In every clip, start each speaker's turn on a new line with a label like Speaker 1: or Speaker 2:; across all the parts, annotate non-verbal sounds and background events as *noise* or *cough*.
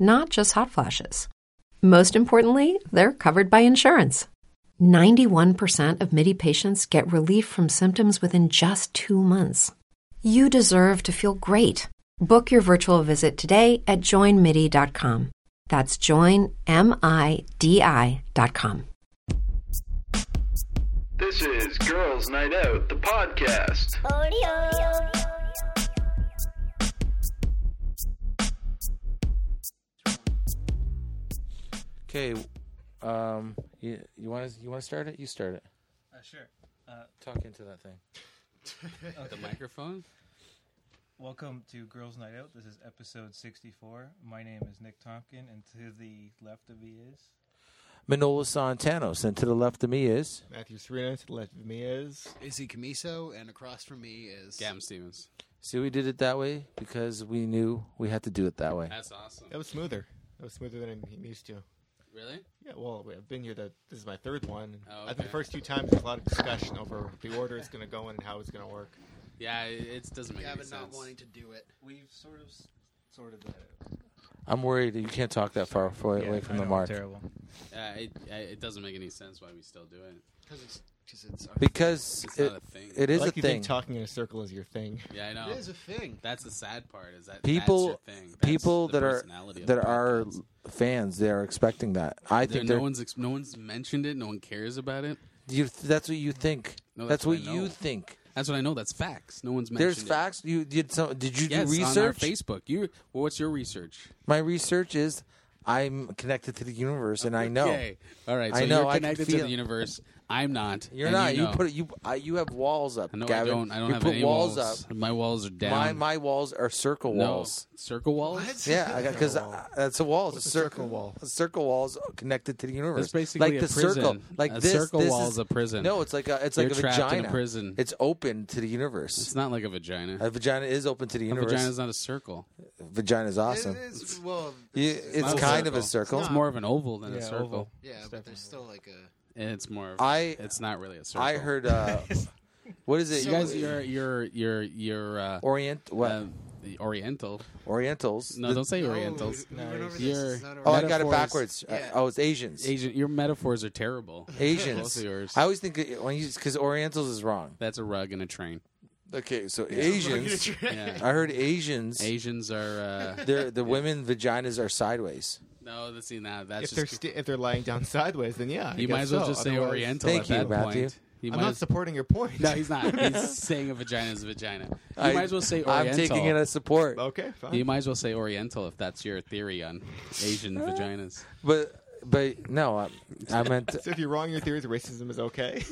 Speaker 1: not just hot flashes. Most importantly, they're covered by insurance. 91% of MIDI patients get relief from symptoms within just two months. You deserve to feel great. Book your virtual visit today at joinmidi.com. That's joinmidi.com.
Speaker 2: This is Girls Night Out, the podcast.
Speaker 3: Okay, um, you, you want to you want to start it? You start it.
Speaker 4: Uh, sure.
Speaker 3: Talk into that thing.
Speaker 4: *laughs*
Speaker 5: The microphone?
Speaker 4: Welcome to Girls Night Out. This is episode 64. My name is Nick Tompkin, and to the left of me is.
Speaker 3: Manolo Santanos, and to the left of me is
Speaker 6: Matthew Serena to the left of me is.
Speaker 7: Izzy Camiso, and across from me is
Speaker 5: Gavin Stevens.
Speaker 3: see we did it that way because we knew we had to do it that way.
Speaker 5: That's awesome.
Speaker 6: That was smoother. That was smoother than I'm used to.
Speaker 5: Really?
Speaker 6: Yeah, well, I've been here. That this is my third one.
Speaker 5: Oh,
Speaker 6: I think
Speaker 5: okay.
Speaker 6: the first two times there's a lot of discussion over the order it's going to go in and how it's going to work.
Speaker 5: Yeah, it, it doesn't make any
Speaker 7: Gavin
Speaker 5: sense.
Speaker 7: not wanting to do it.
Speaker 4: We've sort of s- sorted that out.
Speaker 3: I'm worried that you can't talk that far away, away from the mark
Speaker 4: Terrible.
Speaker 5: Yeah, Uh, it, I- it doesn't make any sense why we still do it.
Speaker 7: Because it's, cause it's our-
Speaker 3: because
Speaker 5: It's
Speaker 3: it,
Speaker 5: not a thing.
Speaker 3: it
Speaker 6: I
Speaker 3: is
Speaker 6: like
Speaker 3: a
Speaker 6: you
Speaker 3: thing.
Speaker 6: think talking in a circle is your thing.
Speaker 5: Yeah, I know.
Speaker 7: It is a thing.
Speaker 5: that's the sad part. Is that
Speaker 3: people,
Speaker 5: that's your thing. That's
Speaker 3: people
Speaker 5: the
Speaker 3: that are
Speaker 5: personality of
Speaker 3: that
Speaker 5: the
Speaker 3: are
Speaker 5: podcast.
Speaker 3: fans, they are expecting that. I
Speaker 5: There-
Speaker 3: think
Speaker 5: no
Speaker 3: they're,
Speaker 5: one's ex- no one's mentioned it. No one cares about it.
Speaker 3: you, that's what you think.
Speaker 5: No,
Speaker 3: that's,
Speaker 5: that's
Speaker 3: what
Speaker 5: what I
Speaker 3: you
Speaker 5: know.
Speaker 3: think.
Speaker 5: That's what I know. That's facts. No one's mentioned.
Speaker 3: There's
Speaker 5: it.
Speaker 3: facts. You did some? Did you
Speaker 5: Yes,
Speaker 3: do
Speaker 5: on our
Speaker 3: research?
Speaker 5: Facebook. You. Well, what's your research?
Speaker 3: My research is I'm connected to the universe, and I know.
Speaker 5: Okay. All right. So
Speaker 3: I know,
Speaker 5: you're
Speaker 3: I can
Speaker 5: connected to
Speaker 3: feel-
Speaker 5: the universe. I'm not.
Speaker 3: You're
Speaker 5: and
Speaker 3: not. You,
Speaker 5: know.
Speaker 3: put you. I, you have walls up,
Speaker 5: No,
Speaker 3: Gavin.
Speaker 5: I don't. I don't
Speaker 3: you
Speaker 5: have
Speaker 3: put
Speaker 5: any
Speaker 3: walls, up.
Speaker 5: My walls are down.
Speaker 3: My my walls are circle
Speaker 5: no.
Speaker 3: walls.
Speaker 5: Circle walls.
Speaker 3: Yeah, because that's a wall. uh, It's a circle,
Speaker 6: circle wall?
Speaker 3: Circle walls connected to the universe.
Speaker 5: That's basically
Speaker 3: like
Speaker 5: a
Speaker 3: the circle.
Speaker 5: prison.
Speaker 3: Like
Speaker 5: A
Speaker 3: this.
Speaker 5: circle
Speaker 3: this
Speaker 5: wall
Speaker 3: is
Speaker 5: is a prison.
Speaker 3: No, it's like a. It's
Speaker 5: You're
Speaker 3: like a
Speaker 5: trapped in a
Speaker 3: vagina.
Speaker 5: prison.
Speaker 3: It's open to the universe.
Speaker 5: It's not like a vagina.
Speaker 3: a vagina is open to the
Speaker 5: A
Speaker 3: universe.
Speaker 5: vagina's not a circle.
Speaker 3: Vagina's awesome.
Speaker 7: It is, well,
Speaker 3: You-
Speaker 7: it's-
Speaker 3: it's
Speaker 5: not a
Speaker 3: kind of a
Speaker 5: It's
Speaker 3: circle.
Speaker 5: more of an oval than a circle.
Speaker 4: oval.
Speaker 7: yeah, but there's still like a.
Speaker 5: And it's more. Of,
Speaker 3: I-
Speaker 5: It's not really a circle.
Speaker 3: I heard.
Speaker 7: *laughs*
Speaker 3: Uh, what is it?
Speaker 5: You guys, you're you're you're you're uh,
Speaker 3: Orient. What?
Speaker 5: uh, the Oriental.
Speaker 3: Orientals.
Speaker 5: No,
Speaker 3: The-
Speaker 5: don't say
Speaker 7: No,
Speaker 5: Orientals.
Speaker 7: we- we went over this.
Speaker 5: You're-
Speaker 7: It's not
Speaker 3: Oh,
Speaker 7: Oriental.
Speaker 3: I got it
Speaker 5: Metaphors.
Speaker 3: backwards.
Speaker 7: Yeah.
Speaker 3: Uh, oh, it's Asians.
Speaker 5: Asian. Your metaphors
Speaker 7: *laughs*
Speaker 5: are terrible. Both
Speaker 3: Asians.
Speaker 5: of yours.
Speaker 3: I always think because Orientals is wrong.
Speaker 5: That's a rug and a train.
Speaker 3: Okay, so
Speaker 7: *laughs*
Speaker 3: Asians.
Speaker 5: *laughs* Yeah.
Speaker 3: I heard Asians.
Speaker 5: Asians are uh,
Speaker 3: Their the women vaginas are sideways.
Speaker 5: no. Let's see now.
Speaker 6: If
Speaker 5: That's
Speaker 6: they're
Speaker 5: just
Speaker 6: sti if they're lying down sideways, then yeah. I
Speaker 5: you
Speaker 6: guess
Speaker 5: might as well
Speaker 6: so.
Speaker 5: just say
Speaker 6: Otherwise-
Speaker 5: Oriental
Speaker 3: Thank
Speaker 5: at
Speaker 3: you,
Speaker 5: that
Speaker 3: Matthew.
Speaker 5: point. You
Speaker 6: I'm
Speaker 5: might
Speaker 6: not
Speaker 5: as-
Speaker 6: supporting your point.
Speaker 5: *laughs* No, he's not.
Speaker 6: *laughs*
Speaker 5: He's saying a vagina is a vagina. You
Speaker 3: I-
Speaker 5: might as well say
Speaker 3: I'm
Speaker 5: Oriental.
Speaker 3: taking it as support,
Speaker 6: Okay, fine.
Speaker 5: You might as well say Oriental if that's your theory on
Speaker 7: *laughs*
Speaker 5: Asian vaginas.
Speaker 3: but but no, I, I meant
Speaker 6: *laughs* so if you're wrong, your theory is racism is okay.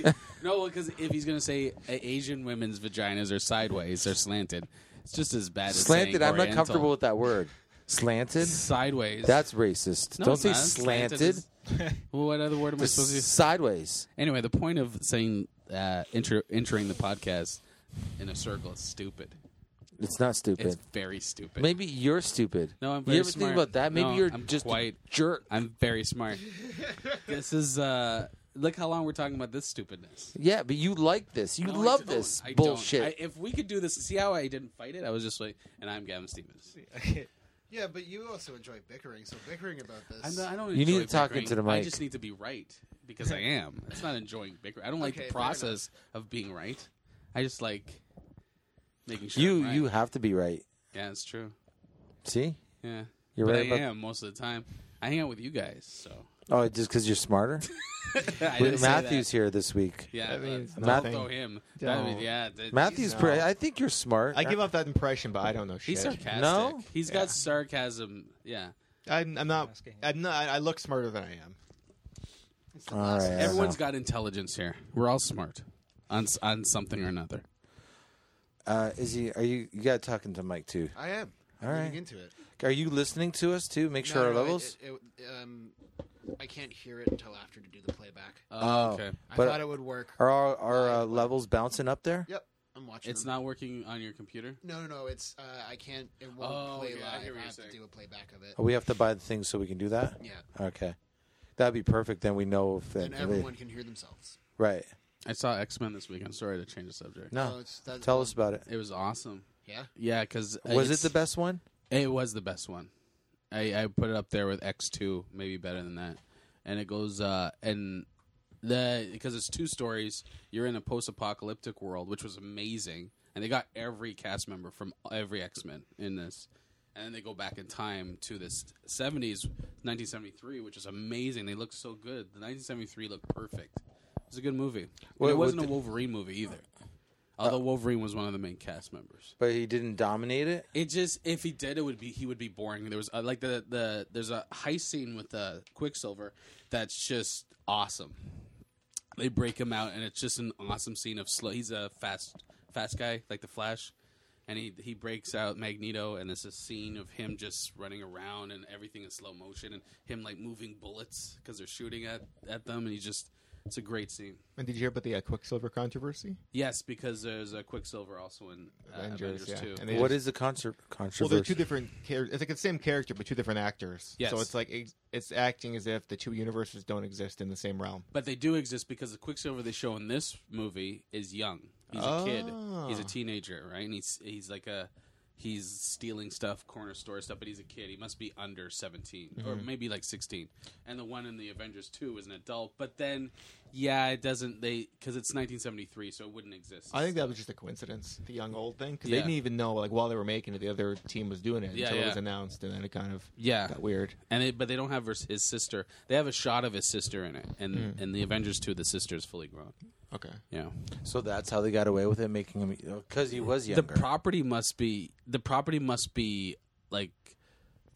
Speaker 5: No, because if he's going to say uh, Asian women's vaginas are sideways or slanted, it's just as bad as saying
Speaker 3: slanted. I'm not
Speaker 5: Oriental.
Speaker 3: comfortable with that word. Slanted.
Speaker 5: sideways.
Speaker 3: That's racist.
Speaker 5: No,
Speaker 3: Don't
Speaker 5: it's
Speaker 3: say
Speaker 5: not.
Speaker 3: slanted.
Speaker 5: is- *laughs* well, what other word am I
Speaker 3: Just
Speaker 5: supposed to? use?
Speaker 3: sideways.
Speaker 5: Anyway, the point of saying uh, intro, entering the podcast in a circle is stupid.
Speaker 3: It's not stupid.
Speaker 5: It's very stupid.
Speaker 3: Maybe you're stupid.
Speaker 5: No, I'm
Speaker 3: You
Speaker 5: very
Speaker 3: ever
Speaker 5: smart.
Speaker 3: think about that? Maybe
Speaker 5: No,
Speaker 3: you're
Speaker 5: I'm
Speaker 3: just a
Speaker 5: quite-
Speaker 3: jerk.
Speaker 5: I'm very smart. *laughs* this is uh look how long we're talking about this stupidness.
Speaker 3: Yeah, but you like this. You
Speaker 5: No, I
Speaker 3: love
Speaker 5: don't.
Speaker 3: this
Speaker 5: I don't.
Speaker 3: bullshit.
Speaker 5: I- if we could do this, see how I didn't fight it? I was just like, and I'm Gavin Stevens.
Speaker 7: Yeah, but you also enjoy bickering, so bickering about this.
Speaker 5: I'm not, I don't.
Speaker 3: You
Speaker 5: enjoy
Speaker 3: need to talk
Speaker 5: bickering.
Speaker 3: into the
Speaker 5: I
Speaker 3: mic.
Speaker 5: just need to be right because I am. It's not enjoying bicker. I don't like
Speaker 7: Okay,
Speaker 5: the
Speaker 7: fair enough.
Speaker 5: process of being right. I just like making sure.
Speaker 3: You
Speaker 5: I'm right.
Speaker 3: you have to be right.
Speaker 5: Yeah, it's true.
Speaker 3: See?
Speaker 5: Yeah,
Speaker 3: You're
Speaker 5: but
Speaker 3: right
Speaker 5: I
Speaker 3: about-
Speaker 5: am most of the time. I hang out with you guys, so
Speaker 3: Oh, just because you're smarter.
Speaker 5: *laughs* I
Speaker 3: Wait,
Speaker 5: didn't say that.
Speaker 3: Matthew's here this week.
Speaker 5: Yeah, I mean, don't
Speaker 6: nothing.
Speaker 5: throw him. That would-
Speaker 6: Don't.
Speaker 5: yeah, that-
Speaker 3: Matthew's.
Speaker 5: he's,
Speaker 3: Pre- I think you're smart.
Speaker 6: I give off that impression, but I don't know shit.
Speaker 5: he's sarcastic.
Speaker 3: No?
Speaker 5: he's got sarcasm. Yeah,
Speaker 6: I'm, I'm not.
Speaker 4: Asking him.
Speaker 6: I'm not. I I look smarter than I am.
Speaker 3: All right. I don't
Speaker 5: everyone's
Speaker 3: know.
Speaker 5: got intelligence here. We're all smart on s- on something or another.
Speaker 3: Uh, is he? Are you? You got to talk into Mike too.
Speaker 7: I am. I'm
Speaker 3: All right.
Speaker 7: leaning into it.
Speaker 3: Are you listening to us too? Make sure
Speaker 7: No,
Speaker 3: our
Speaker 7: no, it-
Speaker 3: levels.
Speaker 7: it- it- um, I can't hear it until after to do the playback.
Speaker 5: Oh,
Speaker 3: Oh.
Speaker 5: okay.
Speaker 7: I
Speaker 3: but-
Speaker 7: thought it would work.
Speaker 3: Are our, our uh, levels bouncing up there?
Speaker 7: Yep, I'm watching.
Speaker 5: It's
Speaker 7: them.
Speaker 5: not working on your computer.
Speaker 7: No, no, no. It's uh, I can't. It won't
Speaker 5: Oh,
Speaker 7: play
Speaker 5: okay,
Speaker 7: live.
Speaker 5: I
Speaker 7: I,
Speaker 5: hear what you're
Speaker 7: have
Speaker 5: saying.
Speaker 7: to do a playback of it.
Speaker 3: Oh, we have to buy the things so we can do that.
Speaker 7: Yeah,
Speaker 3: Okay, that'd be perfect. Then we know if
Speaker 7: and
Speaker 3: if they-
Speaker 7: everyone can hear themselves.
Speaker 3: right.
Speaker 5: I saw X Men this week. I'm sorry to change the subject.
Speaker 8: Oh,
Speaker 3: No,
Speaker 7: it's- that's-
Speaker 3: tell us about it.
Speaker 5: It was awesome.
Speaker 7: Yeah,
Speaker 5: Yeah, because
Speaker 3: Was it the best one?
Speaker 5: Uh, It was the best one. I, I put it up there with X two, maybe better than that. And it goes uh and the because it's two stories. You're in a post apocalyptic world, which was amazing. And they got every cast member from every X Men in this. And then they go back in time to this 70s, 1973, which is amazing. They look so good. The 1973 looked perfect. It was a good movie.
Speaker 3: What-
Speaker 5: Well, it wasn't
Speaker 3: what
Speaker 5: a
Speaker 3: did-
Speaker 5: Wolverine movie either. Although Wolverine was one of the main cast members.
Speaker 3: But he didn't dominate it.
Speaker 5: It just if he did, it would be he would be boring. There was uh, like the the there's a heist scene with uh, Quicksilver that's just awesome. They break him out, and it's just an awesome scene of slow. He's a fast fast guy like the Flash, and he he breaks out Magneto, and it's a scene of him just running around and everything in slow motion, and him like moving bullets because they're shooting at at them, and he just it's a great scene.
Speaker 6: And did you hear about the uh, Quicksilver controversy?
Speaker 5: Yes, because there's a Quicksilver also in uh, Avengers,
Speaker 6: Avengers, yeah.
Speaker 5: too.
Speaker 6: And they
Speaker 3: What
Speaker 6: just-
Speaker 3: is the concert
Speaker 6: Well,
Speaker 3: controversy?
Speaker 6: they're two different. Char- it's like the same character, but two different actors.
Speaker 5: Yes.
Speaker 6: So it's like it's, it's acting as if the two universes don't exist in the same realm.
Speaker 5: But they do exist because the Quicksilver they show in this movie is young. He's a kid. He's a
Speaker 6: Ah.
Speaker 5: teenager, right? And he's he's like a he's stealing stuff, corner store stuff, but he's a kid. He must be under 17 or
Speaker 6: Mm-hmm.
Speaker 5: maybe like sixteen. And the one in the Avengers two is an adult. But then, yeah, it doesn't they because it's 1973, so it wouldn't exist.
Speaker 6: I think that was just a coincidence, the young old thing, because
Speaker 5: Yeah.
Speaker 6: they didn't even know like while they were making it, the other team was doing it
Speaker 5: Yeah,
Speaker 6: until
Speaker 5: yeah.
Speaker 6: it was announced, and then it kind of
Speaker 5: Yeah.
Speaker 6: got weird.
Speaker 5: and it, but they don't have her, his sister. They have a shot of his sister in it, and
Speaker 3: Hmm.
Speaker 5: and the Avengers two, the sister is fully grown.
Speaker 6: Okay,
Speaker 5: Yeah.
Speaker 3: so that's how they got away with it, making him because he was younger.
Speaker 5: the property must be the property must be like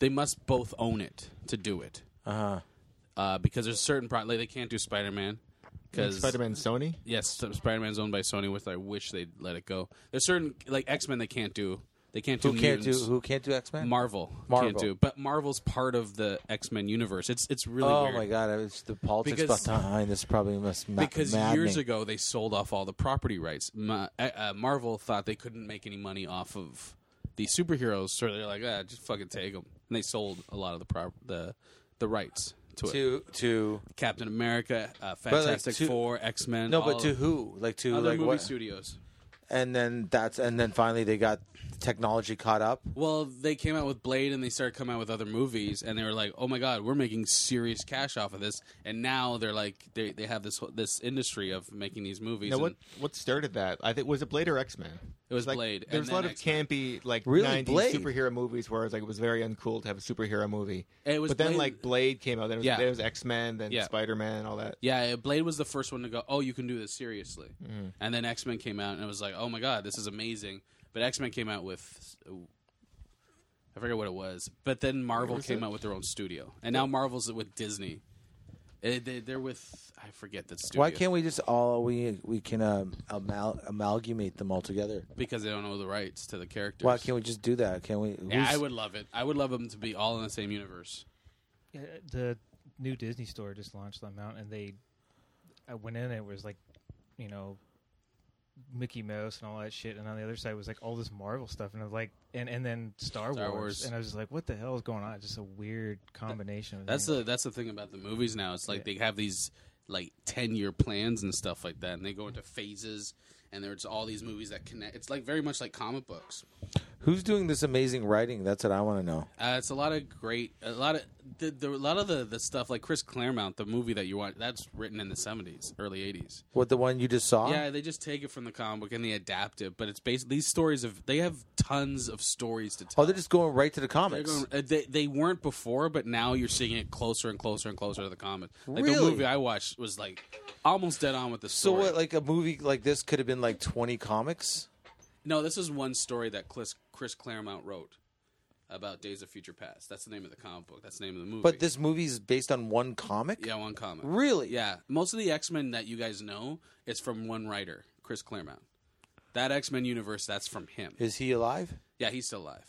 Speaker 5: they must both own it to do it
Speaker 3: uh-huh.
Speaker 5: uh, because there's certain pro- like they can't do Spider-Man because
Speaker 6: Spider Man Sony.
Speaker 5: yes so Spider-Man's owned by Sony which I wish they'd let it go there's certain like X-Men they can't do they can't do
Speaker 3: Who can't do?
Speaker 5: mutants.
Speaker 3: Who can't do X Men?
Speaker 5: Marvel,
Speaker 3: Marvel.
Speaker 5: can't do but Marvel's part of the X-Men universe it's it's really
Speaker 3: Oh
Speaker 5: weird.
Speaker 3: my God! It's the politics
Speaker 5: Because-
Speaker 3: behind this probably must ma-
Speaker 5: because
Speaker 3: maddening.
Speaker 5: years ago they sold off all the property rights. Ma- uh, uh, Marvel thought they couldn't make any money off of the superheroes, so they're like, ah, just fucking take them. And they sold a lot of the prop- the the rights to it.
Speaker 3: to to
Speaker 5: Captain America, uh,
Speaker 3: like,
Speaker 5: Fantastic
Speaker 3: to-
Speaker 5: Four, X Men.
Speaker 3: no, but to who? Like to
Speaker 5: other
Speaker 3: like
Speaker 5: movie
Speaker 3: what?
Speaker 5: studios.
Speaker 3: And then that's and then finally they got technology caught up.
Speaker 5: Well, they came out with Blade and they started coming out with other movies, and they were like, "Oh my God, we're making serious cash off of this." And now they're like, they they have this whole- this industry of making these movies.
Speaker 6: Now
Speaker 5: and
Speaker 6: what what started that? I think was it Blade or X Men?
Speaker 5: It was
Speaker 6: like,
Speaker 5: Blade, and
Speaker 6: There's a
Speaker 5: then
Speaker 6: lot of
Speaker 5: X-Men.
Speaker 6: campy like
Speaker 3: Really,
Speaker 6: 90s
Speaker 3: Blade?
Speaker 6: superhero movies where it's like it was very uncool to have a superhero movie.
Speaker 5: It was
Speaker 6: but then
Speaker 5: Blade-
Speaker 6: like Blade came out, then it was,
Speaker 5: Yeah.
Speaker 6: then it was X Men, then
Speaker 5: Yeah.
Speaker 6: Spider Man, all that.
Speaker 5: Yeah, Blade was the first one to go, oh, you can do this seriously.
Speaker 3: Mm.
Speaker 5: And then X Men came out, and it was like, oh my god, this is amazing. But X Men came out with, I forget what it was. But then Marvel came out with their own studio, and now Marvel's with Disney. Eh, they, they're with, I forget that studio.
Speaker 3: Why can't we just all we we can um, amal- amalgamate them all together?
Speaker 5: Because they don't know the rights to the characters.
Speaker 3: Why can't we just do that? Can we?
Speaker 5: Yeah,
Speaker 3: who's-
Speaker 5: I would love it. I would love them to be all in the same universe.
Speaker 4: Yeah, the new Disney store just launched them out, and they. I went in, and it was like, you know, Mickey Mouse and all that shit, and on the other side was like all this Marvel stuff, and I was like, and and then Star,
Speaker 5: Star
Speaker 4: Wars,
Speaker 5: Wars.
Speaker 4: and I was just like, what the hell is going on? It's Just a weird combination. of
Speaker 5: That's
Speaker 4: things.
Speaker 5: the that's the thing about the movies now. It's like they have these like ten year plans and stuff like that, and they go into phases. and there's all these movies that connect. It's like very much like comic books.
Speaker 3: Who's doing this amazing writing? That's what I want to know.
Speaker 5: Uh, it's a lot of great, a lot of the, the a lot of the, the stuff like Chris Claremont, the movie that you watch, that's written in the seventies, early eighties.
Speaker 3: What the one you just saw?
Speaker 5: Yeah, they just take it from the comic book and they adapt it, but it's based. These stories of they have tons of stories to tell.
Speaker 3: Oh, they're just going right to the
Speaker 5: They're
Speaker 3: comics.
Speaker 5: going- uh, they, they weren't before, but now you're seeing it closer and closer and closer to the comics. Like the
Speaker 3: Really?
Speaker 5: movie I watched was like almost dead on with the
Speaker 3: So
Speaker 5: story.
Speaker 3: what? Like a movie like this could have been like twenty comics.
Speaker 5: no, this is one story that Chris, Chris Claremont wrote about Days of Future Past. That's the name of the comic book. That's the name of the movie.
Speaker 3: But this movie is based on one comic.
Speaker 5: yeah, one comic.
Speaker 3: Really?
Speaker 5: Yeah, most of the X Men that you guys know is from one writer, Chris Claremont. That X Men universe, that's from him.
Speaker 3: Is he alive?
Speaker 5: Yeah, he's still alive.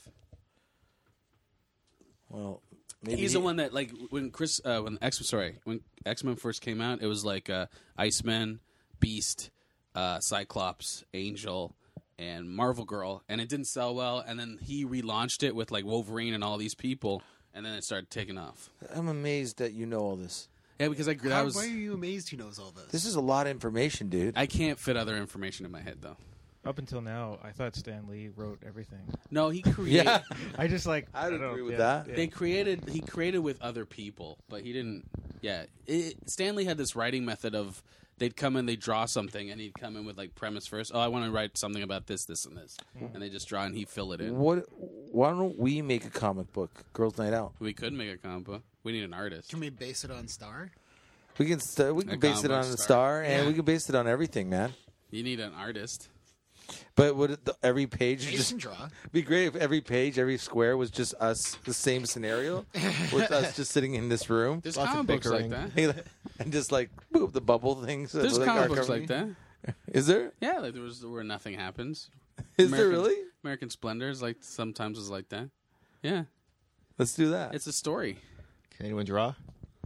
Speaker 3: Well, maybe
Speaker 5: he's
Speaker 3: he-
Speaker 5: the one that like when Chris uh, when X sorry when X Men first came out, it was like uh, Iceman, Beast, uh, Cyclops, Angel, and Marvel Girl, and it didn't sell well. And then he relaunched it with like Wolverine and all these people, and then it started taking off.
Speaker 3: I'm amazed that you know all this.
Speaker 5: Yeah, because I that
Speaker 7: How,
Speaker 5: was
Speaker 7: Why are you amazed he knows all this?
Speaker 3: This is a lot of information, dude.
Speaker 5: I can't fit other information in my head though.
Speaker 4: Up until now, I thought Stan Lee wrote everything.
Speaker 5: No,
Speaker 3: *laughs*
Speaker 4: *laughs*
Speaker 5: he created.
Speaker 3: Yeah.
Speaker 4: I just like
Speaker 3: I'd
Speaker 4: don't know,
Speaker 3: agree with
Speaker 4: yeah,
Speaker 3: that.
Speaker 4: yeah.
Speaker 5: They created. He created with other people, but he didn't. Yeah, it, Stanley had this writing method of they'd come in, they'd draw something, and he'd come in with like premise first. Oh, I want to write something about this, this, and this,
Speaker 4: Hmm.
Speaker 5: and they just draw and he fill it in.
Speaker 3: What? Why don't we make a comic book, Girls Night Out?
Speaker 5: We could make a combo. We need an artist.
Speaker 7: Can we base it on Star?
Speaker 3: We can st- we can base
Speaker 5: comic
Speaker 3: it on
Speaker 5: book
Speaker 3: the
Speaker 5: star.
Speaker 3: star, and we can base it on everything, man.
Speaker 5: You need an artist.
Speaker 3: But would it, the, every page just
Speaker 7: Jason draw.
Speaker 3: *laughs* be great if every page, every square was just us, the same scenario, with us just sitting in this room
Speaker 5: There's
Speaker 6: Lots of
Speaker 5: comic books like
Speaker 6: bickering.
Speaker 5: that.
Speaker 3: *laughs* and just like boop, the bubble things.
Speaker 5: There's
Speaker 3: like our
Speaker 5: comic books like
Speaker 3: company.
Speaker 5: that.
Speaker 3: *laughs* Is there?
Speaker 5: Yeah, like there was where nothing happens.
Speaker 3: Is there
Speaker 5: American-
Speaker 3: really?
Speaker 5: American Splendor is like sometimes is like that. Yeah,
Speaker 3: Let's do that.
Speaker 5: it's a story.
Speaker 6: Can anyone draw?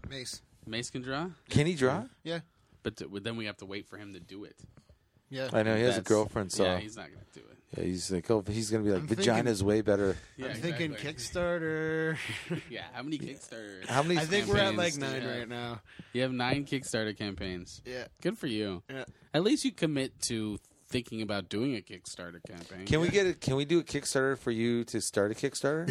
Speaker 7: Mace.
Speaker 5: Mace can draw,
Speaker 3: can he draw?
Speaker 7: Yeah.
Speaker 5: but to, then we have to wait for him to do it.
Speaker 7: Yeah.
Speaker 3: I know he has a
Speaker 5: That's-
Speaker 3: girlfriend, so
Speaker 5: yeah,
Speaker 3: he's,
Speaker 5: he's not gonna do it.
Speaker 3: he's like, oh, he's gonna be like,
Speaker 7: I'm thinking-
Speaker 3: vagina's way better.
Speaker 5: Yeah,
Speaker 7: I'm thinking
Speaker 5: exactly.
Speaker 7: Kickstarter.
Speaker 5: *laughs* Yeah,
Speaker 7: *laughs*
Speaker 5: how many Kickstarter?
Speaker 3: How many?
Speaker 7: I think we're at like nine
Speaker 5: Campaigns, yeah.
Speaker 7: right
Speaker 3: *laughs*
Speaker 7: now.
Speaker 5: You have nine Kickstarter campaigns.
Speaker 7: Yeah.
Speaker 5: Good for you.
Speaker 7: Yeah.
Speaker 5: At least you commit to thinking about doing a Kickstarter campaign.
Speaker 3: Can
Speaker 7: *laughs*
Speaker 3: we get it? Can we do a Kickstarter for you to start a Kickstarter?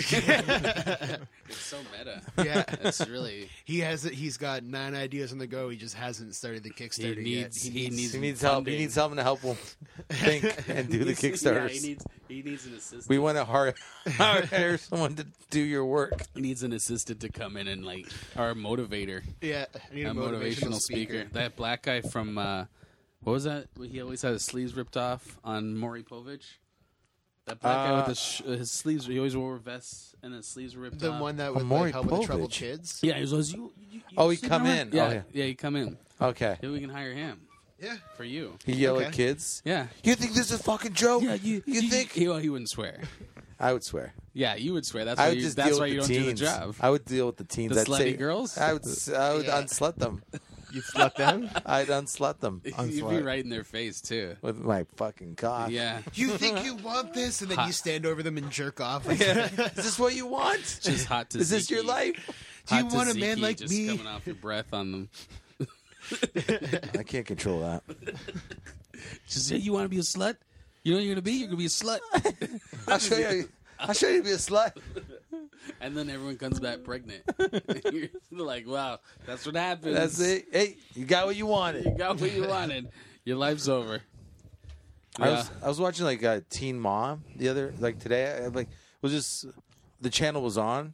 Speaker 5: *laughs* It's so meta.
Speaker 7: Yeah.
Speaker 5: It's really
Speaker 7: He has it. He's got nine ideas on the go. He just hasn't started the
Speaker 5: he
Speaker 7: Kickstarter
Speaker 5: needs
Speaker 7: yet.
Speaker 5: he needs
Speaker 3: he needs help. He
Speaker 5: funding.
Speaker 3: needs someone to help
Speaker 7: *laughs*
Speaker 3: him think and do the
Speaker 5: He's- *laughs* yeah,
Speaker 3: Kickstarters.
Speaker 5: he needs he needs an assistant.
Speaker 3: we want to hire, *laughs* hire someone to do your work.
Speaker 5: he needs an assistant to come in and like or a motivator,
Speaker 7: Yeah, I need
Speaker 5: a, motivational speaker. That black guy from uh, what was that? He always had his sleeves ripped off on Maury Povich. That black guy
Speaker 3: Uh,
Speaker 5: with his, sh- his sleeves. He always wore vests and his sleeves were ripped
Speaker 7: The
Speaker 5: off.
Speaker 7: one that would
Speaker 3: Oh, Maury
Speaker 7: like, help with the troubled
Speaker 3: Povich.
Speaker 7: kids.
Speaker 5: Yeah, he was always, you, you, you
Speaker 3: Oh, he
Speaker 5: sitting
Speaker 3: come
Speaker 5: around?"
Speaker 3: in.
Speaker 5: Yeah,
Speaker 3: Oh, yeah.
Speaker 5: yeah, he come in.
Speaker 3: Okay.
Speaker 5: Maybe we can hire him
Speaker 7: Yeah,
Speaker 5: for you.
Speaker 3: He yell at
Speaker 7: Okay.
Speaker 3: kids.
Speaker 5: Yeah.
Speaker 3: You think this is a fucking joke? you think?
Speaker 5: He, well, he wouldn't swear.
Speaker 3: I would swear.
Speaker 5: Yeah, you would swear. That's
Speaker 3: I
Speaker 5: why
Speaker 3: would
Speaker 5: you,
Speaker 3: just
Speaker 5: that's
Speaker 3: deal
Speaker 5: why
Speaker 3: with
Speaker 5: you
Speaker 3: the
Speaker 5: don't
Speaker 3: teens.
Speaker 5: do the job.
Speaker 3: I would deal with the teens.
Speaker 5: The
Speaker 3: I'd say,
Speaker 5: slutty girls?
Speaker 3: I would. s- I would
Speaker 7: Yeah.
Speaker 3: unslut them.
Speaker 7: *laughs*
Speaker 6: You slut them?
Speaker 3: *laughs* I'd unslut them
Speaker 5: *laughs* *laughs* You'd be
Speaker 6: Unslut.
Speaker 5: right in their face, too.
Speaker 3: with my fucking cock.
Speaker 5: Yeah.
Speaker 7: you think you want this, and then you stand over them and jerk off. *laughs*
Speaker 3: *laughs* Yeah. is this what you want?
Speaker 5: Just hot to
Speaker 3: *laughs* Is this your
Speaker 5: Ziki.
Speaker 3: life?
Speaker 7: Do you
Speaker 5: Hot
Speaker 7: want a man
Speaker 5: Ziki
Speaker 7: like
Speaker 5: just
Speaker 7: me?
Speaker 5: coming off your breath on them.
Speaker 3: I can't
Speaker 5: *laughs*
Speaker 3: control that.
Speaker 5: Just say, you want to be a slut? You know what you're going to be? You're going to be a slut.
Speaker 3: *laughs* I'll show you. I'll show you to be a slut.
Speaker 5: *laughs* and then everyone comes back pregnant.
Speaker 3: *laughs*
Speaker 5: *laughs* you're like, wow, that's what happens.
Speaker 3: That's it. Hey, you got what you wanted.
Speaker 5: You got what
Speaker 3: *laughs*
Speaker 5: you wanted. Your life's over.
Speaker 3: I was I was watching like uh, Teen Mom the other like today. I, like was just the channel was on,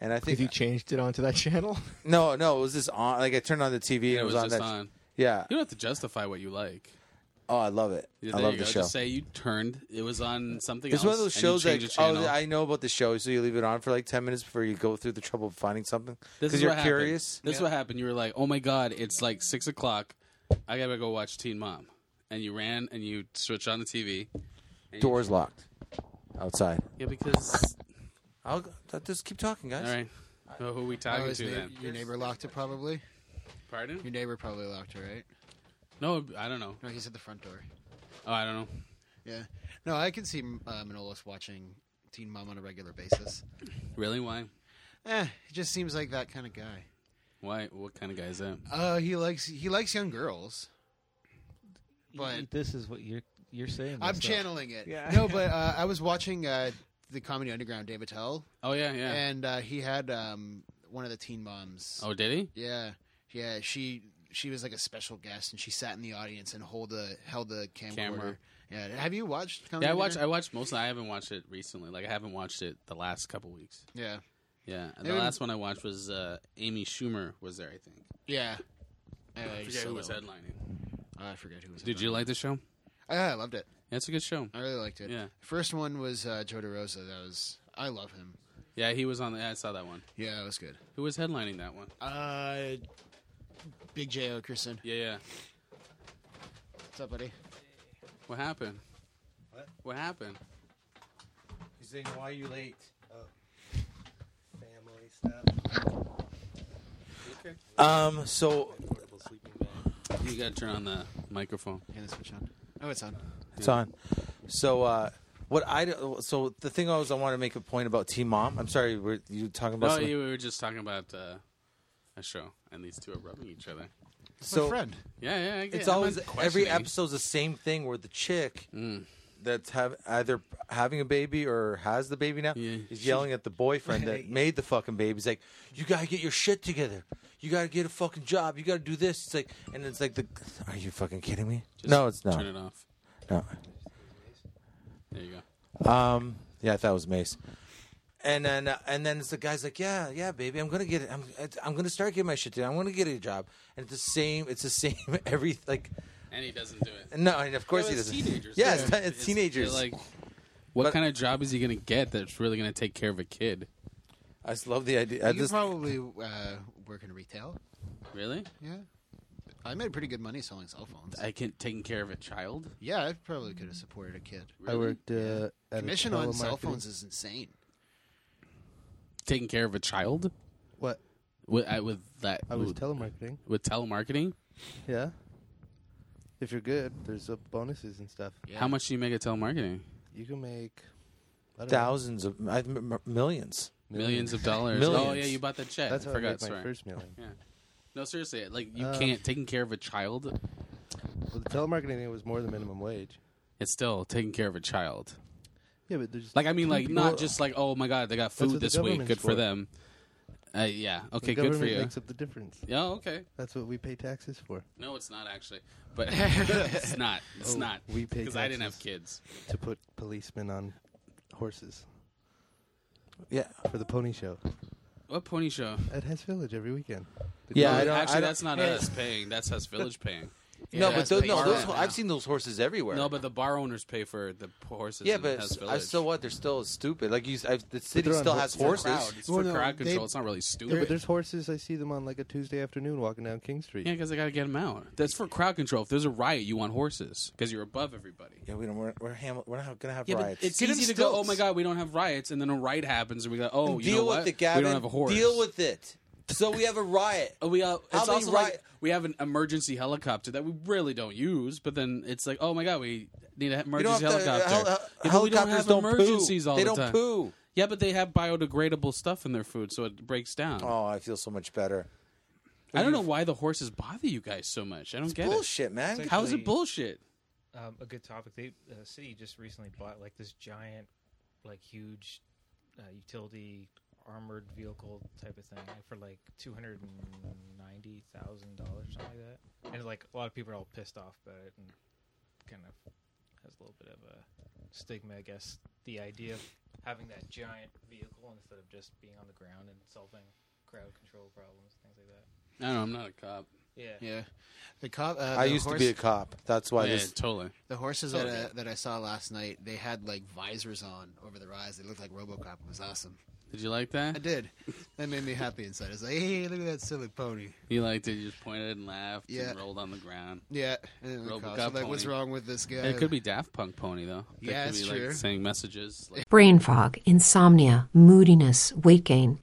Speaker 3: and I
Speaker 6: If
Speaker 3: think
Speaker 6: you changed it onto that
Speaker 3: *laughs*
Speaker 6: channel?
Speaker 3: no no it was just on. Like I turned on the TV and
Speaker 5: it
Speaker 3: it was,
Speaker 5: was
Speaker 3: on
Speaker 5: just
Speaker 3: that.
Speaker 5: on.
Speaker 3: Yeah.
Speaker 5: You don't have to justify what you like.
Speaker 3: Oh, I love it.
Speaker 5: Yeah,
Speaker 3: I
Speaker 5: there
Speaker 3: love
Speaker 5: you
Speaker 3: the
Speaker 5: go.
Speaker 3: show.
Speaker 5: Just say you turned. It was on something
Speaker 3: It's
Speaker 5: else.
Speaker 3: one of those
Speaker 5: and you
Speaker 3: shows that
Speaker 5: changed the
Speaker 3: oh
Speaker 5: channel.
Speaker 3: I know about the show, so you leave it on for like ten minutes before you go through the trouble of finding something
Speaker 5: This is
Speaker 3: because you're
Speaker 5: what happened.
Speaker 3: curious.
Speaker 5: This is what happened. You were like, "Oh my god, it's like six o'clock. I gotta go watch Teen Mom." And you ran and you switched on the TV.
Speaker 3: Doors locked outside.
Speaker 5: Yeah, because
Speaker 3: I'll I'll just keep talking, guys.
Speaker 5: all right. So who are we
Speaker 7: Oh,
Speaker 5: talking
Speaker 7: his
Speaker 5: to
Speaker 7: neigh-
Speaker 5: then?
Speaker 7: your neighbor locked it, probably.
Speaker 5: Pardon?
Speaker 7: Your neighbor probably locked it, right?
Speaker 5: No, I don't know.
Speaker 7: No, he's at the front door.
Speaker 5: Oh, I don't know.
Speaker 7: Yeah. No, I can see uh, Manolis watching Teen Mom on a regular basis.
Speaker 5: Really? Why?
Speaker 7: Eh, he just seems like that kind of guy.
Speaker 5: Why? What kind of guy is that?
Speaker 7: Uh, he likes he likes young girls.
Speaker 4: You-
Speaker 7: But-
Speaker 4: this is what you're You're saying
Speaker 7: I'm
Speaker 4: this now.
Speaker 7: channeling it.
Speaker 4: Yeah.
Speaker 7: No, but uh, I was watching uh, the Comedy Underground, Dave Attell,
Speaker 5: Oh yeah, yeah.
Speaker 7: and uh, he had um, one of the Teen Moms.
Speaker 5: oh, did he?
Speaker 7: Yeah, yeah. She she was like a special guest, and she sat in the audience and hold the held the camcorder.
Speaker 5: Camera.
Speaker 7: Yeah. Have you watched? Comedy
Speaker 5: Yeah, I watched. I
Speaker 7: Underground?
Speaker 5: watched most. Of, I haven't watched it recently. Like I haven't watched it the last couple weeks.
Speaker 7: Yeah,
Speaker 5: Yeah, the
Speaker 7: Maybe-
Speaker 5: last one I watched was uh, Amy Schumer was there. I think.
Speaker 7: yeah. Anyway,
Speaker 5: I
Speaker 7: just
Speaker 5: forget
Speaker 7: saw
Speaker 5: who
Speaker 7: that
Speaker 5: was
Speaker 7: one.
Speaker 5: headlining.
Speaker 7: Oh, I forget who was. Oh,
Speaker 5: Did you like the show?
Speaker 7: Yeah, I loved it.
Speaker 5: Yeah, it's a good show.
Speaker 7: I really liked it.
Speaker 5: Yeah.
Speaker 7: First one was uh, Joe DeRosa. That was I love him.
Speaker 5: Yeah, he was on. The, I saw that one.
Speaker 7: Yeah, it was good. *laughs*
Speaker 5: Who was headlining that one?
Speaker 7: Uh, Big J Okerson.
Speaker 5: Yeah, yeah.
Speaker 7: What's up, buddy?
Speaker 5: What happened?
Speaker 3: What?
Speaker 5: What happened?
Speaker 3: He's saying, "Why are you late?"
Speaker 9: Family stuff.
Speaker 3: Um. So
Speaker 9: Portable sleeping bag.
Speaker 5: You gotta turn on the microphone.
Speaker 7: Can this switch on? Oh, it's on.
Speaker 3: It's on. So uh, what I do- so the thing I was I want to make a point about Team Mom. I'm sorry, were you talking about?
Speaker 5: No,
Speaker 3: something?
Speaker 5: Oh, you we were just talking about uh, a show, and these two are rubbing each other.
Speaker 7: So
Speaker 3: so
Speaker 7: My friend.
Speaker 5: Yeah, yeah. I get-
Speaker 3: it's
Speaker 5: I'm
Speaker 3: always
Speaker 5: not
Speaker 3: every
Speaker 5: questioning.
Speaker 3: episode's the same thing where the chick that's have either having a baby or has the baby now
Speaker 5: Yeah.
Speaker 3: is yelling at the boyfriend that made the fucking baby. He's like, "You gotta get your shit together. You gotta get a fucking job. You gotta do this." It's like, and it's like the, are you fucking kidding me?
Speaker 5: Just
Speaker 3: no, it's not.
Speaker 5: Turn it off.
Speaker 3: No.
Speaker 5: There you go.
Speaker 3: Um, yeah, I thought it was Mace. And then uh, and then it's the guy's like, yeah, yeah, baby, I'm gonna get it. I'm it's- I'm gonna start getting my shit done. I'm gonna get a job. And it's the same. It's the same *laughs* every like.
Speaker 5: And he doesn't do it.
Speaker 3: No, and of course
Speaker 5: Well,
Speaker 3: he
Speaker 5: it's
Speaker 3: doesn't.
Speaker 5: Teenagers.
Speaker 3: Yeah, it's, it's, teenagers.
Speaker 5: they're Like, what
Speaker 3: But-
Speaker 5: kind of job is he gonna get that's really gonna take care of a kid?
Speaker 3: I just love the idea. I
Speaker 7: you could
Speaker 3: just,
Speaker 7: probably uh, work in retail.
Speaker 5: Really?
Speaker 7: Yeah. I made pretty good money selling cell phones.
Speaker 5: I can taking care of a child.
Speaker 7: yeah, I probably could have supported a kid.
Speaker 9: I worked uh, at
Speaker 7: Commission
Speaker 9: a
Speaker 7: on cell
Speaker 9: telemarketing-
Speaker 7: phones is insane.
Speaker 5: Taking care of a child
Speaker 9: What?
Speaker 5: with I, with that
Speaker 9: I was
Speaker 5: with,
Speaker 9: telemarketing.
Speaker 5: with telemarketing.
Speaker 9: Yeah. If you're good, there's uh, bonuses and stuff.
Speaker 5: How much do you make at telemarketing?
Speaker 9: You can make I don't know.
Speaker 3: thousands of I, m- m- millions. *laughs*
Speaker 5: Millions of dollars.
Speaker 3: Millions.
Speaker 5: Oh yeah, you bought that check.
Speaker 9: That's
Speaker 5: I
Speaker 9: how I
Speaker 5: forgot.
Speaker 9: made my
Speaker 5: sorry.
Speaker 9: first million.
Speaker 5: No, seriously, like you
Speaker 9: Um,
Speaker 5: can't taking care of a child.
Speaker 9: Well, the telemarketing it was more than minimum wage.
Speaker 5: It's still taking care of a child.
Speaker 9: Yeah, but there's
Speaker 5: Like I mean, like
Speaker 3: Well-
Speaker 5: not just like oh my god, they got
Speaker 9: what
Speaker 5: food
Speaker 9: the
Speaker 5: this week.
Speaker 9: government's
Speaker 5: Good for,
Speaker 9: for.
Speaker 5: them. Uh, yeah.
Speaker 9: the
Speaker 5: Okay. Good
Speaker 9: government
Speaker 5: for you.
Speaker 9: makes up the difference.
Speaker 5: Yeah. Okay.
Speaker 9: That's what we pay taxes for
Speaker 5: *laughs* No, it's not actually.
Speaker 9: *laughs*
Speaker 7: *laughs*
Speaker 5: But it's not. It's
Speaker 9: Oh,
Speaker 5: not.
Speaker 9: we pay
Speaker 5: because I didn't have kids.
Speaker 9: taxes. to put policemen on horses
Speaker 3: Yeah,
Speaker 9: for the pony show
Speaker 5: What pony show?
Speaker 9: at
Speaker 6: *laughs*
Speaker 9: Hess Village every weekend. The
Speaker 3: Yeah,
Speaker 9: girl-
Speaker 3: I don't-
Speaker 5: actually,
Speaker 3: I don't-
Speaker 5: that's not
Speaker 3: Hey.
Speaker 5: us paying. That's us village paying.
Speaker 3: no,
Speaker 7: Yeah,
Speaker 3: but
Speaker 7: that's
Speaker 3: those,
Speaker 7: the
Speaker 3: no,
Speaker 7: bar
Speaker 3: those,
Speaker 7: right now.
Speaker 3: I've seen those horses everywhere.
Speaker 5: No, but the bar owners pay for the horses.
Speaker 3: yeah,
Speaker 5: in
Speaker 3: but
Speaker 5: Hess
Speaker 3: s- I
Speaker 5: Village.
Speaker 3: still what they're still stupid. Like you, s- I've, the city
Speaker 9: they're on
Speaker 3: still
Speaker 9: ho-
Speaker 3: has
Speaker 9: they're
Speaker 5: It's for
Speaker 3: horses.
Speaker 5: crowd. It's
Speaker 9: Well,
Speaker 5: for
Speaker 9: no,
Speaker 5: crowd
Speaker 9: they-
Speaker 5: control. it's not really
Speaker 9: Yeah,
Speaker 5: stupid.
Speaker 9: but there's horses. I see them on like a Tuesday afternoon walking down King Street.
Speaker 5: Yeah, because they gotta get them out. That's for crowd control. If there's a riot, you want horses because you're above everybody.
Speaker 3: Yeah, we don't. We're we're, ham- we're not gonna have
Speaker 5: Yeah,
Speaker 3: riots.
Speaker 5: but it's
Speaker 3: Get them
Speaker 5: easy to go. Oh
Speaker 3: stilts.
Speaker 5: my god, we don't have riots, and then a riot happens, and we go, oh, you
Speaker 3: deal
Speaker 5: know
Speaker 3: with
Speaker 5: what?
Speaker 3: it,
Speaker 5: We
Speaker 3: Gavin.
Speaker 5: don't have a horse.
Speaker 3: Deal with it. So we have a riot.
Speaker 5: Oh, *laughs* we uh, it's
Speaker 3: many
Speaker 5: also like
Speaker 3: riot-
Speaker 5: we have an emergency helicopter that we really don't use, but then it's like, oh my god, we need an
Speaker 3: You don't
Speaker 5: emergency
Speaker 3: have to- uh,
Speaker 5: helicopter.
Speaker 3: hel- hel-
Speaker 5: Yeah, but we don't
Speaker 3: helicopters
Speaker 5: have
Speaker 3: don't
Speaker 5: emergencies
Speaker 3: poo.
Speaker 5: all
Speaker 3: they
Speaker 5: the
Speaker 3: don't
Speaker 5: time.
Speaker 3: poo.
Speaker 5: Yeah, but they have biodegradable stuff in their food, so it breaks down.
Speaker 3: Oh, I feel so much better.
Speaker 5: I don't know why the horses bother you guys so much. I don't get
Speaker 3: Bullshit, man.
Speaker 5: it.
Speaker 4: It's
Speaker 5: How is it
Speaker 4: Actually-
Speaker 5: bullshit?
Speaker 4: um, a good topic. They uh, city just recently bought like this giant, like huge, uh, utility armored vehicle type of thing for like two hundred and ninety thousand dollars, something like that. And like a lot of people are all pissed off about it, and kind of has a little bit of a stigma, I guess. The idea of having that giant vehicle instead of just being on the ground and solving crowd control problems, things like that.
Speaker 5: I don't know. I'm not a cop.
Speaker 4: Yeah.
Speaker 7: Yeah. The cop. Uh,
Speaker 3: I
Speaker 7: the
Speaker 3: used
Speaker 7: horse,
Speaker 3: to be a cop. That's why
Speaker 5: yeah,
Speaker 3: this.
Speaker 5: totally.
Speaker 7: the horses
Speaker 5: Oh,
Speaker 7: that,
Speaker 5: yeah.
Speaker 7: uh, that I saw last night. They had like visors on over their eyes. They looked like RoboCop. It was awesome.
Speaker 5: Did you like
Speaker 7: I
Speaker 5: that?
Speaker 7: did. That made me happy inside. I was like, *laughs* hey, look at that silly pony.
Speaker 5: You liked it. You just pointed and laughed
Speaker 7: Yeah.
Speaker 5: and rolled on the ground.
Speaker 7: Yeah. And then the cops were
Speaker 5: RoboCop
Speaker 7: like, what's
Speaker 5: pony. *laughs*
Speaker 7: wrong with this guy?
Speaker 5: It could be Daft Punk pony though. They
Speaker 7: Yeah,
Speaker 5: could be,
Speaker 7: it's
Speaker 5: like,
Speaker 7: true.
Speaker 5: Saying messages. Like,
Speaker 1: Brain fog, insomnia, moodiness, weight gain.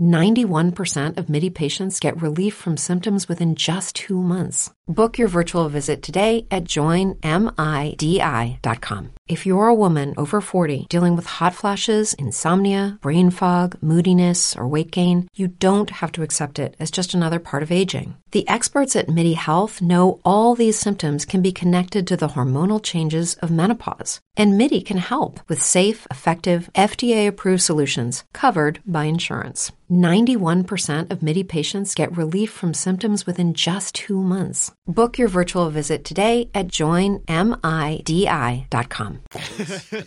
Speaker 1: 91% of MIDI patients get relief from symptoms within just two months. Book your virtual visit today at joinmidi.com. If you're a woman over 40 dealing with hot flashes, insomnia, brain fog, moodiness, or weight gain, you don't have to accept it as just another part of aging. The experts at MIDI Health know all these symptoms can be connected to the hormonal changes of menopause, and MIDI can help with safe, effective, FDA approved solutions covered by insurance. 91% of MIDI patients get relief from symptoms within just two months. Book your virtual visit today at joinmidi.com.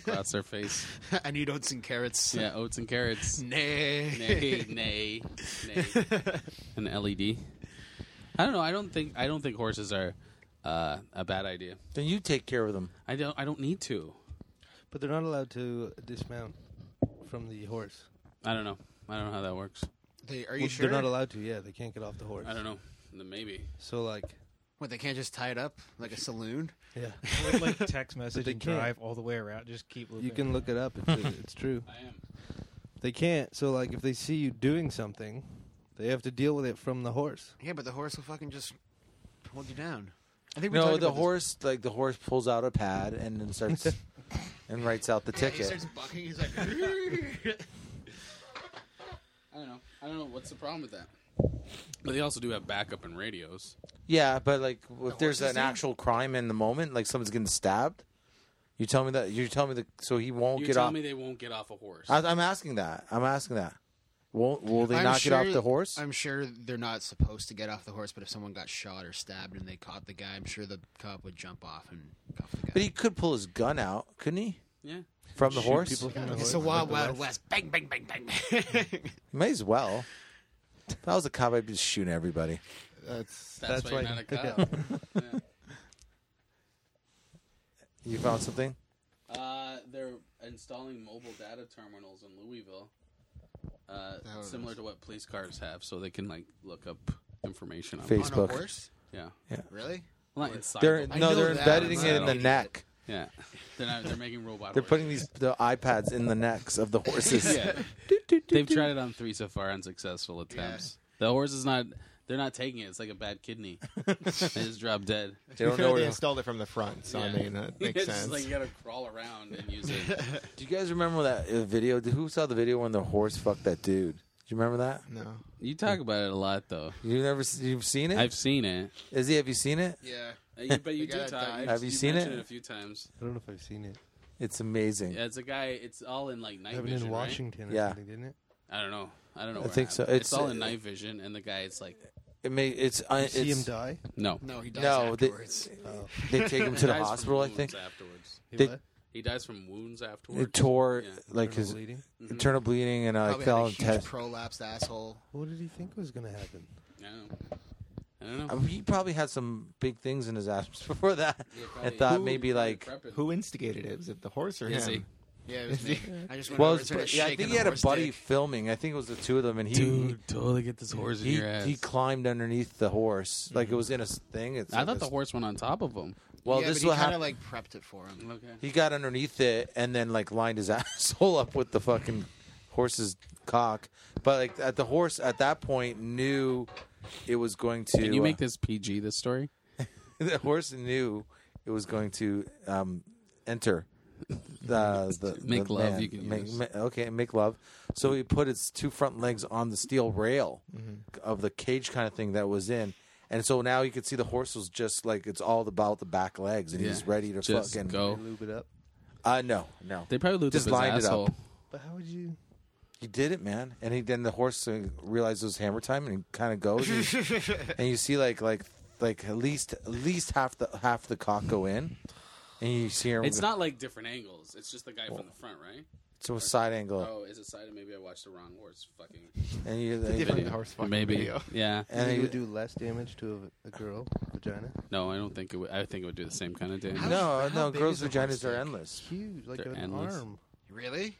Speaker 5: That's their face.
Speaker 7: I need oats *laughs* and carrots.
Speaker 5: Yeah, oats and
Speaker 7: *laughs*
Speaker 5: carrots.
Speaker 7: Nay.
Speaker 5: nay,
Speaker 7: *laughs*
Speaker 5: nay, nay. An LED. E I don't know. I don't think. I don't think horses are uh, a bad idea.
Speaker 3: Then you take care of them.
Speaker 5: I don't. I don't need to.
Speaker 9: But they're not allowed to dismount from the horse.
Speaker 5: I don't know. I don't know how that works.
Speaker 7: They, are you
Speaker 9: Well,
Speaker 7: sure?
Speaker 9: They're not allowed to. Yeah, they can't get off the horse.
Speaker 5: I don't know. Maybe.
Speaker 9: So like,
Speaker 7: what, they can't just tie it up like a saloon?
Speaker 4: *laughs*
Speaker 9: yeah,
Speaker 4: Would, like text message
Speaker 9: they
Speaker 4: and
Speaker 9: can't.
Speaker 4: drive all the way around. Just keep looping.
Speaker 9: you can look it
Speaker 7: *laughs*
Speaker 9: up.
Speaker 4: *laughs*
Speaker 9: It's, it's true.
Speaker 5: I am.
Speaker 9: They can't. So like, if they see you doing something, they have to deal with it from the horse.
Speaker 7: Yeah, but the horse will fucking just hold you down. I think we
Speaker 3: No,
Speaker 7: talked
Speaker 3: the
Speaker 7: about this.
Speaker 3: horse like the horse pulls out a pad and then starts and writes out the
Speaker 7: He
Speaker 3: ticket.
Speaker 7: starts bucking. He's *laughs* like,
Speaker 5: I don't know. I don't know what's the problem with that. But they also do have backup and radios.
Speaker 3: Yeah, but like if there's
Speaker 7: horses
Speaker 3: an
Speaker 7: do.
Speaker 3: actual crime in the moment, like someone's getting stabbed, you tell me that you tell me that so he won't
Speaker 5: You're
Speaker 3: get
Speaker 5: telling
Speaker 3: off.
Speaker 5: me they won't get off a horse.
Speaker 3: I, I'm asking that. I'm asking that. Won't will they
Speaker 7: I'm
Speaker 3: not get
Speaker 7: sure-
Speaker 3: off the horse?
Speaker 7: I'm sure they're not supposed to get off the horse, but if someone got shot or stabbed and they caught the guy, I'm sure the cop would jump off and cuff the guy.
Speaker 3: But he could pull his gun out, couldn't he?
Speaker 5: yeah.
Speaker 3: From the horse,
Speaker 9: People from the horse.
Speaker 7: it's the wild, wild west. Bang, bang, bang, bang.
Speaker 3: may as well. If I was a cop, I'd be shooting everybody.
Speaker 9: That's
Speaker 5: That's, why
Speaker 9: *laughs*
Speaker 5: you're not a cop.
Speaker 3: You found something?
Speaker 5: Uh, they're installing mobile data terminals in Louisville, uh, similar to what police cars have, so they can like look up information on
Speaker 3: Face-
Speaker 7: On a
Speaker 3: Facebook.
Speaker 7: horse?
Speaker 5: Yeah,
Speaker 7: Really?
Speaker 5: well, not inside.
Speaker 3: They're
Speaker 5: the-
Speaker 7: I
Speaker 3: no,
Speaker 7: know
Speaker 3: they're
Speaker 7: that.
Speaker 3: embedding it in
Speaker 5: I
Speaker 3: the
Speaker 5: don't-
Speaker 3: neck.
Speaker 5: yeah, they're not, they're making robot.
Speaker 3: They're
Speaker 5: horses.
Speaker 3: putting these the iPads in the necks of the horses.
Speaker 5: *laughs*
Speaker 7: *laughs*
Speaker 3: *laughs*
Speaker 5: Yeah, they've tried it on three so far, unsuccessful attempts. The horse is not. They're not taking it. It's like a bad
Speaker 3: *laughs*
Speaker 5: kidney. they just drop dead.
Speaker 3: They don't know
Speaker 6: *laughs*
Speaker 3: where
Speaker 6: they
Speaker 3: to
Speaker 6: installed it from the front, so I
Speaker 5: Yeah.
Speaker 6: mean
Speaker 5: *laughs*
Speaker 6: that makes
Speaker 5: it's just
Speaker 6: sense.
Speaker 5: like you gotta crawl around and use it.
Speaker 3: Do you guys remember that uh, video? Who saw the video when the horse fucked that dude? Do you remember that?
Speaker 6: no,
Speaker 5: You talk about it a lot, though.
Speaker 3: You never s- you've seen it?
Speaker 5: I've seen it.
Speaker 3: Izzy, have you seen it?
Speaker 7: Yeah.
Speaker 5: Uh, you- But
Speaker 3: *laughs*
Speaker 7: *laughs*
Speaker 5: you
Speaker 7: The
Speaker 5: do
Speaker 7: guy
Speaker 5: talk.
Speaker 7: died.
Speaker 3: Have you seen
Speaker 5: mentioned
Speaker 3: it?
Speaker 5: A few times.
Speaker 9: I don't know if I've seen it.
Speaker 3: It's amazing.
Speaker 5: Yeah, it's a guy. It's all in like night
Speaker 9: happened
Speaker 5: vision.
Speaker 9: in
Speaker 5: right?
Speaker 9: Washington.
Speaker 3: Yeah.
Speaker 9: or something, didn't it?
Speaker 5: I don't know. I don't know.
Speaker 3: I
Speaker 5: where it
Speaker 3: think so.
Speaker 5: happened.
Speaker 3: It's,
Speaker 5: It's, all
Speaker 3: uh,
Speaker 5: in night vision, and the guy. It's like
Speaker 3: It may it's uh, it's
Speaker 9: See him die.
Speaker 5: no.
Speaker 7: No, he dies
Speaker 3: no they,
Speaker 7: afterwards.
Speaker 3: they take him
Speaker 5: He
Speaker 3: to the
Speaker 5: dies from
Speaker 3: hospital. I
Speaker 5: wounds
Speaker 3: think
Speaker 5: afterwards.
Speaker 9: He
Speaker 3: They-
Speaker 9: what?
Speaker 5: He dies from wounds afterwards.
Speaker 3: it tore
Speaker 5: Yeah.
Speaker 3: like
Speaker 9: Internal
Speaker 3: his
Speaker 9: bleeding?
Speaker 3: internal bleeding and uh,
Speaker 7: Probably had
Speaker 3: like, fell
Speaker 7: a
Speaker 3: and
Speaker 7: huge
Speaker 3: test.
Speaker 7: prolapsed asshole.
Speaker 9: What did he think was gonna happen?
Speaker 5: I don't know. I don't
Speaker 3: I
Speaker 5: know.
Speaker 3: mean, Uh, he probably had some big things in his ass *laughs* before that. I
Speaker 5: Probably-
Speaker 3: thought
Speaker 5: Who-
Speaker 3: maybe
Speaker 5: probably
Speaker 3: like
Speaker 5: prepped it.
Speaker 6: who instigated it? Was it the horse or
Speaker 5: Is
Speaker 6: him?
Speaker 5: he?
Speaker 7: Yeah, it was me.
Speaker 10: *laughs*
Speaker 7: I just went
Speaker 3: well,
Speaker 7: over and
Speaker 3: it's-
Speaker 7: started
Speaker 3: yeah, I
Speaker 7: shaking
Speaker 3: think he
Speaker 7: the
Speaker 3: had a
Speaker 7: horse
Speaker 3: buddy
Speaker 7: dick.
Speaker 3: filming. I think it was the two of them, and he
Speaker 5: Dude, totally get this horse in
Speaker 3: he,
Speaker 5: your ass. Mm-hmm.
Speaker 3: he climbed underneath the horse like it was in a s- thing. It's
Speaker 5: I
Speaker 3: like
Speaker 5: thought
Speaker 3: a
Speaker 5: the
Speaker 3: s-
Speaker 5: horse went on top of him.
Speaker 3: Well,
Speaker 7: yeah,
Speaker 3: this
Speaker 7: but
Speaker 3: will
Speaker 7: he kind
Speaker 3: happen.
Speaker 7: of like prepped it for him.
Speaker 5: Okay.
Speaker 3: he got underneath it and then like lined his *laughs* asshole up with the fucking horse's cock. But like at the horse at that point knew it was going to.
Speaker 5: Can you make
Speaker 3: uh,
Speaker 5: this PG? This story?
Speaker 3: *laughs* the horse knew it was going to um, enter. The,
Speaker 5: *laughs*
Speaker 3: the
Speaker 5: Make
Speaker 3: the
Speaker 5: love,
Speaker 3: man.
Speaker 5: you can
Speaker 3: make,
Speaker 5: use.
Speaker 3: ma- okay make love. So he put its two front legs on the steel rail
Speaker 5: Mm-hmm.
Speaker 3: of the cage kind of thing that was in, and so now you could see the horse was just like it's all about the back legs, and he's
Speaker 5: Yeah.
Speaker 3: ready to
Speaker 5: Just
Speaker 3: fucking
Speaker 5: go.
Speaker 9: Lube it up.
Speaker 3: Uh, no, no,
Speaker 5: They probably lubed
Speaker 3: Just
Speaker 5: up his
Speaker 3: lined it up.
Speaker 5: asshole.
Speaker 9: But how would you?
Speaker 3: He did it, man. And he then the horse uh, realized it was hammer time, and he kind of goes, and, he-
Speaker 9: *laughs*
Speaker 3: and you see like like like at least at least half the half the cock go in, and you see her.
Speaker 5: It's not like different angles. It's just the guy from the front, right?
Speaker 3: it's a side angle,
Speaker 5: Oh, is it side? Maybe I watched the wrong horse. Fucking
Speaker 3: and you
Speaker 6: different-
Speaker 3: and,
Speaker 6: Video. horse fucking
Speaker 5: Maybe.
Speaker 6: video.
Speaker 5: *laughs* Yeah.
Speaker 9: And
Speaker 3: you-
Speaker 9: would do less damage to a, a girl vagina.
Speaker 5: No, I don't think it would. I think it would do the same kind of damage.
Speaker 3: no,
Speaker 7: How- how
Speaker 3: no,
Speaker 7: big
Speaker 3: girls'
Speaker 7: is the horse
Speaker 3: vaginas are
Speaker 7: dick?
Speaker 3: endless.
Speaker 9: Huge, like
Speaker 5: They're
Speaker 9: an
Speaker 5: endless.
Speaker 9: arm.
Speaker 7: Really?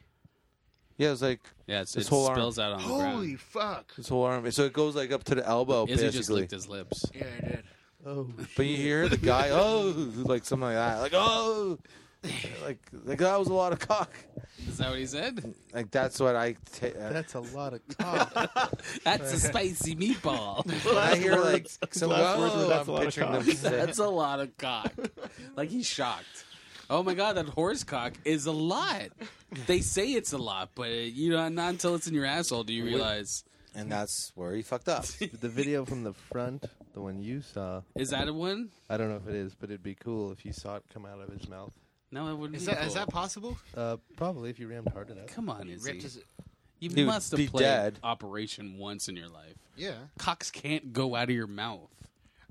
Speaker 3: Yeah, it's like
Speaker 5: Yeah, it's,
Speaker 3: His
Speaker 5: it
Speaker 3: whole arm.
Speaker 5: spills out on the ground.
Speaker 7: Holy fuck!
Speaker 3: his whole arm. So it goes like up to the elbow,
Speaker 5: Izzy just
Speaker 3: basically.
Speaker 5: licked his lips.
Speaker 7: Yeah, I did.
Speaker 9: Oh,
Speaker 3: but you hear the guy, oh, like something like that, like oh, like, like that was a lot of cock.
Speaker 5: Is that what he
Speaker 9: *laughs*
Speaker 5: said?
Speaker 3: Like that's what I ta- uh,
Speaker 9: That's a lot of cock.
Speaker 5: *laughs* That's a spicy
Speaker 3: *laughs*
Speaker 9: *laughs*
Speaker 5: meatball.
Speaker 3: I hear like some
Speaker 9: Last words were,
Speaker 3: Whoa,
Speaker 9: "That's a
Speaker 3: I'm
Speaker 9: lot of
Speaker 3: picturing
Speaker 9: cock."
Speaker 3: them. say-
Speaker 5: That's a lot of cock. Like he's shocked. Oh my god, that horse cock is a lot. They say it's a lot, but uh, you know, not until it's in your asshole do you realize.
Speaker 3: and that's where he fucked up.
Speaker 9: *laughs* the video from the front, the one you saw,
Speaker 5: Is that a one?
Speaker 9: I don't know if it is, but it'd be cool if you saw it come out of his mouth.
Speaker 5: No, it wouldn't.
Speaker 7: Is
Speaker 5: be
Speaker 7: that is
Speaker 5: cool.
Speaker 7: that possible?
Speaker 9: Uh, probably if you rammed hard enough.
Speaker 5: Come on, Izzy.
Speaker 7: Ripped his,
Speaker 5: you
Speaker 3: He would
Speaker 5: must have
Speaker 3: be
Speaker 5: played
Speaker 3: dead.
Speaker 5: Operation once in your life.
Speaker 7: yeah,
Speaker 5: Cocks can't go out of your mouth.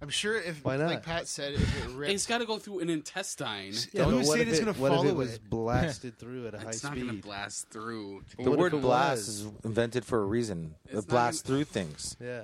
Speaker 7: I'm sure if
Speaker 9: Why not?
Speaker 7: like Pat said, if it ripped,
Speaker 5: It's got to go through an intestine.
Speaker 9: Yeah,
Speaker 6: Who
Speaker 9: but
Speaker 6: said
Speaker 9: what if
Speaker 6: it's
Speaker 9: it-
Speaker 6: gonna
Speaker 9: what if
Speaker 6: follow
Speaker 9: it was
Speaker 6: it?
Speaker 9: blasted through at a high
Speaker 5: It's not going to
Speaker 9: speed?
Speaker 5: blast through.
Speaker 3: *laughs* The
Speaker 9: What if
Speaker 3: word
Speaker 9: it
Speaker 3: blast
Speaker 9: was?
Speaker 3: is invented for a reason.
Speaker 5: not
Speaker 3: it blasts
Speaker 5: even-
Speaker 3: through things.
Speaker 9: Yeah.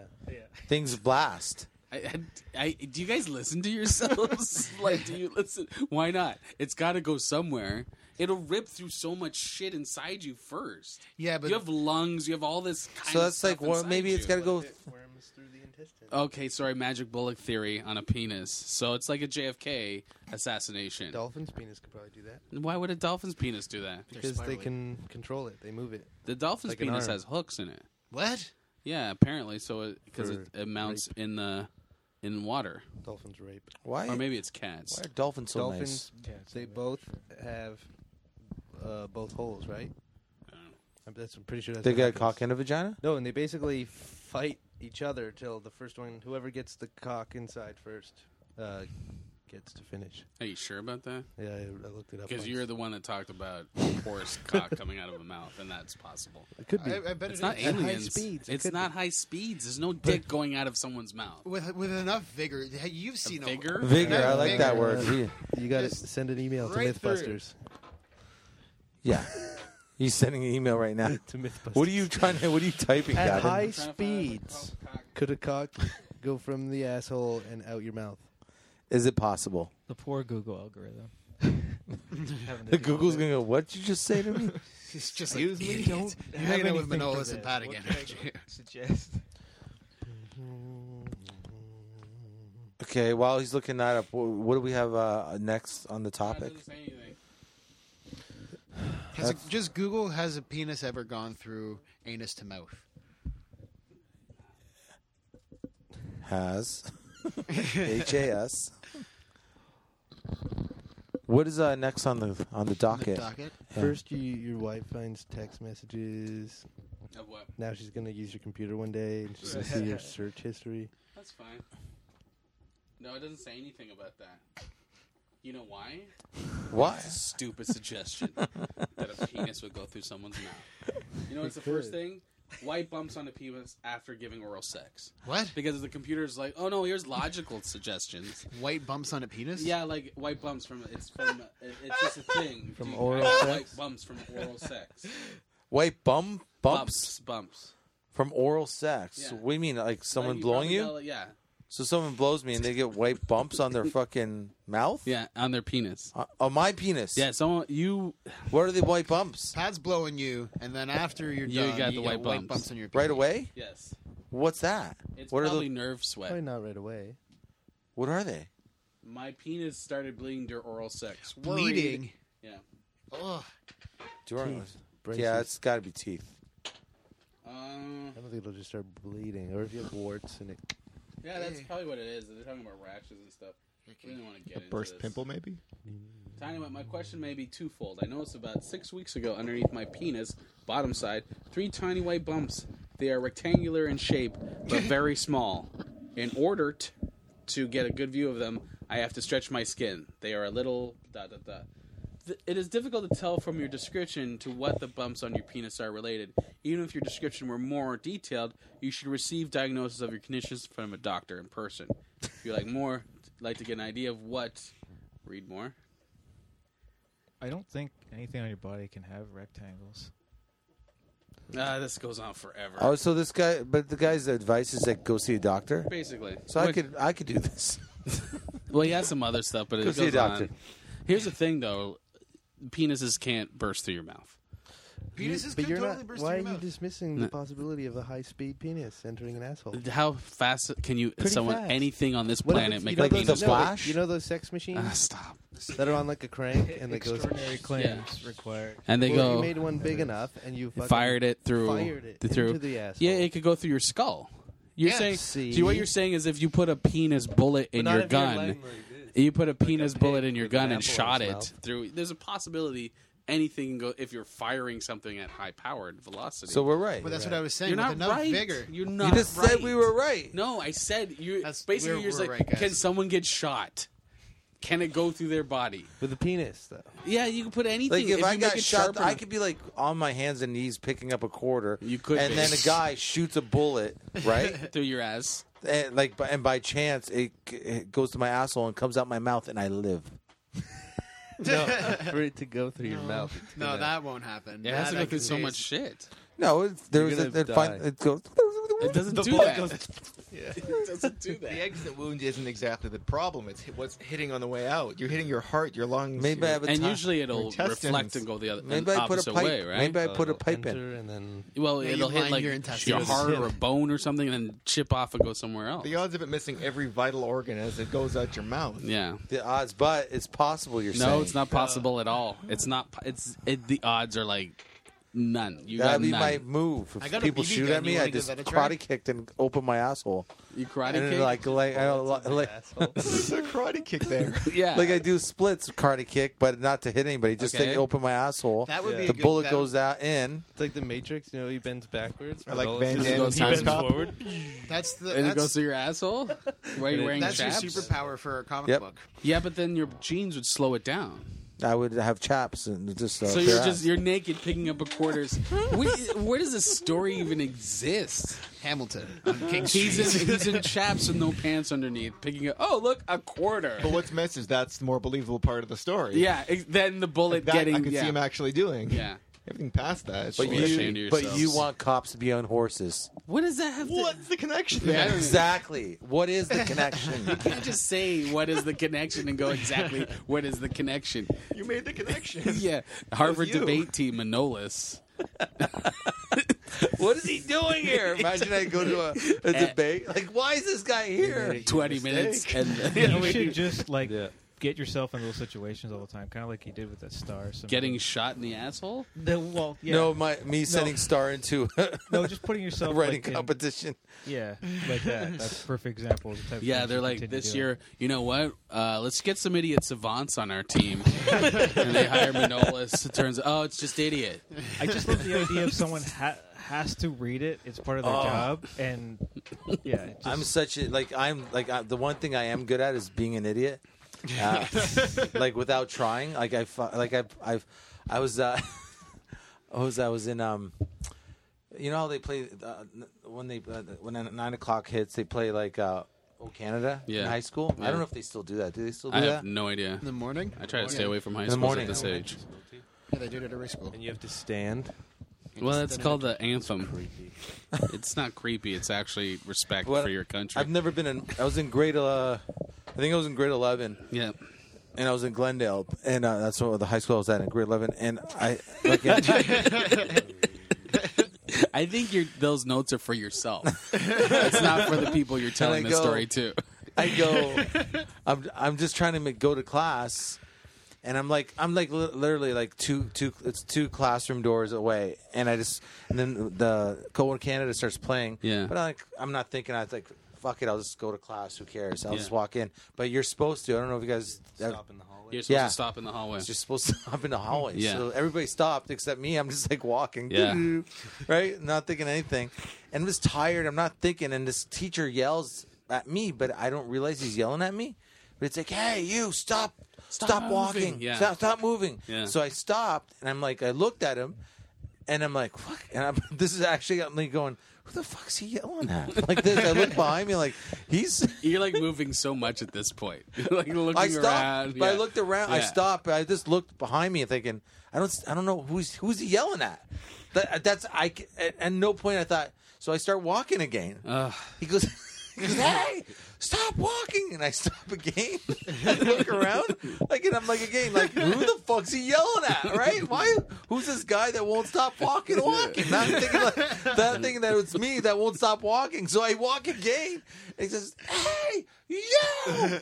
Speaker 3: Things blast.
Speaker 5: I, I, I, do you guys listen to
Speaker 3: *laughs*
Speaker 5: yourselves? *laughs* like, do you listen? Why not? It's got to go somewhere. It'll rip through so much shit inside you first.
Speaker 7: yeah, but
Speaker 5: you have lungs. You have all this. Kind
Speaker 3: So
Speaker 5: of
Speaker 3: that's like,
Speaker 5: stuff
Speaker 3: well,
Speaker 5: inside
Speaker 3: maybe it's
Speaker 5: you.
Speaker 3: got to go.
Speaker 9: Worms through the intestine.
Speaker 5: Okay, sorry, magic bullet theory on a penis. So it's like a JFK assassination.
Speaker 9: Dolphin's penis could probably do that
Speaker 5: Why would a dolphin's penis do that?
Speaker 9: because they
Speaker 7: spiraling.
Speaker 9: can control it. They move it.
Speaker 5: The dolphin's
Speaker 9: Like an
Speaker 5: penis
Speaker 9: arm.
Speaker 5: has hooks in it.
Speaker 7: what?
Speaker 5: Yeah, apparently. So because it,
Speaker 9: For
Speaker 5: it mounts in the in water,
Speaker 9: Dolphins rape.
Speaker 3: Why?
Speaker 5: or maybe it's cats.
Speaker 3: why are dolphins so nice?
Speaker 9: Dolphins.
Speaker 4: Yeah, it's
Speaker 9: They both have uh, both holes, right?
Speaker 5: Oh.
Speaker 9: I'm, that's, I'm pretty sure that's
Speaker 3: They
Speaker 9: what
Speaker 3: got a
Speaker 9: happens.
Speaker 3: cock and a vagina.
Speaker 9: No, and they basically fight each other till the first one, whoever gets the cock inside first, uh, gets to finish.
Speaker 5: Are you sure about that?
Speaker 9: Yeah, I, I looked it up.
Speaker 5: Because
Speaker 9: once.
Speaker 5: you're the one that talked about
Speaker 9: *laughs*
Speaker 5: horse cock coming out of a mouth, and that's possible.
Speaker 9: it could be.
Speaker 7: I, I bet
Speaker 5: It's
Speaker 7: it
Speaker 5: not
Speaker 7: is.
Speaker 9: high
Speaker 5: aliens.
Speaker 9: speeds, it
Speaker 5: it's
Speaker 9: could
Speaker 5: not high speeds. There's no dick going out of someone's mouth.
Speaker 7: with with enough vigor. Hey, You've seen a-
Speaker 5: Vigor.
Speaker 3: Vigor.
Speaker 7: Yeah,
Speaker 3: I like that
Speaker 7: vigor.
Speaker 3: word. We-
Speaker 9: you got to
Speaker 7: just
Speaker 9: send an email to
Speaker 7: right through.
Speaker 9: MythBusters.
Speaker 3: Yeah. He's sending an email right now.
Speaker 9: *laughs* To MythBusters.
Speaker 3: What are you trying to? What are you typing,
Speaker 9: At
Speaker 3: Gavin?
Speaker 9: high speeds, could a cock go from the asshole and out your mouth?
Speaker 3: Is it possible?
Speaker 4: The poor Google
Speaker 9: *laughs*
Speaker 4: algorithm. Having to
Speaker 3: The
Speaker 4: deal
Speaker 3: Google's
Speaker 4: with
Speaker 3: gonna go. What did you just say to me?
Speaker 5: *laughs*
Speaker 7: It's just like, idiot. You're hanging out with Manolis and Pat again, aren't you?
Speaker 4: it. suggest.
Speaker 3: okay. While he's looking that up, wh- what do we have uh, next on the
Speaker 5: That
Speaker 3: topic?
Speaker 5: doesn't say anything.
Speaker 7: Has a, just Google has a penis ever gone through anus to mouth?
Speaker 3: Has H A S. What is uh, next on the on the
Speaker 7: The
Speaker 3: docket?
Speaker 7: Docket.
Speaker 3: Yeah.
Speaker 9: First, you, your wife finds text messages.
Speaker 5: Of what?
Speaker 9: Now she's gonna use your computer one day and she's gonna see your search history.
Speaker 5: That's fine. No, it doesn't say anything about that. You know why?
Speaker 3: Why?
Speaker 5: Stupid
Speaker 3: *laughs*
Speaker 5: suggestion that a penis would go through someone's mouth. You know what's the first thing? Why bumps on a penis after giving oral sex?
Speaker 7: What?
Speaker 5: Because the computer's like, oh no, here's logical *laughs* suggestions.
Speaker 7: White bumps on a penis?
Speaker 5: Yeah, like white bumps from it's from it- it's just a thing.
Speaker 9: From
Speaker 5: Do you
Speaker 9: oral
Speaker 5: have
Speaker 9: sex?
Speaker 5: White bumps from oral sex.
Speaker 3: Wait, bum
Speaker 5: Bumps,
Speaker 3: bumps
Speaker 5: bumps.
Speaker 3: from oral sex.
Speaker 5: Yeah.
Speaker 3: What do you mean? Like someone
Speaker 5: Like,
Speaker 3: blowing
Speaker 5: probably
Speaker 3: you?
Speaker 5: got, like, yeah,
Speaker 3: So someone blows me and they get white bumps on their fucking mouth?
Speaker 5: yeah, on their penis.
Speaker 3: Uh, on my penis?
Speaker 5: Yeah, someone you
Speaker 3: What are the white bumps?
Speaker 7: Pat's blowing you, and then after you're
Speaker 5: You
Speaker 7: done,
Speaker 5: got
Speaker 7: you
Speaker 5: the
Speaker 7: get
Speaker 5: white
Speaker 7: white
Speaker 5: bumps.
Speaker 7: bumps on your penis.
Speaker 3: Right away?
Speaker 5: yes,
Speaker 3: What's that?
Speaker 5: it's
Speaker 3: what are
Speaker 5: probably
Speaker 3: the,
Speaker 5: nerve sweat.
Speaker 9: Probably not right away.
Speaker 3: What are they?
Speaker 5: My penis started bleeding during oral sex. Worried.
Speaker 7: Bleeding.
Speaker 5: Yeah.
Speaker 7: Ugh.
Speaker 3: During
Speaker 9: Braces.
Speaker 3: Yeah, it's got to be teeth.
Speaker 5: Um,
Speaker 9: I don't think it'll just start bleeding. Or if you have warts and it
Speaker 5: yeah, that's
Speaker 7: Yeah.
Speaker 5: probably what it is. They're talking about rashes and stuff. We don't want to get into
Speaker 6: Burst
Speaker 5: this.
Speaker 6: pimple, maybe?
Speaker 5: Tiny, my- my question may be twofold. I noticed about six weeks ago underneath my penis, bottom side, three tiny white bumps. They are rectangular in shape, but very small. In order t- to get a good view of them, I have to stretch my skin. They are a little dot dot dot. Th- It is difficult to tell from your description to what the bumps on your penis are related. Even if your description were more detailed, you should receive diagnosis of your conditions from a doctor in person. If you like more, like to get an idea of what, read more.
Speaker 4: I don't think anything on your body can have rectangles.
Speaker 5: Uh, this goes on forever.
Speaker 3: Oh, so this guy, but the guy's advice is like go see a doctor.
Speaker 5: Basically.
Speaker 3: So I
Speaker 5: Which-
Speaker 3: could I could do this.
Speaker 5: Well, he has some other stuff, but it
Speaker 3: Go
Speaker 5: goes
Speaker 3: see a doctor.
Speaker 5: on. Here's the thing, though: penises can't burst through your mouth.
Speaker 7: Penises
Speaker 9: but
Speaker 7: could
Speaker 9: you're
Speaker 7: totally
Speaker 9: not,
Speaker 7: burst
Speaker 9: why are
Speaker 7: through your
Speaker 9: you
Speaker 7: mouth.
Speaker 9: dismissing the possibility of a high speed penis entering an asshole?
Speaker 5: How fast can you?
Speaker 9: Oh. Pretty
Speaker 5: someone
Speaker 9: fast.
Speaker 5: anything on this
Speaker 9: What if
Speaker 5: planet
Speaker 9: it's-
Speaker 5: make a
Speaker 9: you know
Speaker 3: like
Speaker 9: those-
Speaker 5: penis?
Speaker 3: the
Speaker 9: no,
Speaker 3: flash?
Speaker 9: You know those sex
Speaker 5: Ah,
Speaker 9: machines?
Speaker 5: stop.
Speaker 9: that are on like a crank and they go.
Speaker 4: Extraordinary claims required.
Speaker 5: and they
Speaker 9: Well, if
Speaker 5: go
Speaker 9: You made one big enough and you fucking
Speaker 5: fired it through
Speaker 9: Fired it
Speaker 5: through
Speaker 9: into the asshole.
Speaker 5: yeah it could go through your skull you're
Speaker 7: Yeah,
Speaker 5: saying
Speaker 9: see?
Speaker 5: see what you're saying is if you put a penis bullet *laughs* in
Speaker 9: not
Speaker 5: your
Speaker 9: if you're
Speaker 5: gun
Speaker 3: *laughs*
Speaker 9: laying like this.
Speaker 5: you put a penis
Speaker 9: pig
Speaker 5: bullet in your
Speaker 9: with an
Speaker 5: gun and
Speaker 9: apple in
Speaker 5: shot
Speaker 9: its
Speaker 5: it
Speaker 9: mouth.
Speaker 5: through there's a possibility anything can go if you're firing something at high powered velocity
Speaker 3: So we're right.
Speaker 7: But that's
Speaker 3: You're
Speaker 7: what I
Speaker 3: right.
Speaker 7: was saying.
Speaker 5: you're
Speaker 7: with
Speaker 5: not
Speaker 7: enough
Speaker 5: right
Speaker 7: vigor.
Speaker 5: you're
Speaker 3: You
Speaker 5: not
Speaker 3: just
Speaker 5: right.
Speaker 3: said we were right.
Speaker 5: no i said you
Speaker 7: That's-
Speaker 5: basically
Speaker 7: we're-
Speaker 5: you're just
Speaker 7: we're
Speaker 5: like
Speaker 7: right, guys.
Speaker 5: can someone get shot can it go through their body
Speaker 9: with a penis though.
Speaker 5: yeah you can put anything
Speaker 3: Like if,
Speaker 5: you
Speaker 3: I
Speaker 5: make
Speaker 3: got
Speaker 5: it
Speaker 3: shot,
Speaker 5: sharp
Speaker 3: I
Speaker 5: enough-
Speaker 3: could be like on my hands and knees picking up a quarter.
Speaker 5: You could
Speaker 3: and
Speaker 5: be.
Speaker 3: then a guy shoots a bullet,
Speaker 5: *laughs*
Speaker 3: right?
Speaker 5: through your ass
Speaker 3: and like, by- and by chance, it, it goes to my asshole and comes out my mouth, and I live.
Speaker 9: No,
Speaker 5: *laughs*
Speaker 9: for it to go through your mouth. *laughs* it's
Speaker 7: No,
Speaker 9: gonna-
Speaker 7: that won't happen.
Speaker 5: it has to
Speaker 7: That
Speaker 5: go
Speaker 7: I
Speaker 5: through
Speaker 7: can
Speaker 5: so
Speaker 7: taste.
Speaker 5: much shit
Speaker 3: No, it's, there was a,
Speaker 9: You're gonna
Speaker 3: it, fin-
Speaker 9: die.
Speaker 3: it goes.
Speaker 5: It
Speaker 3: *laughs*
Speaker 5: doesn't do
Speaker 6: bullet
Speaker 5: that.
Speaker 6: goes-
Speaker 5: *laughs* It doesn't do
Speaker 6: The
Speaker 5: that.
Speaker 6: exit wound isn't exactly the problem. It's hit- what's hitting on the way out. You're hitting your heart, your lungs.
Speaker 3: Maybe
Speaker 6: your,
Speaker 3: I have a
Speaker 5: And
Speaker 3: ti-
Speaker 5: usually it'll
Speaker 6: intestines.
Speaker 5: reflect and go the other
Speaker 3: Maybe
Speaker 5: the
Speaker 3: I put a
Speaker 5: opposite
Speaker 3: pipe.
Speaker 5: way, right?
Speaker 3: Maybe I
Speaker 9: Uh,
Speaker 3: put a
Speaker 9: it'll
Speaker 3: pipe in.
Speaker 9: enter and then
Speaker 5: well,
Speaker 7: Yeah, you
Speaker 5: it'll hit
Speaker 7: line
Speaker 5: like
Speaker 7: your
Speaker 5: your,
Speaker 7: intestines.
Speaker 5: heart or a bone or something, and then chip off and go somewhere else.
Speaker 6: The odds of it missing every vital organ as it goes out your mouth.
Speaker 5: yeah.
Speaker 3: The odds, but it's possible. You're
Speaker 5: No,
Speaker 3: saying
Speaker 5: it's not possible at all. It's
Speaker 7: Uh.
Speaker 5: not. po- It's it, the odds are like none. You got
Speaker 3: That'd be
Speaker 5: none.
Speaker 3: my move.
Speaker 7: I
Speaker 3: If
Speaker 7: got a
Speaker 3: people
Speaker 7: BB
Speaker 3: shoot
Speaker 7: gun.
Speaker 3: at
Speaker 7: You
Speaker 3: me,
Speaker 7: wanna
Speaker 3: I
Speaker 7: give
Speaker 3: just
Speaker 7: that a try?
Speaker 3: karate kicked and open my asshole,
Speaker 5: you karate
Speaker 3: and
Speaker 5: kick.
Speaker 3: then, like like I don't li- like,
Speaker 9: asshole.
Speaker 6: There's a karate kick
Speaker 3: *laughs*
Speaker 6: there.
Speaker 5: yeah,
Speaker 3: like I do splits karate kick, but not to hit anybody. Just
Speaker 5: Okay.
Speaker 3: to open my asshole.
Speaker 7: That would
Speaker 9: Yeah.
Speaker 7: be a
Speaker 3: the
Speaker 7: good,
Speaker 3: bullet
Speaker 7: that-
Speaker 3: goes out in.
Speaker 9: It's like the Matrix. You know, he bends backwards.
Speaker 6: I like
Speaker 9: but all
Speaker 6: Van
Speaker 9: it's just-
Speaker 6: Damme.
Speaker 5: *laughs* goes
Speaker 6: Time
Speaker 4: Bends
Speaker 6: Cop.
Speaker 4: forward.
Speaker 7: That's the
Speaker 5: and it
Speaker 7: that's,
Speaker 5: goes through
Speaker 7: *laughs*
Speaker 5: your asshole. Why are you wearing
Speaker 7: that's your
Speaker 5: chaps?
Speaker 7: superpower for a comic
Speaker 3: Yep.
Speaker 7: book.
Speaker 5: Yeah, but then your jeans would slow it down.
Speaker 3: I would have chaps and just. Uh,
Speaker 5: So
Speaker 3: their
Speaker 5: you're
Speaker 3: ass.
Speaker 5: just you're naked picking up a quarters. Where, where does this story even exist?
Speaker 7: Hamilton on King Street.
Speaker 5: He's in,
Speaker 6: *laughs*
Speaker 5: he's in chaps with no pants underneath, picking up. Oh, look, a quarter.
Speaker 6: But what's missed is that's the more believable part of the story.
Speaker 5: Yeah, ex- then the
Speaker 6: Like
Speaker 5: bullet
Speaker 6: that
Speaker 5: getting.
Speaker 6: I can
Speaker 5: yeah.
Speaker 6: see him actually doing.
Speaker 5: Yeah.
Speaker 6: Everything past that. It's
Speaker 5: But
Speaker 6: just-
Speaker 5: you- ashamed of
Speaker 3: but
Speaker 5: yourselves.
Speaker 3: you want cops to be on horses.
Speaker 5: What does that have
Speaker 6: what's the connection?
Speaker 5: to? I don't know.
Speaker 3: Exactly. What is the connection?
Speaker 5: *laughs* You can't just say what is the connection and go exactly what is the connection.
Speaker 6: You made the connection.
Speaker 3: *laughs*
Speaker 5: Yeah, Harvard
Speaker 6: you.
Speaker 5: debate team
Speaker 6: *laughs*
Speaker 5: Manolis. *laughs*
Speaker 3: what is he doing here? Imagine I go to a, *laughs* a
Speaker 5: Eh.
Speaker 3: debate. Like, why is this guy here?
Speaker 5: Twenty minutes
Speaker 4: *laughs*
Speaker 5: and
Speaker 3: *laughs*
Speaker 4: You should just like
Speaker 9: Yeah.
Speaker 4: get yourself in those situations all the time, kind of like you did with that star. some-
Speaker 5: getting shot in the asshole.
Speaker 4: the well, yeah.
Speaker 3: No, my me sending Star into *laughs* a
Speaker 4: no, just putting yourself
Speaker 3: writing
Speaker 4: like, in-
Speaker 3: competition.
Speaker 4: Yeah,
Speaker 3: *laughs*
Speaker 4: like that. That's a perfect example. Of the type of
Speaker 5: Yeah,
Speaker 4: things
Speaker 5: they're
Speaker 4: you
Speaker 5: like
Speaker 4: continue
Speaker 5: this
Speaker 4: doing.
Speaker 5: year. You know what? Uh, let's get some idiot savants on our team, *laughs* and they hire Manolis. It turns oh, it's just idiot.
Speaker 4: I just love the idea
Speaker 5: *laughs*
Speaker 4: of someone ha- has to read it. It's part of
Speaker 3: Oh.
Speaker 4: their job, and yeah, it just,
Speaker 3: I'm such a like I'm like I, the one thing I am good at is being an idiot. Uh, like without trying, like I fu- like I I I was uh *laughs* I was I was in um you know how they play uh, n- when they uh, when nine nine o'clock hits they play like uh oh Canada in
Speaker 5: Yeah.
Speaker 3: high school. I
Speaker 5: Yeah.
Speaker 3: don't know if they still do that. Do they still do
Speaker 5: I
Speaker 3: that?
Speaker 5: have no idea.
Speaker 7: the morning.
Speaker 5: I try to stay away from high
Speaker 3: the
Speaker 5: school
Speaker 3: morning.
Speaker 5: at this age.
Speaker 7: Yeah, they did it at every school.
Speaker 9: And you have to stand.
Speaker 5: Well, that's called the anthem. *laughs* It's not creepy. It's actually respect
Speaker 3: Well,
Speaker 5: for your country.
Speaker 3: I've never been in. I was in grade. Uh, I think I was in grade eleven,
Speaker 5: yeah.
Speaker 3: and I was in Glendale, and uh, that's what the high school I was at in grade eleven. And I, like, *laughs* I
Speaker 5: *laughs* I think your those notes are *laughs* for yourself. it's not for the people you're telling
Speaker 3: I
Speaker 5: the
Speaker 3: go-
Speaker 5: story to. *laughs*
Speaker 3: I go, I'm I'm just trying to make, go to class, and I'm like I'm like li- literally like two two it's two classroom doors away, and I just and then the Cold War Canada starts playing,
Speaker 5: Yeah.
Speaker 3: But I'm like I'm not thinking. I was like. Fuck it! I'll just go to class. Who cares? I'll
Speaker 5: Yeah.
Speaker 3: just walk in. But you're supposed to. I don't know if you guys
Speaker 9: Stop in the hallway.
Speaker 5: You're supposed
Speaker 3: Yeah.
Speaker 5: to stop in the hallway.
Speaker 3: It's just supposed to *laughs* stop in the hallway.
Speaker 5: Yeah.
Speaker 3: So everybody stopped except me. I'm just like walking.
Speaker 5: Yeah.
Speaker 3: *laughs* Right? Not thinking anything. And I'm just tired. I'm not thinking. And this teacher yells at me, but I don't realize he's yelling at me. But it's like, hey, you, stop. Stop,
Speaker 5: moving."
Speaker 3: walking.
Speaker 5: Yeah.
Speaker 3: Stop, stop moving.
Speaker 5: Yeah.
Speaker 3: So I stopped and I'm like, I looked at him and I'm like, fuck. And I'm, *laughs* this is actually, I'm like going, who the fuck's he yelling at? *laughs* Like this. I look behind me like, he's.
Speaker 5: *laughs* you're like moving so much at this point. *laughs* like looking
Speaker 3: I stopped,
Speaker 5: around.
Speaker 3: but I
Speaker 5: yeah.
Speaker 3: looked around. I
Speaker 5: Yeah.
Speaker 3: stopped. But I just looked behind me, thinking, I don't, I don't know who's who's he yelling at. That, that's I. c- At, at no point I thought. So I start walking again.
Speaker 5: Ugh.
Speaker 3: he goes, *laughs* he goes, hey, stop walking, and I stop again. *laughs* I look around, like, and I'm like again, like, who the fuck's he yelling at? Right? Why? Who's this guy that won't stop walking? Walking? Not thinking like that. Thinking that it's me that won't stop walking. So I walk again. And he says, hey, you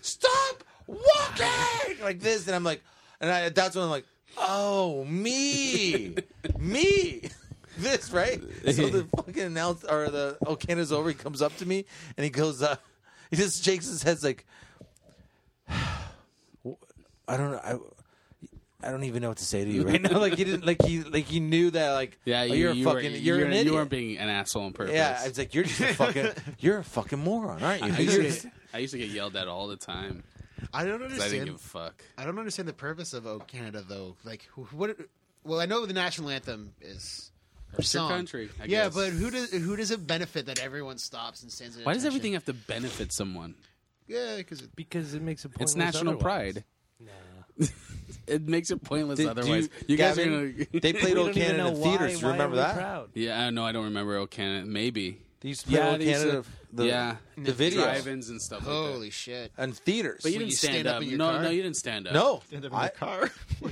Speaker 3: stop walking. Like like this, and I'm like, and I, that's when I'm like, oh me, me, this right. So the fucking announce or the oh Canada's over. He comes up to me and he goes, uh, he just shakes his head like, *sighs* I don't know. I, I don't even know what to say to you right now. Like he didn't, like he, like he knew that, like
Speaker 5: Yeah,
Speaker 3: oh,
Speaker 5: you,
Speaker 3: you're a
Speaker 5: you were,
Speaker 3: fucking, you're,
Speaker 5: you
Speaker 3: an
Speaker 5: were-
Speaker 3: idiot.
Speaker 5: You weren't being an asshole on purpose.
Speaker 3: yeah, it's like you're just
Speaker 5: *laughs*
Speaker 3: a fucking, you're a fucking moron, aren't you?
Speaker 5: I
Speaker 3: You're-
Speaker 5: used, to, I used to get yelled at all the time.
Speaker 7: I don't
Speaker 5: 'cause I didn't
Speaker 7: understand.
Speaker 5: give a fuck.
Speaker 7: I don't understand the purpose of "Oh Canada" though. Like, wh- what? Well, I know the national anthem is our
Speaker 5: It's your
Speaker 7: song.
Speaker 5: country, I
Speaker 7: yeah,
Speaker 5: guess.
Speaker 7: but who does who does it benefit that everyone stops and stands? At
Speaker 5: Why does
Speaker 7: attention?
Speaker 5: everything have to benefit someone?
Speaker 7: Yeah, because
Speaker 4: because it makes a point.
Speaker 5: It's national pride. *laughs* it makes it pointless
Speaker 3: Did- do
Speaker 5: otherways. You, guys
Speaker 3: Gavin,
Speaker 5: are gonna. *laughs*
Speaker 3: They played Old Canada in theaters. you remember that?
Speaker 5: yeah, I don't know. I don't remember. Oh, Canada, maybe.
Speaker 3: They used to play
Speaker 5: Yeah,
Speaker 3: Old
Speaker 5: they used
Speaker 3: Canada,
Speaker 5: to-
Speaker 3: the,
Speaker 5: yeah,
Speaker 3: the video,
Speaker 5: drive-ins and stuff. like that.
Speaker 7: holy shit!
Speaker 3: and theaters.
Speaker 5: But you
Speaker 7: Well,
Speaker 5: didn't
Speaker 7: you
Speaker 5: stand,
Speaker 7: stand up
Speaker 5: up.
Speaker 7: in your
Speaker 5: no,
Speaker 7: car?
Speaker 5: no, you didn't stand up.
Speaker 3: no, I-
Speaker 6: car.
Speaker 7: *laughs*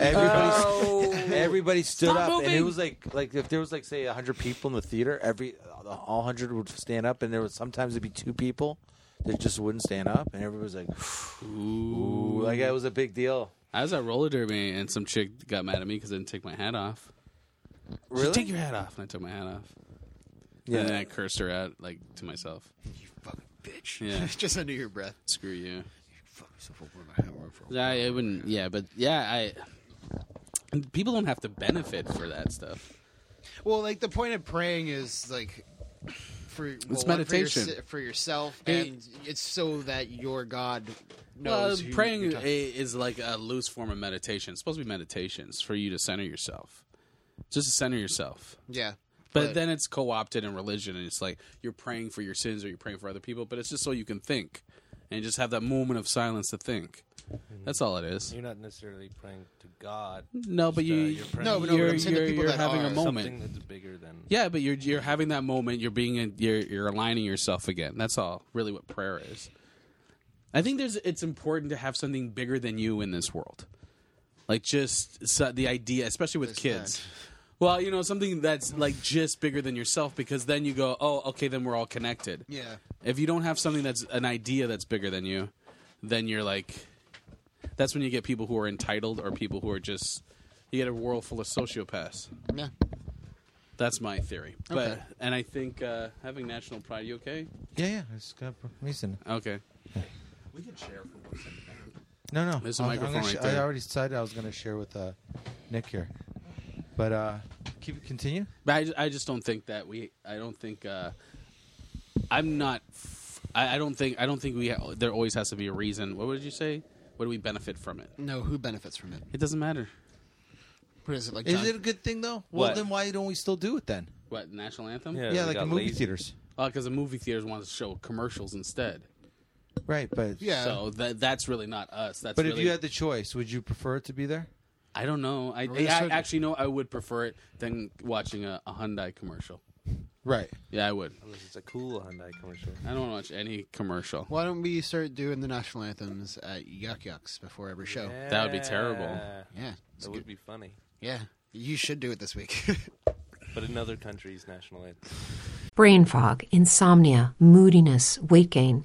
Speaker 3: everybody, *laughs* everybody stood
Speaker 5: Oh. Stop
Speaker 3: up, and it
Speaker 5: moving.
Speaker 3: was like, like if there was like say hundred people in the theater, every uh, all hundred would stand up, and there was sometimes it'd be two people that just wouldn't stand up, and everybody was like, *sighs* ooh, like it was a big deal.
Speaker 5: I was at roller derby and some chick got mad at me because I didn't take my hat off. She said,
Speaker 3: Really?
Speaker 5: take your hat off, and I took my hat off.
Speaker 3: Yeah.
Speaker 5: And then I cursed her out like to myself.
Speaker 7: You fucking bitch!
Speaker 3: *laughs*
Speaker 5: Yeah.
Speaker 7: *laughs* just under your breath.
Speaker 5: Screw you.
Speaker 7: You fuck yourself over my hammer for.
Speaker 5: *laughs* Yeah, I wouldn't. Yeah, but yeah, I. and People don't have to benefit for that stuff.
Speaker 7: Well, like the point of praying is like for well, one, for,
Speaker 5: meditation.
Speaker 7: your, for yourself,
Speaker 5: Hey.
Speaker 7: and it's so that your God
Speaker 5: Well,
Speaker 7: knows. who you're
Speaker 5: praying i-
Speaker 7: talking-
Speaker 5: is like a loose form of meditation. It's supposed to be meditations for you to center yourself, just to center yourself.
Speaker 7: yeah,
Speaker 5: But then it's co-opted in religion, and it's like you're praying for your sins or you're praying for other people. But it's just so you can think and just have that moment of silence to think. That's all it is.
Speaker 7: *laughs*
Speaker 9: You're not necessarily praying to God.
Speaker 5: No, but
Speaker 9: Just, uh,
Speaker 5: you,
Speaker 9: you're praying
Speaker 7: No, but no,
Speaker 5: you're,
Speaker 7: but I'm saying the
Speaker 5: you're-
Speaker 7: people
Speaker 5: you're
Speaker 7: that
Speaker 5: having
Speaker 7: are.
Speaker 5: a
Speaker 9: Something
Speaker 5: moment.
Speaker 9: that's bigger than.
Speaker 5: Yeah, but you're you're having that moment. You're being a, you're you're aligning yourself again. That's all really what prayer is. I think there's it's important to have something bigger than you in this world, like just so the idea, especially with kids. Well, you know something that's like just bigger than yourself because then you go, oh, okay, then we're all connected.
Speaker 7: yeah.
Speaker 5: If you don't have something that's an idea that's bigger than you, then you're like, that's when you get people who are entitled or people who are just you get a world full of sociopaths.
Speaker 7: Yeah.
Speaker 5: That's my theory. But
Speaker 7: Okay.
Speaker 5: and I think uh, having national pride. You okay?
Speaker 3: Yeah, yeah. It's got Mason.
Speaker 5: Okay.
Speaker 3: No, no.
Speaker 5: There's a
Speaker 3: I'm- I'm
Speaker 5: microphone
Speaker 3: gonna
Speaker 5: right
Speaker 3: sh- I
Speaker 5: there.
Speaker 3: already decided I was going to share with uh, Nick here, but uh, keep continue.
Speaker 5: But I, ju- I just don't think that we. I don't think. Uh, I'm not. F- I, I don't think. I don't think we. Ha- there always has to be a reason. What would you say? What do we benefit from it?
Speaker 7: No, who benefits from it?
Speaker 5: It doesn't matter.
Speaker 7: What is it like?
Speaker 3: Is
Speaker 7: John-
Speaker 3: it a good thing though? Well,
Speaker 5: What?
Speaker 3: then why don't we still do it then?
Speaker 5: What national anthem?
Speaker 3: Yeah, like the movie theaters.
Speaker 5: Because the movie theaters want to show commercials instead.
Speaker 3: Right, but
Speaker 7: yeah.
Speaker 5: So that that's really not us. That's
Speaker 3: But
Speaker 5: really,
Speaker 3: if you had the choice, would you prefer it to be there?
Speaker 5: I don't know. I,
Speaker 7: We're gonna
Speaker 5: I
Speaker 7: start-
Speaker 5: actually know. I would prefer it than watching a, a Hyundai commercial.
Speaker 3: Right.
Speaker 5: Yeah, I would.
Speaker 9: Unless it's a cool Hyundai commercial.
Speaker 5: I don't want to watch any commercial.
Speaker 7: Why don't we start doing the national anthems at Yuck Yucks before every show? Yeah,
Speaker 5: Oh, That would be terrible.
Speaker 9: Yeah.
Speaker 7: it's
Speaker 9: That
Speaker 7: good.
Speaker 9: would be funny.
Speaker 7: yeah. You should do it this week.
Speaker 9: *laughs* But another country's national anthem.
Speaker 1: Brain fog, insomnia, moodiness, weight gain.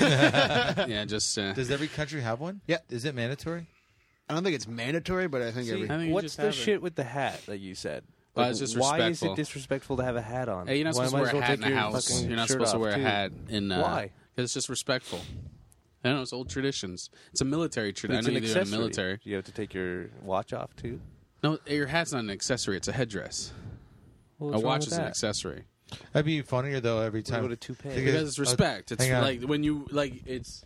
Speaker 5: Yeah, just. Uh,
Speaker 3: Does every country have one?
Speaker 7: Yeah.
Speaker 3: Is it mandatory?
Speaker 7: I don't think it's mandatory, but I think every.
Speaker 5: I think you
Speaker 9: What's
Speaker 5: just
Speaker 9: the
Speaker 5: have it.
Speaker 9: shit with the hat that you said?
Speaker 5: Well, it's just
Speaker 9: why is
Speaker 5: respectful.
Speaker 9: it disrespectful to have a hat on?
Speaker 5: Hey, you're not
Speaker 9: Why
Speaker 5: supposed to wear
Speaker 9: might as
Speaker 5: a
Speaker 9: well
Speaker 5: hat in
Speaker 9: take
Speaker 5: a uh,
Speaker 9: your
Speaker 5: house.
Speaker 9: fucking
Speaker 5: You're not
Speaker 9: shirt
Speaker 5: supposed to
Speaker 9: off,
Speaker 5: wear a
Speaker 9: too.
Speaker 5: hat in. Uh,
Speaker 9: Why?
Speaker 5: 'cause it's just respectful. I don't know. It's old traditions. It's a military tradition. I know you do it in the military.
Speaker 9: You have to take your watch off too.
Speaker 5: No, your hat's not an accessory. It's a headdress.
Speaker 9: Well,
Speaker 5: a watch is an accessory.
Speaker 3: That'd be funnier though every time.
Speaker 9: go to toupee.
Speaker 3: Think
Speaker 5: Because it's respect. It's
Speaker 3: hang on.
Speaker 5: like when you like it's.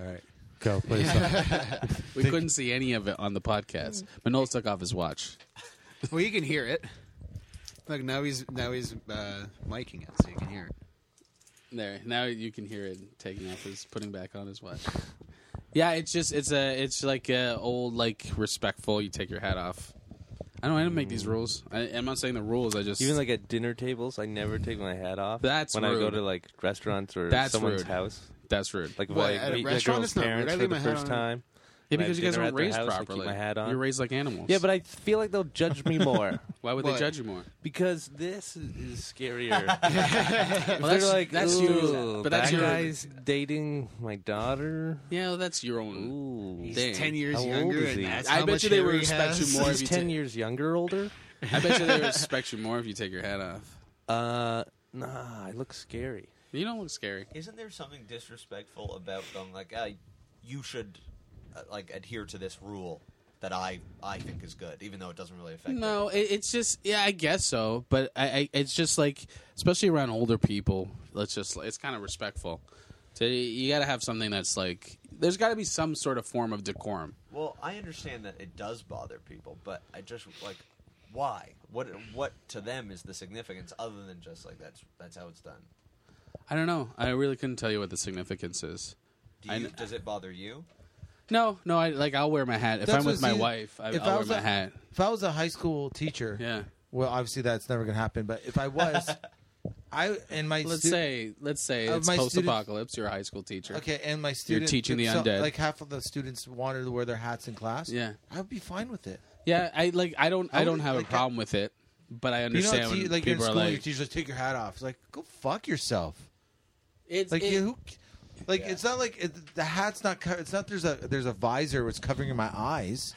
Speaker 3: All right, go play something.
Speaker 5: *laughs* We couldn't see any of it on the podcast. Manol took off his watch.
Speaker 8: Well, you can hear it. Look, now he's now he's uh, miking it, so you can hear it.
Speaker 5: There now you can hear it taking off his putting back on his watch. Yeah, it's just it's a it's like a old like respectful. You take your hat off. I don't. I don't make these rules. I, I'm not saying the rules. I just
Speaker 9: Mm. Even like at dinner tables, I never take my hat off.
Speaker 5: That's
Speaker 9: when I go
Speaker 5: rude.
Speaker 9: to like restaurants or
Speaker 5: That's
Speaker 9: someone's
Speaker 5: rude.
Speaker 9: house.
Speaker 5: that's rude.
Speaker 9: Like if
Speaker 8: What,
Speaker 9: I
Speaker 8: at a
Speaker 9: meet
Speaker 8: restaurant?
Speaker 9: a
Speaker 8: It's not
Speaker 9: girl's
Speaker 8: rude.
Speaker 9: parents
Speaker 8: I
Speaker 9: for
Speaker 8: leave
Speaker 9: the
Speaker 8: my hat
Speaker 9: first
Speaker 8: on.
Speaker 9: time.
Speaker 5: yeah,
Speaker 9: and I
Speaker 5: because you
Speaker 9: have
Speaker 5: guys
Speaker 9: dinner
Speaker 5: weren't
Speaker 9: at their
Speaker 5: raised
Speaker 9: house, I keep
Speaker 5: properly.
Speaker 9: my hat on.
Speaker 5: You're raised like animals.
Speaker 9: Yeah, but I feel like they'll judge
Speaker 8: *laughs*
Speaker 9: me more
Speaker 5: why would they
Speaker 8: What?
Speaker 5: judge you more?
Speaker 9: because this is
Speaker 5: *laughs*
Speaker 9: scarier.
Speaker 5: Well,
Speaker 9: They're like,
Speaker 5: that's
Speaker 9: Ooh,
Speaker 5: you. But that's
Speaker 9: that
Speaker 5: your
Speaker 9: guy's dating my daughter.
Speaker 5: Yeah, well, that's your own.
Speaker 9: Ooh,
Speaker 8: He's
Speaker 5: Dang.
Speaker 8: ten years
Speaker 9: How old
Speaker 8: younger,
Speaker 9: is
Speaker 8: and
Speaker 9: he?
Speaker 8: that's
Speaker 5: I
Speaker 8: how
Speaker 5: bet
Speaker 8: much
Speaker 5: you they
Speaker 8: hair
Speaker 5: would
Speaker 8: he
Speaker 5: respect
Speaker 8: has.
Speaker 5: you more if
Speaker 9: he's
Speaker 5: you
Speaker 9: ten
Speaker 5: ta-
Speaker 9: years younger, older.
Speaker 5: I bet you they respect you more if you take your hat off.
Speaker 9: *laughs* Uh, nah, I look scary.
Speaker 5: You don't look scary.
Speaker 11: Isn't there something disrespectful about them? Like, uh, you should uh, like adhere to this rule that I I think is good, even though it doesn't really affect.
Speaker 5: No, it, it's just yeah, I guess so. But I, I, it's just like, especially around older people, let's just it's kind of respectful. So you, you got to have something that's like, there's got to be some sort of form of decorum.
Speaker 11: Well, I understand that it does bother people, but I just like why? What what to them is the significance other than just like that's that's how it's done.
Speaker 5: I don't know. I really couldn't tell you what the significance is.
Speaker 11: Do
Speaker 5: I
Speaker 11: you,
Speaker 5: kn-
Speaker 11: does it bother you?
Speaker 5: No, no. I like I'll wear my hat if
Speaker 3: That's
Speaker 5: I'm
Speaker 3: what-
Speaker 5: with my
Speaker 3: see,
Speaker 5: wife. I,
Speaker 3: if
Speaker 5: I'll
Speaker 3: I
Speaker 5: wear
Speaker 3: was
Speaker 5: my
Speaker 3: a-
Speaker 5: hat.
Speaker 3: if I was a high school teacher,
Speaker 5: Yeah.
Speaker 3: Well, obviously that's never gonna happen. But if
Speaker 5: *laughs*
Speaker 3: I was, I and my
Speaker 5: Let's
Speaker 3: stu-
Speaker 5: say let's say
Speaker 3: Uh,
Speaker 5: it's
Speaker 3: my students-
Speaker 5: post-apocalypse. You're a high school teacher.
Speaker 3: Okay, and my students
Speaker 5: teaching the
Speaker 3: so,
Speaker 5: undead.
Speaker 3: Like half of the students wanted to wear their hats in class.
Speaker 5: Yeah.
Speaker 3: I would be fine with it.
Speaker 5: Yeah, I like. I don't. I,
Speaker 3: would-
Speaker 5: don't have a
Speaker 3: like,
Speaker 5: problem with it, but I
Speaker 3: You know,
Speaker 5: understand
Speaker 3: te-
Speaker 5: when
Speaker 3: like you're in
Speaker 5: people are
Speaker 3: school, your
Speaker 5: like,
Speaker 3: teacher's like, "Take your hat off." It's like, go fuck yourself.
Speaker 5: it's,
Speaker 3: Like
Speaker 5: it-
Speaker 3: you, who, like it's not like it, the hat's not. Co- it's not. There's a there's a visor what's covering my eyes.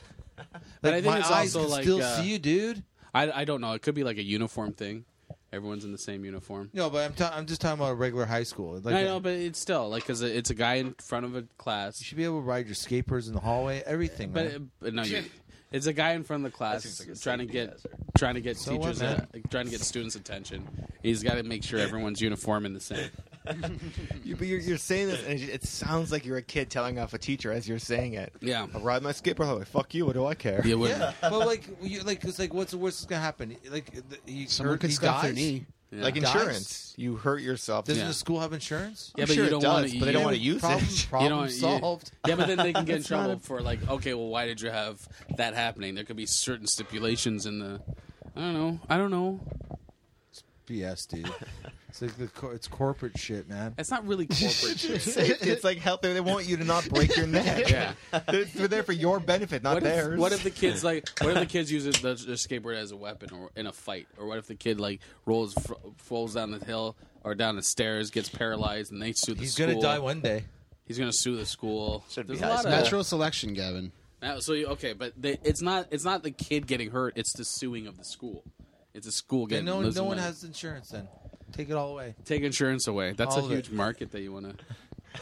Speaker 5: But I think
Speaker 3: my
Speaker 5: it's
Speaker 3: eyes
Speaker 5: also
Speaker 3: can
Speaker 5: like,
Speaker 3: still
Speaker 5: uh,
Speaker 3: see you, dude.
Speaker 5: I, I don't know. It could be like a uniform thing. Everyone's in the same uniform.
Speaker 3: No, but I'm ta- I'm just talking about a regular high school. Like
Speaker 5: I know, but it's still like because it's a guy in front of a
Speaker 3: you
Speaker 5: class.
Speaker 3: should be able to ride your skateboards in the hallway. Everything,
Speaker 5: But, uh,
Speaker 3: man.
Speaker 5: but no, you, it's a guy in front of the class
Speaker 11: seems like a
Speaker 5: trying to
Speaker 11: safety
Speaker 5: get
Speaker 11: hazard.
Speaker 5: trying to get
Speaker 3: So what,
Speaker 5: teachers
Speaker 3: man?
Speaker 5: uh, trying to get students' attention. He's got to make sure everyone's uniform and the same.
Speaker 10: *laughs* You, but you're, you're saying this, and it it sounds like you're a kid telling off a teacher as you're saying it.
Speaker 5: Yeah.
Speaker 10: I ride my skateboard. Like, Fuck you. What do I care?
Speaker 5: You wouldn't.
Speaker 3: yeah, but like, you, like it's like what's the worst that's gonna happen? Like the, he,
Speaker 8: Someone
Speaker 3: hurt-
Speaker 8: could
Speaker 3: he
Speaker 8: scuff their
Speaker 3: dies?
Speaker 8: knee.
Speaker 5: Yeah.
Speaker 10: Like
Speaker 3: Dies?
Speaker 10: insurance, you hurt yourself.
Speaker 3: Doesn't
Speaker 5: Yeah.
Speaker 3: the school have insurance?
Speaker 5: Yeah,
Speaker 10: I'm
Speaker 5: but
Speaker 10: sure
Speaker 5: you
Speaker 10: it
Speaker 5: don't
Speaker 10: does,
Speaker 5: want to.
Speaker 10: but they don't wanna use
Speaker 3: problem, *laughs*
Speaker 10: it. *laughs*
Speaker 3: Problem
Speaker 5: you-
Speaker 3: solved.
Speaker 5: *laughs* Yeah, but then they
Speaker 3: *laughs*
Speaker 5: can get in
Speaker 3: It's not
Speaker 5: trouble
Speaker 3: a-
Speaker 5: for like, okay, well, why did you have that happening? There could be certain stipulations in the. I don't know. I don't know.
Speaker 3: BS, dude. It's like the cor- it's corporate shit, man.
Speaker 5: It's not
Speaker 3: *laughs*
Speaker 5: really corporate. shit.
Speaker 10: it's like help. They want you to not break your neck.
Speaker 5: Yeah.
Speaker 10: *laughs* they're, they're there for your benefit, not
Speaker 5: What
Speaker 10: theirs.
Speaker 5: if, what if the kids like?
Speaker 10: *laughs*
Speaker 5: What if the kids use it- their, their skateboard as a weapon or in a fight? Or what if the kid like rolls fr- falls down the hill or down the stairs, gets paralyzed, and they sue the
Speaker 3: He's
Speaker 5: school?
Speaker 3: gonna die one day.
Speaker 5: He's gonna sue the school.
Speaker 10: Should
Speaker 5: There's
Speaker 10: be
Speaker 5: a
Speaker 10: high
Speaker 5: lot of
Speaker 8: Natural selection,
Speaker 5: *laughs*
Speaker 8: Gavin.
Speaker 5: Now, so you, okay, but they, it's not it's not the kid getting hurt. It's the suing of the school. It's a school
Speaker 3: And
Speaker 5: getting
Speaker 3: no, no
Speaker 5: losing
Speaker 3: one
Speaker 5: money.
Speaker 3: has insurance. Then take it all away.
Speaker 5: take insurance away. That's
Speaker 3: All
Speaker 5: a
Speaker 3: of
Speaker 5: huge
Speaker 3: it.
Speaker 5: market that you
Speaker 3: *laughs*
Speaker 5: want to.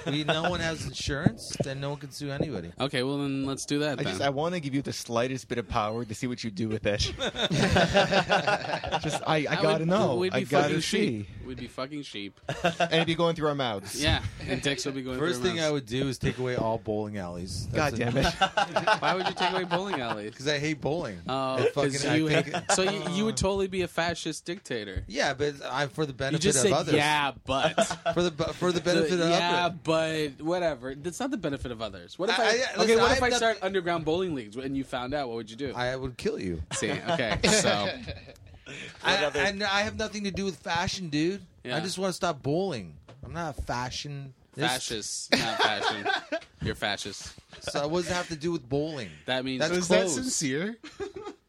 Speaker 3: We no one has insurance. Then no one can sue anybody.
Speaker 5: Okay, well then let's do that.
Speaker 10: I
Speaker 5: then.
Speaker 10: just I want to give you the slightest bit of power to see what you do
Speaker 3: *laughs*
Speaker 10: with it. *laughs* just I, I,
Speaker 5: I
Speaker 10: gotta
Speaker 5: would-
Speaker 10: know.
Speaker 5: We'd be
Speaker 10: I
Speaker 5: fucking
Speaker 10: gotta see.
Speaker 5: sheep. We'd be fucking
Speaker 3: *laughs*
Speaker 5: sheep.
Speaker 10: And it'd be going through our mouths.
Speaker 5: Yeah, and Dex would be going.
Speaker 3: First
Speaker 5: through
Speaker 3: thing
Speaker 5: rounds.
Speaker 3: I would do is take away all bowling alleys.
Speaker 10: God damn it.
Speaker 5: Why would you take away bowling alleys?
Speaker 3: Because I hate bowling.
Speaker 5: Oh,
Speaker 3: It fucking-
Speaker 5: 'cause
Speaker 3: I
Speaker 5: you
Speaker 3: think-
Speaker 5: hate- so you, you would totally be a fascist dictator.
Speaker 3: *laughs* yeah, but I'm for the
Speaker 5: You
Speaker 3: benefit
Speaker 5: just
Speaker 3: of
Speaker 5: said
Speaker 3: others.
Speaker 5: yeah, but
Speaker 3: *laughs* For the bu-
Speaker 5: *laughs*
Speaker 3: for the benefit of
Speaker 5: yeah,
Speaker 3: others.
Speaker 5: but whatever. That's not the benefit of others. What if I,
Speaker 3: I- I-
Speaker 5: okay?
Speaker 3: listen,
Speaker 5: what
Speaker 3: I
Speaker 5: if I
Speaker 3: have
Speaker 5: start
Speaker 3: nothing-
Speaker 5: underground bowling leagues and you found out? What would you do?
Speaker 3: I would kill you. *laughs*
Speaker 5: See, okay, so
Speaker 3: I, and I have nothing to do with fashion, dude.
Speaker 5: Yeah.
Speaker 3: I just want to stop bowling. I'm not a fashion.
Speaker 5: fascist, not fashion. You're fascist.
Speaker 3: *laughs* So what does it have to do with bowling?
Speaker 5: That means
Speaker 3: That's-
Speaker 5: clothes.
Speaker 3: Was that
Speaker 8: sincere?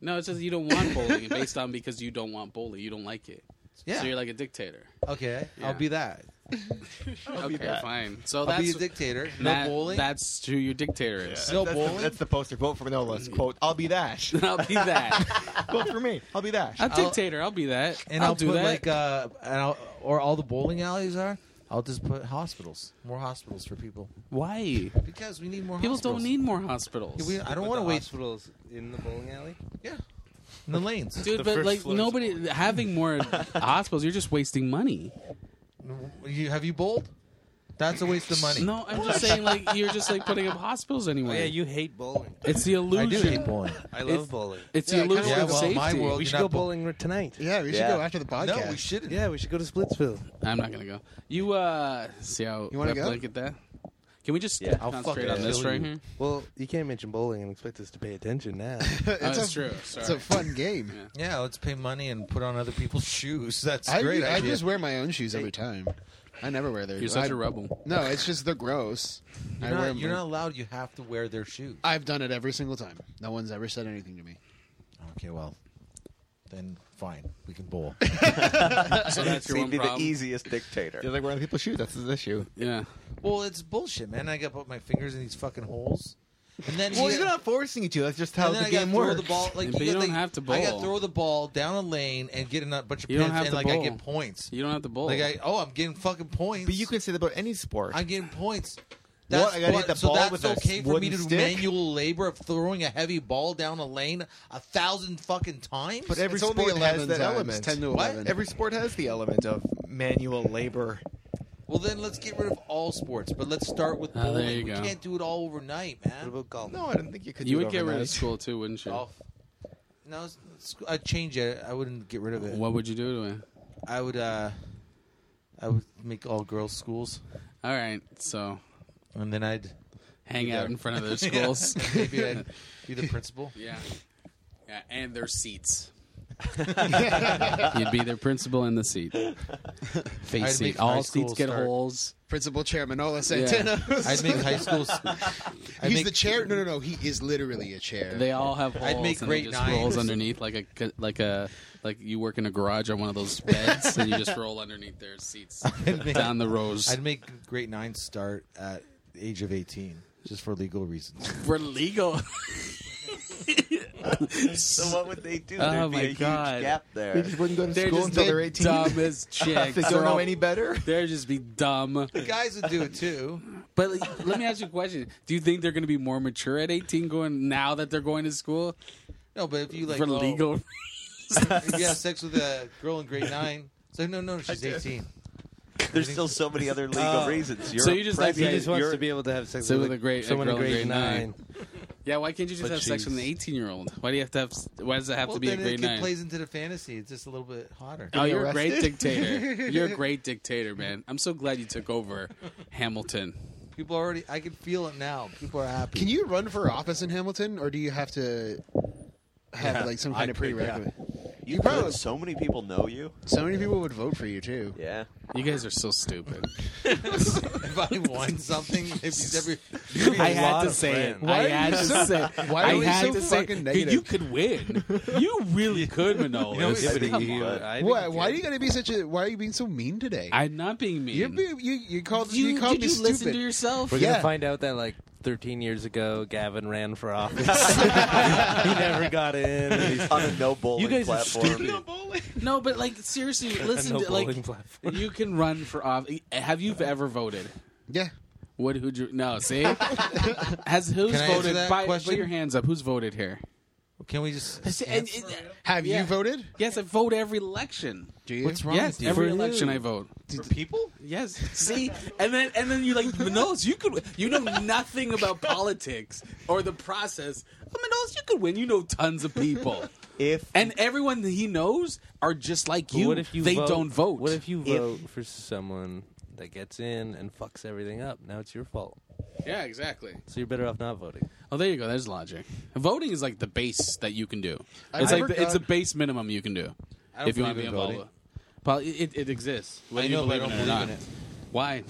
Speaker 5: No, it's just you don't want bowling based on because you don't want bowling. You don't like it.
Speaker 3: Yeah.
Speaker 5: So you're like a dictator.
Speaker 3: okay,
Speaker 5: Yeah.
Speaker 3: I'll be that.
Speaker 5: *laughs* okay, fine. So
Speaker 3: I'll
Speaker 5: that's
Speaker 3: be a dictator. No
Speaker 5: that-
Speaker 3: bowling.
Speaker 5: That's who your dictator is.
Speaker 3: no
Speaker 10: That's *laughs* the,
Speaker 3: bowling.
Speaker 10: that's the poster. Vote for
Speaker 5: *laughs*
Speaker 10: Nola's quote. I'll be that.
Speaker 5: I'll be that.
Speaker 10: Vote for me. *laughs* I'll be that.
Speaker 3: *laughs*
Speaker 5: I'm dictator. I'll be that.
Speaker 3: and
Speaker 5: I'll,
Speaker 3: I'll,
Speaker 5: do
Speaker 3: put
Speaker 5: that.
Speaker 3: like uh, and I'll, or all the bowling alleys are. I'll just put hospitals, more hospitals for people.
Speaker 5: Why?
Speaker 3: Because we need more.
Speaker 5: People don't
Speaker 3: hospitals.
Speaker 5: need more hospitals.
Speaker 3: Yeah, we- I don't
Speaker 9: Put
Speaker 3: want to
Speaker 9: the
Speaker 3: wait
Speaker 9: Hospitals in the bowling alley.
Speaker 3: Yeah. in the lanes,
Speaker 5: Dude, but like nobody having more hospitals, you're just wasting money.
Speaker 3: You have you bowled? That's a waste of money.
Speaker 5: No, I'm just
Speaker 7: *laughs*
Speaker 5: saying like you're just like putting up hospitals anyway.
Speaker 3: Oh, yeah, you
Speaker 9: hate bowling.
Speaker 5: It's the illusion.
Speaker 3: I do hate bowling.
Speaker 5: *laughs*
Speaker 9: I love
Speaker 5: It's-
Speaker 9: bowling.
Speaker 5: It's
Speaker 9: Yeah,
Speaker 5: the
Speaker 9: I kinda
Speaker 5: illusion
Speaker 9: like
Speaker 5: of safety.
Speaker 9: bowling. My world, We you're should not go bowl- bowling tonight. Yeah, we should Yeah. go after the
Speaker 5: podcast.
Speaker 9: No, we shouldn't. Yeah, we should go to Splitsville.
Speaker 5: I'm not gonna go. You uh, see how
Speaker 9: You wanna
Speaker 5: that
Speaker 9: go?
Speaker 5: blanket that? Can we just concentrate on this right here?
Speaker 9: Well, you can't mention bowling and expect us to pay attention *laughs* now.
Speaker 3: That's
Speaker 5: that's Oh, true. Sorry.
Speaker 3: fun game. *laughs* yeah. let's pay money and put on other people's *laughs* shoes. That's a
Speaker 7: I,
Speaker 3: great.
Speaker 7: I
Speaker 3: idea.
Speaker 7: just wear my own shoes every time. I never wear theirs.
Speaker 3: You're such
Speaker 7: a
Speaker 3: a rebel.
Speaker 7: No, it's just they're gross.
Speaker 3: You're,
Speaker 7: I wear
Speaker 3: not,
Speaker 7: 'em
Speaker 3: you're
Speaker 7: for-
Speaker 3: not allowed. You have to wear their shoes.
Speaker 7: I've done it every single time. No one's ever said anything to me.
Speaker 3: Okay, well, then fine, we
Speaker 7: *laughs*
Speaker 3: can bowl.
Speaker 5: So
Speaker 3: *laughs*
Speaker 5: that's your
Speaker 6: He'd
Speaker 5: one
Speaker 6: be
Speaker 5: problem.
Speaker 6: the easiest dictator. They're like wearing people's shoes. That's his issue.
Speaker 5: Yeah.
Speaker 3: Well, it's bullshit, man. I got to put my fingers in these fucking holes. And then
Speaker 6: well,
Speaker 3: you
Speaker 6: you're not forcing you to. That's just how
Speaker 3: and then
Speaker 6: the
Speaker 3: I gotta
Speaker 6: game
Speaker 3: throw
Speaker 6: works.
Speaker 3: The ball, like,
Speaker 5: But you
Speaker 3: got,
Speaker 5: don't
Speaker 3: like,
Speaker 5: have to
Speaker 3: I got
Speaker 5: bowl.
Speaker 3: to throw the ball down a lane and get in a bunch of
Speaker 5: You
Speaker 3: pins,
Speaker 5: don't have
Speaker 3: and
Speaker 5: to
Speaker 3: like I
Speaker 5: bowl.
Speaker 3: get points.
Speaker 5: You don't have to bowl.
Speaker 3: Like I, oh, I'm getting fucking points. But you
Speaker 6: can say that about any sport.
Speaker 3: I'm getting points.
Speaker 6: What?
Speaker 3: That's
Speaker 6: I gotta hit
Speaker 3: what-
Speaker 6: that
Speaker 3: so
Speaker 6: ball
Speaker 3: that's
Speaker 6: with a
Speaker 3: okay for me
Speaker 6: wooden
Speaker 3: to do
Speaker 6: stick?
Speaker 3: manual labor of throwing a heavy ball down a lane a thousand fucking times.
Speaker 6: But every sport has that element.
Speaker 3: What?
Speaker 6: Every sport has the element of manual labor.
Speaker 3: Well, then let's get rid of all sports, but let's start with
Speaker 6: Ah, there
Speaker 3: bowling.
Speaker 6: you
Speaker 3: we
Speaker 6: go.
Speaker 3: can't do it all overnight, man. What
Speaker 9: about golf?
Speaker 6: No, I don't think you could.
Speaker 5: you
Speaker 6: do
Speaker 5: would
Speaker 6: it
Speaker 5: get rid
Speaker 6: overnight.
Speaker 5: of school too, wouldn't you?
Speaker 3: Golf. No, it's- it's- I'd change it. I wouldn't get rid of it.
Speaker 5: What would you do to it?
Speaker 3: I would. uh I would make all girls schools,
Speaker 5: All right, so
Speaker 3: and then I'd
Speaker 5: hang
Speaker 3: be
Speaker 5: out
Speaker 3: there.
Speaker 5: in front of their
Speaker 3: *laughs* Yeah.
Speaker 5: schools.
Speaker 3: Maybe I'd be the principal.
Speaker 5: Yeah. Yeah, and their seats. *laughs* You'd be their principal in the
Speaker 3: *laughs*
Speaker 5: seat.
Speaker 3: I'd
Speaker 5: Face
Speaker 3: make
Speaker 5: seat.
Speaker 3: high
Speaker 5: All
Speaker 3: school
Speaker 5: seats get
Speaker 3: start-
Speaker 5: holes.
Speaker 7: Principal Chair Manola Santana.
Speaker 5: Yeah. I'd make high
Speaker 7: *laughs*
Speaker 5: school s- I'd
Speaker 7: He's
Speaker 5: make-
Speaker 7: the chair. No, no, no. He is literally a chair.
Speaker 5: They all have holes.
Speaker 7: I'd make
Speaker 5: and they
Speaker 7: great
Speaker 5: just
Speaker 7: nines.
Speaker 5: rolls underneath, like a c- like a like you work in a garage on one of those *laughs* beds, and you
Speaker 3: *laughs*
Speaker 5: just roll underneath their seats *laughs* down the rows.
Speaker 3: I'd make grade nine start at the age of eighteen, just for
Speaker 5: *laughs*
Speaker 3: legal reasons.
Speaker 5: We're
Speaker 3: *laughs*
Speaker 5: legal.
Speaker 6: So what would they do?
Speaker 5: Oh
Speaker 6: There'd
Speaker 5: my
Speaker 6: be a huge
Speaker 5: god!
Speaker 6: gap there. They just wouldn't go to school
Speaker 5: just
Speaker 6: until
Speaker 5: the
Speaker 6: they're 18?
Speaker 5: Dumbest chicks.
Speaker 6: *laughs* They don't
Speaker 5: They're
Speaker 6: know
Speaker 5: all-
Speaker 6: any better?
Speaker 5: They'd just be dumb.
Speaker 3: guys would do it too.
Speaker 5: *laughs* But like, let me ask you a question: Do you think they're going to be more mature at eighteen, going now that they're going to school?
Speaker 3: No, but if you like
Speaker 5: for *laughs*
Speaker 3: go-
Speaker 5: legal,
Speaker 3: if you have sex with a girl in grade nine, it's like no, no, she's
Speaker 6: did.
Speaker 3: eighteen.
Speaker 6: There's still so many other legal
Speaker 3: Oh.
Speaker 6: reasons.
Speaker 5: Uh, So you just like
Speaker 6: pregnant,
Speaker 5: the- He just wants
Speaker 6: you're-
Speaker 5: to be able to have sex So with with a a- grade- a someone in girl in grade grade nine. yeah. Why can't you just
Speaker 6: But
Speaker 5: have sex with an
Speaker 6: she's-
Speaker 5: eighteen-year-old? Why do you have to have? Why does it have
Speaker 3: well,
Speaker 5: to be a
Speaker 3: then
Speaker 5: grade
Speaker 3: it
Speaker 5: nine?
Speaker 3: plays into the fantasy. It's just a little bit hotter.
Speaker 5: Oh, you're a great
Speaker 3: arrested?
Speaker 5: dictator. You're a
Speaker 3: *laughs*
Speaker 5: great dictator, man. I'm so glad you took over Hamilton.
Speaker 3: People already. I can feel it now. People are happy.
Speaker 7: Can you run for office in Hamilton, or do you have to have
Speaker 6: Yeah,
Speaker 7: like some
Speaker 6: I
Speaker 7: kind of
Speaker 6: could, yeah.
Speaker 7: prerequisite?
Speaker 6: You
Speaker 7: You probably-
Speaker 6: could. So many people know you.
Speaker 7: So many people would vote for you too.
Speaker 6: Yeah.
Speaker 5: You guys are so stupid.
Speaker 12: *laughs*
Speaker 3: *laughs* if I won something, if he's every,
Speaker 5: I had to say it. I had to say.
Speaker 7: Why
Speaker 5: I
Speaker 7: are we
Speaker 5: had
Speaker 7: so
Speaker 5: to say,
Speaker 7: fucking
Speaker 5: Dude,
Speaker 7: negative?
Speaker 5: You could win. You really could, Manolis. uh,
Speaker 7: Why, why are you gonna be such a? Why are you being so mean today?
Speaker 5: I'm not being mean.
Speaker 7: You're be, you you called
Speaker 5: You-
Speaker 7: you, called
Speaker 5: did
Speaker 7: me
Speaker 5: you
Speaker 7: stupid.
Speaker 5: listen to yourself?
Speaker 9: We're
Speaker 7: yeah.
Speaker 9: gonna find out that like 13 years ago, Gavin ran for office. *laughs* he never got in. and he's
Speaker 6: on a no bowling
Speaker 9: You guys are
Speaker 6: platform.
Speaker 9: stupid.
Speaker 5: No, but like seriously, *laughs* listen.
Speaker 9: No
Speaker 5: to, like
Speaker 9: bowling platform.
Speaker 5: you can run for office. Have you ever voted?
Speaker 7: Yeah.
Speaker 5: What? Who? you No.
Speaker 3: *laughs*
Speaker 5: See. Has who's
Speaker 3: Can I answer
Speaker 5: voted?
Speaker 3: that
Speaker 5: By,
Speaker 3: question?
Speaker 5: put your hands up. Who's voted here?
Speaker 3: Can we just?
Speaker 5: And-
Speaker 7: Have
Speaker 5: Yeah.
Speaker 7: you voted?
Speaker 5: Yes, I vote every election.
Speaker 7: Do you?
Speaker 3: What's wrong
Speaker 5: yes,
Speaker 3: with you?
Speaker 5: every
Speaker 3: For
Speaker 5: election
Speaker 3: you.
Speaker 5: I vote.
Speaker 3: For people? *laughs*
Speaker 5: Yes. See, and then and then you like Manolis, you could you know nothing
Speaker 3: *laughs*
Speaker 5: about politics or the process. But Manolis, you could win. You know tons of people.
Speaker 6: If
Speaker 5: and everyone that he knows are just like
Speaker 9: But
Speaker 5: you.
Speaker 9: what if you
Speaker 5: they
Speaker 9: vote,
Speaker 5: don't vote.
Speaker 9: What if you vote for someone that gets in and fucks everything up? Now it's your fault.
Speaker 5: Yeah, exactly.
Speaker 9: So you're better off not voting.
Speaker 5: Oh, there you go. There's logic. Voting is like the base that you can do.
Speaker 7: I
Speaker 5: it's like
Speaker 7: never
Speaker 5: the, it's
Speaker 7: got-
Speaker 5: a base minimum you can do
Speaker 3: I don't
Speaker 5: if you want to
Speaker 3: believe
Speaker 5: be
Speaker 3: in
Speaker 5: involved.
Speaker 3: voting.
Speaker 5: Well, it, it, it exists. Whether
Speaker 3: I know,
Speaker 5: you believe,
Speaker 3: but
Speaker 5: in,
Speaker 3: I don't
Speaker 5: it or not.
Speaker 3: believe in it.
Speaker 5: Why?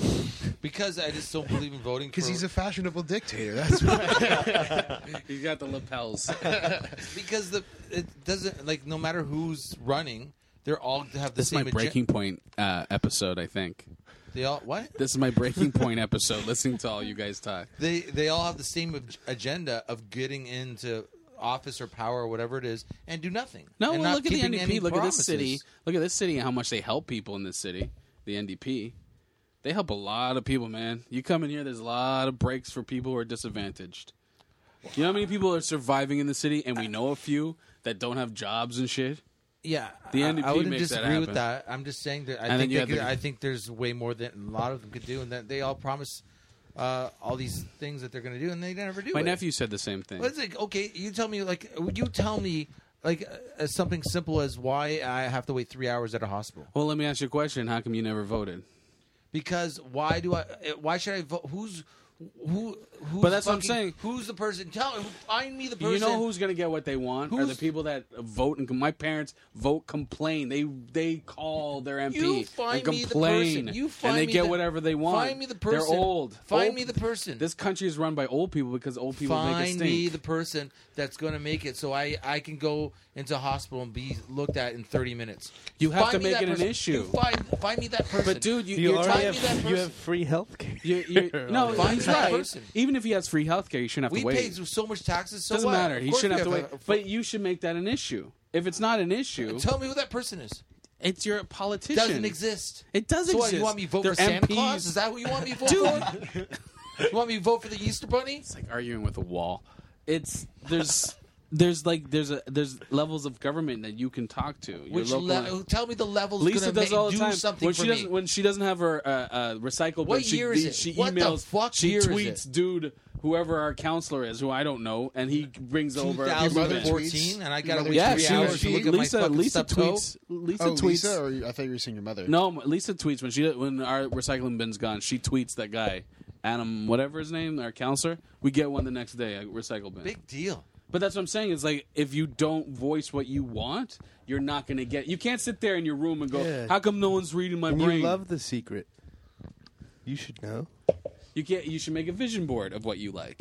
Speaker 3: Because I just don't believe in voting.
Speaker 7: Because
Speaker 3: for- *laughs*
Speaker 8: *laughs*
Speaker 7: he's a fashionable dictator.
Speaker 5: *laughs*
Speaker 7: That's why.
Speaker 5: He's got the lapels.
Speaker 3: *laughs* because the it doesn't like no matter who's running, they're all to have the
Speaker 5: This is my
Speaker 3: same agen-
Speaker 5: breaking point uh, episode, I think.
Speaker 3: They all what?
Speaker 5: This is my breaking point episode. Listening to all you guys talk.
Speaker 3: They they all have the same ag- agenda of getting into office or power or whatever it is and do nothing.
Speaker 5: No,
Speaker 3: and
Speaker 5: well,
Speaker 3: not
Speaker 5: look at the
Speaker 3: keeping
Speaker 5: NDP.
Speaker 3: any
Speaker 5: Look at this
Speaker 3: promises.
Speaker 5: city. Look at this city and how much they help people in this city. The NDP. They help a lot of people, man. You come in here, there's a lot of breaks for people who are disadvantaged. You know how many people are surviving in the city, and we know a few that don't have jobs and shit.
Speaker 3: Yeah,
Speaker 5: the
Speaker 3: I-
Speaker 5: NDP
Speaker 3: I, wouldn't
Speaker 5: makes that
Speaker 3: disagree with
Speaker 5: happen.
Speaker 3: that. I'm just saying that I
Speaker 5: And then
Speaker 3: think
Speaker 5: you
Speaker 3: they
Speaker 5: have
Speaker 3: could,
Speaker 5: the-
Speaker 3: I think there's way more than a lot of them could do, and that they all promise uh, all these things that they're going to do, and they never do.
Speaker 5: My
Speaker 3: it.
Speaker 5: nephew said the same thing.
Speaker 3: Well, it's like okay, you tell me like you tell me like uh, something simple as why I have to wait three hours at a hospital.
Speaker 5: Well, let me ask you a question. How come you never voted?
Speaker 3: Because why do I? uh, Why should I vote? Who's who? Who's
Speaker 5: But that's what I'm
Speaker 3: fucking-
Speaker 5: saying.
Speaker 3: Who's the person? Tell who- find me the person.
Speaker 5: You know who's going to get what they want are the
Speaker 3: Who's-
Speaker 5: people that vote and com- my parents vote complain. They they call their MP
Speaker 3: You find
Speaker 5: and
Speaker 3: me the
Speaker 5: complain
Speaker 3: person. You find
Speaker 5: and they
Speaker 3: me
Speaker 5: get
Speaker 3: the-
Speaker 5: whatever they want.
Speaker 3: find me the
Speaker 5: They're
Speaker 3: person.
Speaker 5: old.
Speaker 3: Find
Speaker 5: Old-
Speaker 3: me the person.
Speaker 5: This country is run by old people because old people make it
Speaker 3: find
Speaker 5: stink.
Speaker 3: me the person that's going to make it, so I I can go into hospital and be looked at in 30 minutes.
Speaker 5: You have
Speaker 3: Find
Speaker 5: to
Speaker 3: me
Speaker 5: make
Speaker 3: that
Speaker 5: it an
Speaker 3: person.
Speaker 5: issue.
Speaker 3: You find find me that person.
Speaker 5: But dude, you, are
Speaker 3: find me that person.
Speaker 5: free *laughs* health care. You, you, *laughs* no,
Speaker 3: Find
Speaker 5: he's
Speaker 3: that
Speaker 5: right.
Speaker 3: person.
Speaker 5: Even if he has free health care, you shouldn't have
Speaker 3: we
Speaker 5: to wait.
Speaker 3: paid so much taxes. So
Speaker 5: Doesn't
Speaker 3: what?
Speaker 5: matter.
Speaker 3: Of
Speaker 5: He
Speaker 3: course
Speaker 5: shouldn't
Speaker 3: we
Speaker 5: have to wait.
Speaker 3: have
Speaker 5: But you should make that an issue. If it's not an issue,
Speaker 3: Tell me who that person is.
Speaker 5: It's your politician.
Speaker 3: Doesn't exist.
Speaker 5: It does
Speaker 3: so what,
Speaker 5: exist.
Speaker 3: you want me to vote
Speaker 5: They're
Speaker 3: for Santa
Speaker 5: MPs.
Speaker 3: Claus? Is that what you want me to vote for? you want me to vote for the Easter Bunny? It's
Speaker 5: like arguing with a wall. It's there's there's like there's a there's levels of government that you can talk to. Your
Speaker 3: Which
Speaker 5: local-
Speaker 3: le- tell me the level's
Speaker 5: Lisa
Speaker 3: gonna
Speaker 5: does
Speaker 3: make,
Speaker 5: all the
Speaker 3: do
Speaker 5: time.
Speaker 3: something
Speaker 5: when
Speaker 3: for
Speaker 5: she
Speaker 3: me.
Speaker 5: doesn't when she doesn't have her uh, uh, recycle
Speaker 3: What
Speaker 5: bin, she,
Speaker 3: year is
Speaker 5: the-
Speaker 3: it?
Speaker 5: she
Speaker 3: What the
Speaker 5: emails,
Speaker 3: fuck
Speaker 5: she
Speaker 3: year is
Speaker 5: tweets,
Speaker 3: it?
Speaker 5: dude, whoever our counselor is, who I don't know, and he brings over a bin.
Speaker 3: 2014, and I gotta wait
Speaker 5: yeah,
Speaker 3: three
Speaker 5: she-
Speaker 3: hours to
Speaker 5: she-
Speaker 3: look at my
Speaker 5: Lisa,
Speaker 3: fucking
Speaker 5: Lisa
Speaker 3: stuffed
Speaker 5: tweets.
Speaker 3: toe.
Speaker 5: Lisa
Speaker 8: oh,
Speaker 5: tweets.
Speaker 8: Lisa, or you- I thought you were seeing your mother.
Speaker 5: No, Lisa tweets when she when our recycling bin's gone. She tweets that guy, Adam, whatever his name, our counselor. We get one the next day, a recycle bin.
Speaker 3: Big deal.
Speaker 5: But that's what I'm saying. Is like if you don't voice what you want, you're not going to get. You can't sit there in your room and go,
Speaker 9: Yeah.
Speaker 5: "How come no one's reading my
Speaker 9: And
Speaker 5: brain?"
Speaker 9: You love the secret. You should
Speaker 5: *laughs*
Speaker 9: know.
Speaker 5: You can't. You should make a vision board of what you
Speaker 3: *laughs*
Speaker 5: like.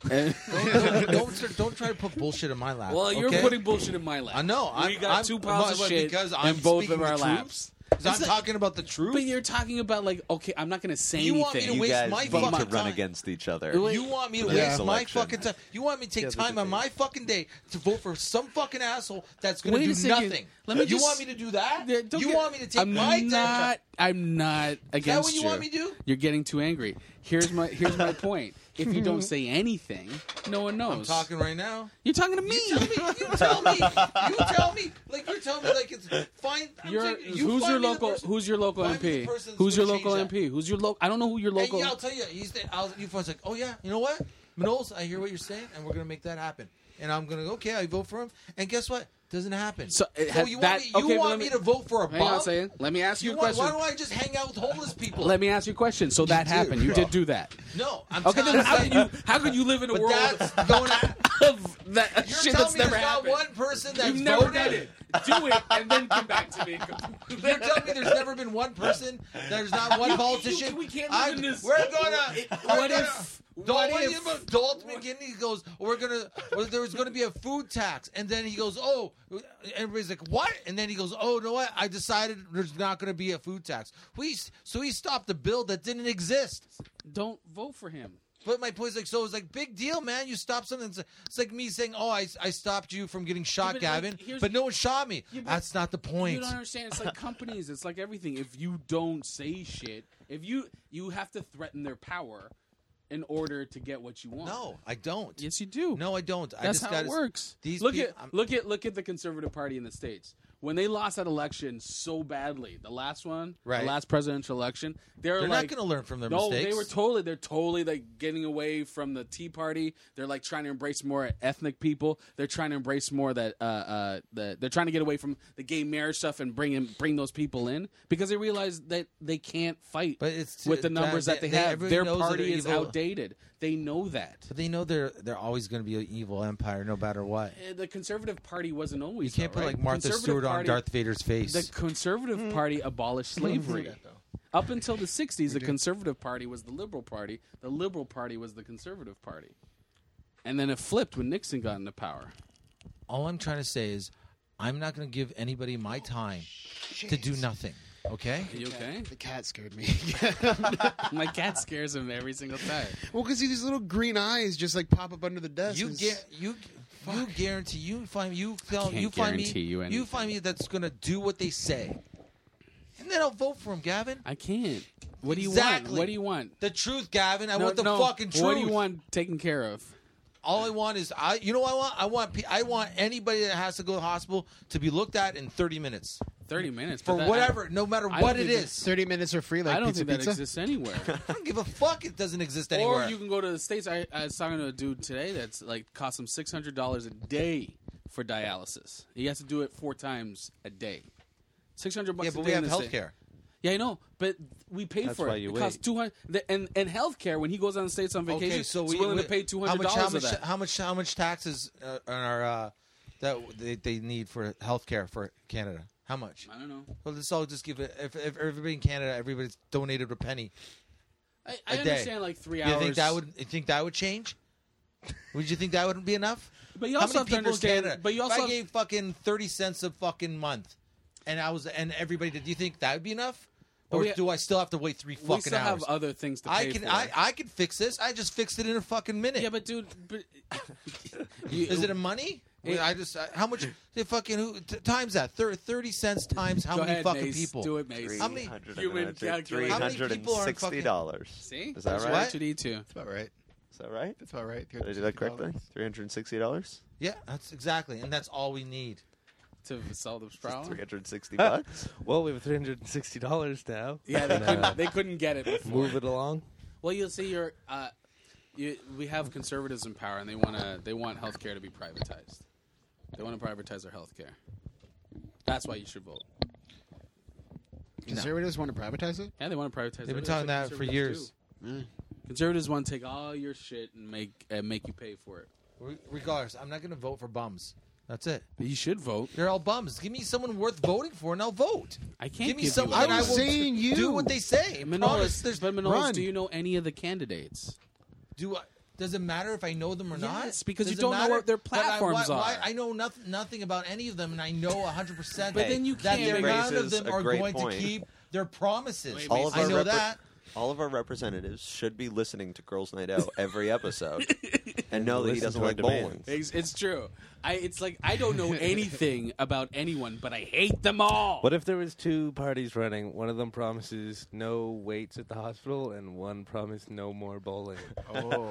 Speaker 3: don't, don't, *laughs* don't, start- don't try to put bullshit in my lap.
Speaker 5: Well, you're
Speaker 3: okay?
Speaker 5: putting bullshit in my lap.
Speaker 3: I know.
Speaker 5: We
Speaker 3: I'm,
Speaker 5: got
Speaker 3: I'm,
Speaker 5: two piles
Speaker 3: but-
Speaker 5: of
Speaker 3: but
Speaker 5: shit
Speaker 3: because
Speaker 5: in
Speaker 3: I'm
Speaker 5: both of
Speaker 3: speaking
Speaker 5: our
Speaker 3: the truth?
Speaker 5: laps.
Speaker 3: 'Cause I'm
Speaker 5: It's like-
Speaker 3: talking about the truth.
Speaker 5: But you're talking about like, okay, I'm not going to say
Speaker 3: You want me
Speaker 5: anything.
Speaker 3: to You waste guys my need to
Speaker 12: to run against each other.
Speaker 3: You want me to
Speaker 12: for the
Speaker 3: waste
Speaker 12: next
Speaker 3: my
Speaker 12: election.
Speaker 3: fucking time? You want me to take time on my fucking day to vote for some fucking asshole that's going
Speaker 5: Wait
Speaker 3: to
Speaker 5: a
Speaker 3: do
Speaker 5: second.
Speaker 3: nothing?
Speaker 5: Let me
Speaker 3: you
Speaker 5: just-
Speaker 3: want me to do that?
Speaker 5: don't
Speaker 3: you
Speaker 5: get-
Speaker 3: want me to take
Speaker 5: I'm
Speaker 3: my time?
Speaker 5: not, I'm not against
Speaker 3: that what you want me to do?
Speaker 5: You're getting too angry. Here's my here's my point. If you don't say anything, no one knows.
Speaker 3: I'm talking right now.
Speaker 5: You're talking to me.
Speaker 3: You tell me. You tell me. You tell me. Like you're telling me like it's fine. I'm
Speaker 5: You're-
Speaker 3: saying, you
Speaker 5: who's
Speaker 3: find
Speaker 5: your
Speaker 3: me the
Speaker 5: local?
Speaker 3: person-
Speaker 5: Who's your local
Speaker 3: find me the
Speaker 5: MP?
Speaker 3: person that's
Speaker 5: Who's your
Speaker 3: gonna
Speaker 5: local
Speaker 3: change that.
Speaker 5: MP? Who's your local? I don't know who your
Speaker 3: And
Speaker 5: local.
Speaker 3: yeah, I'll tell you. He's the, I'll, you phone's like, oh yeah, you know what, Manolis, I hear what you're saying, and we're gonna make that happen. And I'm gonna go, okay, I vote for him, and guess what? Doesn't happen.
Speaker 5: So, it
Speaker 3: oh,
Speaker 5: has
Speaker 3: you
Speaker 5: that-
Speaker 3: want me, you
Speaker 5: okay, but
Speaker 3: want
Speaker 5: let
Speaker 3: me,
Speaker 5: me-
Speaker 3: to vote for a
Speaker 5: Hang on a
Speaker 3: bomb?
Speaker 5: second. Let me ask you a
Speaker 3: want-
Speaker 5: question.
Speaker 3: Why do I just hang out with homeless people?
Speaker 5: Let me ask you a question. So that happened. You
Speaker 3: bro.
Speaker 5: did do that.
Speaker 3: No, I'm
Speaker 5: okay,
Speaker 3: telling
Speaker 5: then how
Speaker 3: you-
Speaker 5: could you how could you live in a
Speaker 3: But
Speaker 5: world
Speaker 3: that's going on.
Speaker 5: *laughs* of that
Speaker 3: You're
Speaker 5: shit
Speaker 3: telling
Speaker 5: that's
Speaker 3: me
Speaker 5: never
Speaker 3: there's
Speaker 5: happened?
Speaker 3: not one person that's
Speaker 5: You've never
Speaker 3: voted?
Speaker 5: done it. Do it and then come back to me.
Speaker 3: *laughs* You're telling me there's never been one person? There's not
Speaker 5: *laughs*
Speaker 3: one
Speaker 5: You- you-
Speaker 3: politician?
Speaker 5: we can't live
Speaker 3: I'm,
Speaker 5: in this-
Speaker 3: We're gonna.
Speaker 5: *laughs*
Speaker 3: we're
Speaker 5: What
Speaker 3: gonna,
Speaker 5: if-
Speaker 3: Dalton,
Speaker 5: what
Speaker 3: you know, Dalton McGinney goes, we're gonna, well, there's gonna be a food tax, and then he goes, oh, everybody's like, what? And then he goes, oh, you know what? I decided there's not gonna be a food tax. We s- so he stopped a bill that didn't exist.
Speaker 5: Don't vote for him.
Speaker 3: But my point is like, so it's like big deal, man. You stop something. It's, it's like me saying, oh, I, I stopped you from getting shot,
Speaker 5: but, like,
Speaker 3: Gavin,
Speaker 5: here's-
Speaker 3: but no one shot me.
Speaker 5: Yeah, but
Speaker 3: That's not the point.
Speaker 5: You don't understand. It's like companies. It's like everything. If you don't say shit, if you you have to threaten their power in order to get what you want.
Speaker 3: No, I don't.
Speaker 5: Yes, you do.
Speaker 3: No, I don't. I
Speaker 5: That's
Speaker 3: just
Speaker 5: how
Speaker 3: gotta,
Speaker 5: it works.
Speaker 3: These
Speaker 5: look
Speaker 3: peop-
Speaker 5: at look at look at the Conservative Party in the states when they lost that election so badly. The last one,
Speaker 3: Right.
Speaker 5: The last presidential election. They're,
Speaker 3: They're not
Speaker 5: like-
Speaker 3: gonna learn from their
Speaker 5: no,
Speaker 3: mistakes.
Speaker 5: they were totally. They're totally like getting away from the Tea Party. They're like trying to embrace more ethnic people. They're trying to embrace more that uh, uh, the, they're trying to get away from the gay marriage stuff and bring in, bring those people in because they realize that they can't fight
Speaker 3: But it's-
Speaker 5: with the
Speaker 3: that-
Speaker 5: numbers that they,
Speaker 3: they- they-
Speaker 5: have.
Speaker 3: everybody
Speaker 5: Their
Speaker 3: knows that
Speaker 5: party
Speaker 3: they're
Speaker 5: is
Speaker 3: evil.
Speaker 5: outdated. They know that.
Speaker 3: But they know they're they're always going to be an evil empire, no matter what.
Speaker 5: Uh, the conservative party wasn't always.
Speaker 3: You can't
Speaker 5: though,
Speaker 3: put
Speaker 5: right?
Speaker 3: like Martha
Speaker 5: Conservative
Speaker 3: Stewart on
Speaker 5: Party-
Speaker 3: Darth Vader's face.
Speaker 5: The
Speaker 3: Mm.
Speaker 5: conservative party abolished slavery. Up until the '60s, the conservative party was the liberal party. The liberal party was the conservative party, and then it flipped when Nixon got into power.
Speaker 3: All I'm trying to say is, I'm not going to give anybody my time to do nothing. Okay.
Speaker 5: Oh, You okay?
Speaker 8: The cat scared me. *laughs*
Speaker 5: My cat scares him every single time.
Speaker 8: well, because these little green eyes just like pop up under the desk.
Speaker 3: You
Speaker 8: It's-
Speaker 3: get you. You guarantee you find you tell,
Speaker 5: can't
Speaker 3: you find me
Speaker 5: guarantee you anything.
Speaker 3: find me that's gonna do what they say, and then I'll vote for him, Gavin.
Speaker 5: I can't. What do you
Speaker 3: exactly.
Speaker 5: want? What do you want?
Speaker 3: The truth, Gavin. I
Speaker 5: No,
Speaker 3: want the
Speaker 5: no.
Speaker 3: fucking truth.
Speaker 5: What do you want taken care of?
Speaker 3: All I want is I. You know what I want? I want pe- I want anybody that has to go to the hospital to be looked at in thirty minutes.
Speaker 5: Thirty minutes
Speaker 3: for
Speaker 5: but that-
Speaker 3: whatever, no matter
Speaker 5: I
Speaker 3: what
Speaker 5: don't
Speaker 3: it
Speaker 5: think
Speaker 3: is.
Speaker 8: Thirty minutes are free. Like
Speaker 5: I don't
Speaker 8: pizza,
Speaker 5: think that
Speaker 8: pizza.
Speaker 5: exists anywhere.
Speaker 3: *laughs* I don't give a fuck. It doesn't exist anywhere.
Speaker 5: Or you can go to the states. I, I was talking to a dude today that's like cost him six hundred dollars a day for dialysis. He has to do it four times a day. Six hundred bucks.
Speaker 3: Yeah,
Speaker 5: a
Speaker 3: but
Speaker 5: day
Speaker 3: we
Speaker 5: in
Speaker 3: have
Speaker 5: this thing.
Speaker 3: healthcare.
Speaker 5: Yeah, I know, but we pay
Speaker 3: That's
Speaker 5: for
Speaker 3: why
Speaker 5: it.
Speaker 3: you
Speaker 5: it costs
Speaker 3: wait.
Speaker 5: two hundred and and healthcare when he goes on the states on vacation.
Speaker 3: Okay, so
Speaker 5: he's
Speaker 3: we
Speaker 5: willing
Speaker 3: we-
Speaker 5: to pay two
Speaker 3: how
Speaker 5: hundred
Speaker 3: much- How
Speaker 5: dollars of
Speaker 3: much?
Speaker 5: that.
Speaker 3: How much? How much taxes uh, on our uh, that they, they need for healthcare for Canada? How much?
Speaker 5: I don't know.
Speaker 3: Well, let's all just give it. If, if everybody in Canada, everybody's donated a penny.
Speaker 5: I,
Speaker 3: a
Speaker 5: I
Speaker 3: day.
Speaker 5: understand like three
Speaker 3: You
Speaker 5: hours.
Speaker 3: think that would? You think that would change? would you think that wouldn't be enough?
Speaker 5: But you
Speaker 3: How
Speaker 5: also
Speaker 3: many
Speaker 5: have to
Speaker 3: people in
Speaker 5: understand-
Speaker 3: Canada?
Speaker 5: but you
Speaker 3: if
Speaker 5: also
Speaker 3: I
Speaker 5: have-
Speaker 3: gave fucking thirty cents a fucking month, and I was and everybody did. Do you think that would be enough?
Speaker 5: But
Speaker 3: Or
Speaker 5: we-
Speaker 3: do I still have to wait three fucking
Speaker 5: we still
Speaker 3: hours?
Speaker 5: have other things to pay
Speaker 3: I can
Speaker 5: for.
Speaker 3: I, I can fix this. I just fixed it in a fucking minute.
Speaker 5: yeah, but dude,
Speaker 3: *laughs*
Speaker 5: but
Speaker 3: is it a money?
Speaker 5: It-
Speaker 3: I just I, how much? They fucking who t- times that Thir- thirty cents times how
Speaker 5: Go
Speaker 3: many
Speaker 5: ahead,
Speaker 3: fucking
Speaker 5: Mace.
Speaker 3: people? Uh,
Speaker 5: Do it, Mace.
Speaker 3: How many?
Speaker 5: Human calculator.
Speaker 12: Three hundred and sixty dollars.
Speaker 5: See?
Speaker 12: is that
Speaker 5: That's
Speaker 12: right?
Speaker 5: what you need to.
Speaker 12: That's about right. Is that right?
Speaker 8: That's about right.
Speaker 12: Did I do that correctly? Three hundred and sixty dollars.
Speaker 3: Yeah, that's exactly, and that's all we need.
Speaker 5: to solve this problem.
Speaker 12: Three hundred and
Speaker 8: *laughs*
Speaker 12: sixty bucks.
Speaker 9: Well, we have three hundred and sixty dollars now.
Speaker 5: Yeah,
Speaker 9: *laughs*
Speaker 5: they
Speaker 9: And, uh,
Speaker 3: *laughs*
Speaker 5: couldn't, they couldn't get it. Before.
Speaker 9: Move it along.
Speaker 5: Well, you'll see. Your uh, you, we have conservatives in power, and they want to they want healthcare to be privatized. They want to privatize our healthcare. That's why you should vote.
Speaker 8: Conservatives want to privatize it.
Speaker 5: Yeah, they want to privatize.
Speaker 3: They've been
Speaker 5: everything.
Speaker 3: talking
Speaker 5: That's
Speaker 3: that
Speaker 5: what
Speaker 3: for
Speaker 5: conservatives
Speaker 3: years.
Speaker 5: do. Conservatives want to take all your shit and make and make you pay for it.
Speaker 3: Re- Regardless, I'm not going to vote for bums. That's it.
Speaker 5: You should vote.
Speaker 3: They're all bums. Give me someone worth voting for, and I'll vote.
Speaker 5: I can't
Speaker 3: give me
Speaker 5: give you
Speaker 3: someone.
Speaker 5: a
Speaker 3: and I
Speaker 5: vote.
Speaker 3: will
Speaker 8: Saying you.
Speaker 3: do what they say.
Speaker 5: Manolis,
Speaker 3: Promise. There's
Speaker 5: but Manolis, do you know any of the candidates?
Speaker 3: Do I, does it matter if I know them or not?
Speaker 5: Yes, because you
Speaker 3: Does it
Speaker 5: don't know
Speaker 3: matter?
Speaker 5: what their
Speaker 3: But I-
Speaker 5: platforms
Speaker 3: why-
Speaker 5: are.
Speaker 3: why- I know nothing, nothing about any of them, and I know 100 percent
Speaker 5: But then you
Speaker 3: that
Speaker 5: can't-
Speaker 3: the amount of
Speaker 12: Raises
Speaker 3: them
Speaker 12: a
Speaker 3: are
Speaker 12: great
Speaker 3: going to
Speaker 12: point.
Speaker 3: keep their promises.
Speaker 12: all of
Speaker 3: I
Speaker 12: our
Speaker 3: know
Speaker 12: repre-
Speaker 3: that.
Speaker 12: All of our representatives should be listening to Girls Night Out every episode, and know that he doesn't
Speaker 3: Listen to our
Speaker 12: like bowling.
Speaker 5: It's, it's true. I it's like I don't know anything about anyone, but I hate them all.
Speaker 9: What if there was two parties running? One of them promises no waits at the hospital, and one promised no more bowling.
Speaker 8: Oh.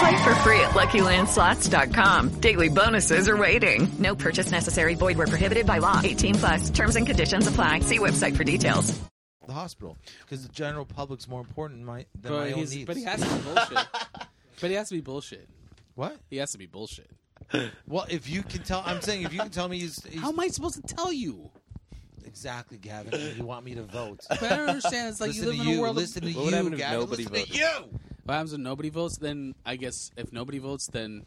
Speaker 13: Play for free at LuckyLandSlots.com. Daily bonuses are waiting. No purchase necessary. Void where prohibited by law. 18 plus terms and conditions apply. See website for details.
Speaker 3: The hospital because the general public's more important than my,
Speaker 5: but,
Speaker 3: than my own
Speaker 5: he's-
Speaker 3: needs.
Speaker 5: but he has to be
Speaker 3: *laughs*
Speaker 5: bullshit. but he has to be bullshit.
Speaker 3: What?
Speaker 5: He has to be bullshit.
Speaker 3: well, if you can tell, I'm saying if you can tell me, he's, he's
Speaker 5: How am I supposed to tell you?
Speaker 3: exactly Gavin. You want me to vote?
Speaker 5: But I don't understand. It's like
Speaker 3: Listen
Speaker 5: you live
Speaker 3: to
Speaker 5: in a world.
Speaker 3: Listen
Speaker 5: of,
Speaker 3: to you, Gavin. listen to you.
Speaker 5: What happens if nobody votes? Then I guess if nobody votes, then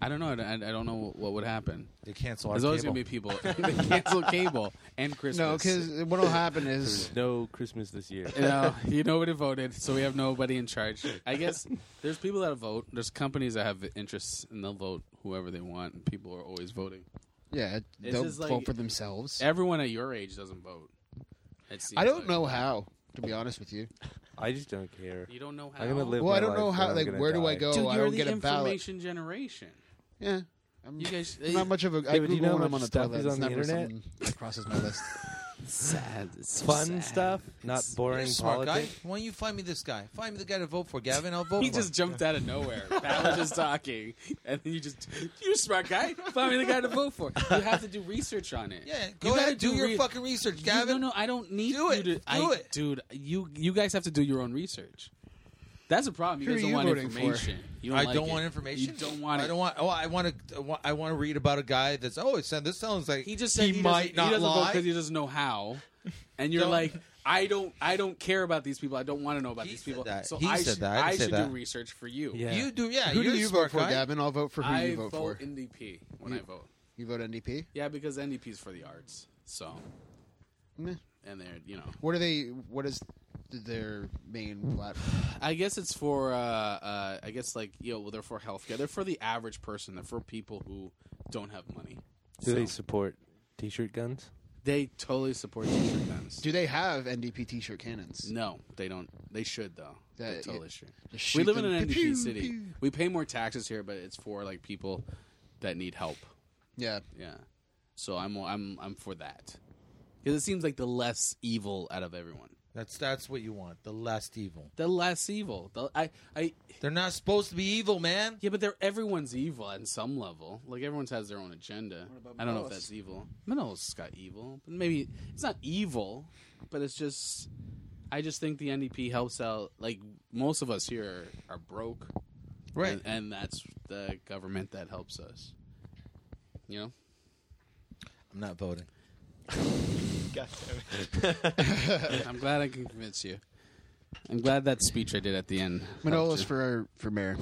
Speaker 5: I don't know. I, I don't know what would happen.
Speaker 3: They cancel.
Speaker 8: our
Speaker 5: There's always
Speaker 8: cable.
Speaker 5: gonna be people. *laughs* they cancel cable and Christmas.
Speaker 8: No, because what'll happen is
Speaker 5: *laughs*
Speaker 9: There's no Christmas this year.
Speaker 5: You know, you nobody voted, so we have nobody in charge. I guess there's people that vote. There's companies that have interests, and they'll vote whoever they want. And people are always voting.
Speaker 8: yeah,
Speaker 5: This
Speaker 8: they'll
Speaker 5: is like-
Speaker 8: vote for themselves.
Speaker 5: Everyone at your age doesn't vote. It seems
Speaker 8: I don't
Speaker 5: like.
Speaker 8: know how, to be honest with you.
Speaker 9: I just don't care.
Speaker 5: You don't know how.
Speaker 9: I'm gonna live.
Speaker 8: Well, I
Speaker 9: my
Speaker 8: don't know
Speaker 9: life
Speaker 8: how-
Speaker 9: and I'm
Speaker 8: like,
Speaker 9: gonna
Speaker 8: where do I
Speaker 9: die.
Speaker 8: go?
Speaker 5: Dude,
Speaker 8: I
Speaker 5: you're
Speaker 8: don't
Speaker 5: the
Speaker 8: get a ballot.
Speaker 5: information generation.
Speaker 8: Yeah, I'm,
Speaker 5: you guys.
Speaker 8: I'm not much of a.
Speaker 9: Yeah,
Speaker 8: I
Speaker 9: but
Speaker 8: Google
Speaker 9: do you know
Speaker 8: when I'm
Speaker 9: how
Speaker 8: on
Speaker 9: much
Speaker 8: the
Speaker 9: stuff
Speaker 8: toilet.
Speaker 9: is
Speaker 8: It's
Speaker 9: on the
Speaker 8: never
Speaker 9: internet?
Speaker 8: something that crosses my list.
Speaker 5: sad. It's so
Speaker 9: Fun
Speaker 5: sad.
Speaker 9: stuff, not
Speaker 5: It's-
Speaker 3: You're a
Speaker 9: boring
Speaker 3: smart guy.
Speaker 9: politics.
Speaker 3: Why don't you find me this guy? Find me the guy to vote for, Gavin. I'll vote.
Speaker 5: He
Speaker 3: for
Speaker 5: just
Speaker 3: him.
Speaker 5: jumped out of nowhere. Pat was just talking, and then you just you smart guy. *laughs* Find me the guy to vote for. You have to do research on it.
Speaker 3: Yeah,
Speaker 5: You
Speaker 3: go
Speaker 5: gotta
Speaker 3: ahead, do, your
Speaker 5: re-
Speaker 3: fucking research,
Speaker 5: You-
Speaker 3: Gavin.
Speaker 5: no, no, I don't need
Speaker 3: do
Speaker 5: you
Speaker 3: it.
Speaker 5: to
Speaker 3: do
Speaker 5: I-
Speaker 3: it.
Speaker 5: dude. You you guys have to do your own research. That's the problem. You
Speaker 3: Who
Speaker 5: guys
Speaker 3: are
Speaker 5: don't
Speaker 3: you
Speaker 5: want
Speaker 3: voting for?
Speaker 5: information. You
Speaker 3: I
Speaker 5: like
Speaker 3: don't
Speaker 5: it.
Speaker 3: want information.
Speaker 5: You don't want
Speaker 3: I
Speaker 5: it.
Speaker 3: don't want. Oh, I want to. I want to read about a guy that's. Oh, it sound- this sounds like
Speaker 5: He just said he,
Speaker 3: might
Speaker 5: doesn't,
Speaker 3: not
Speaker 5: he doesn't vote
Speaker 3: lie.
Speaker 5: because he doesn't know how. And you're
Speaker 3: Don't-
Speaker 5: like, I don't, I don't care about these people. I don't want to know about these people.
Speaker 3: that.
Speaker 5: So
Speaker 3: He
Speaker 5: I,
Speaker 3: said
Speaker 5: should-
Speaker 3: that. I
Speaker 5: I
Speaker 3: didn't say
Speaker 5: should
Speaker 3: that.
Speaker 5: do research for you.
Speaker 3: Yeah. You do- yeah,
Speaker 8: Who do
Speaker 5: you're a
Speaker 8: you
Speaker 5: smart
Speaker 8: vote for,
Speaker 5: guy.
Speaker 8: Gavin? I'll vote for who
Speaker 5: I
Speaker 8: you vote, for.
Speaker 5: NDP when I
Speaker 8: You-
Speaker 5: vote.
Speaker 8: You vote NDP.
Speaker 5: Yeah, because NDP is for the arts. So,
Speaker 8: Meh.
Speaker 5: and they're you know,
Speaker 8: What are they? What is their main platform?
Speaker 5: I guess it's for uh, uh, I guess like you know, well, they're for healthcare. They're for the average person. They're for people who don't have money.
Speaker 9: *laughs* Do they
Speaker 5: So
Speaker 9: support t-shirt guns?
Speaker 5: they totally support t-shirt guns.
Speaker 8: Do they have NDP T-shirt cannons?
Speaker 5: No, they don't. They should though.
Speaker 8: That-
Speaker 5: they totally
Speaker 8: yeah.
Speaker 5: should.
Speaker 8: Just
Speaker 5: We
Speaker 8: shoot
Speaker 5: live in
Speaker 8: them.
Speaker 5: an NDP
Speaker 8: Pew, pew,
Speaker 5: city.
Speaker 8: pew.
Speaker 5: We pay more taxes here, but it's for like people that need help.
Speaker 8: Yeah.
Speaker 5: Yeah. So I'm I'm I'm for that because it seems like the less evil out of everyone.
Speaker 3: That's that's what you want. The less evil.
Speaker 5: The less evil. The, I I.
Speaker 3: They're not supposed to be evil, man.
Speaker 5: Yeah, but they're everyone's evil at some level. Like everyone's has their own agenda. I don't know if
Speaker 14: Manolis?
Speaker 5: that's evil. Manolis got evil, but maybe it's not evil, but it's just. I just think the NDP helps out. Like most of us here are broke,
Speaker 3: Right.
Speaker 5: And, and that's the government that helps us. You know.
Speaker 3: I'm not *laughs* voting.
Speaker 5: God
Speaker 8: *laughs*
Speaker 5: I'm glad I can convince you. I'm glad that speech I did at the end.
Speaker 8: Manolis for for mayor.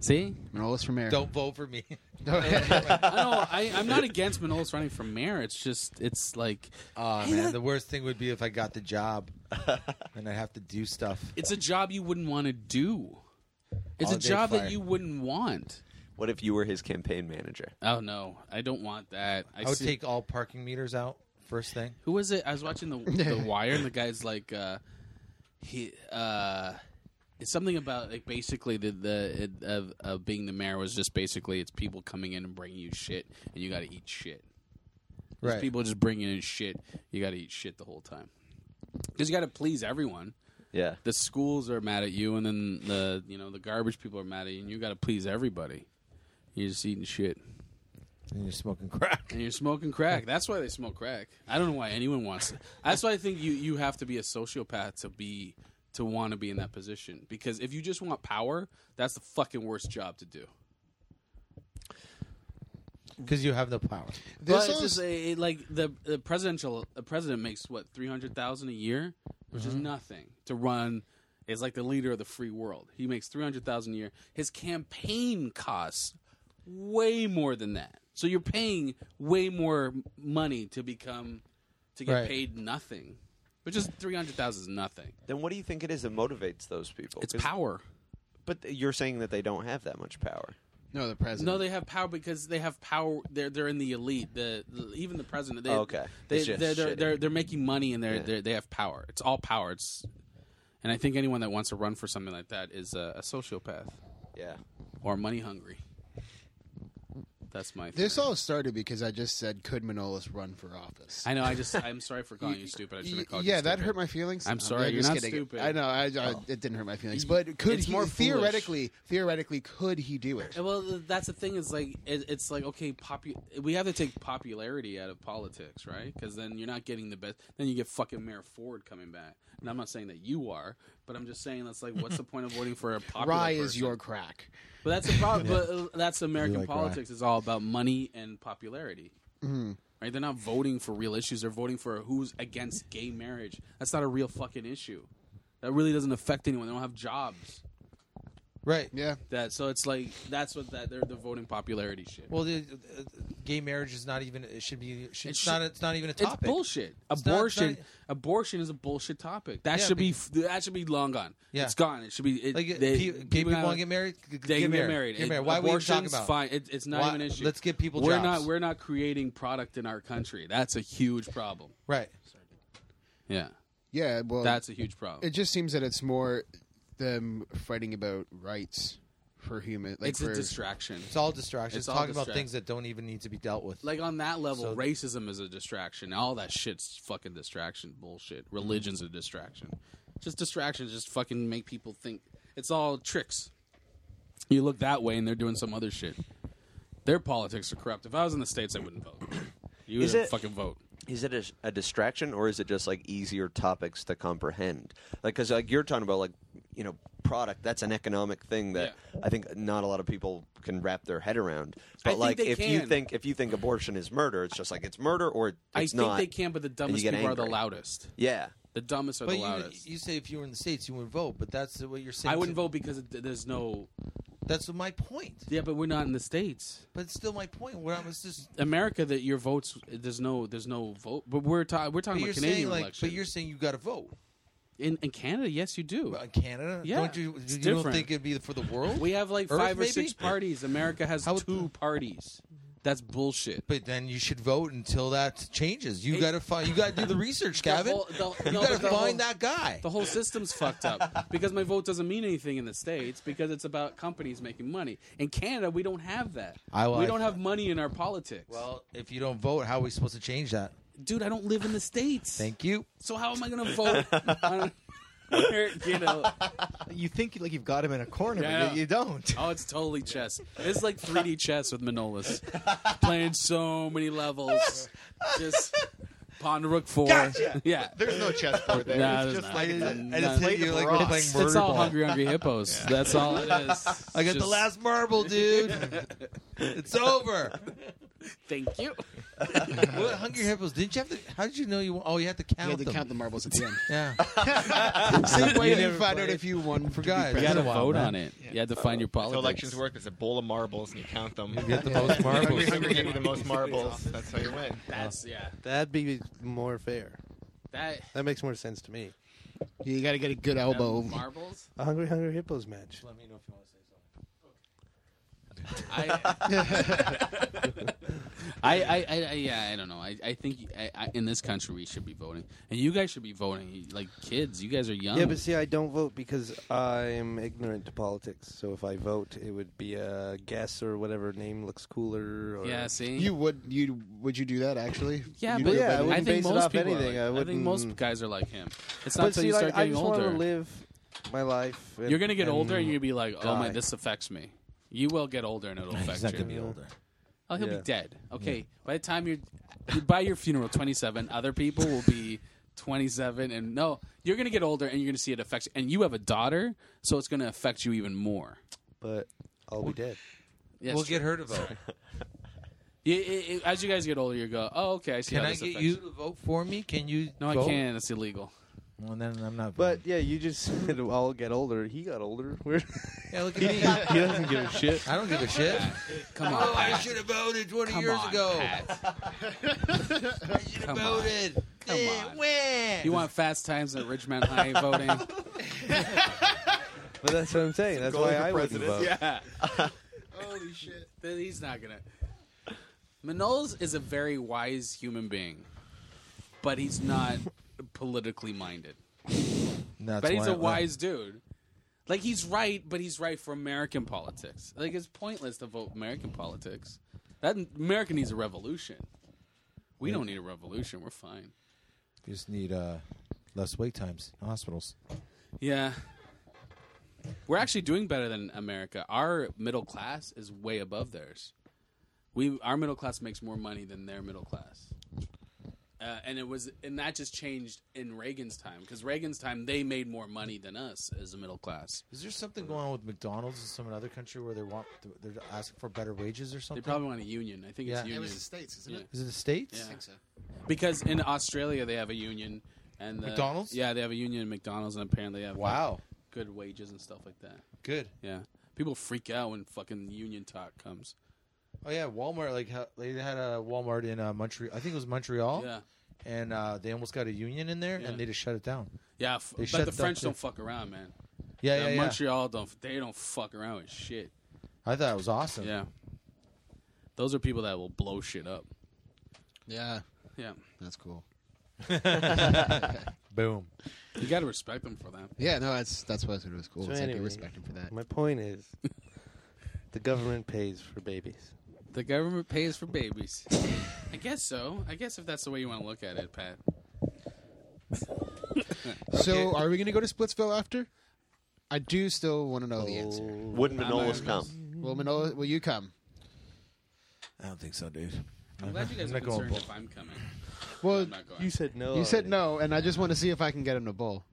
Speaker 5: See,
Speaker 8: Manolis for mayor.
Speaker 3: Don't vote for *laughs* me.
Speaker 5: *laughs* I know, I, I'm not against Manolis running for mayor. It's just, it's like,
Speaker 3: oh man, the worst thing would be if I got the *laughs* job and I have to do stuff.
Speaker 5: it's a job you wouldn't want to do. It's a
Speaker 3: All-day
Speaker 5: job
Speaker 3: fire.
Speaker 5: that you wouldn't want.
Speaker 11: What if you were his campaign manager?
Speaker 5: Oh no, I don't want that.
Speaker 3: I, would
Speaker 5: see-
Speaker 3: take all parking meters out first thing.
Speaker 5: Who was it? I was watching the the
Speaker 11: *laughs*
Speaker 5: Wire, and the guy's like, uh, he, uh, it's something about like basically the the it, of, of being the mayor was just basically it's people coming in and bringing you shit, and you got to eat shit. There's
Speaker 11: Right.
Speaker 5: People just bringing in shit. You got to eat shit the whole time because you got to please everyone.
Speaker 11: Yeah.
Speaker 5: The schools are mad at you, and then the you know the garbage people are mad at you, and you got to please everybody. You're just eating shit.
Speaker 3: And you're smoking *laughs* crack.
Speaker 5: And you're smoking crack. That's why they smoke crack. I don't know why anyone wants it. That's why I think you, you have to be a sociopath to be to want to be in that position. Because if you just want power, that's the fucking worst job to do.
Speaker 3: Because you have no power.
Speaker 5: This but it's just, eh, eh, like the, the presidential the president makes what three hundred thousand a year, which is
Speaker 14: Mhm.
Speaker 5: nothing to run. Is like the leader of the free world. He makes three hundred thousand a year. His campaign costs way more than that. So you're paying way more money to become to get
Speaker 11: Right.
Speaker 5: paid nothing, which is three hundred thousand is nothing.
Speaker 11: Then what do you think it is that motivates those people? It's
Speaker 5: power.
Speaker 11: But th- you're saying that they don't have that much power.
Speaker 8: No, the president.
Speaker 5: No, they have power because they have power. They're they're in the elite. The, the- even the president. They,
Speaker 11: Oh, okay.
Speaker 5: They
Speaker 11: It's just
Speaker 5: they're, they're,
Speaker 11: shitty.
Speaker 5: they're they're making money and they're,
Speaker 11: Yeah.
Speaker 5: they're they have power. It's all power. It's and I think anyone that wants to run for something like that is a, a sociopath.
Speaker 11: Yeah.
Speaker 5: Or money hungry. That's my. Thing.
Speaker 8: This all started because I just said, "Could Manolis run for office?"
Speaker 5: I know. I just.
Speaker 8: *laughs*
Speaker 5: I'm sorry for calling you stupid. I should
Speaker 8: Y-
Speaker 5: have called you.
Speaker 8: yeah, that
Speaker 5: stupid.
Speaker 8: hurt my feelings.
Speaker 5: I'm
Speaker 8: No,
Speaker 5: sorry.
Speaker 8: I'm
Speaker 5: you're
Speaker 8: just
Speaker 5: not
Speaker 8: kidding.
Speaker 5: stupid. Oh.
Speaker 8: I know. I, I, It didn't hurt my feelings, but could
Speaker 5: It's
Speaker 8: he
Speaker 5: more foolish.
Speaker 8: theoretically? Theoretically, could he do it?
Speaker 5: Yeah, Well, that's the thing. Is like it, it's like okay, popu- we have to take popularity out of politics, right? Because then you're not getting the best. Then you get fucking Mayor Ford coming back, and I'm not saying that you are, but I'm just saying that's like, what's the point of voting for
Speaker 8: *laughs*
Speaker 5: a popular?
Speaker 8: Rye is
Speaker 5: person?
Speaker 8: your crack.
Speaker 5: But that's the problem.
Speaker 8: *laughs* Yeah.
Speaker 5: But uh, that's American
Speaker 8: like rye.
Speaker 5: politics. It's all about money and popularity.
Speaker 8: Mhm.
Speaker 5: Right? They're not voting for real issues. They're voting for who's against gay marriage. That's not a real fucking issue. That really doesn't affect anyone. They don't have jobs.
Speaker 3: Right.
Speaker 8: Yeah.
Speaker 5: That so it's like that's what that they're, they're voting popularity shit.
Speaker 3: Well, the, uh, gay marriage is not even. It should be. It should, it's
Speaker 5: should-
Speaker 3: not. It's not even a topic.
Speaker 5: It's bullshit.
Speaker 3: It's not- it's
Speaker 5: abortion.
Speaker 3: not-
Speaker 5: abortion is a bullshit topic. That
Speaker 3: Yeah,
Speaker 5: should be. f- That should be long gone.
Speaker 3: Yeah.
Speaker 5: It's gone. It should be. It,
Speaker 3: Like, uh,
Speaker 5: they-
Speaker 3: pe- gay people
Speaker 5: gotta-
Speaker 3: wanna get married?
Speaker 5: They
Speaker 3: G- get
Speaker 5: can get
Speaker 3: married.
Speaker 5: married.
Speaker 3: Get
Speaker 5: It-
Speaker 3: married. Why are we even talking
Speaker 5: abortion's
Speaker 3: about it?
Speaker 5: Fine. It- it's not
Speaker 3: Why-
Speaker 5: even an issue.
Speaker 3: let's give people
Speaker 5: We're
Speaker 3: jobs.
Speaker 5: not. We're not creating product in our country. That's a huge problem.
Speaker 3: Right.
Speaker 5: Yeah.
Speaker 8: Yeah, well,
Speaker 5: That's a huge problem.
Speaker 8: It just seems that it's more them fighting about rights for human. Like
Speaker 5: It's a
Speaker 8: for-
Speaker 5: distraction.
Speaker 3: It's all distractions.
Speaker 5: It's all
Speaker 3: talking about
Speaker 5: distract-
Speaker 3: things that don't even need to be dealt with.
Speaker 5: Like on that level,
Speaker 3: So-
Speaker 5: racism is a distraction. All that shit's fucking distraction bullshit. Religion's a distraction. Just distractions just fucking make people think it's all tricks. You look that way and they're doing some other shit. Their politics are corrupt. If I was in the States I wouldn't vote. You
Speaker 11: Is
Speaker 5: would
Speaker 11: it-
Speaker 5: fucking vote.
Speaker 11: Is it a, a distraction or is it just like easier topics to comprehend? Like, because like you're talking about like you know product. That's an economic thing that I think not a lot of people can wrap their head around.
Speaker 5: I
Speaker 11: But
Speaker 5: think
Speaker 11: like,
Speaker 5: they
Speaker 11: if you
Speaker 5: can.
Speaker 11: think if you think abortion is murder, it's just like it's murder or it's
Speaker 5: I think
Speaker 11: not.
Speaker 5: they can, but the
Speaker 11: and you
Speaker 5: dumbest
Speaker 11: get
Speaker 5: people are the
Speaker 11: angry.
Speaker 5: loudest.
Speaker 11: Yeah.
Speaker 5: The dumbest are
Speaker 3: But
Speaker 5: the
Speaker 3: you,
Speaker 5: loudest.
Speaker 3: you say if you were in the states, you wouldn't vote. But that's what you're saying.
Speaker 5: I wouldn't
Speaker 3: to-
Speaker 5: vote because it, there's no.
Speaker 3: That's my point.
Speaker 5: Yeah, but we're not in the states.
Speaker 3: But it's still my point. Where I was just
Speaker 5: America, that your votes there's no there's no vote. But we're talking we're talking about
Speaker 3: But you're
Speaker 5: Canadian
Speaker 3: saying, like-
Speaker 5: election.
Speaker 3: But you're saying you got to vote.
Speaker 5: in, in Canada, yes, you do.
Speaker 3: in Canada,
Speaker 5: yeah,
Speaker 3: Don't you?
Speaker 5: It's
Speaker 3: you don't
Speaker 5: different.
Speaker 3: think it'd be for the world?
Speaker 5: We have like
Speaker 3: Earth,
Speaker 5: five or
Speaker 3: maybe?
Speaker 5: six parties. America has two parties. That's bullshit.
Speaker 3: But then you should vote until that changes. You got to find. You got to do the research, Gavin.
Speaker 5: whole- *laughs* the-
Speaker 3: you
Speaker 5: no,
Speaker 3: got to
Speaker 5: but the
Speaker 3: find
Speaker 5: whole-
Speaker 3: that guy.
Speaker 5: The whole system's fucked
Speaker 3: *laughs*
Speaker 5: up because my vote doesn't mean anything in the states because it's about companies making money. In Canada, we don't have that.
Speaker 3: I- well,
Speaker 5: we
Speaker 3: I-
Speaker 5: don't have money in our politics.
Speaker 3: Well, if you don't vote, how are we supposed to change that?
Speaker 5: dude, I don't live in the states.
Speaker 3: Thank you.
Speaker 5: So how am I going to
Speaker 3: *laughs*
Speaker 5: vote? on- *laughs* you know,
Speaker 10: You think like you've got him in a corner,
Speaker 5: Yeah, I
Speaker 10: but
Speaker 5: know.
Speaker 10: you, you don't.
Speaker 5: Oh, it's totally chess. It's like 3D chess with Manolis, playing so many levels. Just pawn to rook four.
Speaker 10: Gotcha.
Speaker 5: *laughs* Yeah,
Speaker 10: There's no chessboard there.
Speaker 5: Nah,
Speaker 10: It's
Speaker 5: there's
Speaker 10: just
Speaker 5: not.
Speaker 10: like- I
Speaker 3: just hit you like we're playing
Speaker 5: It's- It's
Speaker 3: murder
Speaker 5: all
Speaker 3: ball.
Speaker 5: hungry, hungry hippos. That's all
Speaker 3: *laughs*
Speaker 5: it is.
Speaker 3: I got the
Speaker 5: Just-
Speaker 3: last marble, dude.
Speaker 5: *laughs*
Speaker 3: it's over.
Speaker 5: Thank you.
Speaker 3: *laughs* what hungry hippos? Didn't you have to? How did you know you? Oh, you had to count.
Speaker 8: had to
Speaker 3: them.
Speaker 8: count the marbles at the end.
Speaker 3: *laughs*
Speaker 8: *laughs*
Speaker 3: yeah.
Speaker 8: Same way you,
Speaker 3: never
Speaker 8: find out
Speaker 3: played.
Speaker 8: if you won.
Speaker 3: Forgot.
Speaker 5: You got to vote on it.
Speaker 10: Yeah.
Speaker 5: You had to find your
Speaker 10: That's how
Speaker 5: politics.
Speaker 10: elections work. There's a bowl of marbles and you count them. You *laughs*
Speaker 3: get the most marbles.
Speaker 10: Hungry, hungry, give me the most marbles. That's how you win.
Speaker 5: That's
Speaker 10: Oh.
Speaker 5: yeah.
Speaker 9: That'd be more fair.
Speaker 5: That
Speaker 9: That makes more sense to me.
Speaker 8: You got to get a good elbow.
Speaker 5: marbles.
Speaker 9: A hungry, hungry hippos match.
Speaker 3: Let me know if you want to say something.
Speaker 9: *laughs*
Speaker 5: I, *laughs* I, I, I, yeah, I don't know. I, I think I, I, in this country we should be voting, and you guys should be voting. Like kids, you guys are young.
Speaker 9: Yeah, but see, I don't vote because I'm ignorant to politics. So if I vote, it would be a guess or whatever name looks cooler. Or
Speaker 8: You would you would you do that actually?
Speaker 5: yeah,
Speaker 8: You'd
Speaker 5: but
Speaker 8: do it by
Speaker 5: I,
Speaker 8: the-
Speaker 5: think most people are like- I, think most guys are like him. It's not
Speaker 9: But
Speaker 5: until
Speaker 9: see,
Speaker 5: you
Speaker 9: like,
Speaker 5: start
Speaker 9: I
Speaker 5: getting
Speaker 9: just
Speaker 5: older.
Speaker 9: want to live my life. and-
Speaker 5: you're gonna get
Speaker 9: and
Speaker 5: older, and you're gonna be like, "Oh my,
Speaker 9: die.
Speaker 5: this affects me." You will get older, and it'll affect
Speaker 3: *laughs* He's not
Speaker 5: you.
Speaker 3: gonna be older.
Speaker 5: Oh, he'll
Speaker 3: Yeah.
Speaker 5: be dead. Okay. By the time you're by your funeral, 27, other people will be 27, and no, you're gonna get older, and you're gonna see it affects. And you have a daughter, so it's gonna affect you even more.
Speaker 9: But oh, I'll be dead.
Speaker 5: Yes,
Speaker 3: we'll
Speaker 5: true.
Speaker 3: get her to vote.
Speaker 5: *laughs* You- you- you- as you guys get older, you go, "Oh, okay, I see."
Speaker 3: Can
Speaker 5: how
Speaker 3: I
Speaker 5: this
Speaker 3: get
Speaker 5: affects
Speaker 3: you to vote for me? Can you?
Speaker 5: No,
Speaker 3: vote?
Speaker 5: I can't. It's illegal.
Speaker 3: Well, then I'm not.
Speaker 9: But yeah, you just *laughs* said I'll get older. He got older. *laughs* We're
Speaker 3: Yeah, look at
Speaker 9: *laughs* he,
Speaker 3: me.
Speaker 9: he doesn't give a shit.
Speaker 3: I don't give a shit.
Speaker 5: Come on,
Speaker 3: Oh, I
Speaker 5: Pat.
Speaker 3: should have voted 20
Speaker 5: Come
Speaker 3: years
Speaker 5: on,
Speaker 3: ago.
Speaker 5: Pat.
Speaker 3: I should have
Speaker 5: Come on.
Speaker 3: voted.
Speaker 5: Come
Speaker 3: Eh,
Speaker 5: on.
Speaker 3: wah.
Speaker 5: You want fast times at Richmond
Speaker 3: *laughs*
Speaker 5: High voting?
Speaker 9: But that's what I'm saying. That's
Speaker 5: goal
Speaker 9: why
Speaker 5: for
Speaker 9: I wouldn't
Speaker 5: president.
Speaker 9: vote. *laughs*
Speaker 5: Yeah. Holy shit. Then he's not gonna. Manolis is a very wise human being, but he's
Speaker 3: *laughs*
Speaker 5: not politically minded.
Speaker 3: That's
Speaker 5: but he's
Speaker 3: why
Speaker 5: a
Speaker 3: I-
Speaker 5: wise dude. Like he's right, but he's right for American politics. Like it's pointless to vote American politics. That America needs a revolution. We don't need a revolution. We're fine.
Speaker 3: You just need uh, less wait times in hospitals.
Speaker 5: Yeah. We're actually doing better than America. Our middle class is way above theirs. We our middle class makes more money than their middle class. Uh, and it was and that just changed in Reagan's time cuz Reagan's time they made more money than us as a middle class.
Speaker 3: Is there something going on with McDonald's in some other country where they want they're asking for better wages or
Speaker 5: They
Speaker 3: something?
Speaker 5: probably want a union. I think
Speaker 3: Yeah.
Speaker 5: it's union.
Speaker 3: It was
Speaker 8: the States, isn't it?
Speaker 3: Is it the states?
Speaker 5: Yeah.
Speaker 8: I think so.
Speaker 5: Because in Australia they have a union and the-
Speaker 3: McDonald's?
Speaker 5: Yeah, they have a union in McDonald's and apparently they have like,
Speaker 3: Wow.
Speaker 5: good wages and stuff like that.
Speaker 3: Good.
Speaker 5: Yeah. People freak out when fucking union talk comes.
Speaker 3: Oh yeah, Walmart. Like how, they had a Walmart in uh, Montreal. I think it was Montreal.
Speaker 5: Yeah.
Speaker 3: And uh, they almost got a union in there,
Speaker 5: Yeah.
Speaker 3: and they just shut it down.
Speaker 5: Yeah, f-
Speaker 3: They
Speaker 5: but
Speaker 3: shut
Speaker 5: the
Speaker 3: down
Speaker 5: French
Speaker 3: too.
Speaker 5: don't fuck around, man.
Speaker 3: Yeah,
Speaker 5: The
Speaker 3: yeah, yeah.
Speaker 5: Montreal don't. They don't fuck around with shit.
Speaker 3: I thought it was awesome.
Speaker 5: Yeah, those are people that will blow shit up.
Speaker 8: Yeah,
Speaker 5: Yeah,
Speaker 8: that's cool.
Speaker 3: *laughs* Boom.
Speaker 5: you got to respect them for that.
Speaker 8: Yeah, no, that's that's what I thought it was cool.
Speaker 9: So
Speaker 8: it's like
Speaker 9: anyway,
Speaker 8: you respect him for that.
Speaker 9: My point is, *laughs* the government pays for babies.
Speaker 5: The government pays for babies. I guess so. I guess if that's the way you want to look at it, Pat.
Speaker 8: So, are we going to go to Splitsville after? I do still want to know
Speaker 9: Oh.
Speaker 8: the answer.
Speaker 11: Would Manolis come?
Speaker 8: Will Manolis? Will you come?
Speaker 3: I don't think so, dude.
Speaker 5: I'm glad you guys
Speaker 3: *laughs* I'm
Speaker 5: are
Speaker 3: not going
Speaker 5: concerned
Speaker 3: bowl.
Speaker 5: if I'm coming.
Speaker 8: Well,
Speaker 5: I'm not going.
Speaker 9: You said no.
Speaker 8: you said no, and I just want to see if I can get him to bowl.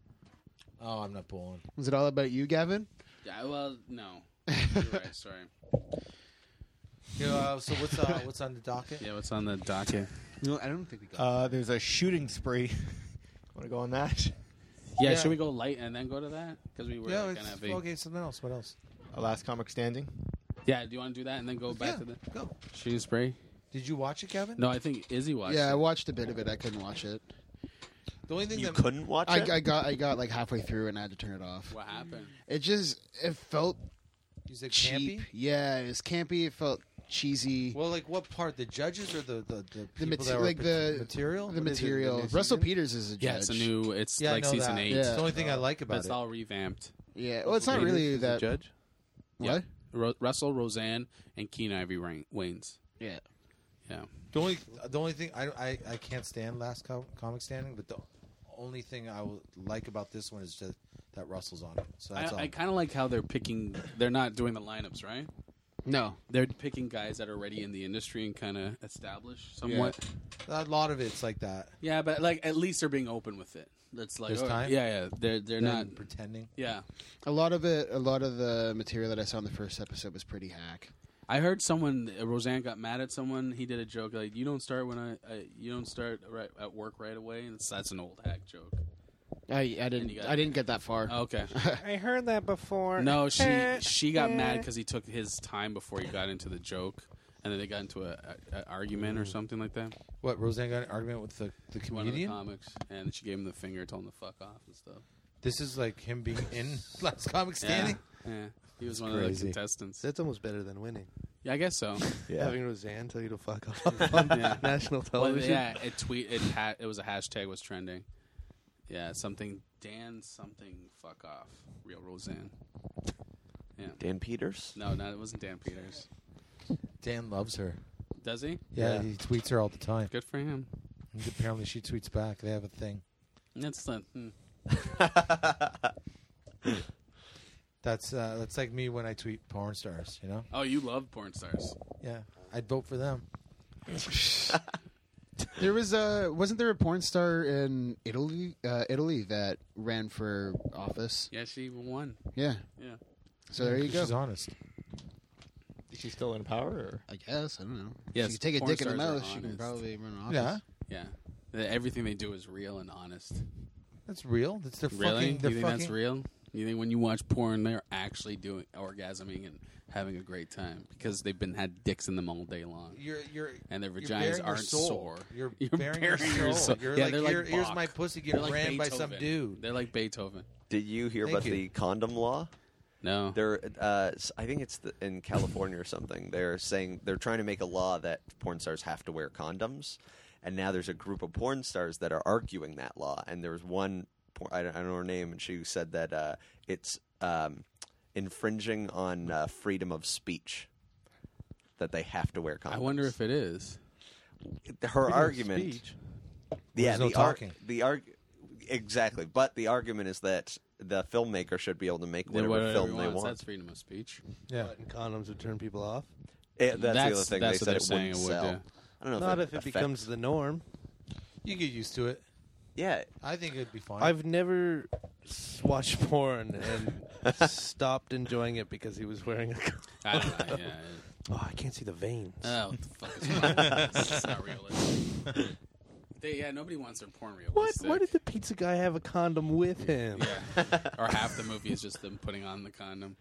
Speaker 3: Oh, I'm not pulling.
Speaker 8: Was it all about you, Gavin?
Speaker 5: Yeah, well, *laughs* no. You're right, sorry.
Speaker 3: Yeah, uh, so what's
Speaker 8: *laughs*
Speaker 5: *laughs*
Speaker 3: uh, what's on the docket?
Speaker 5: Yeah, what's on the docket?
Speaker 8: No, I don't think we
Speaker 10: Uh, there's a shooting spree. *laughs* Want to go on that?
Speaker 5: Yeah, should we go light and then go to that? Because we were
Speaker 10: Yeah,
Speaker 5: like,
Speaker 10: it's-
Speaker 5: gonna have a-
Speaker 3: Okay, something else. What else?
Speaker 10: A last comic standing.
Speaker 5: Yeah, do you want to do that and then go back to the
Speaker 3: go
Speaker 5: shooting spree?
Speaker 3: Did you watch it, Gavin?
Speaker 5: No, I think Izzy watched.
Speaker 8: yeah, I
Speaker 5: it.
Speaker 8: watched a bit of it. I couldn't watch it.
Speaker 3: The only thing
Speaker 5: You that- couldn't watch
Speaker 8: I,
Speaker 5: it?
Speaker 8: I got I got like halfway through and I had to turn it off.
Speaker 5: What happened?
Speaker 8: It just it felt
Speaker 3: You said
Speaker 8: cheap.
Speaker 3: campy?
Speaker 8: Yeah, it was campy. It felt cheesy.
Speaker 3: Well, like what part? The judges or the the the,
Speaker 8: The
Speaker 3: people
Speaker 8: mate-
Speaker 3: that were
Speaker 8: like
Speaker 3: pat-
Speaker 8: the
Speaker 3: material?
Speaker 8: the
Speaker 3: What is it,
Speaker 8: material.
Speaker 3: new
Speaker 8: Russell
Speaker 3: season?
Speaker 8: Peters is a judge.
Speaker 5: Yeah, it's a new. It's
Speaker 3: Yeah, I
Speaker 5: like
Speaker 3: know
Speaker 5: season
Speaker 3: that.
Speaker 5: eight.
Speaker 8: Yeah.
Speaker 3: It's the only thing I like
Speaker 5: But
Speaker 3: about
Speaker 5: it's
Speaker 3: it.
Speaker 5: all revamped.
Speaker 8: Yeah, well, it's not really
Speaker 5: Is the
Speaker 8: that-
Speaker 5: judge.
Speaker 8: What?
Speaker 5: Yeah. Ro- Russell, Roseanne, and Keen Ivy Rain- Waynes.
Speaker 8: Yeah.
Speaker 5: Yeah.
Speaker 3: The only the only thing I I, I can't stand last com- comic standing, but the only thing I would like about this one is just that Russell's on it. So that's all.
Speaker 5: I, I kind of like how they're picking. They're not doing the lineups, right?
Speaker 8: No,
Speaker 5: they're picking guys that are already in the industry and kind of established somewhat.
Speaker 3: Yeah. A lot of it's like that.
Speaker 5: Yeah. but like at least they're being open with it. That's like
Speaker 3: There's
Speaker 5: oh,
Speaker 3: time?
Speaker 5: Yeah, yeah. They're they're
Speaker 3: Then
Speaker 5: not
Speaker 3: pretending.
Speaker 5: Yeah.
Speaker 8: A lot of it, a lot of the material that I saw in the first episode was pretty hack.
Speaker 5: I heard someone uh, Roseanne got mad at someone. He did a joke like, "You don't start when I, I you don't start right at work right away." And it's, that's an old hack joke.
Speaker 8: I, I didn't, I didn't get that far.
Speaker 3: *laughs*
Speaker 5: Okay.
Speaker 9: I heard that before. Eh,
Speaker 5: No,
Speaker 9: *laughs*
Speaker 5: she she got mad because he took his time before he got into the joke, and then they got into a, a, a argument or something like that.
Speaker 3: What Roseanne got in an argument with the the
Speaker 5: One of the
Speaker 3: comedian?
Speaker 5: comics, and she gave him the finger, told him to fuck off and stuff.
Speaker 3: This is like him being in last comic
Speaker 5: Yeah.
Speaker 3: standing.
Speaker 5: Yeah, he was one of the contestants.
Speaker 9: That's almost better than winning.
Speaker 5: Yeah, I guess so.
Speaker 9: Having Roseanne tell you to fuck off on *laughs* national
Speaker 5: Well,
Speaker 9: television.
Speaker 5: yeah, it tweet it ha- it was a hashtag was trending. Yeah, something Dan something fuck off real Roseanne. Yeah.
Speaker 11: Dan Peters?
Speaker 5: No, no, it wasn't Dan Peters.
Speaker 3: *laughs* Dan loves her.
Speaker 5: Does he?
Speaker 3: Yeah, he tweets her all the time.
Speaker 5: Good for him.
Speaker 3: And apparently, she tweets back. They have a thing.
Speaker 5: That's not. hmm.
Speaker 3: That's uh, that's like me when I tweet porn stars. You know,
Speaker 5: Oh, you love porn stars.
Speaker 3: yeah, I'd vote for *laughs* them.
Speaker 8: There was a, wasn't there a porn star in Italy, uh, Italy that ran for office?
Speaker 5: Yeah, she won.
Speaker 8: Yeah.
Speaker 5: Yeah.
Speaker 8: So there you go.
Speaker 3: She's honest.
Speaker 10: Is she still in power? Or?
Speaker 8: I guess I don't know.
Speaker 5: Yes,
Speaker 8: if you take a
Speaker 5: porn
Speaker 8: dick in the
Speaker 5: stars are
Speaker 8: mouth, you can
Speaker 5: honest.
Speaker 8: probably run an office.
Speaker 3: Yeah.
Speaker 5: Yeah. The- Everything they do is real and honest.
Speaker 3: That's real. That's their
Speaker 5: Really?
Speaker 3: fucking. Their
Speaker 5: you think
Speaker 3: fucking
Speaker 5: that's real? You think when you watch porn, they're actually doing orgasming and having a great time because they've been had dicks in them all day long.
Speaker 3: You're, you're,
Speaker 5: and their
Speaker 3: you're
Speaker 5: vaginas
Speaker 3: bearing your
Speaker 5: aren't
Speaker 3: soul.
Speaker 5: sore. *laughs*
Speaker 3: You're, bearing, your soul. You're
Speaker 5: yeah,
Speaker 3: like,
Speaker 5: they're like
Speaker 3: here- here's
Speaker 5: Bach.
Speaker 3: my pussy
Speaker 5: They're
Speaker 3: getting
Speaker 5: like
Speaker 3: ran by some
Speaker 5: Beethoven.
Speaker 3: dude.
Speaker 5: They're like Beethoven.
Speaker 11: Did you hear
Speaker 3: Thank
Speaker 11: about
Speaker 3: you.
Speaker 11: the condom law?
Speaker 5: No.
Speaker 11: They're, uh, s- I think it's the, in California or something. They're saying they're trying to make a law that porn stars have to wear condoms, and now there's a group of porn stars that are arguing that law. And there was one, por- I don't I don't know her name, and she said that uh, it's um, infringing on uh, freedom of speech that they have to wear condoms.
Speaker 5: I wonder if it is.
Speaker 11: her argument. Yeah,
Speaker 3: There's no
Speaker 11: the ar-
Speaker 3: talking.
Speaker 11: the arg- exactly. But the argument is that the filmmaker should be able to make whatever,
Speaker 5: whatever
Speaker 11: film
Speaker 5: he
Speaker 11: they
Speaker 5: wants,
Speaker 11: want.
Speaker 5: That's freedom of speech.
Speaker 3: Yeah.
Speaker 9: And condoms would turn people off.
Speaker 11: Eh, that's, the other
Speaker 5: That's-
Speaker 11: thing
Speaker 5: that's what
Speaker 11: they said
Speaker 5: they're
Speaker 11: it
Speaker 5: saying
Speaker 11: wouldn't
Speaker 5: it would
Speaker 11: sell.
Speaker 5: do.
Speaker 11: I don't know.
Speaker 9: Not
Speaker 11: if,
Speaker 9: if it becomes the norm.
Speaker 3: You get used to it.
Speaker 11: Yeah,
Speaker 3: I think it'd be fine.
Speaker 9: I've never s- watched *laughs* porn and stopped enjoying it because he was wearing a condom.
Speaker 5: I don't know, yeah.
Speaker 9: *laughs* Oh, I can't see the veins.
Speaker 5: Oh, what the fuck is
Speaker 11: *laughs*
Speaker 5: wrong? That's not
Speaker 9: *laughs*
Speaker 5: realistic. They, yeah, nobody wants their porn
Speaker 9: What?
Speaker 5: realistic.
Speaker 9: Why did the pizza guy have a condom with him? *laughs*
Speaker 5: Yeah. or half the movie is just them putting on the
Speaker 11: *laughs*
Speaker 5: condom.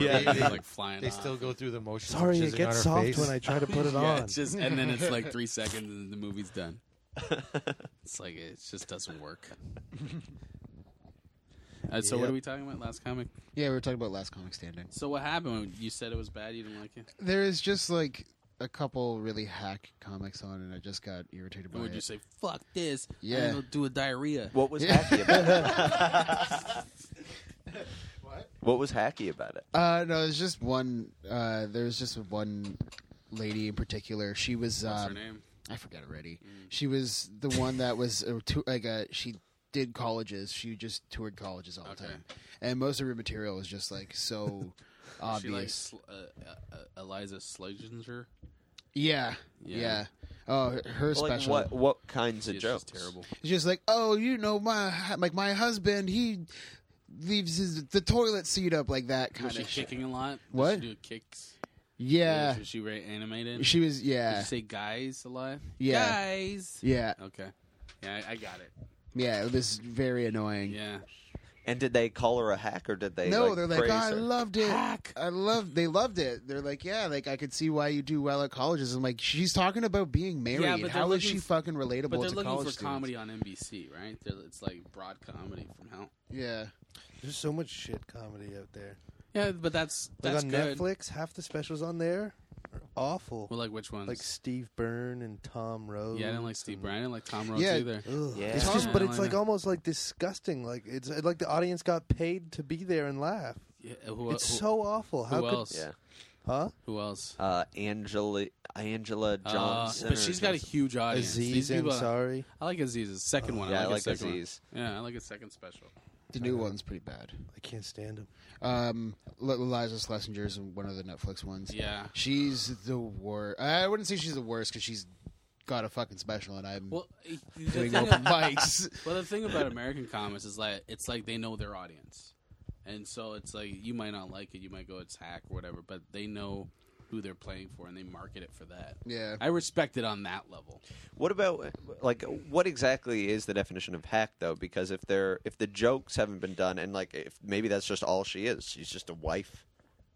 Speaker 9: Yeah.
Speaker 5: yeah, like flying.
Speaker 3: They
Speaker 5: off.
Speaker 3: still go through the motions. of
Speaker 9: Sorry, it
Speaker 3: jizzing
Speaker 9: gets
Speaker 3: on her
Speaker 9: soft
Speaker 3: face.
Speaker 9: when I try
Speaker 3: *laughs*
Speaker 9: to put it
Speaker 5: yeah,
Speaker 9: on.
Speaker 5: It's just, and then it's like three seconds, and the movie's done. It's like it just doesn't work.
Speaker 8: *laughs*
Speaker 5: Uh, so what
Speaker 8: Yep.
Speaker 5: are we talking about? Last comic.
Speaker 8: Yeah, we were talking about Last Comic Standing.
Speaker 5: So what happened? when You said it was bad. You didn't like it.
Speaker 8: There is just like a couple really hack comics on, and I just got irritated by
Speaker 5: Or would
Speaker 8: it.
Speaker 5: you say fuck this?
Speaker 8: Yeah.
Speaker 5: and it'll do a diarrhea.
Speaker 8: *laughs*
Speaker 11: What was hacky about
Speaker 5: *laughs*
Speaker 11: it? *laughs* what was hacky about it?
Speaker 8: Uh, no, there's just one. Uh, there's just one lady in particular. She was.
Speaker 5: What's
Speaker 8: um,
Speaker 5: her name? Mm.
Speaker 8: I forget already. She was the one that was a, tou- like a, she did colleges. She just toured colleges all the time, and most of her material was just like
Speaker 5: *laughs*
Speaker 8: so
Speaker 5: She like
Speaker 8: obvious.
Speaker 5: sl- uh, uh, uh, Eliza Schlesinger.
Speaker 8: yeah, yeah, Oh, her, her
Speaker 11: Well, like,
Speaker 8: special.
Speaker 11: what what kinds of
Speaker 5: She's
Speaker 11: jokes?
Speaker 5: just terrible.
Speaker 8: It's just like, oh, you know, my like my husband, he leaves his, the toilet seat up like that kind
Speaker 5: Was she
Speaker 8: of shit.
Speaker 5: kicking a lot? Did
Speaker 8: What?
Speaker 5: she do kicks?
Speaker 8: Yeah.
Speaker 5: Was she very animated?
Speaker 8: She was- yeah.
Speaker 5: Did she say guys a lot?
Speaker 8: Yeah.
Speaker 5: Guys.
Speaker 8: Yeah.
Speaker 5: Okay. Yeah, I, I got it.
Speaker 8: Yeah, it was very annoying.
Speaker 5: Yeah.
Speaker 11: And did they call her a hack or did they?
Speaker 8: no, they're like,
Speaker 11: praise
Speaker 8: "Oh, I
Speaker 11: her?"
Speaker 8: loved it. I love. They loved it. They're like, yeah, like I could see why you do well at colleges. I'm like, she's talking about being married.
Speaker 5: Yeah, but they're
Speaker 8: How is
Speaker 5: looking
Speaker 8: she
Speaker 5: f-
Speaker 8: fucking relatable
Speaker 5: But they're
Speaker 8: to
Speaker 5: looking
Speaker 8: college
Speaker 5: for
Speaker 8: students?
Speaker 5: comedy on NBC, right? They're, it's like broad comedy from hell.
Speaker 8: Yeah.
Speaker 9: There's so much shit comedy out there.
Speaker 5: Yeah, but that's
Speaker 9: Like
Speaker 5: that's
Speaker 9: on
Speaker 5: good.
Speaker 9: Netflix, half the specials on there are awful.
Speaker 5: Well, like which ones?
Speaker 9: Like Steve Byrne and Tom Rhodes.
Speaker 5: yeah, I didn't like Steve Bryan. I didn't like Tom Rhodes
Speaker 9: yeah,
Speaker 5: either.
Speaker 9: ugh. It's just, but it's like almost like disgusting. Like it's uh, like the audience got paid to be there and laugh.
Speaker 5: Yeah, who-
Speaker 9: it's
Speaker 5: who-
Speaker 9: so awful. How
Speaker 5: who
Speaker 9: could,
Speaker 5: else?
Speaker 11: Yeah.
Speaker 9: Huh?
Speaker 5: Who else?
Speaker 11: Uh, Angela Angela
Speaker 5: Uh,
Speaker 11: Johnson.
Speaker 5: but she's got a huge audience.
Speaker 11: Aziz
Speaker 5: These people-
Speaker 11: Ansari.
Speaker 5: I like Aziz's second one.
Speaker 11: Oh, Yeah,
Speaker 5: I
Speaker 11: I
Speaker 5: like, his
Speaker 11: like
Speaker 5: second one.
Speaker 11: Aziz.
Speaker 5: Yeah, I like his second special.
Speaker 8: The new one's pretty bad.
Speaker 9: I can't stand him.
Speaker 8: Um, L- Eliza Schlesinger's in one of the Netflix ones.
Speaker 5: Yeah.
Speaker 8: she's the worst. I wouldn't say she's the worst because she's got a fucking special, and I'm
Speaker 5: Well,
Speaker 11: *laughs*
Speaker 5: i- the
Speaker 8: doing
Speaker 5: thing
Speaker 8: open
Speaker 5: ab-
Speaker 8: mics.
Speaker 5: Well, the thing about American comics is like it's like they know their audience, and so it's like you might not like it, you might go it's hack or whatever, but they know who they're playing for and they market it for that.
Speaker 8: Yeah.
Speaker 5: I respect it on that level.
Speaker 11: What about like what exactly is the definition of hack though? Because if they're if the jokes haven't been done and like if maybe that's just all she is, she's just a wife.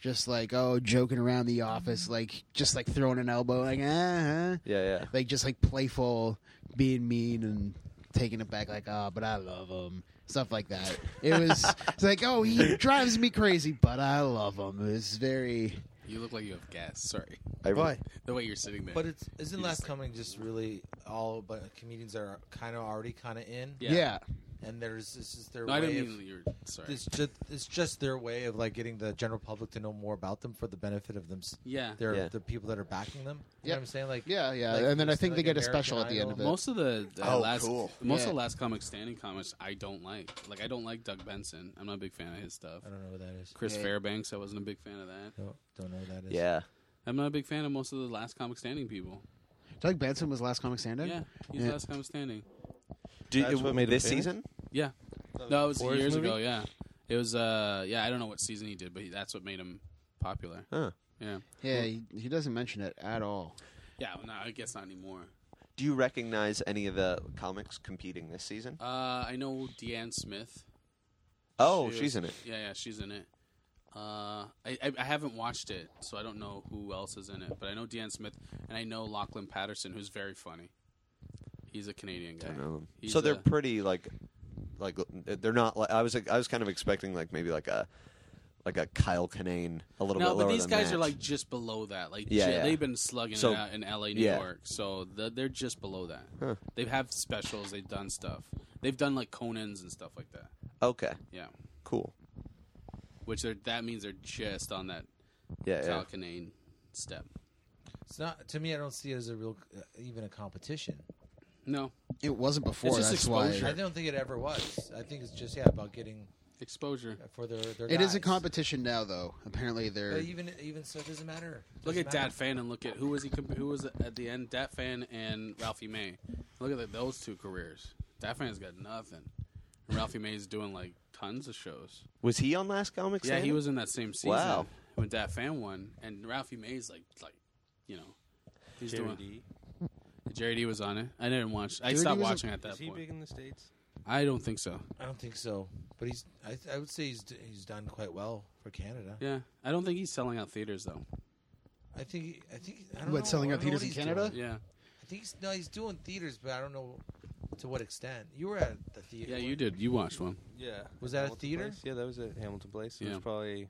Speaker 8: just like oh, joking around the office, like just like throwing an elbow, like ah,
Speaker 11: yeah, yeah,
Speaker 8: like just like playful, being mean and taking it back, like ah, but I love him, stuff like that. It
Speaker 11: *laughs*
Speaker 8: was it's like oh, he drives me crazy, but I love him. It was very
Speaker 5: You look like you have gas. Sorry.
Speaker 11: I-
Speaker 3: Why?
Speaker 5: The way you're sitting there.
Speaker 3: But it's isn't
Speaker 5: You
Speaker 3: Last
Speaker 5: just-
Speaker 3: Coming just really all but comedians are kind of already kind of in?
Speaker 5: Yeah. Yeah.
Speaker 3: And there's this is their
Speaker 5: No,
Speaker 3: way
Speaker 5: I didn't
Speaker 3: of,
Speaker 5: mean you were- sorry.
Speaker 3: It's just, it's just their way of like getting the general public to know more about them for the benefit of them.
Speaker 5: Yeah.
Speaker 3: They're
Speaker 5: Yeah.
Speaker 3: the people that are backing them. You know
Speaker 8: Yep.
Speaker 3: what I'm saying? Like
Speaker 8: Yeah, yeah,
Speaker 3: like
Speaker 8: and then I
Speaker 3: just
Speaker 8: think they
Speaker 3: like
Speaker 8: get a special at
Speaker 3: American
Speaker 8: the end of
Speaker 3: Idol.
Speaker 8: it.
Speaker 5: most of the, the
Speaker 8: Oh,
Speaker 5: last
Speaker 8: cool.
Speaker 5: most
Speaker 8: Yeah.
Speaker 5: of the last comic standing comics I don't like. Like I don't like Doug Benson. I'm not a big fan of his stuff. I
Speaker 3: don't know what that is.
Speaker 5: Chris
Speaker 3: Yeah.
Speaker 5: Fairbanks. I wasn't a big fan of that.
Speaker 3: No, don't know what that is.
Speaker 11: Yeah.
Speaker 5: I'm not a big fan of most of the last comic standing people.
Speaker 8: Doug Benson was last comic standing.
Speaker 5: Yeah, he's last comic standing.
Speaker 11: Do- That's what made him this famous? season?
Speaker 5: Yeah,
Speaker 11: The
Speaker 5: no, it was
Speaker 11: Forrest
Speaker 5: years
Speaker 11: movie?
Speaker 5: ago. Yeah, it was. Uh, yeah, I don't know what season he did, but he, that's what made him popular.
Speaker 11: Huh.
Speaker 5: Yeah,
Speaker 8: Yeah, he, he doesn't mention it at all.
Speaker 5: yeah. well, No, I guess not anymore.
Speaker 11: Do you recognize any of the comics competing this season?
Speaker 5: Uh, I know Deanne Smith.
Speaker 11: Oh,
Speaker 5: She
Speaker 11: she's
Speaker 5: was-
Speaker 11: in it.
Speaker 5: Yeah, yeah, she's in it. Uh, I, I I haven't watched it, so I don't know who else is in it. But I know Deanne Smith, and I know Lachlan Patterson, who's very funny. He's a Canadian guy.
Speaker 11: Don't know them.
Speaker 5: He's
Speaker 11: So they're
Speaker 5: a-
Speaker 11: pretty like, like they're not. Like, I was like, I was kind of expecting like maybe like a, like a Kyle Kinane a little
Speaker 5: no,
Speaker 11: bit lower
Speaker 5: but these
Speaker 11: than
Speaker 5: guys
Speaker 11: that.
Speaker 5: are like just below that. Like
Speaker 11: Yeah,
Speaker 5: ju-
Speaker 11: yeah.
Speaker 5: they've been slugging
Speaker 11: So-
Speaker 5: it out in L.A., New
Speaker 11: yeah.
Speaker 5: York, so the, they're just below that.
Speaker 11: Huh.
Speaker 5: They have specials. They've done stuff. They've done like Conan's and stuff like that.
Speaker 11: okay,
Speaker 5: Yeah,
Speaker 11: cool.
Speaker 5: which they're, that means they're just on that
Speaker 11: Yeah, yeah.
Speaker 5: Falconane step.
Speaker 3: It's not to me. I don't see it as a real uh, even a competition.
Speaker 5: No,
Speaker 8: It wasn't before. that's why.
Speaker 3: I don't think it ever was. I think it's just yeah about getting
Speaker 5: exposure
Speaker 3: for their. their
Speaker 8: It is a
Speaker 3: guys.
Speaker 8: competition now, though. Apparently, they're
Speaker 3: But uh, even even so, it doesn't matter.
Speaker 5: Look at
Speaker 3: Doesn't matter.
Speaker 5: Dat Fan and look at who was he? comp- Who was at the end? Dat Fan and Ralphie May. Look at the, those two careers. Dat Fan's got nothing. And Ralphie May's doing like tons of shows.
Speaker 11: Was he on Last Comic
Speaker 5: Yeah, he
Speaker 11: Standing?
Speaker 5: was in that same season
Speaker 11: Wow.
Speaker 5: when Dat Fan won, and Ralphie May's like like you know he's
Speaker 9: Jerry
Speaker 5: doing.
Speaker 9: D.
Speaker 5: Jerry D was on it. I didn't watch. I
Speaker 3: Jerry D
Speaker 5: stopped
Speaker 3: was a-
Speaker 5: watching at that
Speaker 9: Is he
Speaker 5: point.
Speaker 9: big in the states?
Speaker 5: I don't think so.
Speaker 3: I don't think so. But he's. I, th- I would say he's d- he's done quite well for Canada.
Speaker 5: Yeah, I don't think he's selling out theaters though.
Speaker 3: I think. he- I think. I don't
Speaker 8: What,
Speaker 3: know.
Speaker 8: selling
Speaker 3: I
Speaker 8: out
Speaker 3: don't know what
Speaker 8: theaters in
Speaker 3: he's
Speaker 8: Canada?
Speaker 3: doing.
Speaker 5: Yeah.
Speaker 3: I think he's no. He's doing theaters, but I don't know to what extent. You were at the theater.
Speaker 5: Yeah, you did. You watched one.
Speaker 9: Yeah.
Speaker 3: Was that a
Speaker 9: Hamilton
Speaker 3: theater?
Speaker 9: Place? Yeah, that was at Hamilton Place. It
Speaker 5: Yeah.
Speaker 9: was probably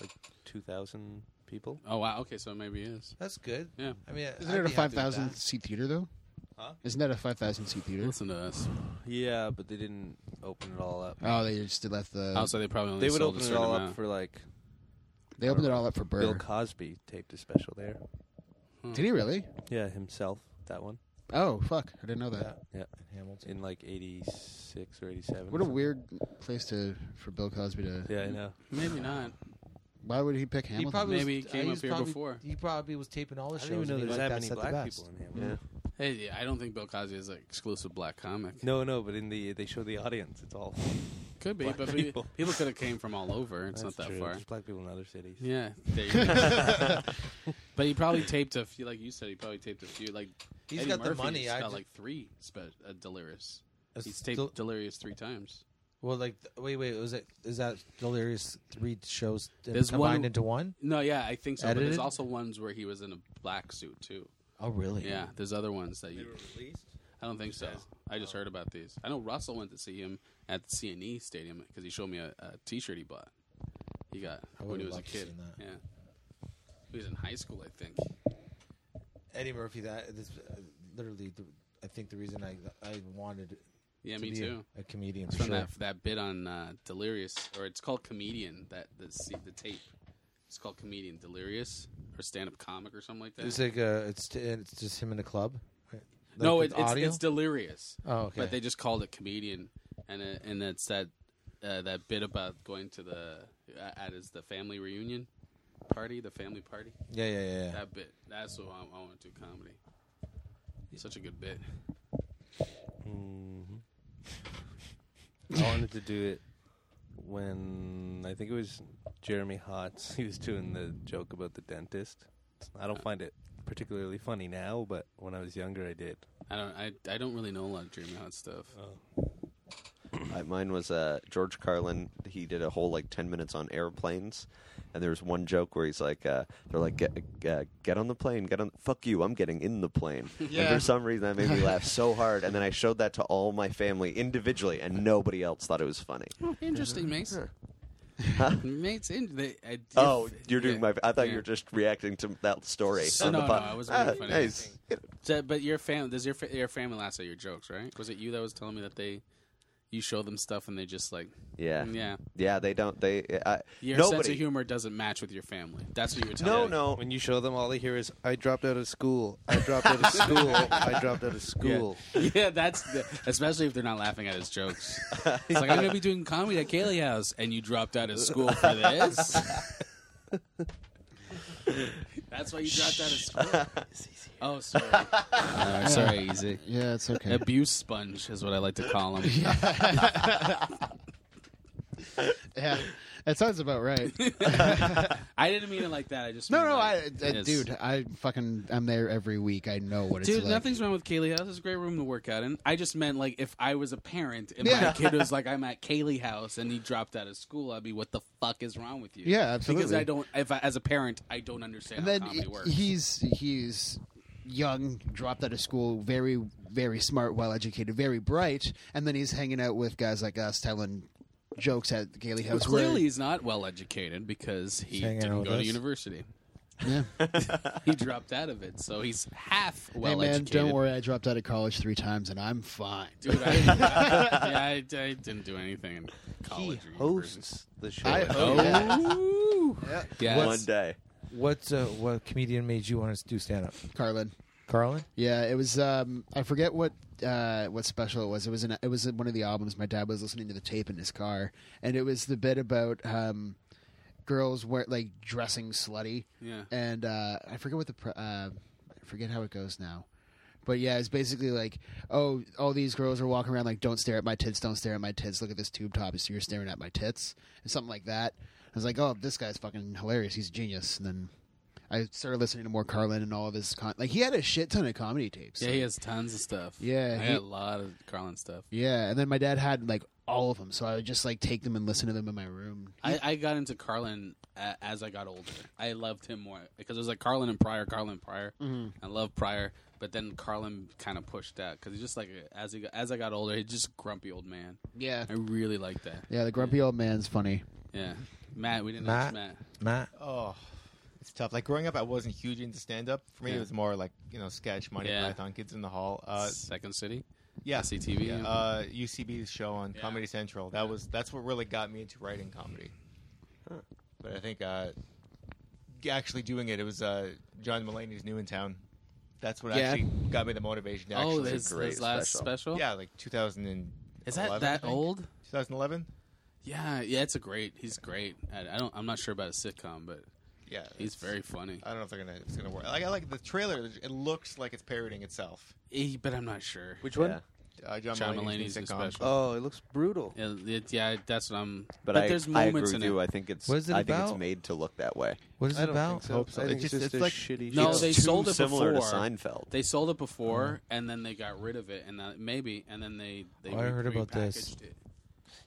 Speaker 9: like 2,000 people.
Speaker 5: Oh wow. Okay, so it maybe is.
Speaker 3: That's good.
Speaker 5: Yeah.
Speaker 3: I mean,
Speaker 8: isn't it a five thousand seat theater though?
Speaker 9: Huh?
Speaker 8: Isn't that a five thousand seat theater?
Speaker 5: Listen to us.
Speaker 9: Yeah, but they didn't open it all up.
Speaker 8: Oh, they just left the.
Speaker 5: Also, they probably only
Speaker 9: They would
Speaker 5: sold
Speaker 9: open
Speaker 5: a
Speaker 9: it
Speaker 5: certain
Speaker 9: all
Speaker 5: amount.
Speaker 9: up for like
Speaker 8: They opened it all up for
Speaker 9: Bill
Speaker 8: Burr.
Speaker 9: Cosby taped a special there.
Speaker 5: Hmm.
Speaker 8: Did he really?
Speaker 9: Yeah, himself. That one.
Speaker 8: Oh fuck! I didn't know that.
Speaker 9: Yeah. Hamilton. In like 86 or 87.
Speaker 8: What a weird place to for Bill Cosby to.
Speaker 9: Yeah, I know.
Speaker 5: Maybe not.
Speaker 8: Why would he pick Hamilton?
Speaker 3: He probably
Speaker 5: Maybe
Speaker 3: was,
Speaker 5: he came
Speaker 3: uh,
Speaker 5: up
Speaker 3: was
Speaker 5: here
Speaker 3: probably-
Speaker 5: before.
Speaker 3: He probably was taping all his
Speaker 9: I
Speaker 3: shows.
Speaker 9: didn't even
Speaker 3: and
Speaker 9: know
Speaker 3: he liked
Speaker 9: there's that
Speaker 3: us
Speaker 9: many
Speaker 3: at the
Speaker 9: black
Speaker 3: best.
Speaker 9: people in Hamilton.
Speaker 5: Hey, yeah, I don't think Bill Cosby is an exclusive black comic.
Speaker 9: No, no, but in the they show the audience. It's all
Speaker 5: *laughs* Could be,
Speaker 9: black
Speaker 5: but people,
Speaker 9: people.
Speaker 5: people could have came from all over. It's
Speaker 9: That's
Speaker 5: not that
Speaker 9: true.
Speaker 5: far.
Speaker 9: There's black people in other cities.
Speaker 5: Yeah, there you
Speaker 9: *laughs*
Speaker 5: go. *laughs* but he probably taped a few, like you said. He probably taped a few. Like
Speaker 3: He's
Speaker 5: Eddie
Speaker 3: got the
Speaker 5: Murphy's
Speaker 3: money, I
Speaker 5: got
Speaker 3: ju-
Speaker 5: like three spe- uh, Delirious.
Speaker 3: It's
Speaker 5: He's taped
Speaker 3: del-
Speaker 5: Delirious three times.
Speaker 3: Well, like, th- wait, wait, was it is that Delirious three shows that
Speaker 5: There's
Speaker 3: combined
Speaker 5: one-
Speaker 3: into one?
Speaker 5: No, yeah, I think so. But
Speaker 3: Edited?
Speaker 5: there's also ones where he was in a black suit too.
Speaker 3: Oh, really?
Speaker 5: Yeah, there's other ones that you. I don't think so. I just heard about these. I know Russell went to see him at the CNE Stadium because he showed me a, a T-shirt he bought. He got
Speaker 3: I
Speaker 5: when
Speaker 3: would've
Speaker 5: he was a
Speaker 3: loved to
Speaker 5: kid.
Speaker 3: seen that.
Speaker 5: Yeah, he was in high school, I think.
Speaker 3: Eddie Murphy. That this uh, literally. The, I think the reason I I wanted.
Speaker 5: Yeah,
Speaker 3: to
Speaker 5: me
Speaker 3: be a-
Speaker 5: too.
Speaker 3: A, comedian.
Speaker 5: It's
Speaker 3: for
Speaker 5: from
Speaker 3: sure.
Speaker 5: that that bit on uh, Delirious, or it's called Comedian. That the see, the tape. It's called Comedian Delirious or stand up comic or something like that.
Speaker 3: It's like a, it's it's just him in a club. Like
Speaker 5: no,
Speaker 3: with
Speaker 5: it, it's,
Speaker 3: audio?
Speaker 5: it's Delirious.
Speaker 3: Oh, okay.
Speaker 5: But they just called it Comedian, and it, and it's that uh, that bit about going to the uh, at his the family reunion party, the family party.
Speaker 3: Yeah, yeah, yeah, yeah.
Speaker 5: That bit. That's what I, I want to do comedy. Such a good bit.
Speaker 9: Mm-hmm. I wanted to do it when I think it was Jeremy Hotz. *laughs* He was doing the joke about the dentist. I don't find it particularly funny now, but when I was younger, I did.
Speaker 5: I don't I, I don't really know a lot of Dreamy Hot stuff.
Speaker 11: I, mine was uh, George Carlin. He did a whole like ten minutes on airplanes, and there was one joke where he's like, uh, "They're like, get, uh, get on the plane, get on. Fuck you, I'm getting in the
Speaker 5: *laughs*
Speaker 11: plane." And
Speaker 12: Yeah.
Speaker 11: for some reason, that made me laugh so hard. And then I showed that to all my family individually, and nobody else thought it was funny.
Speaker 5: *laughs* Interesting, Mace. *laughs* Mates, in, they, I,
Speaker 11: Oh,
Speaker 5: if-
Speaker 11: you're doing my. I thought
Speaker 5: yeah.
Speaker 11: you were just reacting to that story
Speaker 5: So-
Speaker 11: on
Speaker 5: no,
Speaker 11: the
Speaker 5: no,
Speaker 11: pod-
Speaker 5: I was
Speaker 11: Ah,
Speaker 5: funny.
Speaker 11: nice.
Speaker 5: So, but your fam does your fa- your family laughs at your jokes, right? Was it you that was telling me that they you show them stuff and they just like
Speaker 11: Yeah.
Speaker 5: Mm, yeah.
Speaker 11: Yeah. They don't. They. I,
Speaker 5: Your sense
Speaker 11: nobody.
Speaker 5: of humor doesn't match with your family. That's what you were telling
Speaker 9: No, *laughs*
Speaker 5: me.
Speaker 9: no. When you show them, all they hear is, "I dropped out of school.
Speaker 5: *laughs*
Speaker 9: I dropped out of school. I dropped out of school."
Speaker 5: Yeah, *laughs* Yeah, that's the, especially if they're not laughing at his
Speaker 9: *laughs*
Speaker 5: jokes. It's like I'm gonna be doing comedy at Kaylee House, and you dropped *laughs* out of school for this.
Speaker 9: *laughs*
Speaker 5: that's why you dropped out of school. Oh,
Speaker 8: *laughs*
Speaker 5: sorry. Uh, sorry, easy.
Speaker 8: Yeah, it's okay.
Speaker 5: Abuse sponge is what I like to
Speaker 8: *laughs*
Speaker 5: call him.
Speaker 8: yeah, that sounds about
Speaker 5: *laughs*
Speaker 8: right.
Speaker 5: I didn't mean it like that. I just
Speaker 8: No,
Speaker 5: mean,
Speaker 8: no, I,
Speaker 5: like,
Speaker 8: I
Speaker 5: it's-
Speaker 8: dude, I fucking, I'm there every week. I know what
Speaker 5: Dude,
Speaker 8: it's like.
Speaker 5: nothing's wrong with Kaylee House. It's a great room to work out in. I just meant like if I was a parent and my
Speaker 8: Yeah.
Speaker 5: kid was like, I'm at Kaylee House and he dropped out of school, I'd be, what the fuck is wrong with you?
Speaker 8: Yeah, absolutely.
Speaker 5: Because I don't, if I, as a parent, I don't understand
Speaker 8: And
Speaker 5: how
Speaker 8: then
Speaker 5: comedy
Speaker 8: he-
Speaker 5: works.
Speaker 8: he's he's young, dropped out of school, very very smart, well educated, very bright, and then he's hanging out with guys like us telling jokes at the Gailey House. where-
Speaker 5: Clearly, he's not well educated because he
Speaker 8: Hanging out
Speaker 5: didn't
Speaker 8: with
Speaker 5: go to
Speaker 8: us.
Speaker 5: university.
Speaker 8: Yeah.
Speaker 5: *laughs* he dropped out of it, so he's half
Speaker 8: hey
Speaker 5: well
Speaker 8: man,
Speaker 5: educated.
Speaker 8: don't worry, I dropped out of college three times and I'm fine.
Speaker 5: Dude,
Speaker 8: *laughs*
Speaker 5: I, yeah, I, *laughs* I didn't do anything in college. He hosts
Speaker 9: the
Speaker 5: show.
Speaker 8: I-
Speaker 5: oh,
Speaker 8: Yeah.
Speaker 5: Yes.
Speaker 11: One day.
Speaker 3: What's uh, what comedian made you want to do stand up?
Speaker 8: Carlin.
Speaker 3: Carlin?
Speaker 8: Yeah, it was. Um, I forget what uh, what special it was. It was an, it was one of the albums. My dad was listening to the tape in his car, and it was the bit about um, girls wear like dressing slutty.
Speaker 5: Yeah.
Speaker 8: and uh, I forget what the pr- uh, I forget how it goes now. But yeah, it's basically like, oh, all these girls are walking around like, don't stare at my tits, don't stare at my tits. Look at this tube top, so you're staring at my tits, and something like that. I was like, oh, this guy's fucking hilarious. He's a genius. And then I started listening to more Carlin and all of his con- like he had a shit ton of comedy tapes.
Speaker 5: Yeah, he has tons of stuff.
Speaker 8: Yeah,
Speaker 5: I
Speaker 8: he-
Speaker 5: had a lot of Carlin stuff.
Speaker 8: Yeah, and then my dad had like all of them, so I would just like take them and listen to them in my room.
Speaker 5: I, I got into Carlin a- as I got older. I loved him more because it was like Carlin and Pryor, Carlin and Pryor.
Speaker 8: Mhm.
Speaker 5: I love Pryor, but then Carlin kind of pushed out because he's just like as he got, as I got older, he's just a grumpy old man.
Speaker 8: Yeah,
Speaker 5: I really like that.
Speaker 8: Yeah, the grumpy old man's funny.
Speaker 5: Yeah, Matt, we didn't
Speaker 10: Matt.
Speaker 5: Matt. Matt.
Speaker 3: Matt.
Speaker 10: Oh, it's tough. Like growing up, I wasn't huge into stand up. For me,
Speaker 5: Yeah.
Speaker 10: it was more like you know sketch, Monty
Speaker 5: Yeah.
Speaker 10: Python, Kids in the Hall, uh,
Speaker 5: Second City.
Speaker 10: Yeah,
Speaker 5: SCTV,
Speaker 10: Yeah.
Speaker 5: yeah.
Speaker 10: Uh, UCB's show on Comedy Central. That was that's what really got me into writing comedy. But I think uh, g- actually doing it, it was uh, John Mulaney's New in Town. That's what
Speaker 5: Yeah.
Speaker 10: actually got me the motivation to
Speaker 5: Oh,
Speaker 10: actually
Speaker 5: his- Great his last special. special?
Speaker 10: Yeah, like 2000. And
Speaker 5: Is that that old?
Speaker 10: 2011.
Speaker 5: Yeah, yeah, it's a great. He's great. I, I don't. I'm not sure about a sitcom, but
Speaker 10: Yeah,
Speaker 5: he's very funny.
Speaker 10: I don't know if they're gonna it's gonna work. Like I like the trailer. It looks like it's parodying itself.
Speaker 5: Eh, but I'm not sure.
Speaker 10: Which
Speaker 5: one?
Speaker 10: Uh, John,
Speaker 5: John
Speaker 10: Mulaney's,
Speaker 5: Mulaney's
Speaker 10: new
Speaker 5: new
Speaker 10: sitcom.
Speaker 5: special. *laughs*
Speaker 10: Oh,
Speaker 5: it
Speaker 10: looks brutal.
Speaker 5: Yeah, it- yeah, that's what I'm.
Speaker 11: But, I,
Speaker 5: there's
Speaker 11: I
Speaker 5: moments
Speaker 11: agree
Speaker 5: in
Speaker 11: with you.
Speaker 5: it.
Speaker 11: I think it's
Speaker 5: What is it
Speaker 11: I think
Speaker 5: about?
Speaker 11: it's made to look that way.
Speaker 3: What is it I don't about? think so.
Speaker 11: hope so.
Speaker 3: I
Speaker 11: It's
Speaker 3: think it's
Speaker 11: just,
Speaker 3: just
Speaker 11: it's
Speaker 3: a
Speaker 11: like
Speaker 3: shitty
Speaker 5: No,
Speaker 11: it's
Speaker 5: they
Speaker 11: too
Speaker 5: sold it
Speaker 11: similar
Speaker 5: before.
Speaker 11: to Seinfeld.
Speaker 5: They sold it before, and then they got rid of it, and that, maybe, and then they. they
Speaker 11: Oh, I heard about this.
Speaker 5: repackaged It.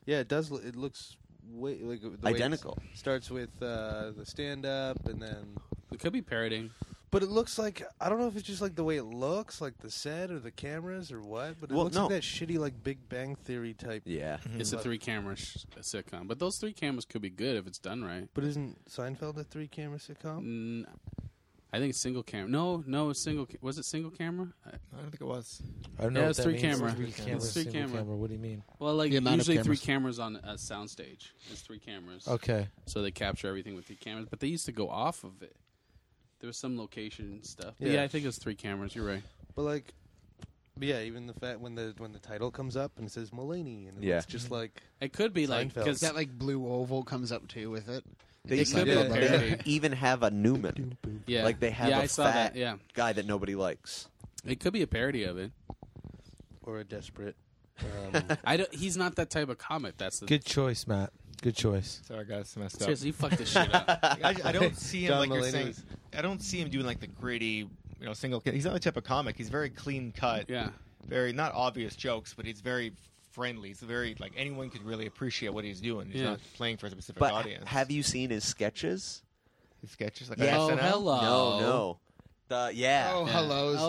Speaker 9: Yeah, it does. l- It looks way like the way it's-
Speaker 11: Identical.
Speaker 9: Starts with uh, the stand up, and then
Speaker 5: it could be parroting.
Speaker 9: But it looks like I don't know if it's just like the way it looks, like the set or the cameras or what. But it
Speaker 5: Well,
Speaker 9: looks
Speaker 5: no.
Speaker 9: like that shitty like Big Bang Theory type.
Speaker 5: it's a
Speaker 9: But-
Speaker 5: three camera sh- sitcom, but those three cameras could be good if it's done right.
Speaker 9: But isn't Seinfeld a three camera sitcom?
Speaker 5: Mm, I think single camera. No, no, single. Ca- was it single camera? I,
Speaker 10: I don't think it was.
Speaker 3: I don't know
Speaker 5: Yeah,
Speaker 3: what
Speaker 5: it's
Speaker 3: that
Speaker 5: three
Speaker 3: means.
Speaker 5: camera.
Speaker 3: Three camera,
Speaker 5: It's three
Speaker 3: single
Speaker 5: camera.
Speaker 3: camera. What do you mean?
Speaker 5: Well, like
Speaker 3: The amount of
Speaker 5: usually three
Speaker 3: cameras.
Speaker 5: cameras on a soundstage. It's three cameras.
Speaker 3: Okay.
Speaker 5: So they capture everything with three cameras, but they used to go off of it. There was some location stuff. But yeah.
Speaker 9: Yeah.
Speaker 5: I think it's three cameras. You're right.
Speaker 9: But like, but yeah, even the fact when the when the title comes up and it says Mulaney, and it's
Speaker 5: Yeah.
Speaker 9: just like
Speaker 5: It could be
Speaker 9: like Seinfeld. 'cause-
Speaker 8: that Mm-hmm. like blue oval comes up too with it.
Speaker 11: They,
Speaker 8: It's like
Speaker 11: even,
Speaker 8: that.
Speaker 11: they even have a Newman.
Speaker 5: Yeah.
Speaker 11: Like they have
Speaker 5: Yeah,
Speaker 11: a
Speaker 5: I saw
Speaker 11: fat
Speaker 5: that, yeah.
Speaker 11: guy that nobody likes.
Speaker 5: It could be a parody of it.
Speaker 9: Or a
Speaker 5: *laughs*
Speaker 9: desperate.
Speaker 5: I don't, he's not that type of comic. That's the
Speaker 3: um, Good choice, Matt. Good choice.
Speaker 10: Sorry, guys, messed up.
Speaker 5: Seriously, he fucked this shit up.
Speaker 10: *laughs* I, I don't see him
Speaker 5: John
Speaker 10: like you're
Speaker 5: Mulaney
Speaker 10: saying.
Speaker 5: was-
Speaker 10: I don't see him doing like the gritty, you know, single. He's not the type of comic. He's very clean cut.
Speaker 5: Yeah.
Speaker 10: Very not obvious jokes, but he's very friendly. He's very like anyone could really appreciate what he's doing. He's
Speaker 11: Yeah.
Speaker 10: not playing for a specific
Speaker 11: But
Speaker 10: audience.
Speaker 11: have you seen his sketches?
Speaker 10: His sketches, like
Speaker 11: yeah.
Speaker 5: Oh,
Speaker 10: on SNL?
Speaker 11: No, no. The yeah.
Speaker 5: Yeah. Oh,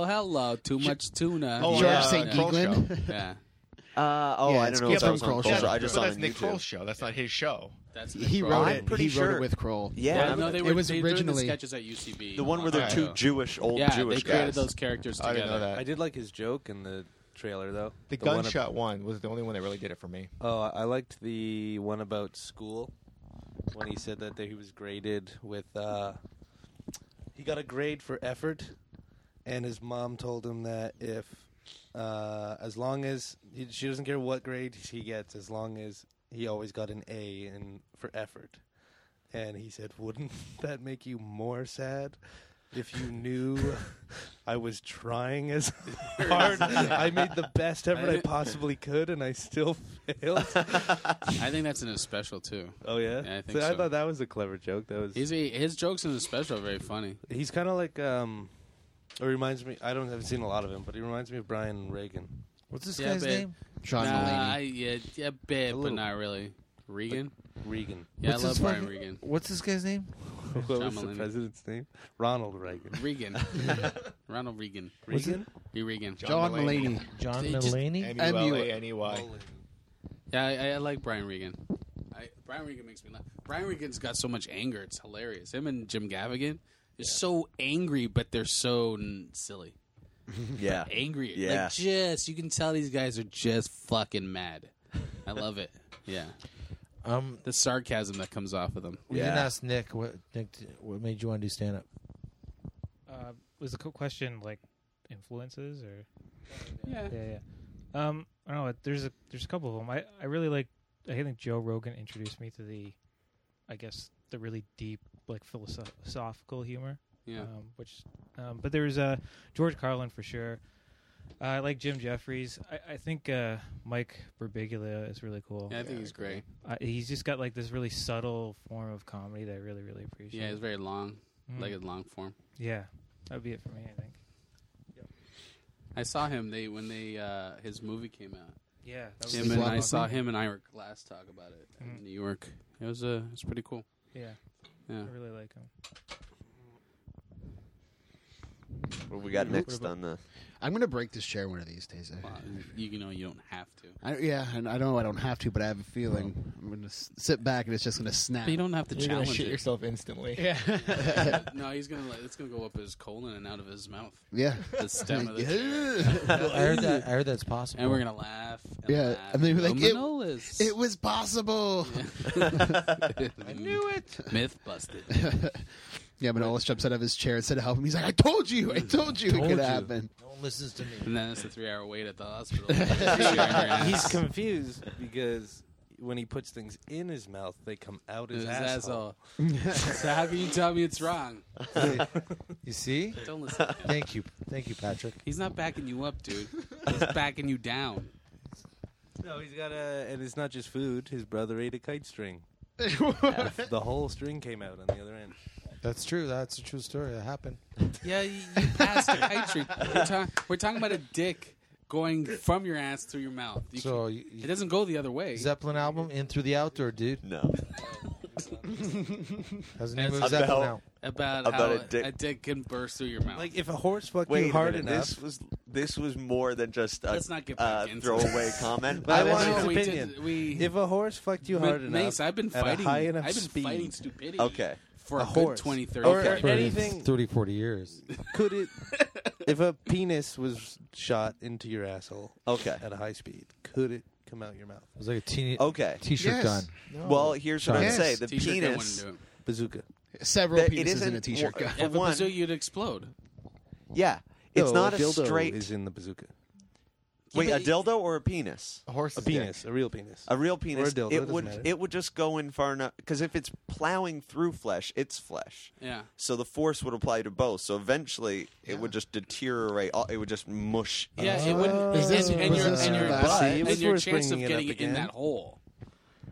Speaker 5: hello. Too much tuna.
Speaker 11: Oh, George uh, St. Kroll Show.
Speaker 5: Yeah.
Speaker 11: Uh, oh, I don't know if that was on Culture. I just saw
Speaker 10: but
Speaker 11: it
Speaker 10: that's
Speaker 11: on
Speaker 10: Nick
Speaker 11: YouTube.
Speaker 10: Kroll's show. That's not his show.
Speaker 5: That's
Speaker 8: He wrote it.
Speaker 11: pretty
Speaker 8: he wrote
Speaker 11: sure.
Speaker 8: it with Kroll.
Speaker 11: Yeah,
Speaker 5: no, they
Speaker 8: it
Speaker 5: were,
Speaker 8: was
Speaker 5: they,
Speaker 8: originally
Speaker 5: they were doing the sketches at UCB.
Speaker 11: The one where they're
Speaker 5: Okay.
Speaker 11: two Jewish, old
Speaker 5: yeah,
Speaker 11: Jewish
Speaker 5: they created
Speaker 11: guys.
Speaker 5: those characters together.
Speaker 9: I did like his joke in the trailer though.
Speaker 10: The,
Speaker 9: one ab-
Speaker 10: gunshot one was the only one that really did it for me.
Speaker 9: Oh, I I liked the one about school when he said that, that he was graded with. Uh, he got a grade for effort, and his mom told him that if, uh, as long as he, she doesn't care what grade he gets, as long as he always got an A in for effort, and he said, "Wouldn't *laughs* that make you more sad?" If you knew I was trying as *laughs* hard, I made the best effort I possibly could, and I still
Speaker 5: *laughs*
Speaker 9: failed.
Speaker 5: I think that's in his special too.
Speaker 9: Oh yeah,
Speaker 5: I think
Speaker 9: See, I
Speaker 5: so.
Speaker 9: thought that was a clever joke. That was
Speaker 5: He's, he- his jokes in his special are very funny.
Speaker 9: he's kind of like um, it reminds me. I don't haven't seen a lot of him, but he reminds me of Brian Reagan.
Speaker 3: What's
Speaker 5: Yeah, but- nah, I, yeah, yeah, a bit,
Speaker 9: A
Speaker 5: but
Speaker 9: little-
Speaker 5: not really. Regan.
Speaker 9: Regan.
Speaker 5: Yeah,
Speaker 3: What's
Speaker 5: I
Speaker 3: his
Speaker 5: love Brian
Speaker 3: fucking-
Speaker 5: Regan.
Speaker 3: What's this guy's name?
Speaker 9: *laughs* What
Speaker 5: John
Speaker 9: was the
Speaker 5: Mulaney.
Speaker 9: president's name? Ronald Reagan. *laughs*
Speaker 5: Regan. Ronald Regan.
Speaker 9: What's it?
Speaker 5: Be Regan.
Speaker 8: John Mulaney.
Speaker 3: John
Speaker 5: They just-
Speaker 3: Mulaney.
Speaker 9: E
Speaker 10: N-U-L-A-N-E-Y.
Speaker 5: Yeah, I, I like Brian Regan. I, Brian Regan makes me laugh. Brian Regan's got so much anger; it's hilarious. Him and Jim Gaffigan, they're so angry, but they're so n- *laughs* silly.
Speaker 11: Yeah.
Speaker 5: *laughs* angry.
Speaker 11: Yeah.
Speaker 5: like just you can tell these guys are just fucking mad. I love it. Yeah,
Speaker 3: um,
Speaker 5: the sarcasm that comes off of them.
Speaker 3: We didn't ask Nick *laughs* what Nick what made you want to do stand up.
Speaker 4: Uh, was the co- question like influences or
Speaker 5: Yeah.
Speaker 4: yeah, yeah. Um, I don't know. There's a there's a couple of them. I I really like. I think Joe Rogan introduced me to the, I guess the really deep like philosophical humor.
Speaker 5: Yeah.
Speaker 4: Um, which, um, but there's uh George Carlin for sure. Uh, I like Jim Jeffries. I, I think uh, Mike Birbiglia is really cool.
Speaker 5: Yeah, I think he's great.
Speaker 4: Uh, he's just got like this really subtle form of comedy that I really really appreciate.
Speaker 5: Yeah, it's very long,
Speaker 4: Mm.
Speaker 5: like a long form.
Speaker 4: Yeah, that would be it for me. I think.
Speaker 5: I saw him they when they uh, his movie came out.
Speaker 4: Yeah, that was
Speaker 5: him
Speaker 4: the
Speaker 5: and
Speaker 4: Black
Speaker 5: I saw
Speaker 4: Bottom.
Speaker 5: him and I were last talk about it in New York. It was uh, it was pretty cool.
Speaker 4: Yeah.
Speaker 5: Yeah.
Speaker 4: I really like him.
Speaker 11: What we got
Speaker 8: What
Speaker 11: next
Speaker 8: about-
Speaker 11: on the?
Speaker 8: I'm gonna break this chair one of these days. I-
Speaker 5: You, you know you don't have to.
Speaker 8: I, yeah, and I know I don't have to, but I have a feeling I'm gonna s- sit back and it's just gonna snap.
Speaker 5: But you don't have to
Speaker 8: You're gonna
Speaker 5: challenge
Speaker 8: shit
Speaker 5: it.
Speaker 8: yourself instantly. *laughs*
Speaker 5: Yeah. no, he's gonna let- it's gonna go up his colon and out of his mouth.
Speaker 8: Yeah.
Speaker 5: The
Speaker 8: *laughs*
Speaker 5: stem of the.
Speaker 8: Yeah.
Speaker 5: chair.
Speaker 8: I heard that- I heard that's possible.
Speaker 5: And we're gonna laugh. And
Speaker 8: Yeah,
Speaker 5: laugh.
Speaker 8: and they'd be like, it-
Speaker 5: Luminolas.
Speaker 8: it, was possible. *laughs*
Speaker 5: I
Speaker 8: knew it.
Speaker 5: Myth busted.
Speaker 8: *laughs* yeah, but Ellis jumps out of his chair instead of helping. He's like, "I told you, I told you it could happen."
Speaker 5: No one listens to me. And then it's a three-hour wait at the *laughs* hospital.
Speaker 8: *laughs*
Speaker 9: He's confused because when he puts things in his mouth, they come out his,
Speaker 5: His
Speaker 9: asshole.
Speaker 5: asshole. so how can you tell me it's wrong?
Speaker 3: You see?
Speaker 5: Don't listen to him.
Speaker 3: Thank you, thank you, Patrick.
Speaker 5: He's not backing you up, dude. He's backing you down.
Speaker 9: No, he's got a, and it's not just food. His brother ate a
Speaker 5: *laughs*
Speaker 9: kite string. the whole string came out on the other end.
Speaker 15: That's true. That's a true story. That happened.
Speaker 5: Yeah, you, you passed
Speaker 11: *laughs*
Speaker 5: the kite string. We're, ta- we're talking about a dick going from your ass through your mouth. You
Speaker 3: So
Speaker 5: can't-
Speaker 3: you-
Speaker 5: it doesn't go the other way.
Speaker 3: Zeppelin album in through the outdoor, dude.
Speaker 11: No.
Speaker 3: That's the name of
Speaker 5: About-
Speaker 3: Zeppelin album.
Speaker 5: About,
Speaker 11: About
Speaker 5: how
Speaker 11: a dick.
Speaker 5: can burst through your mouth.
Speaker 9: Like if a horse fucked
Speaker 11: Wait
Speaker 9: you
Speaker 11: a
Speaker 9: hard
Speaker 11: minute,
Speaker 9: enough,
Speaker 11: This was this was more than just a
Speaker 5: Let's not get
Speaker 11: uh,
Speaker 5: back into
Speaker 11: throwaway
Speaker 5: this. *laughs*
Speaker 11: comment.
Speaker 5: But
Speaker 9: I
Speaker 5: that's
Speaker 9: want
Speaker 5: what
Speaker 9: his
Speaker 5: we did-
Speaker 9: opinion.
Speaker 5: we-
Speaker 9: if a horse fucked you
Speaker 5: Ma-
Speaker 9: hard enough,
Speaker 5: Mace, I've been
Speaker 9: at a
Speaker 5: fighting-
Speaker 9: high enough
Speaker 5: I've been
Speaker 9: speed,
Speaker 5: fighting stupidity
Speaker 11: Okay.
Speaker 5: for a good 20, 30
Speaker 9: or
Speaker 5: years.
Speaker 9: or anything.
Speaker 3: 30, 40 years.
Speaker 9: Could it? if a penis was shot into your asshole,
Speaker 11: okay,
Speaker 9: at a high speed, could it come out your mouth?
Speaker 3: It was like a teeny
Speaker 11: Okay.
Speaker 3: t-shirt
Speaker 11: Yes.
Speaker 3: gun.
Speaker 11: No. Well, here's what I'd
Speaker 3: Yes.
Speaker 11: say. The
Speaker 5: T-shirt gun
Speaker 11: penis-
Speaker 5: wouldn't do it.
Speaker 9: bazooka.
Speaker 8: Several
Speaker 11: That- it
Speaker 8: pieces in
Speaker 11: isn't
Speaker 8: a t-shirt.
Speaker 11: wa-
Speaker 8: guy.
Speaker 11: for
Speaker 5: If a
Speaker 11: one-
Speaker 5: bazooka, you'd explode.
Speaker 11: Yeah, *laughs* it's
Speaker 9: No,
Speaker 11: not
Speaker 9: a
Speaker 11: a,
Speaker 9: dildo
Speaker 11: straight.
Speaker 9: is in the bazooka.
Speaker 11: Wait,
Speaker 9: Yeah,
Speaker 11: a
Speaker 9: but-
Speaker 11: dildo or a penis?
Speaker 9: A horse's A penis, dick. a real penis.
Speaker 11: A real
Speaker 9: Or a
Speaker 11: penis.
Speaker 9: dildo,
Speaker 11: it
Speaker 9: doesn't
Speaker 11: would
Speaker 9: matter.
Speaker 11: it would just go in far enough because if it's plowing through flesh, it's flesh.
Speaker 5: Yeah.
Speaker 11: So the force would apply to both. So eventually, it would just deteriorate. all- It would just mush.
Speaker 5: Yeah,
Speaker 11: us.
Speaker 5: it wouldn't. and, and your, and your,
Speaker 11: But-
Speaker 5: and
Speaker 9: was
Speaker 5: your
Speaker 9: worth
Speaker 5: chance of
Speaker 9: bringing it up
Speaker 5: getting it in
Speaker 9: again.
Speaker 5: that hole.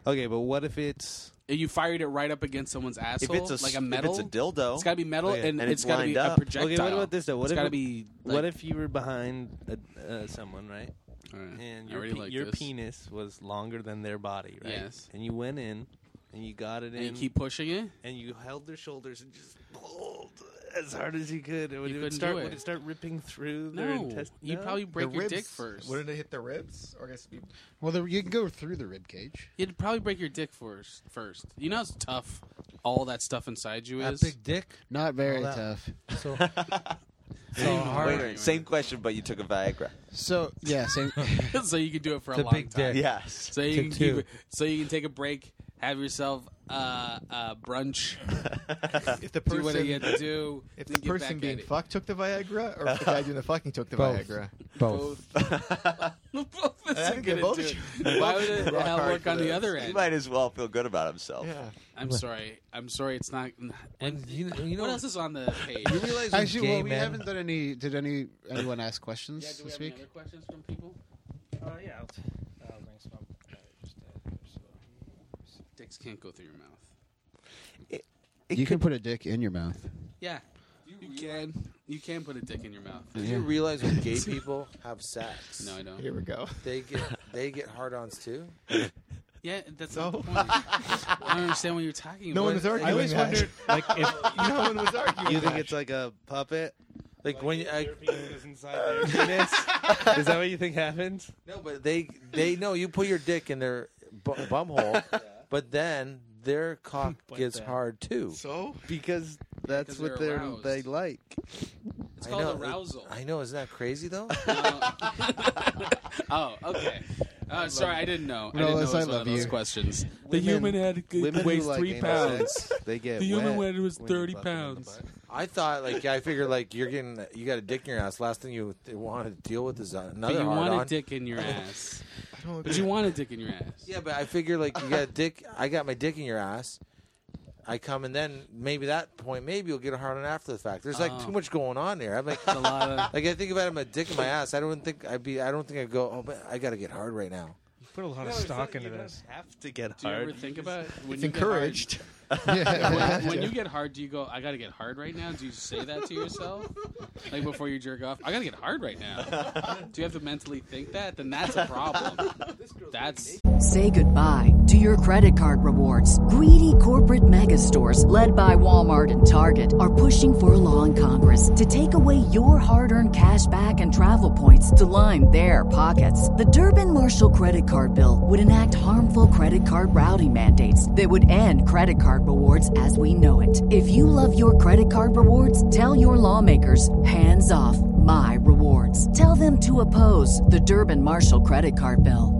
Speaker 9: Okay, but what if it's
Speaker 5: And You fired it right up against someone's asshole,
Speaker 11: it's a s-
Speaker 5: like
Speaker 11: if
Speaker 5: a
Speaker 11: it's
Speaker 5: metal.
Speaker 11: a dildo-
Speaker 5: it's got to be metal,
Speaker 11: Okay.
Speaker 5: and,
Speaker 11: And
Speaker 5: it's
Speaker 11: it's
Speaker 5: got to be
Speaker 11: lined
Speaker 5: a
Speaker 11: up.
Speaker 5: projectile.
Speaker 9: Okay, what about this though? What
Speaker 5: it's
Speaker 9: if
Speaker 5: got to
Speaker 9: it-
Speaker 5: be?
Speaker 9: what
Speaker 5: like-
Speaker 9: if you were behind a, uh, someone, right? And
Speaker 5: I
Speaker 9: your
Speaker 5: already
Speaker 9: pe-
Speaker 5: like
Speaker 9: your
Speaker 5: this.
Speaker 9: penis was longer than their body, right?
Speaker 5: Yes.
Speaker 9: And you went in, and you got it in.
Speaker 5: And you keep pushing it.
Speaker 9: and you held their shoulders and just pulled as hard as you could. It would, it
Speaker 5: couldn't
Speaker 9: would start.
Speaker 5: do it.
Speaker 9: Would it start ripping through
Speaker 5: *laughs*
Speaker 9: their
Speaker 5: No,
Speaker 9: intestines?
Speaker 5: you'd probably break
Speaker 10: The
Speaker 5: your
Speaker 10: ribs-
Speaker 5: dick first.
Speaker 10: Wouldn't it hit the ribs? Or I guess it'd be
Speaker 8: Well, the, you can go through the rib cage.
Speaker 5: You'd probably break your dick first. First, you know how tough all that stuff inside you
Speaker 8: That
Speaker 5: is.
Speaker 8: big
Speaker 5: *laughs*
Speaker 3: dick,
Speaker 8: not very
Speaker 5: All that-
Speaker 8: tough.
Speaker 3: So,
Speaker 8: *laughs*
Speaker 5: Same
Speaker 11: Wait,
Speaker 5: hard.
Speaker 11: wait, same question, but you took a Viagra.
Speaker 8: so yeah, same.
Speaker 5: *laughs* so you can do it for
Speaker 11: The
Speaker 5: a long
Speaker 11: big
Speaker 5: time.
Speaker 11: dick. Yes.
Speaker 5: So you
Speaker 11: To
Speaker 5: can
Speaker 11: two.
Speaker 5: keep it, so you can take a break, have yourself uh, uh,
Speaker 11: *laughs*
Speaker 5: brunch.
Speaker 10: if the
Speaker 5: do what
Speaker 10: person-
Speaker 5: you had to do.
Speaker 10: *laughs* if
Speaker 5: then get
Speaker 10: the
Speaker 5: back
Speaker 10: person
Speaker 5: at
Speaker 10: being
Speaker 5: it. *laughs*
Speaker 10: fucked took the Viagra, or if the guy doing the fucking took the
Speaker 5: Both.
Speaker 10: Viagra.
Speaker 5: Both.
Speaker 10: *laughs* I
Speaker 5: isn't
Speaker 10: think
Speaker 5: gonna
Speaker 10: they both
Speaker 5: do it.
Speaker 10: should-
Speaker 5: Why would it
Speaker 10: rock
Speaker 5: hell
Speaker 10: hard
Speaker 5: work
Speaker 10: for
Speaker 5: on the
Speaker 10: this.
Speaker 5: other
Speaker 11: He
Speaker 5: end?
Speaker 11: might as well feel good about himself.
Speaker 10: Yeah.
Speaker 5: I'm sorry. I'm sorry. It's not. And
Speaker 3: you,
Speaker 5: know what else is on the page?
Speaker 3: You realize
Speaker 8: Actually,
Speaker 3: gay
Speaker 8: well, we
Speaker 3: men-
Speaker 8: haven't done any. Did any anyone ask questions
Speaker 5: Yeah, do we
Speaker 8: this
Speaker 5: have
Speaker 8: week?
Speaker 5: any other questions from people?
Speaker 4: Uh, yeah, I'll, t- I'll bring some up. Uh, just, uh, just, uh,
Speaker 5: Dicks can't go through your mouth.
Speaker 8: you can put a dick in your mouth.
Speaker 5: Yeah, you, can. You can put a dick in your mouth.
Speaker 3: Did you realize when
Speaker 5: *laughs*
Speaker 3: gay people have sex?
Speaker 5: No, I don't.
Speaker 10: Here we go.
Speaker 3: They get they get hard-ons too. *laughs*
Speaker 5: Yeah, that's not the *laughs* point. Uh, I don't understand what you're talking about.
Speaker 9: I always wondered, like, if
Speaker 10: *laughs* no one was arguing.
Speaker 9: You think
Speaker 10: that.
Speaker 9: it's like a puppet?
Speaker 3: Like, when you, I,
Speaker 9: penis *laughs* inside
Speaker 3: *laughs*
Speaker 9: their penis? Is that what you think happens?
Speaker 3: No, but they they know you put your dick in their bu- bum
Speaker 9: *laughs*
Speaker 3: hole, but then their cock gets hard too.
Speaker 10: So
Speaker 9: because that's
Speaker 5: they're
Speaker 9: what they're
Speaker 5: aroused.
Speaker 9: they like.
Speaker 5: It's
Speaker 3: I
Speaker 5: called
Speaker 3: know, it-
Speaker 5: arousal.
Speaker 3: I know, isn't that
Speaker 5: *laughs*
Speaker 3: crazy though? *laughs*
Speaker 5: oh, okay. Uh, sorry, I didn't know. I
Speaker 8: No,
Speaker 5: didn't know it
Speaker 8: Liz,
Speaker 5: was
Speaker 8: I
Speaker 5: one
Speaker 8: love
Speaker 5: of those
Speaker 8: you.
Speaker 5: questions.
Speaker 9: Women-
Speaker 5: had
Speaker 9: women who like anal sex, they get
Speaker 5: The human
Speaker 9: wet
Speaker 5: weight was
Speaker 9: when you
Speaker 5: 30
Speaker 9: fuck them in the
Speaker 5: pounds.
Speaker 9: butt.
Speaker 3: I thought like I figured like you're getting you got a dick in your ass. Last thing you want to deal with is another.
Speaker 5: but you
Speaker 3: hard
Speaker 5: want
Speaker 3: on.
Speaker 5: a dick in
Speaker 3: *laughs*
Speaker 5: your ass.
Speaker 3: don't
Speaker 5: but you want a dick in your ass.
Speaker 3: Yeah, but I figure like you got a dick. I got my dick in your ass. I come and then maybe that point maybe you'll get a hard on after the fact. There's like
Speaker 5: Oh.
Speaker 3: too much going on there. I'm like
Speaker 5: a lot of-
Speaker 3: *laughs* like I think about it, my dick in my ass. I don't think I'd be. I don't think I'd go. Oh, but I got to get hard right now.
Speaker 4: You put a lot of stock into this.
Speaker 5: have
Speaker 4: to get
Speaker 5: Do you ever
Speaker 4: hard.
Speaker 5: think about it?
Speaker 4: It's
Speaker 5: you get hard-
Speaker 4: encouraged. *laughs*
Speaker 5: when,
Speaker 4: Yeah.
Speaker 5: when you get hard, do you go, "I got to get hard right now"? Do you say that to yourself, like before you jerk off? I got to get hard right now. Do you have to mentally think that? Then that's a problem. That's
Speaker 16: Say goodbye to your credit card rewards. Greedy corporate mega stores, led by Walmart and Target, are pushing for a law in Congress to take away your hard earned cash back and travel points to line their pockets. The Durbin Marshall credit card bill would enact harmful credit card routing mandates that would end credit card rewards as we know it. If you love your credit card rewards, tell your lawmakers hands off my rewards. Tell them to oppose the Durbin Marshall credit card bill.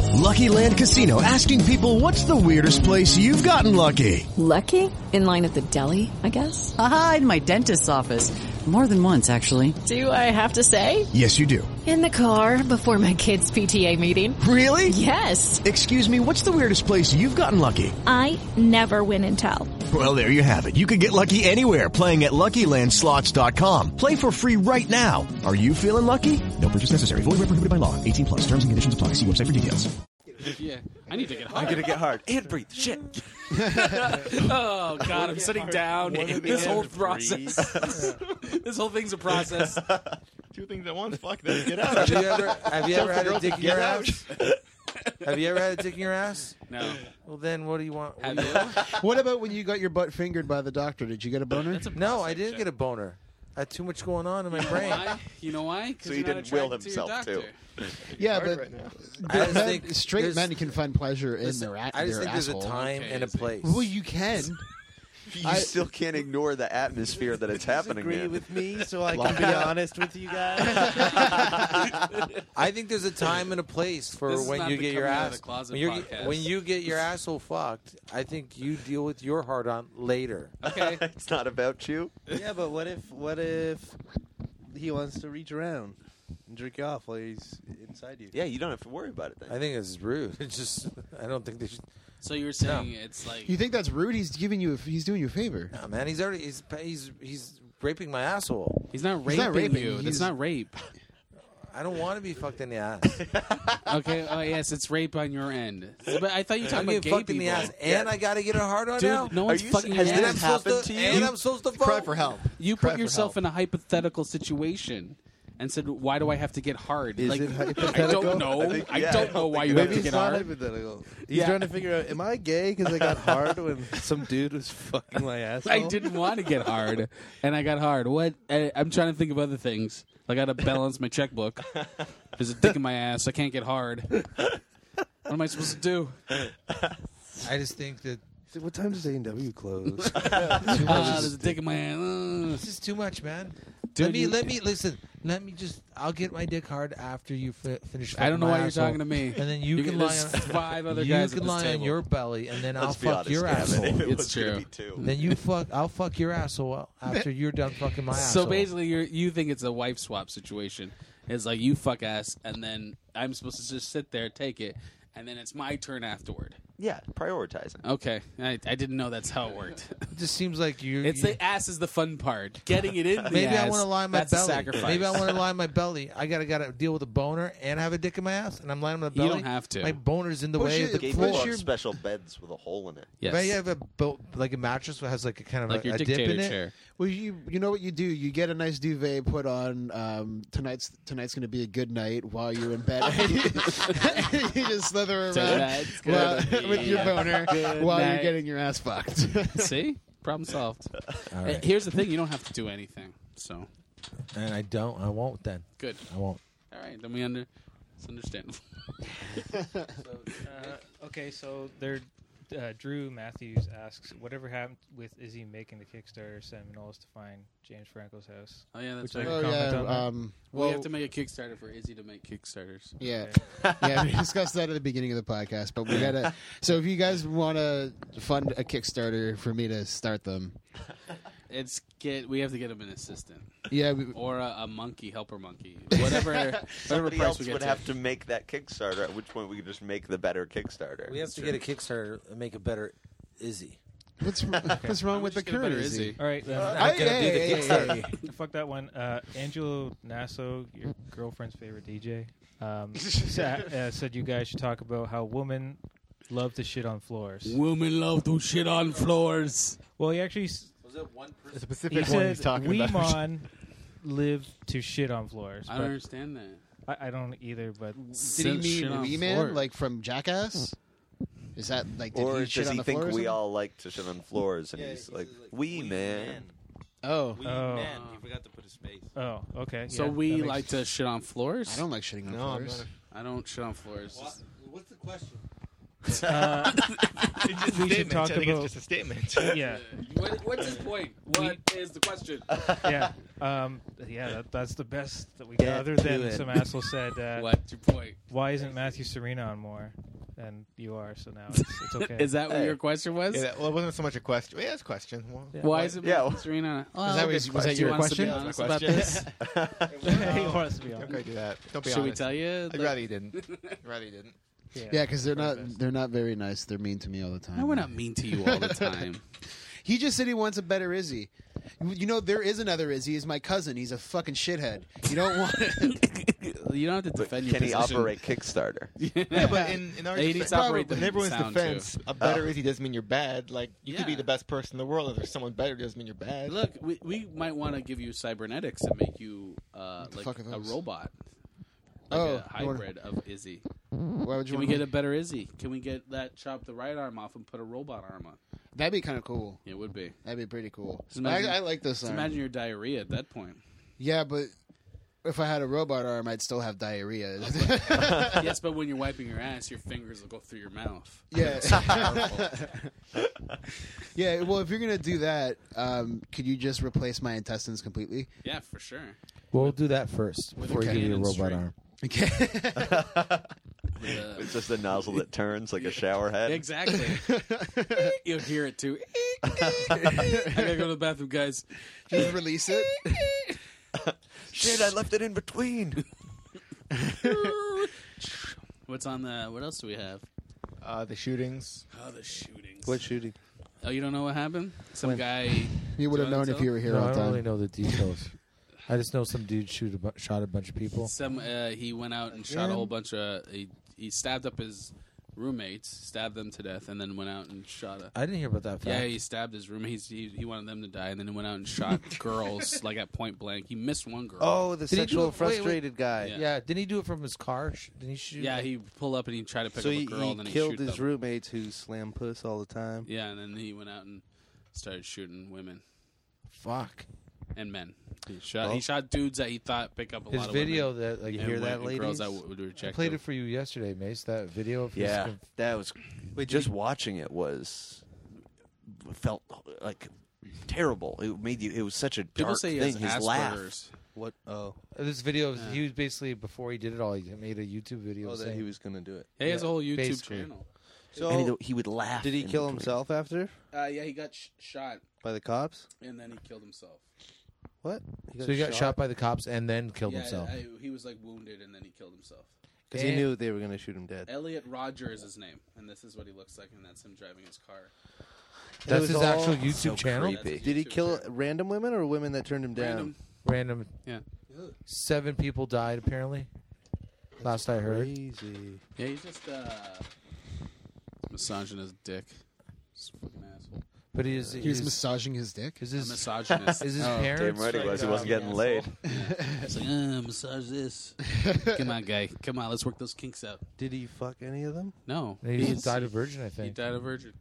Speaker 2: Lucky Land Casino asking people what's the weirdest place you've gotten lucky?
Speaker 17: Lucky? In line at the deli, I guess? Aha, in my dentist's office. More than once, actually. Do I have to say?
Speaker 2: Yes, you do.
Speaker 17: In the car before my kids' PTA meeting.
Speaker 2: Really?
Speaker 17: Yes.
Speaker 2: Excuse me, what's the weirdest place you've gotten lucky?
Speaker 18: I never win and tell.
Speaker 2: Well, there you have it. You can get lucky anywhere playing at LuckyLandSlots.com. Play for free right now. Are you feeling lucky? No purchase necessary. Void where prohibited by law. 18 plus. Terms and conditions apply. See website for details.
Speaker 5: yeah. I need to get hard.
Speaker 11: I'm gonna get
Speaker 5: *laughs*
Speaker 11: hard and breathe. Shit.
Speaker 4: *laughs*
Speaker 5: oh God, I'm sitting down.
Speaker 11: One of
Speaker 5: This
Speaker 11: the
Speaker 5: whole
Speaker 11: end
Speaker 5: process. *laughs* this whole thing's a process. *laughs*
Speaker 10: Two things at once. Fuck that. Get out.
Speaker 3: have you ever have you ever
Speaker 10: Tell the
Speaker 3: had a
Speaker 10: girls to
Speaker 3: dick in
Speaker 10: get
Speaker 3: your
Speaker 10: out.
Speaker 3: ass? have you ever had a dick in your ass?
Speaker 5: No.
Speaker 3: Well, then what do you want? What
Speaker 5: do you want?
Speaker 8: what about when you got your butt fingered by the doctor? Did you get a boner?
Speaker 3: no, I didn't get a boner. I had too much going on
Speaker 5: *laughs*
Speaker 3: in my brain.
Speaker 5: Why? You know why? 'Cause
Speaker 11: So he
Speaker 5: you're not
Speaker 11: didn't will
Speaker 5: attracted to your
Speaker 11: himself,
Speaker 5: doctor.
Speaker 11: too.
Speaker 8: Yeah,
Speaker 5: Hard
Speaker 8: but
Speaker 5: right now.
Speaker 8: the
Speaker 3: I just
Speaker 8: men-
Speaker 3: think
Speaker 8: straight
Speaker 3: there's-
Speaker 8: men can find pleasure in
Speaker 3: Listen,
Speaker 8: their, a-
Speaker 3: I just
Speaker 8: their
Speaker 3: think there's a
Speaker 8: asshole.
Speaker 3: time and a place.
Speaker 8: Well, you
Speaker 3: *laughs*
Speaker 8: can.
Speaker 11: You
Speaker 8: I-
Speaker 11: still can't ignore the atmosphere that it's happening
Speaker 9: Agree
Speaker 11: in.
Speaker 9: with me, so
Speaker 11: *laughs*
Speaker 9: I can be honest with you guys.
Speaker 3: I think there's a time and a place for
Speaker 5: This is
Speaker 3: when
Speaker 5: not
Speaker 3: you
Speaker 5: the
Speaker 3: get your
Speaker 5: coming out of
Speaker 3: ass
Speaker 5: the closet
Speaker 3: when, you're-
Speaker 5: podcast.
Speaker 3: when you get your asshole fucked. I think you deal with your hard on later.
Speaker 10: *laughs*
Speaker 5: Okay,
Speaker 11: it's not about you.
Speaker 9: yeah, but what if what if he wants to reach around and jerk you off while he's inside you?
Speaker 11: Yeah, you don't have to worry about it. Then.
Speaker 3: I think it's rude. *laughs* It's just I don't think they should.
Speaker 5: So you were saying it's like
Speaker 8: You think that's rude? He's giving you. A, he's doing you a favor.
Speaker 3: No, man, he's already he's he's he's raping my asshole.
Speaker 5: He's not
Speaker 8: He's not raping raping, you.
Speaker 5: That's he's- not rape.
Speaker 3: *laughs* I don't want to be fucked in
Speaker 5: *laughs*
Speaker 3: the ass.
Speaker 5: okay, oh yes, it's rape on your end. But I thought you were talking
Speaker 3: I'm getting
Speaker 5: about gay
Speaker 3: fucked
Speaker 5: people.
Speaker 3: in the ass, and I got to get a hard on
Speaker 5: Dude,
Speaker 3: now.
Speaker 5: no one's
Speaker 3: Are you
Speaker 5: fucking
Speaker 3: s-
Speaker 5: your
Speaker 3: and
Speaker 5: ass.
Speaker 3: I'm supposed
Speaker 5: Happened to you?
Speaker 3: And I'm supposed to vote.
Speaker 5: You
Speaker 3: Cry
Speaker 5: put
Speaker 3: for
Speaker 5: yourself in a hypothetical situation and said, "Why do I have to get hard?"
Speaker 9: Is
Speaker 5: like
Speaker 9: it
Speaker 5: *laughs* I
Speaker 9: hypothetical?
Speaker 5: don't know. I, don't know why you
Speaker 9: Maybe
Speaker 5: have to
Speaker 9: it's
Speaker 5: get
Speaker 9: not
Speaker 5: hard.
Speaker 9: hypothetical. He's
Speaker 5: Yeah.
Speaker 9: trying to figure out: Am I gay because
Speaker 5: *laughs*
Speaker 9: I got hard when *laughs* some dude was fucking my ass?
Speaker 5: I didn't want to get hard, and I got hard. What? I, I'm trying to think of other things. I got to balance my checkbook. There's a dick in my ass. I can't get hard. What am I supposed to do?
Speaker 3: I just think that.
Speaker 9: What time does A and
Speaker 5: *laughs*
Speaker 9: W close?
Speaker 5: Ah, there's a dick in my
Speaker 3: *laughs*
Speaker 5: ass.
Speaker 3: This is too much, man.
Speaker 5: Dude,
Speaker 3: let me
Speaker 5: you-
Speaker 3: let me listen. Let me just. I'll get my dick hard after you fi- finish.
Speaker 5: I don't know
Speaker 3: fucking my
Speaker 5: why you're
Speaker 3: asshole.
Speaker 5: talking to me.
Speaker 3: And then you,
Speaker 5: You-
Speaker 3: can lie
Speaker 5: there's *laughs*
Speaker 3: on
Speaker 5: five other
Speaker 3: you
Speaker 5: guys at
Speaker 3: can
Speaker 5: this
Speaker 3: lie
Speaker 5: table.
Speaker 3: on your belly, and then I'll
Speaker 5: Let's be
Speaker 3: fuck
Speaker 5: honest,
Speaker 3: your
Speaker 5: Gavin,
Speaker 3: asshole.
Speaker 5: if it It's was gonna true. be two. *laughs*
Speaker 3: Then you fuck. I'll fuck your asshole after you're done fucking my
Speaker 5: so
Speaker 3: asshole.
Speaker 5: basically, you you think it's a wife swap situation. It's like you fuck ass, and then I'm supposed to just sit there, take it, and then it's my turn afterward.
Speaker 11: Yeah, prioritizing.
Speaker 5: Okay, I, I didn't know that's how it worked.
Speaker 3: it just seems like you.
Speaker 5: It's
Speaker 3: you-
Speaker 5: the ass is the fun part. Getting
Speaker 3: *laughs*
Speaker 5: it *laughs* in. the
Speaker 3: Maybe I
Speaker 5: ass,
Speaker 3: want to lie on my
Speaker 5: that's a
Speaker 3: belly.
Speaker 5: sacrifice.
Speaker 3: Maybe I want to lie on my belly. I gotta gotta deal with a boner and have a dick in my ass, and I'm lying on my
Speaker 5: You
Speaker 3: belly.
Speaker 5: don't have to.
Speaker 3: My boner's in the way. of the
Speaker 11: Gay
Speaker 3: floor.
Speaker 11: people have special beds with a hole in it.
Speaker 3: If *laughs* I have a bo- like a mattress that has like a kind of
Speaker 5: Like
Speaker 3: a,
Speaker 5: your
Speaker 3: a dip
Speaker 5: dictator
Speaker 3: in it,
Speaker 5: chair.
Speaker 8: Well, you you know what you do. You get a nice duvet put on. Um, tonight's tonight's going to be a good night while you're in
Speaker 3: *laughs*
Speaker 8: bed. *laughs*
Speaker 10: *laughs*
Speaker 8: you just slither around
Speaker 5: Tonight's
Speaker 8: while-
Speaker 5: *laughs* gonna be
Speaker 8: with your
Speaker 5: a
Speaker 8: boner
Speaker 5: good
Speaker 8: while
Speaker 5: night.
Speaker 8: you're getting your ass fucked.
Speaker 5: *laughs* See, problem solved.
Speaker 3: All right.
Speaker 5: Uh, Here's the thing: you don't have to do anything. So
Speaker 3: and I don't, I won't. Then
Speaker 5: good.
Speaker 3: I won't.
Speaker 5: All right, then we under. It's understandable. Oh,
Speaker 4: Uh, okay, so there, uh, Drew Matthews asks, whatever happened with Izzy making the Kickstarter Seminoles to find James Franco's house?
Speaker 5: Oh yeah, that's
Speaker 4: Would
Speaker 5: right.
Speaker 4: you like to comment on that?
Speaker 5: we have to make a Kickstarter for Izzy to make Kickstarters.
Speaker 8: Yeah, yeah. We discussed that at the beginning of the podcast, but we gotta. So if you guys want to fund a Kickstarter for me to start them,
Speaker 5: *laughs* It's get we have to get him an assistant.
Speaker 8: Yeah,
Speaker 5: or a, a monkey helper monkey,
Speaker 11: *laughs*
Speaker 5: whatever. whatever
Speaker 11: Somebody
Speaker 5: price
Speaker 11: else
Speaker 5: we get
Speaker 11: would
Speaker 5: to.
Speaker 11: have to make that Kickstarter. At which point we could just make the better Kickstarter.
Speaker 3: We have to get a Kickstarter and make a better Izzy.
Speaker 8: What's
Speaker 3: *laughs*
Speaker 4: what's wrong with
Speaker 3: the
Speaker 4: Get a better
Speaker 3: currency?
Speaker 4: Izzy. All right, then.
Speaker 3: Uh, Not hey, gonna do the hey, Kickstarter. hey,
Speaker 4: Fuck that one. Uh, Angelo Nasso, your girlfriend's favorite DJ, um, sa- uh, said you guys should talk about how women love to shit on floors.
Speaker 5: Women love to shit on floors.
Speaker 4: Well, he actually s-
Speaker 5: Was it one person?
Speaker 4: he
Speaker 5: specific
Speaker 4: said,
Speaker 5: one he's talking
Speaker 4: we
Speaker 5: about.
Speaker 4: mon live to shit on floors.
Speaker 5: I
Speaker 4: but
Speaker 5: don't understand that.
Speaker 4: I, I don't either. But
Speaker 8: Did he mean Wee Man, like from Jackass? Is that like did
Speaker 11: or
Speaker 8: he shit
Speaker 11: does
Speaker 8: on
Speaker 11: he
Speaker 8: the floor
Speaker 11: think
Speaker 8: or
Speaker 11: we
Speaker 8: something?
Speaker 11: all like to shit on floors? And he's like, "We man."
Speaker 8: Oh,
Speaker 11: We
Speaker 4: oh.
Speaker 11: men.
Speaker 14: He forgot to put a space.
Speaker 4: Oh, okay.
Speaker 5: So
Speaker 4: yeah,
Speaker 5: we
Speaker 4: that makes-
Speaker 5: like to shit on floors.
Speaker 8: I don't like shitting on
Speaker 5: No, I'm
Speaker 8: floors.
Speaker 5: not a- I don't shit on floors. *laughs*
Speaker 15: What's the question?
Speaker 4: Uh,
Speaker 5: It's just a
Speaker 4: we should
Speaker 5: statement. I
Speaker 4: talk
Speaker 5: think it's
Speaker 4: about
Speaker 5: just a statement.
Speaker 4: *laughs* Yeah,
Speaker 5: What, what's his point? What is the question?
Speaker 4: yeah, *laughs* um, yeah. That, that's the best that we got.
Speaker 5: Get
Speaker 4: Other than
Speaker 5: to it.
Speaker 4: some asshole said, uh,
Speaker 5: What's your point?
Speaker 4: Why isn't Matthew Serena on more? And you are, so now it's,
Speaker 5: *laughs*
Speaker 4: it's okay.
Speaker 5: Is that what your question was?
Speaker 10: Yeah, that- well, it wasn't so much a question. Yeah, it's a question. Well,
Speaker 5: Why is it
Speaker 10: yeah,
Speaker 5: Matthew Serena?
Speaker 10: Is that what you- was that
Speaker 5: Do you
Speaker 10: your
Speaker 5: want us
Speaker 10: question?
Speaker 5: To be honest
Speaker 10: That
Speaker 5: about
Speaker 10: was my
Speaker 5: this?
Speaker 10: question. He wants to be
Speaker 4: honest.
Speaker 10: Okay, do that. Don't be
Speaker 5: Should
Speaker 10: honest.
Speaker 5: we tell you?
Speaker 10: I'd rather you didn't. I'd rather you didn't.
Speaker 8: Yeah, because they're not they're not very nice. They're mean to me all the time.
Speaker 5: No, we're not mean to you all the time.
Speaker 8: *laughs* he just said he wants a better Izzy. You know there is another Izzy. He's my cousin. He's a fucking shithead. You don't *laughs* want it.
Speaker 5: you don't have to defend
Speaker 11: Can he operate
Speaker 5: *laughs*
Speaker 11: Kickstarter?
Speaker 10: Yeah, but in, in our
Speaker 5: They need
Speaker 10: defense,
Speaker 5: to operate the
Speaker 10: in everyone's
Speaker 5: sound,
Speaker 10: defense,
Speaker 5: too.
Speaker 10: a better
Speaker 5: Oh.
Speaker 10: Izzy doesn't mean you're bad. Like you could be the best person in the world, and if there's someone better, it doesn't mean you're bad.
Speaker 5: Look, we, we might want to give you cybernetics and make you uh,
Speaker 10: the
Speaker 5: like
Speaker 10: fuck are
Speaker 5: a
Speaker 10: those?
Speaker 5: robot. Like
Speaker 10: Oh,
Speaker 5: a
Speaker 10: you wanna-
Speaker 5: hybrid of Izzy.
Speaker 8: Why would you
Speaker 5: Can we
Speaker 8: wanna-
Speaker 5: get a better Izzy? Can we get that chop the right arm off and put a robot arm on?
Speaker 8: That'd be kind of cool.
Speaker 5: It would be.
Speaker 8: That'd be pretty cool.
Speaker 5: Just imagine-
Speaker 8: I, I like this
Speaker 5: just
Speaker 8: arm.
Speaker 5: Imagine your diarrhea at that
Speaker 8: *laughs*
Speaker 5: point.
Speaker 8: yeah, but if I had a robot arm, I'd still have diarrhea.
Speaker 5: *laughs* yes, but when you're wiping your ass, your fingers will go through your mouth.
Speaker 8: Yeah. *laughs*
Speaker 5: It's so powerful.
Speaker 8: yeah. Well, if you're gonna do that, um, could you just replace my intestines completely?
Speaker 5: yeah, for sure.
Speaker 3: We'll do that first
Speaker 5: With
Speaker 3: before
Speaker 5: a
Speaker 3: you give me a
Speaker 5: cannon
Speaker 3: robot
Speaker 5: string.
Speaker 3: arm.
Speaker 11: *laughs* it's just a nozzle that turns like a shower head. *laughs*
Speaker 5: Exactly. You'll hear
Speaker 3: *laughs*
Speaker 5: it *laughs* too. I gotta go to the bathroom, guys.
Speaker 8: Just release it.
Speaker 11: Shit, I left it in between.
Speaker 5: *laughs* What's on the? What else do we have?
Speaker 10: Uh, the shootings.
Speaker 5: Oh, the shootings.
Speaker 10: What shooting?
Speaker 5: Oh, you don't know what happened? Some guy.
Speaker 8: You would have known if you were here
Speaker 3: No,
Speaker 8: all
Speaker 3: I
Speaker 8: the
Speaker 3: don't
Speaker 8: time.
Speaker 3: really know the details. I just know some dude shoot a bu- shot a bunch of people.
Speaker 5: Some uh, he went out and shot a whole bunch of. He, he stabbed up his roommates, stabbed them to death, and then went out and shot. A,
Speaker 3: I didn't hear about that
Speaker 5: Yeah,
Speaker 3: fact.
Speaker 5: he stabbed his roommates. He, he wanted them to die, and then he went out and shot
Speaker 3: *laughs*
Speaker 5: girls like at point blank. He missed one girl.
Speaker 15: Oh, the sexual frustrated guy.
Speaker 5: Yeah.
Speaker 15: Didn't he do it from his car? Sh- Didn't he shoot?
Speaker 5: Yeah, he pulled up and he tried to pick
Speaker 9: so
Speaker 5: up a
Speaker 9: he,
Speaker 5: girl,
Speaker 9: he
Speaker 5: and then he
Speaker 9: killed
Speaker 5: shoot
Speaker 9: his
Speaker 5: them.
Speaker 9: roommates who slam puss all the time.
Speaker 5: Yeah, and then he went out and started shooting women
Speaker 3: Fuck.
Speaker 5: and men. He shot.
Speaker 3: Well-
Speaker 5: he shot dudes that he thought pick up a
Speaker 3: His
Speaker 5: lot of
Speaker 3: video
Speaker 5: women
Speaker 3: that like you
Speaker 5: and
Speaker 3: hear
Speaker 5: wo-
Speaker 3: that
Speaker 5: and
Speaker 3: lady.
Speaker 5: girls that w- would reject.
Speaker 3: played
Speaker 5: him.
Speaker 3: it for you yesterday, Mace. That video of his
Speaker 11: Yeah,
Speaker 3: conf-
Speaker 11: that was. just watching it was felt like terrible. It made you. It was such a
Speaker 3: People
Speaker 11: dark
Speaker 3: say he
Speaker 11: thing.
Speaker 3: has
Speaker 11: His laugh.
Speaker 3: Asperger's. What? Oh, this video. Was, He was basically before he did it all. He made a YouTube video.
Speaker 9: Oh, that
Speaker 3: saying,
Speaker 9: he was gonna do it.
Speaker 5: Yeah, he has a whole YouTube
Speaker 3: basically.
Speaker 5: channel.
Speaker 9: So
Speaker 11: And he- he would laugh
Speaker 9: Did he
Speaker 11: in
Speaker 9: kill
Speaker 11: between.
Speaker 9: himself after
Speaker 5: Uh, yeah, he got sh- shot
Speaker 9: by the cops?
Speaker 5: and then he killed himself.
Speaker 9: What?
Speaker 3: so he got shot. by the cops and then killed
Speaker 5: yeah,
Speaker 3: himself.
Speaker 5: I- he was like wounded and then he killed himself.
Speaker 9: because he knew they were gonna shoot him dead.
Speaker 5: Elliot Roger is his name, and this is what he looks like, and that's him driving his car.
Speaker 9: It
Speaker 3: That's
Speaker 9: was
Speaker 3: his
Speaker 9: all-
Speaker 3: actual YouTube channel.
Speaker 5: That's his
Speaker 9: Did he
Speaker 5: YouTube
Speaker 9: kill random women or women that turned him down?
Speaker 5: Random.
Speaker 3: Random.
Speaker 5: Yeah.
Speaker 3: Seven people died apparently. Last I heard.
Speaker 9: Crazy.
Speaker 5: Yeah, he's just uh, massaging his dick. He's a fucking asshole.
Speaker 3: But he is.
Speaker 8: He's
Speaker 3: he is-
Speaker 8: massaging his dick.
Speaker 3: Is
Speaker 5: A
Speaker 3: his
Speaker 5: misogynist.
Speaker 3: Is his
Speaker 5: Oh.
Speaker 3: parents? uh,
Speaker 11: Damn right he was. He wasn't getting laid.
Speaker 5: *laughs* It's like, uh, massage
Speaker 3: *laughs*
Speaker 5: this. Come on, guy. Come on, let's work those kinks out.
Speaker 9: Did he fuck any of them?
Speaker 5: No.
Speaker 3: He just died a virgin, I
Speaker 5: He
Speaker 3: think.
Speaker 5: died a virgin.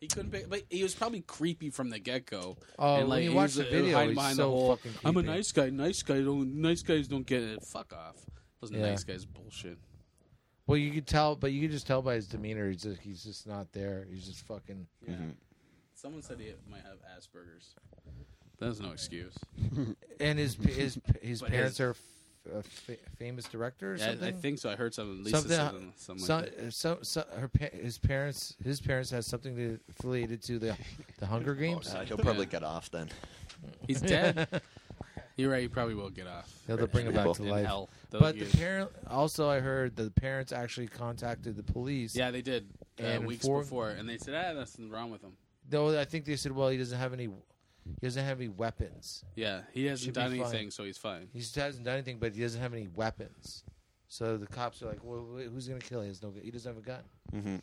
Speaker 5: He couldn't, pick, but he was probably creepy from the get go.
Speaker 3: Oh, when you watch
Speaker 5: uh,
Speaker 3: the video, he's so fucking
Speaker 5: I'm a
Speaker 3: creepy."
Speaker 5: nice guy. Nice guy. Don't nice guys don't get it. Fuck off. Those
Speaker 3: Yeah.
Speaker 5: nice guys bullshit.
Speaker 3: Well, you could tell, but you could just tell by his demeanor. He's just, he's just not there. He's just fucking.
Speaker 5: Yeah.
Speaker 11: Mm-hmm.
Speaker 5: Someone said he might have Asperger's. That's no excuse.
Speaker 3: *laughs* And his his his
Speaker 5: But
Speaker 3: parents
Speaker 5: his-
Speaker 3: are a fa- famous director or
Speaker 5: Yeah, I- I
Speaker 3: something?
Speaker 5: think so. I heard something- Lisa said something- something like
Speaker 3: some- some- some- her pa- his parents his parents has something to, affiliated to the the
Speaker 11: *laughs*
Speaker 3: Hunger Games.
Speaker 11: Uh, he'll probably get off then.
Speaker 5: He's
Speaker 3: *laughs*
Speaker 5: dead. You're right. He probably will get off.
Speaker 3: Yeah, they'll bring him back to
Speaker 5: In
Speaker 3: life.
Speaker 5: hell, they'll
Speaker 3: but
Speaker 5: use-
Speaker 3: the parent also, I heard the parents actually contacted the police.
Speaker 5: yeah, they did uh,
Speaker 3: And
Speaker 5: weeks
Speaker 3: for-
Speaker 5: before, and they said, "Ah, nothing wrong with him."
Speaker 3: Though I think they said, well, he doesn't have any, he doesn't have any weapons.
Speaker 5: Yeah, he hasn't
Speaker 3: Should
Speaker 5: done
Speaker 3: be fine.
Speaker 5: anything, so he's fine.
Speaker 3: He just hasn't done anything, but he doesn't have any weapons. So the cops are like, well, wait, who's gonna kill him? He has no, gu- he doesn't have a gun.
Speaker 11: Mhm.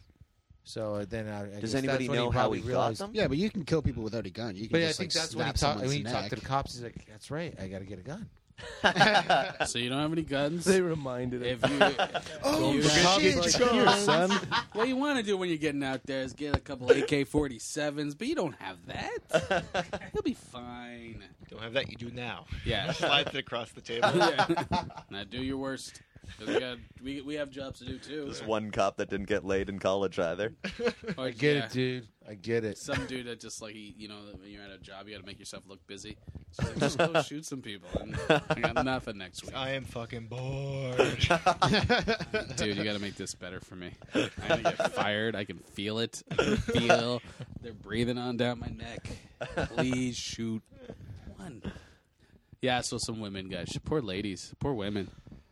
Speaker 3: So uh, then, I, I guess
Speaker 11: *laughs* Does anybody
Speaker 3: that's when
Speaker 11: know
Speaker 3: he
Speaker 11: how
Speaker 3: probably
Speaker 11: he got
Speaker 3: realized-
Speaker 11: them?
Speaker 8: Yeah, but you can kill people without a gun. You can
Speaker 3: But I
Speaker 8: just,
Speaker 3: think
Speaker 8: like,
Speaker 3: that's when he
Speaker 8: snap
Speaker 3: talked. When
Speaker 8: someone's
Speaker 3: he talked to
Speaker 8: neck.
Speaker 3: the cops, he's like, "That's right,
Speaker 10: *laughs*
Speaker 3: *laughs* I got to get a gun."
Speaker 5: *laughs* so you don't have any
Speaker 9: *laughs*
Speaker 5: guns.
Speaker 3: They
Speaker 9: reminded
Speaker 5: him.
Speaker 9: *laughs*
Speaker 5: If you,
Speaker 3: Oh,
Speaker 5: you-
Speaker 3: shit, guns.
Speaker 5: What you want to do when you're getting out there is get a couple AK-47s, but you don't have that.
Speaker 10: *laughs*
Speaker 5: You'll be fine.
Speaker 10: Don't have that. You do now. *laughs*
Speaker 5: Yeah,
Speaker 10: Slides it across the table.
Speaker 5: *laughs* Yeah.
Speaker 10: *laughs*
Speaker 5: Now do your worst. 'Cause We, got, we we have jobs to do too.
Speaker 11: This one cop that didn't get laid in college *laughs* either.
Speaker 5: I get it, yeah.
Speaker 3: dude. I get it.
Speaker 5: Some dude that just like he, you know, when you're at a job, you got to make yourself look busy. So he's like, just
Speaker 10: *laughs*
Speaker 5: go shoot some people. And I got nothing next week.
Speaker 10: I am fucking bored. *laughs*
Speaker 5: Dude, you got to make this better for me. I'm gonna get fired. I can feel it. I can feel they're breathing on down my neck. Please shoot one. Yeah, so some women, guys. Poor ladies. Poor women.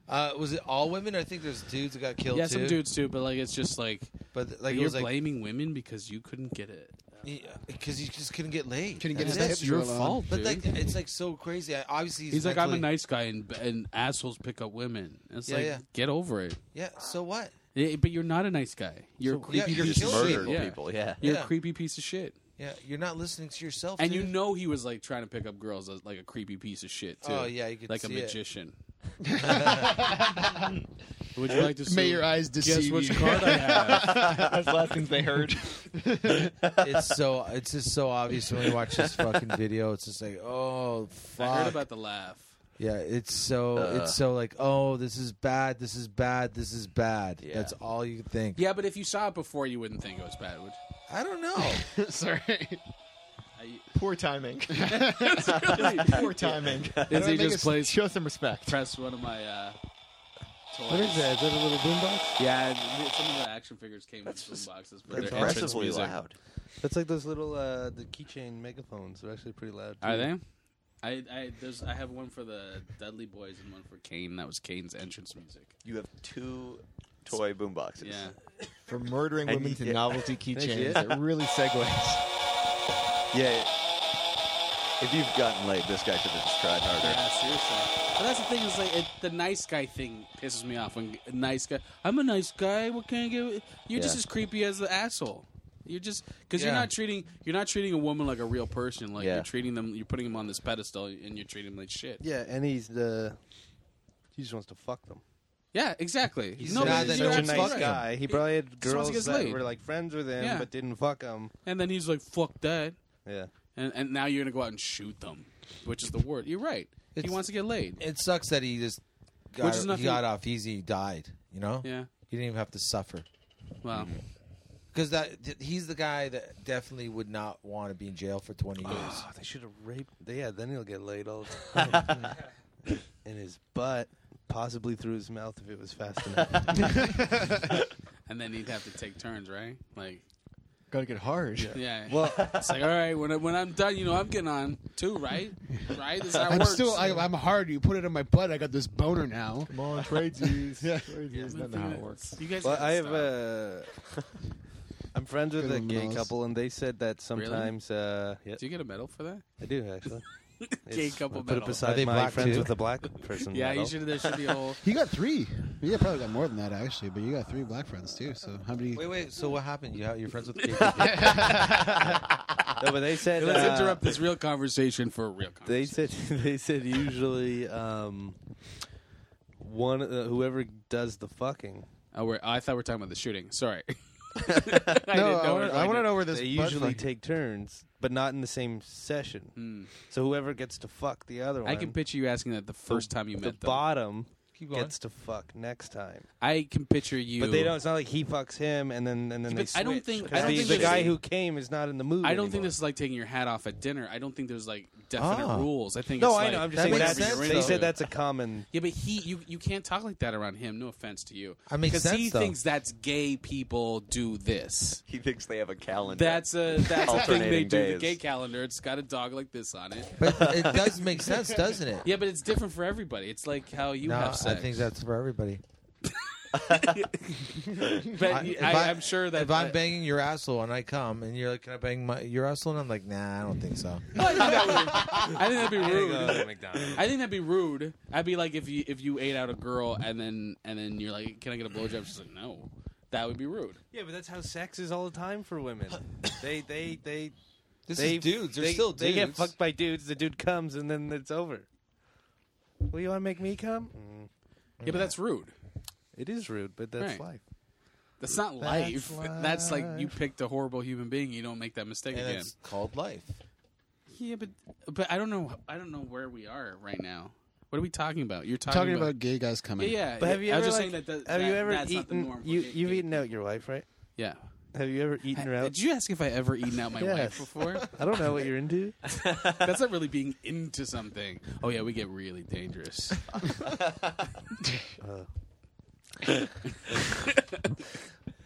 Speaker 3: Uh, was it all women? I think there's dudes that got killed.
Speaker 5: yeah,
Speaker 3: too.
Speaker 5: some dudes too. But like, it's just like,
Speaker 3: but
Speaker 5: like
Speaker 3: like, it
Speaker 5: you're
Speaker 3: was like-
Speaker 5: blaming women because you couldn't get it.
Speaker 3: because he just couldn't get laid.
Speaker 5: Couldn't get his
Speaker 3: That's- that's
Speaker 5: hips alone.
Speaker 3: But
Speaker 5: dude.
Speaker 3: like, it's like so crazy. I, obviously,
Speaker 5: He's,
Speaker 3: he's,
Speaker 5: like, I'm a
Speaker 3: mentally-
Speaker 5: nice guy, and, and assholes pick up women. It's
Speaker 3: Yeah,
Speaker 5: like,
Speaker 3: yeah.
Speaker 5: get over it.
Speaker 3: Yeah. So what?
Speaker 5: Yeah, but you're not a nice guy. You're a
Speaker 3: So-
Speaker 5: creepy
Speaker 3: yeah, you're
Speaker 5: piece of
Speaker 3: killing
Speaker 5: shit.
Speaker 3: people.
Speaker 5: Yeah.
Speaker 3: people, yeah.
Speaker 5: You're
Speaker 3: Yeah.
Speaker 5: a creepy piece of shit.
Speaker 3: Yeah, you're not listening to yourself.
Speaker 5: And
Speaker 3: dude.
Speaker 5: you know he was like trying to pick up girls as like a creepy piece of shit too.
Speaker 3: Oh, yeah, you could
Speaker 5: like
Speaker 3: see
Speaker 5: a
Speaker 3: it.
Speaker 5: magician.
Speaker 3: *laughs*
Speaker 5: Would you like to
Speaker 8: *laughs* May
Speaker 5: see?
Speaker 8: your eyes
Speaker 5: Guess
Speaker 8: deceive
Speaker 5: which
Speaker 8: you.
Speaker 5: card
Speaker 8: *laughs*
Speaker 5: I *laughs* have.
Speaker 10: That's the last things they heard.
Speaker 3: *laughs* *laughs* it's so it's just so obvious when we watch this fucking video. It's just like, oh fuck.
Speaker 5: I heard about the laugh.
Speaker 3: yeah, it's so
Speaker 5: Uh.
Speaker 3: it's so like, oh, this is bad. This is bad. This is bad. That's all you can think.
Speaker 5: Yeah, but if you saw it before, you wouldn't think it was bad, would
Speaker 3: I don't
Speaker 8: *laughs*
Speaker 3: know.
Speaker 5: Sorry. *laughs*
Speaker 10: Poor timing.
Speaker 5: It's
Speaker 8: *laughs*
Speaker 5: really
Speaker 10: Poor timing.
Speaker 5: Is he
Speaker 10: Make
Speaker 5: just
Speaker 10: us-
Speaker 5: plays?
Speaker 10: Show some respect.
Speaker 5: Press one of my. Uh, toys.
Speaker 10: What is that? Is that a little boombox?
Speaker 5: Yeah, th- some of the action figures came with boom boxes. but they're entrance music.
Speaker 9: That's like those little uh, the keychain megaphones. They're actually pretty loud.
Speaker 5: Are
Speaker 9: too.
Speaker 5: they? I I there's I have one for the Dudley Boys and one for Kane. That was Kane's entrance music.
Speaker 11: You have two toy boomboxes.
Speaker 5: Yeah.
Speaker 10: For murdering women to
Speaker 3: *laughs*
Speaker 10: novelty keychains. It really segues.
Speaker 11: Yeah. If you've gotten late, this guy should have just tried harder.
Speaker 5: Yeah, seriously. But that's the thing is like it, the nice guy thing pisses me off. When a nice guy, I'm a nice guy. What can I give? You're just
Speaker 11: Yeah.
Speaker 5: as creepy as the asshole. You're just because you're
Speaker 11: Yeah.
Speaker 5: not treating you're not treating a woman like a real person. Like
Speaker 9: Yeah.
Speaker 5: you're treating them, you're putting them on this pedestal, and you're treating them like shit.
Speaker 9: Yeah, and he's the. He just wants to fuck them.
Speaker 5: Yeah, exactly.
Speaker 9: He's
Speaker 5: No,
Speaker 9: not
Speaker 5: but
Speaker 9: such
Speaker 5: you're
Speaker 9: a
Speaker 5: right.
Speaker 9: nice guy. He probably had
Speaker 5: Just wants to
Speaker 9: girls
Speaker 5: get
Speaker 9: that
Speaker 5: laid.
Speaker 9: were like friends with him,
Speaker 5: Yeah.
Speaker 9: but didn't fuck him.
Speaker 5: And then he's like, "Fuck that."
Speaker 9: Yeah.
Speaker 5: And and now you're gonna go out and shoot them, which is the word. You're right. he
Speaker 3: It's-
Speaker 5: wants to get laid.
Speaker 3: It sucks that he just got,
Speaker 5: Which is
Speaker 3: he
Speaker 5: nothing-
Speaker 3: got off easy. He died. You know.
Speaker 5: Yeah.
Speaker 3: He didn't even have to suffer.
Speaker 5: Wow.
Speaker 3: Because that th- he's the guy that definitely would not want to be in jail for twenty years.
Speaker 9: Oh, they should have raped. Yeah, then he'll get laid all the time. *laughs* in his butt, possibly through his mouth if it was fast *laughs* enough.
Speaker 5: And then he'd have to take turns, right? Like,
Speaker 10: Gotta get hard.
Speaker 5: yeah.
Speaker 10: Well-
Speaker 5: *laughs* it's like, all right, when, I, when I'm done, you know, I'm getting on too, right? Right? This is how it
Speaker 8: I'm
Speaker 5: works.
Speaker 8: still, I, I'm hard. You put it in my butt. I got this boner now. Come
Speaker 10: on,
Speaker 8: *laughs*
Speaker 10: tradesies. yeah.
Speaker 8: tradesies.
Speaker 5: Not how it works. You guys
Speaker 9: well,
Speaker 5: gotta
Speaker 9: I have uh,
Speaker 5: stop.
Speaker 9: a. *laughs* I'm friends with
Speaker 5: Good
Speaker 9: a
Speaker 5: one,
Speaker 9: gay
Speaker 5: Miles.
Speaker 9: couple, and they said that sometimes. Uh, yeah,
Speaker 5: Do you get a medal for that?
Speaker 9: I do actually.
Speaker 5: *laughs* Gay
Speaker 9: It's-
Speaker 5: couple
Speaker 9: I Put it
Speaker 5: medal.
Speaker 9: beside my friends with a black person.
Speaker 5: Yeah, you
Speaker 9: medal.
Speaker 5: should- there should be a whole-
Speaker 8: You got three. You probably got more than that actually, but you got three black friends too. So how many?
Speaker 3: Wait, wait. So what happened? You
Speaker 5: *laughs*
Speaker 3: you're friends with gay
Speaker 9: No, but they said.
Speaker 5: Let's
Speaker 9: uh,
Speaker 5: interrupt this real conversation for a real conversation.
Speaker 9: They said *laughs* they said usually um, one uh, whoever does the fucking.
Speaker 5: Oh, we're, I thought we were talking about the shooting. Sorry. *laughs*
Speaker 9: *laughs* no, I, wanna- I want to know where this. They
Speaker 5: They
Speaker 9: usually take turns, but not in the same
Speaker 5: Hmm.
Speaker 9: session. So whoever gets to fuck the other one.
Speaker 5: I can picture you asking that the first time you
Speaker 9: the
Speaker 5: met them.
Speaker 9: bottom
Speaker 3: Keep going.
Speaker 9: gets to fuck next time.
Speaker 5: I can picture you.
Speaker 9: But they don't. It's not like he fucks him and then and then
Speaker 5: But
Speaker 9: they.
Speaker 5: I don't
Speaker 9: switch,
Speaker 5: think-
Speaker 9: 'cause
Speaker 5: I don't
Speaker 9: the,
Speaker 5: think
Speaker 9: the
Speaker 5: there's
Speaker 9: guy
Speaker 5: any-
Speaker 9: who came is not in the movie.
Speaker 5: I don't think this is like taking your hat off at dinner. I don't think there's like definite
Speaker 9: Ah.
Speaker 5: rules. I think
Speaker 9: No,
Speaker 5: It's
Speaker 9: I
Speaker 5: like,
Speaker 9: know. I'm just saying
Speaker 5: whatever
Speaker 9: that's-
Speaker 5: you're
Speaker 9: they
Speaker 5: into.
Speaker 9: said that's a common-
Speaker 5: Yeah, but he you you can't talk like that around him. No offense to you.
Speaker 11: That makes
Speaker 5: because he
Speaker 11: sense, though.
Speaker 5: thinks that's gay people do this.
Speaker 11: He thinks they have a calendar.
Speaker 5: That's a that's a thing they
Speaker 11: Alternating
Speaker 5: do. The
Speaker 11: days.
Speaker 5: gay calendar. It's got a dog like this on it.
Speaker 11: But it does make sense,
Speaker 3: doesn't it?
Speaker 5: Yeah, but it's different for everybody. It's like how you
Speaker 3: no,
Speaker 5: have sex.
Speaker 3: I think
Speaker 5: *laughs*
Speaker 3: that's for everybody.
Speaker 5: But
Speaker 3: I-
Speaker 5: I,
Speaker 3: if
Speaker 5: I,
Speaker 3: I-
Speaker 5: am sure that
Speaker 3: if I'm
Speaker 5: that- *laughs*
Speaker 3: banging your asshole and I come and you're like, "Can I bang my your asshole?" and I'm like, "Nah, I don't think so." *laughs*
Speaker 5: I think that'd be
Speaker 3: I think I'll go to
Speaker 5: rude.
Speaker 3: McDonald's.
Speaker 5: I think that'd be rude. I'd be like if you if you ate out a girl and then and then you're like, can I get a blowjob? She's like, no. That would be rude.
Speaker 9: Yeah, but that's how sex is all the time for
Speaker 5: *coughs*
Speaker 9: women. they they they.
Speaker 5: This
Speaker 9: they,
Speaker 5: is dudes. They're
Speaker 9: they-
Speaker 5: still
Speaker 9: They get
Speaker 5: dudes.
Speaker 9: fucked by dudes. The dude comes and then it's over. Well, you want to make me come? Mm.
Speaker 5: Yeah, but that's rude.
Speaker 9: It is rude, but that's
Speaker 5: Right.
Speaker 9: life.
Speaker 5: That's not
Speaker 9: That's
Speaker 5: life. That's like you
Speaker 9: life.
Speaker 5: picked a horrible human being. You don't make that mistake
Speaker 3: And
Speaker 5: again.
Speaker 3: it's called life.
Speaker 5: Yeah, but but I don't know. I don't know where we are right now. What are we talking about? You're talking,
Speaker 8: Talking about gay guys coming.
Speaker 5: Yeah, yeah.
Speaker 9: But have you
Speaker 5: I
Speaker 9: ever
Speaker 5: was just
Speaker 9: like,
Speaker 5: saying that, that
Speaker 9: have you
Speaker 5: that-
Speaker 9: ever
Speaker 5: that's not the
Speaker 9: eaten?
Speaker 5: norm.
Speaker 9: you you've eaten out your wife, right?
Speaker 5: Yeah.
Speaker 9: Have you ever eaten her out?
Speaker 5: Did you ask if I ever eaten out my
Speaker 9: Yes.
Speaker 5: wife before?
Speaker 9: *laughs* I don't know what you're into.
Speaker 5: That's not really being into something. Oh yeah, we get really
Speaker 9: *laughs*
Speaker 5: dangerous. *laughs*
Speaker 9: Uh,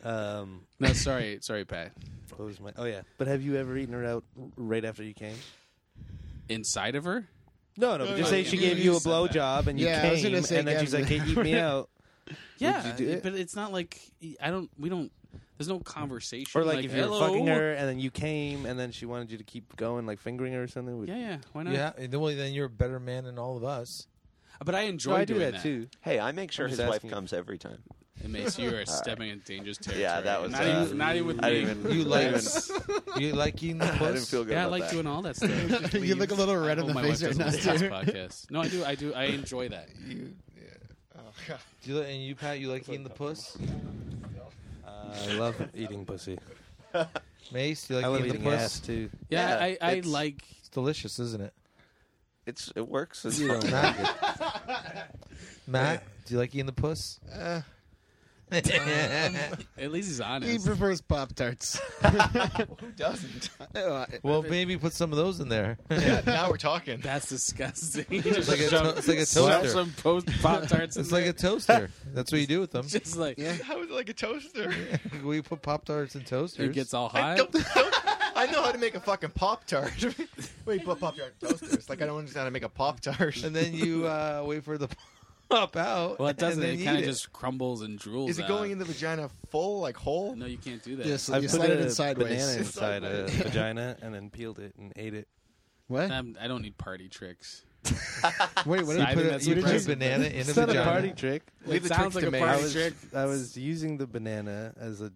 Speaker 9: um,
Speaker 5: no, sorry, sorry, Pat.
Speaker 9: What was my? Oh yeah. But have you ever eaten her out r- right after you came?
Speaker 5: Inside of her?
Speaker 9: No, no.
Speaker 5: No,
Speaker 9: but
Speaker 5: no,
Speaker 9: just say
Speaker 5: you-
Speaker 9: she
Speaker 5: you-
Speaker 9: gave
Speaker 5: you
Speaker 9: you a
Speaker 5: said that.
Speaker 9: blowjob and you
Speaker 5: Yeah, I was
Speaker 9: came,
Speaker 5: gonna
Speaker 9: and
Speaker 5: say
Speaker 9: then she's like, "Hey,
Speaker 5: *laughs*
Speaker 9: eat me out."
Speaker 5: Yeah,
Speaker 9: Would you do it?
Speaker 5: but it's not like I don't. We don't. There's no conversation.
Speaker 9: Or like, if you were
Speaker 5: hello.
Speaker 9: fucking her and then you came and then she wanted you to keep going, like fingering her or something.
Speaker 5: *laughs*
Speaker 9: Would,
Speaker 5: Yeah, yeah. Why not?
Speaker 3: Yeah, then, well, then you're a better man than all of us.
Speaker 5: But I enjoy
Speaker 9: I do doing that that. too.
Speaker 11: Hey, I make sure
Speaker 9: I'm
Speaker 11: his
Speaker 9: just
Speaker 11: wife
Speaker 9: asking.
Speaker 11: comes every time.
Speaker 5: And Mace, you are
Speaker 11: All *laughs* right.
Speaker 5: stepping in dangerous territory.
Speaker 11: Yeah, that was
Speaker 5: not,
Speaker 11: uh,
Speaker 5: even, not even with
Speaker 11: *laughs* I
Speaker 5: me.
Speaker 11: didn't even-
Speaker 3: You
Speaker 11: I
Speaker 3: like
Speaker 11: didn't even- *laughs*
Speaker 3: you like eating the
Speaker 11: I
Speaker 3: puss?
Speaker 11: didn't feel good
Speaker 5: yeah, I
Speaker 11: about
Speaker 5: like
Speaker 11: that.
Speaker 5: doing all
Speaker 11: *laughs*
Speaker 5: that stuff. Just
Speaker 8: You
Speaker 5: leaves.
Speaker 8: look a little red
Speaker 5: I
Speaker 8: in
Speaker 5: hope
Speaker 8: the
Speaker 5: my
Speaker 8: face
Speaker 5: wife
Speaker 8: right
Speaker 5: doesn't
Speaker 8: now,
Speaker 5: listen
Speaker 8: too.
Speaker 5: to this podcast. No, I do. I
Speaker 3: *laughs*
Speaker 5: do. I enjoy that.
Speaker 10: Oh,
Speaker 3: Do you, and you, Pat, you like eating the puss?
Speaker 9: I love eating pussy.
Speaker 3: Mace, you like
Speaker 9: I love
Speaker 3: eating,
Speaker 9: eating
Speaker 3: the puss
Speaker 9: ass, too.
Speaker 5: Yeah, I- I
Speaker 11: it's-
Speaker 5: like.
Speaker 3: It's delicious, isn't it?
Speaker 11: It's it works. It's
Speaker 3: You don't
Speaker 11: fine.
Speaker 3: like
Speaker 11: *laughs*
Speaker 3: Matt, do you like eating the puss?
Speaker 8: Uh,
Speaker 5: At least he's honest.
Speaker 8: he prefers Pop
Speaker 3: *laughs*
Speaker 8: Tarts.
Speaker 10: Who doesn't?
Speaker 3: Well, maybe put some of those in there.
Speaker 10: yeah, now we're talking.
Speaker 5: That's disgusting.
Speaker 3: It's like a, to- *laughs* it's like a
Speaker 5: Slap
Speaker 3: toaster.
Speaker 5: some post pop tarts.
Speaker 3: It's like a toaster. That's what you do with them.
Speaker 5: Just like
Speaker 10: How is it like a toaster?
Speaker 3: *laughs* we put pop tarts in toasters.
Speaker 5: it gets all
Speaker 10: I
Speaker 5: hot.
Speaker 10: don't, don't- I know how to make a fucking pop tart. *laughs* Wait, but pop tart toasters. Like I don't understand how to make a pop tart.
Speaker 3: and then you uh, wait for the pop out.
Speaker 5: Well, it
Speaker 3: and
Speaker 5: doesn't.
Speaker 3: then
Speaker 5: It
Speaker 3: eat
Speaker 5: kind of just crumbles and drools.
Speaker 10: Is it going in the vagina full, like whole?
Speaker 5: No, you can't do that.
Speaker 8: Yes,
Speaker 9: I
Speaker 8: you
Speaker 9: put
Speaker 8: slide it
Speaker 9: a
Speaker 8: in sideways. *laughs*
Speaker 9: banana inside
Speaker 5: *laughs*
Speaker 9: a *laughs* vagina and then peeled it and ate it.
Speaker 8: What?
Speaker 5: I'm, Um, I don't need party
Speaker 9: *laughs*
Speaker 5: tricks.
Speaker 8: Wait, what did
Speaker 5: I
Speaker 8: you
Speaker 5: think
Speaker 8: put?
Speaker 5: that's
Speaker 8: A, you
Speaker 5: impressive.
Speaker 8: put a
Speaker 3: banana in
Speaker 9: It's
Speaker 3: a
Speaker 9: not a
Speaker 3: vagina.
Speaker 9: party trick.
Speaker 5: It Leave the sounds tricks like to a me. party
Speaker 9: I was,
Speaker 5: trick.
Speaker 9: *laughs* I was using the banana as a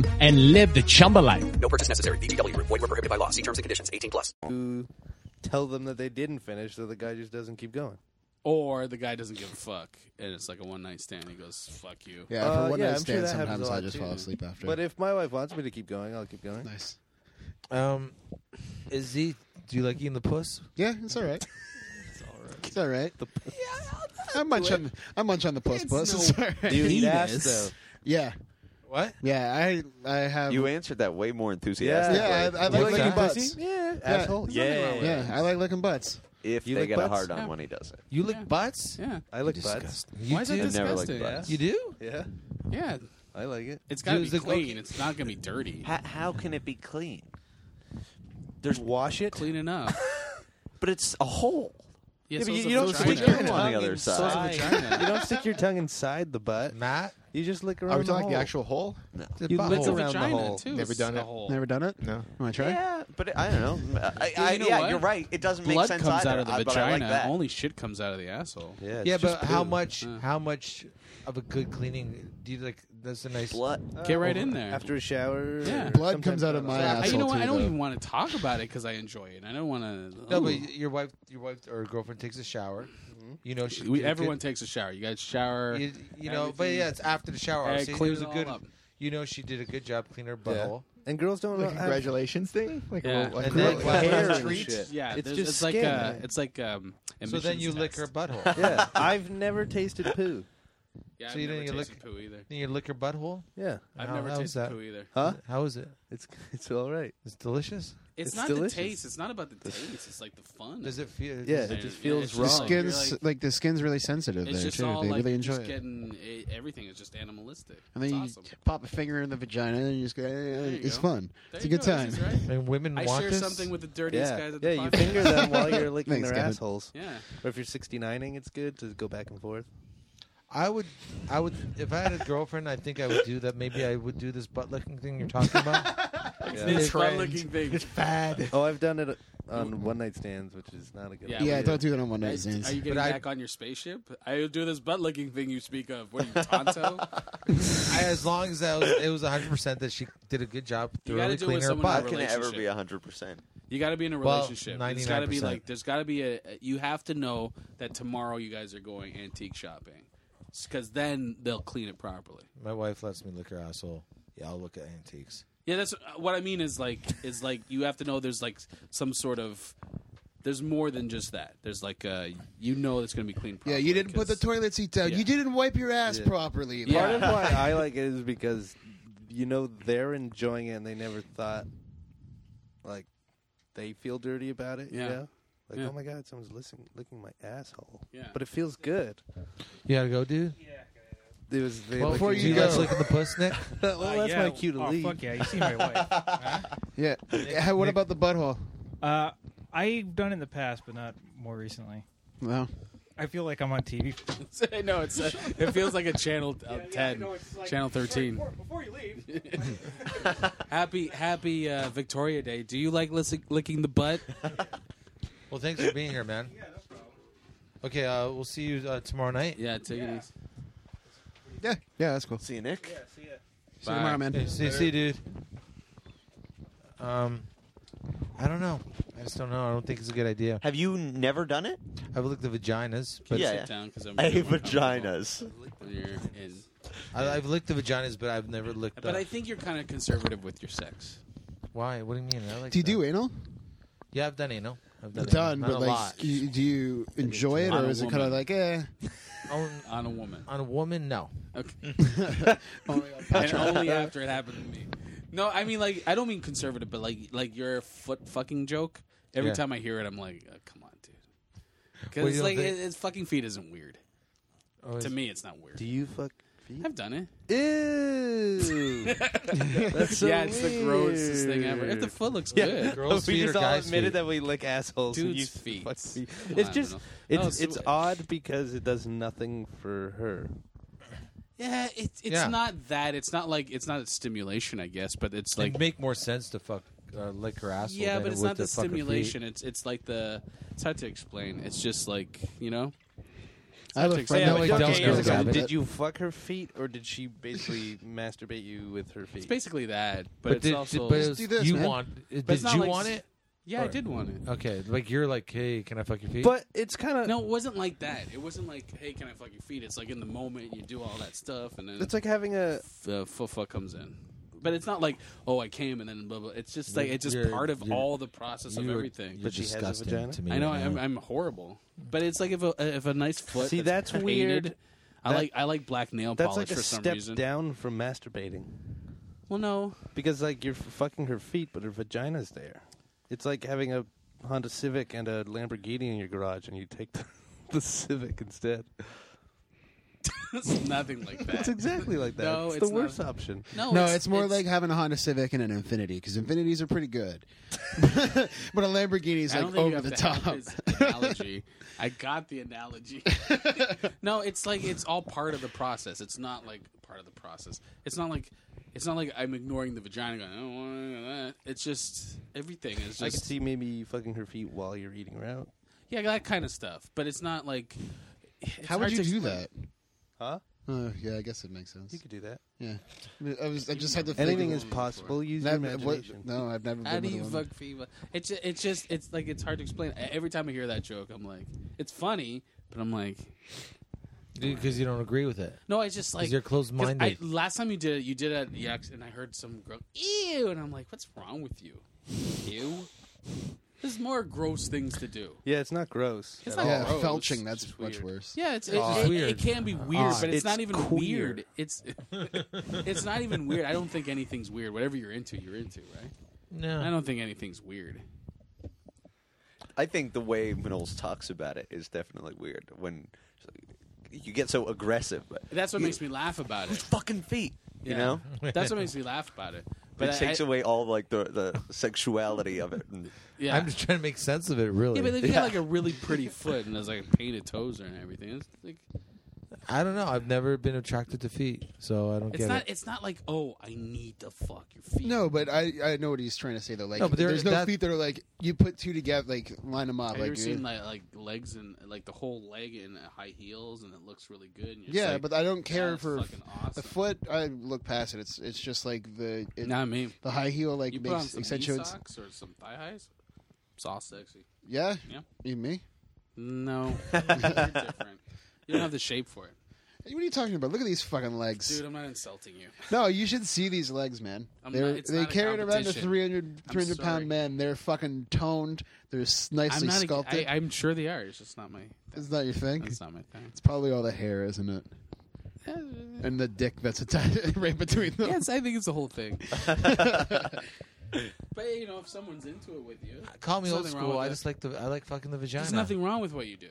Speaker 19: and live the Chumba life.
Speaker 20: No purchase necessary. VGW Group. Void were prohibited by law. See terms and conditions.
Speaker 3: *laughs*
Speaker 20: 18 plus.
Speaker 9: to tell them that they didn't finish, so the guy just doesn't keep going.
Speaker 5: Or the guy doesn't give a fuck, and it's like a one night stand. He goes, "Fuck you."
Speaker 8: Uh, Yeah, for one
Speaker 9: Uh, yeah,
Speaker 8: night
Speaker 9: I'm sure
Speaker 8: stand,
Speaker 9: that
Speaker 8: sometimes
Speaker 9: happens a
Speaker 8: I
Speaker 9: lot,
Speaker 8: just
Speaker 9: too.
Speaker 8: fall asleep after.
Speaker 9: But if my wife wants me to keep going, I'll keep going.
Speaker 8: Nice.
Speaker 3: Um, is he? Do you like eating the puss?
Speaker 8: Yeah, it's all
Speaker 5: *laughs*
Speaker 8: right. It's all right. I munch
Speaker 3: do it.
Speaker 8: on I munch on the puss
Speaker 3: It's
Speaker 8: puss.
Speaker 3: no
Speaker 8: It's all right.
Speaker 3: Do you eat ass,
Speaker 8: Penis.
Speaker 11: though?
Speaker 8: Yeah.
Speaker 3: What?
Speaker 8: Yeah, I I have.
Speaker 11: You answered that way more
Speaker 8: yeah,
Speaker 11: enthusiastically.
Speaker 8: yeah, I, I like licking butts.
Speaker 9: Yeah,
Speaker 11: asshole.
Speaker 8: Yeah,
Speaker 11: There's nothing wrong with
Speaker 8: yeah,
Speaker 11: that.
Speaker 8: I like licking butts.
Speaker 11: If
Speaker 8: You
Speaker 11: they
Speaker 8: lick
Speaker 11: get a
Speaker 8: butts?
Speaker 11: hard on
Speaker 8: Yeah.
Speaker 11: when he does it.
Speaker 3: You lick butts?
Speaker 5: Yeah.
Speaker 9: I lick butts.
Speaker 5: Why is that
Speaker 11: I never like
Speaker 5: disgusting?
Speaker 11: butts.
Speaker 3: You do?
Speaker 9: Yeah.
Speaker 5: Yeah.
Speaker 9: I like it.
Speaker 5: It's got to be clean. It's not going to be dirty.
Speaker 11: How, how can it be clean?
Speaker 9: There's wash it.
Speaker 5: Clean enough.
Speaker 11: but it's a hole.
Speaker 5: Yeah,
Speaker 9: but
Speaker 5: so
Speaker 9: you,
Speaker 5: it's
Speaker 9: you
Speaker 5: a
Speaker 9: don't
Speaker 5: vagina.
Speaker 9: stick your tongue
Speaker 11: On the other
Speaker 9: inside.
Speaker 11: side. So is a vagina.
Speaker 9: you don't stick your tongue inside the butt,
Speaker 3: Matt.
Speaker 9: You just lick around.
Speaker 10: Are we talking
Speaker 9: hole.
Speaker 10: the actual hole?
Speaker 11: No.
Speaker 9: You lick
Speaker 10: It's a
Speaker 9: around
Speaker 10: vagina,
Speaker 9: the hole.
Speaker 10: too. Never done it. Hole.
Speaker 8: Never done it?
Speaker 10: No.
Speaker 8: Want to try?
Speaker 11: Yeah, *laughs* but it, I don't know. I,
Speaker 5: Dude,
Speaker 11: I,
Speaker 5: you know
Speaker 11: yeah,
Speaker 5: what?
Speaker 11: you're right. It doesn't make
Speaker 5: Blood
Speaker 11: sense
Speaker 5: comes
Speaker 11: either.
Speaker 5: out of the
Speaker 11: I- but I
Speaker 5: vagina.
Speaker 11: like that.
Speaker 5: Only shit comes out of the asshole.
Speaker 3: yeah, but how much?
Speaker 5: Uh.
Speaker 3: How much of a good cleaning do you like? That's a nice Uh,
Speaker 11: blood.
Speaker 5: Get right in there.
Speaker 9: after a shower.
Speaker 5: Yeah.
Speaker 9: or
Speaker 5: Blood
Speaker 9: sometimes
Speaker 8: comes out of
Speaker 9: not.
Speaker 8: my
Speaker 5: I, you
Speaker 8: asshole
Speaker 5: know what?
Speaker 8: too,
Speaker 5: I don't
Speaker 8: though.
Speaker 5: even want to talk about it because I enjoy it. and I don't want to.
Speaker 3: No, but your wife, your wife or girlfriend takes a shower.
Speaker 9: Mm-hmm.
Speaker 3: You know, she
Speaker 5: we,
Speaker 3: did a
Speaker 5: everyone
Speaker 3: good-
Speaker 5: takes a shower. You got to shower.
Speaker 3: You, you know, but
Speaker 5: everything.
Speaker 3: yeah, it's after the shower.
Speaker 5: Yeah, it
Speaker 3: See, it
Speaker 5: clears
Speaker 3: was a
Speaker 5: it all
Speaker 3: good.
Speaker 5: up.
Speaker 3: You know, she did a good job cleaning her
Speaker 9: Yeah.
Speaker 3: butthole.
Speaker 9: And girls don't
Speaker 10: The
Speaker 9: have-
Speaker 10: congratulations thing? Like,
Speaker 5: Yeah.
Speaker 10: well, like,
Speaker 3: And then-
Speaker 10: girl-
Speaker 3: Well,
Speaker 10: hair
Speaker 9: hair
Speaker 10: and
Speaker 9: and
Speaker 10: treats?
Speaker 9: shit.
Speaker 5: Yeah,
Speaker 9: it's
Speaker 5: there's-
Speaker 9: just
Speaker 5: it's like
Speaker 9: skin.
Speaker 5: uh, it's like um.
Speaker 3: So then
Speaker 5: emissions
Speaker 3: you lick
Speaker 5: test.
Speaker 3: her butthole.
Speaker 9: *laughs* yeah, I've never tasted poo.
Speaker 5: Yeah,
Speaker 3: so
Speaker 5: I've
Speaker 3: you
Speaker 5: never
Speaker 3: didn't you
Speaker 5: tasted
Speaker 3: lick-
Speaker 5: poo either.
Speaker 3: Then you lick her butthole.
Speaker 9: Yeah,
Speaker 5: I've
Speaker 3: How-
Speaker 5: never
Speaker 3: how's
Speaker 5: tasted
Speaker 3: that?
Speaker 5: poo either.
Speaker 9: Huh?
Speaker 3: How is it?
Speaker 9: It's it's all right.
Speaker 3: It's delicious.
Speaker 5: It's,
Speaker 9: It's
Speaker 5: not
Speaker 9: delicious.
Speaker 5: the taste. It's not about the taste. It's like the fun.
Speaker 3: Does it feel?
Speaker 9: Yeah,
Speaker 3: does
Speaker 9: it
Speaker 5: Yeah,
Speaker 9: just
Speaker 5: yeah,
Speaker 9: feels
Speaker 5: it's
Speaker 8: The
Speaker 5: just
Speaker 9: wrong.
Speaker 5: like you're
Speaker 8: skin's like,
Speaker 5: like-
Speaker 8: the skin's really sensitive
Speaker 5: It's
Speaker 8: there
Speaker 5: just
Speaker 8: too.
Speaker 5: all
Speaker 8: they
Speaker 5: like
Speaker 8: really
Speaker 5: you're
Speaker 8: enjoy
Speaker 5: just
Speaker 8: it.
Speaker 5: getting it, everything is just animalistic.
Speaker 8: and then
Speaker 5: it's
Speaker 8: you
Speaker 5: awesome.
Speaker 8: pop a finger in the vagina and you just go. eh, eh,
Speaker 5: you
Speaker 8: It's
Speaker 5: go.
Speaker 8: fun.
Speaker 5: There
Speaker 8: it's a
Speaker 5: you
Speaker 8: good
Speaker 5: go,
Speaker 8: time.
Speaker 5: this is right.
Speaker 3: And women
Speaker 5: I
Speaker 3: want
Speaker 5: share
Speaker 3: this?
Speaker 5: something with the dirtiest
Speaker 9: Yeah,
Speaker 5: guys at
Speaker 9: yeah.
Speaker 5: the
Speaker 9: You
Speaker 5: podcast.
Speaker 9: finger them while
Speaker 5: *laughs*
Speaker 9: you're licking
Speaker 8: Thanks,
Speaker 9: their
Speaker 8: Kevin.
Speaker 9: assholes.
Speaker 5: Yeah.
Speaker 9: Or if you're 69ing, it's good to go back and forth.
Speaker 3: I would, I would, if I had a girlfriend, I think I would do that. Maybe I would do this butt licking thing you're talking
Speaker 9: *laughs*
Speaker 3: about.
Speaker 5: It's
Speaker 9: Yeah.
Speaker 5: this
Speaker 3: Trend.
Speaker 5: fun-looking thing.
Speaker 10: bad.
Speaker 9: Oh, I've done it on one night stands, which is not a good.
Speaker 5: Yeah,
Speaker 9: idea.
Speaker 5: Yeah, we-
Speaker 8: don't do that on one
Speaker 5: Are
Speaker 8: night
Speaker 5: you
Speaker 8: stands.
Speaker 5: getting back on your spaceship? I do this butt-licking thing you speak of. What are you, Tonto?
Speaker 3: I, as long as that was, it was 100 percent that she did a good job
Speaker 5: You gotta
Speaker 3: thoroughly
Speaker 5: do it with
Speaker 3: cleaning her
Speaker 5: someone
Speaker 3: butt.
Speaker 5: who
Speaker 11: Can it ever
Speaker 5: Relationship.
Speaker 11: be 100%?
Speaker 5: You got to be in a
Speaker 3: Well,
Speaker 5: relationship. there's got to be
Speaker 3: 99%.
Speaker 5: like there's got to be a you have to know that tomorrow you guys are going antique shopping because then they'll clean it properly.
Speaker 3: My wife lets me lick her asshole. Yeah, I'll look at antiques.
Speaker 5: Yeah, that's uh, what I mean. Is like is like you have to know there's like some sort of there's more than just that. There's like uh you know it's going to be clean.
Speaker 8: Yeah,
Speaker 5: Properly
Speaker 8: you didn't put the
Speaker 5: 'cause-
Speaker 8: toilet seat down.
Speaker 5: Yeah.
Speaker 8: You didn't wipe your ass properly.
Speaker 5: Yeah.
Speaker 9: Part of why
Speaker 8: *laughs*
Speaker 9: I like it is because you know they're enjoying it and they never thought like they feel dirty about it.
Speaker 5: Yeah.
Speaker 9: You know? Like,
Speaker 5: Yeah.
Speaker 9: oh my god, someone's listening, licking my asshole.
Speaker 5: Yeah.
Speaker 9: But it feels good.
Speaker 3: You gotta go, dude.
Speaker 9: It was they
Speaker 3: Well,
Speaker 9: like,
Speaker 3: before
Speaker 9: enjoy-
Speaker 3: you guys licking the puss, Nick.
Speaker 9: *laughs* well,
Speaker 4: Uh,
Speaker 9: that's
Speaker 4: yeah.
Speaker 9: my cue to
Speaker 4: oh,
Speaker 9: leave.
Speaker 4: Fuck yeah, you see
Speaker 9: *laughs*
Speaker 4: my *laughs* wife.
Speaker 8: Yeah. Yeah, What about the butthole?
Speaker 4: Uh, I've done it in the past, but not more recently.
Speaker 8: No.
Speaker 4: I feel like I'm on TV.
Speaker 5: *laughs* no, it's uh, it feels like a channel uh, ten, channel thirteen.
Speaker 4: Before you leave,
Speaker 5: *laughs* happy Happy uh, Victoria Day. Do you like licking, licking the butt?
Speaker 3: *laughs* Well, thanks for being here, man. Yeah, no problem. Okay, uh, we'll see you uh, tomorrow night.
Speaker 5: Yeah, take it easy.
Speaker 8: Yeah. Yeah, that's cool.
Speaker 11: See you, Nick.
Speaker 8: See you tomorrow, man.
Speaker 3: Hey, see, see, you, dude. Um, I don't know. I just don't know. I don't think it's a good idea.
Speaker 11: Have you never done it?
Speaker 3: I've looked at vaginas, but
Speaker 11: yeah.
Speaker 5: down 'cause I'm
Speaker 11: I
Speaker 5: really *laughs*
Speaker 11: hate vaginas.
Speaker 5: You're in.
Speaker 3: I, I've licked the vaginas, but I've never licked.
Speaker 5: But
Speaker 3: the-
Speaker 5: I think
Speaker 3: *laughs*
Speaker 5: you're kind of conservative with your sex.
Speaker 3: Why? What do you mean? I like
Speaker 8: Do you
Speaker 3: that.
Speaker 8: do anal?
Speaker 3: Yeah, I've done anal. I've done,
Speaker 8: Done,
Speaker 3: anal. Not
Speaker 8: but
Speaker 3: a
Speaker 8: like,
Speaker 3: lot.
Speaker 8: s- you- do you enjoy it,
Speaker 3: On
Speaker 8: or
Speaker 3: a
Speaker 8: is it kind of
Speaker 3: woman.
Speaker 8: like, eh?
Speaker 3: on,
Speaker 5: on a woman.
Speaker 3: On a woman, no.
Speaker 5: Okay. and
Speaker 8: *laughs*
Speaker 3: Patrick.
Speaker 5: only *laughs* after it happened to me. No, I mean like I don't mean conservative, but like like your foot fucking joke. Every
Speaker 3: Yeah.
Speaker 5: time I hear it, I'm like, uh, come on, dude.
Speaker 3: What,
Speaker 5: Because
Speaker 3: you Oh,
Speaker 5: it's
Speaker 3: don't
Speaker 5: like
Speaker 3: think-
Speaker 5: it, it's fucking feet isn't weird. to me, it's not weird.
Speaker 15: Do you fuck feet?
Speaker 5: I've done it. *laughs*
Speaker 15: Ew.
Speaker 5: That's so Yeah, it's the grossest thing ever. If the
Speaker 9: weird.
Speaker 5: foot looks
Speaker 9: *laughs*
Speaker 5: good.
Speaker 3: Girls'
Speaker 9: we
Speaker 3: feet
Speaker 9: just
Speaker 3: or
Speaker 9: all
Speaker 3: guys'
Speaker 9: admitted
Speaker 3: feet?
Speaker 9: that we lick assholes. and
Speaker 5: Dude's
Speaker 9: you
Speaker 5: feet.
Speaker 9: fuck feet.
Speaker 5: Come
Speaker 9: It's
Speaker 5: on,
Speaker 9: just
Speaker 5: Bruno. No,
Speaker 9: it's
Speaker 5: it's-
Speaker 9: it's odd because it does nothing for her.
Speaker 5: Yeah, it, it's
Speaker 9: Yeah.
Speaker 5: not that. It's not like it's not a stimulation, I guess, but it's like
Speaker 3: It'd make more sense to fuck uh, lick her asshole.
Speaker 5: yeah,
Speaker 3: than
Speaker 5: but
Speaker 3: it
Speaker 5: it's
Speaker 3: would
Speaker 5: not the
Speaker 3: to fuck her feet.
Speaker 5: stimulation. It's it's like the it's hard to explain. It's just like you know. It's
Speaker 8: I
Speaker 5: hard
Speaker 8: have
Speaker 5: to
Speaker 8: a friend
Speaker 5: explain.
Speaker 8: that like
Speaker 5: Fucking
Speaker 8: does
Speaker 5: years
Speaker 8: go
Speaker 5: ago,
Speaker 8: down
Speaker 5: did
Speaker 8: it.
Speaker 5: you-
Speaker 9: You fuck her feet, or did she
Speaker 5: *laughs*
Speaker 9: basically masturbate you with her feet?
Speaker 5: It's basically that, but,
Speaker 3: But
Speaker 5: it's
Speaker 3: did-
Speaker 5: also
Speaker 3: but it was- Do this, you man. want-
Speaker 5: But
Speaker 3: did
Speaker 5: it's not
Speaker 3: you
Speaker 5: like-
Speaker 3: want it?
Speaker 5: Yeah, I
Speaker 3: Or-
Speaker 5: did want it.
Speaker 3: Okay, like you're like, hey, can I fuck your feet?
Speaker 9: it's kind of
Speaker 5: no. It wasn't like that. It wasn't like, hey, can I fuck your feet? It's like in the moment you do all that stuff, and then
Speaker 9: It's like having a
Speaker 5: the foot fuck comes in. But it's not like, oh, I came and then blah blah. It's just like
Speaker 9: You're-
Speaker 5: it's just
Speaker 9: you're-
Speaker 5: part of
Speaker 9: you're-
Speaker 5: all the process of
Speaker 9: you're-
Speaker 5: everything.
Speaker 9: you're But she has a disgusting vagina? to me
Speaker 5: I know
Speaker 9: right
Speaker 5: I'm,
Speaker 9: now.
Speaker 5: I'm horrible, but it's like if a if a nice foot.
Speaker 9: See, that's
Speaker 5: painted-
Speaker 9: weird.
Speaker 5: I
Speaker 9: That-
Speaker 5: like I like black nail
Speaker 9: That's
Speaker 5: polish
Speaker 9: like a
Speaker 5: for some
Speaker 9: step
Speaker 5: reason.
Speaker 9: down from masturbating.
Speaker 5: Well, no, *laughs*
Speaker 9: because like you're f- fucking her feet, but her vagina's there. It's like having a Honda Civic and a Lamborghini in your garage, and you take the, *laughs* the Civic instead.
Speaker 5: it's nothing like that.
Speaker 9: It's exactly like that.
Speaker 5: No,
Speaker 9: it's,
Speaker 5: it's
Speaker 9: the
Speaker 5: not.
Speaker 9: worst option.
Speaker 5: No,
Speaker 8: no, it's, more like having a Honda Civic and an Infinity because Infinities are pretty good, *laughs* but a Lamborghini is
Speaker 5: I
Speaker 8: like
Speaker 5: don't think you
Speaker 8: over the
Speaker 5: have
Speaker 8: top.
Speaker 5: to have
Speaker 8: *laughs*
Speaker 5: this analogy. I got the analogy. *laughs* no, it's like it's all part of the process. It's not like part of the process. It's not like it's not like I'm ignoring the vagina. Going, I don't want any of that. It's just everything is
Speaker 9: I could
Speaker 5: just
Speaker 9: see maybe you fucking her feet while you're eating her out.
Speaker 5: yeah, that kind of stuff. But it's not like it's
Speaker 8: How would
Speaker 5: hard
Speaker 8: you
Speaker 5: to
Speaker 8: do
Speaker 5: explain.
Speaker 8: that?
Speaker 9: Huh?
Speaker 8: Oh, yeah, I guess it makes sense. You
Speaker 9: could do that.
Speaker 8: Yeah, I mean, I, was, I just had to.
Speaker 9: Anything
Speaker 8: think
Speaker 9: is
Speaker 8: of-
Speaker 9: possible. Use
Speaker 8: Never-
Speaker 9: your
Speaker 8: what-
Speaker 9: imagination.
Speaker 8: no, I've never
Speaker 5: How
Speaker 8: been
Speaker 5: do
Speaker 8: with a
Speaker 5: you
Speaker 8: woman.
Speaker 5: fuck fever? It's ju- it's just it's like it's hard to explain. E-, Every time I hear that joke, I'm like, it's funny, but I'm like,
Speaker 3: because you don't agree with it.
Speaker 5: No, it's just
Speaker 3: 'Cause
Speaker 5: like
Speaker 3: you're closed minded.
Speaker 5: 'cause I- Last time you did it, you did it at Yucks, and I heard some girl ew, and I'm like, what's wrong with you? Ew. There's more gross things to do.
Speaker 9: Yeah, it's not gross.
Speaker 5: It's
Speaker 9: at
Speaker 5: not
Speaker 9: all.
Speaker 8: Yeah,
Speaker 5: gross.
Speaker 8: felching.
Speaker 5: It's
Speaker 8: That's
Speaker 5: just
Speaker 8: much
Speaker 5: weird.
Speaker 8: worse.
Speaker 5: Yeah, it's, it,
Speaker 9: It's
Speaker 5: it-
Speaker 9: weird.
Speaker 5: it can be weird,
Speaker 9: Odd.
Speaker 5: but it's,
Speaker 9: It's
Speaker 5: not even
Speaker 9: queer.
Speaker 5: weird. It's it's not even weird. I don't think anything's weird. Whatever you're into, you're into, right?
Speaker 3: No.
Speaker 5: I don't think anything's weird.
Speaker 11: I think the way Manolis talks about it is definitely weird when you get so aggressive. But
Speaker 5: That's what
Speaker 11: you,
Speaker 5: makes me laugh about it.
Speaker 11: Fucking feet. you know?
Speaker 5: That's what makes me laugh about
Speaker 3: *laughs*
Speaker 5: it. But
Speaker 11: it
Speaker 5: I-
Speaker 11: takes
Speaker 5: I-
Speaker 11: away all like the, the sexuality of it. and-
Speaker 5: Yeah.
Speaker 3: I'm just trying to make sense of it. Really,
Speaker 5: Yeah, but if you had like a really pretty foot and there's like painted toes there and everything, it's like
Speaker 3: *laughs* I don't know. I've never been attracted to feet, so I don't
Speaker 5: it's
Speaker 3: get
Speaker 5: not
Speaker 3: it.
Speaker 5: it's not like oh I need to fuck your feet.
Speaker 8: No, but I, I know what he's trying to say though. Like,
Speaker 3: No, but there-
Speaker 8: there's no
Speaker 3: that-
Speaker 8: feet that are like you put two together, like line them up.
Speaker 5: Have
Speaker 8: like,
Speaker 5: you ever seen
Speaker 8: eh.
Speaker 5: like, like legs and like the whole leg in uh, high heels and it looks really good? And you're just
Speaker 8: yeah,
Speaker 5: like,
Speaker 8: but I don't
Speaker 5: "Yeah,
Speaker 8: care
Speaker 5: that's
Speaker 8: for
Speaker 5: fucking
Speaker 8: the
Speaker 5: awesome.
Speaker 8: foot. I look past it. It's it's just like the it,
Speaker 5: Not me.
Speaker 8: The high heel like
Speaker 5: you put on
Speaker 8: makes
Speaker 5: some knee
Speaker 8: accentuates.
Speaker 5: socks or some thigh highs. It's all sexy.
Speaker 8: Yeah,
Speaker 5: Yeah.
Speaker 8: you me. *laughs*
Speaker 5: No, you're different. You don't have the shape for it,
Speaker 8: Hey, What are you talking about? Look at these fucking legs.
Speaker 5: dude. I'm not insulting you.
Speaker 8: No, you should see these legs, man.
Speaker 5: I'm
Speaker 8: They're,
Speaker 5: not- it's
Speaker 8: they
Speaker 5: not a
Speaker 8: carried around a
Speaker 5: competition.
Speaker 8: 300,
Speaker 5: I'm
Speaker 8: 300
Speaker 5: sorry.
Speaker 8: pound man. They're fucking toned. They're s- nicely
Speaker 5: I'm not.
Speaker 8: sculpted.
Speaker 5: A, I, I'm sure they are. It's just not my.
Speaker 8: It's not your thing.
Speaker 5: That's not my thing.
Speaker 8: It's probably all the hair, isn't it? And the dick that's attached *laughs* right between them.
Speaker 5: Yes, I think it's the whole
Speaker 3: *laughs*
Speaker 5: thing. But you know, if someone's into it with you,
Speaker 3: Call me
Speaker 5: there's
Speaker 3: old
Speaker 5: nothing wrong
Speaker 3: school.
Speaker 5: with
Speaker 3: I
Speaker 5: it.
Speaker 3: just like the I like fucking the vagina.
Speaker 5: There's nothing wrong with what you do.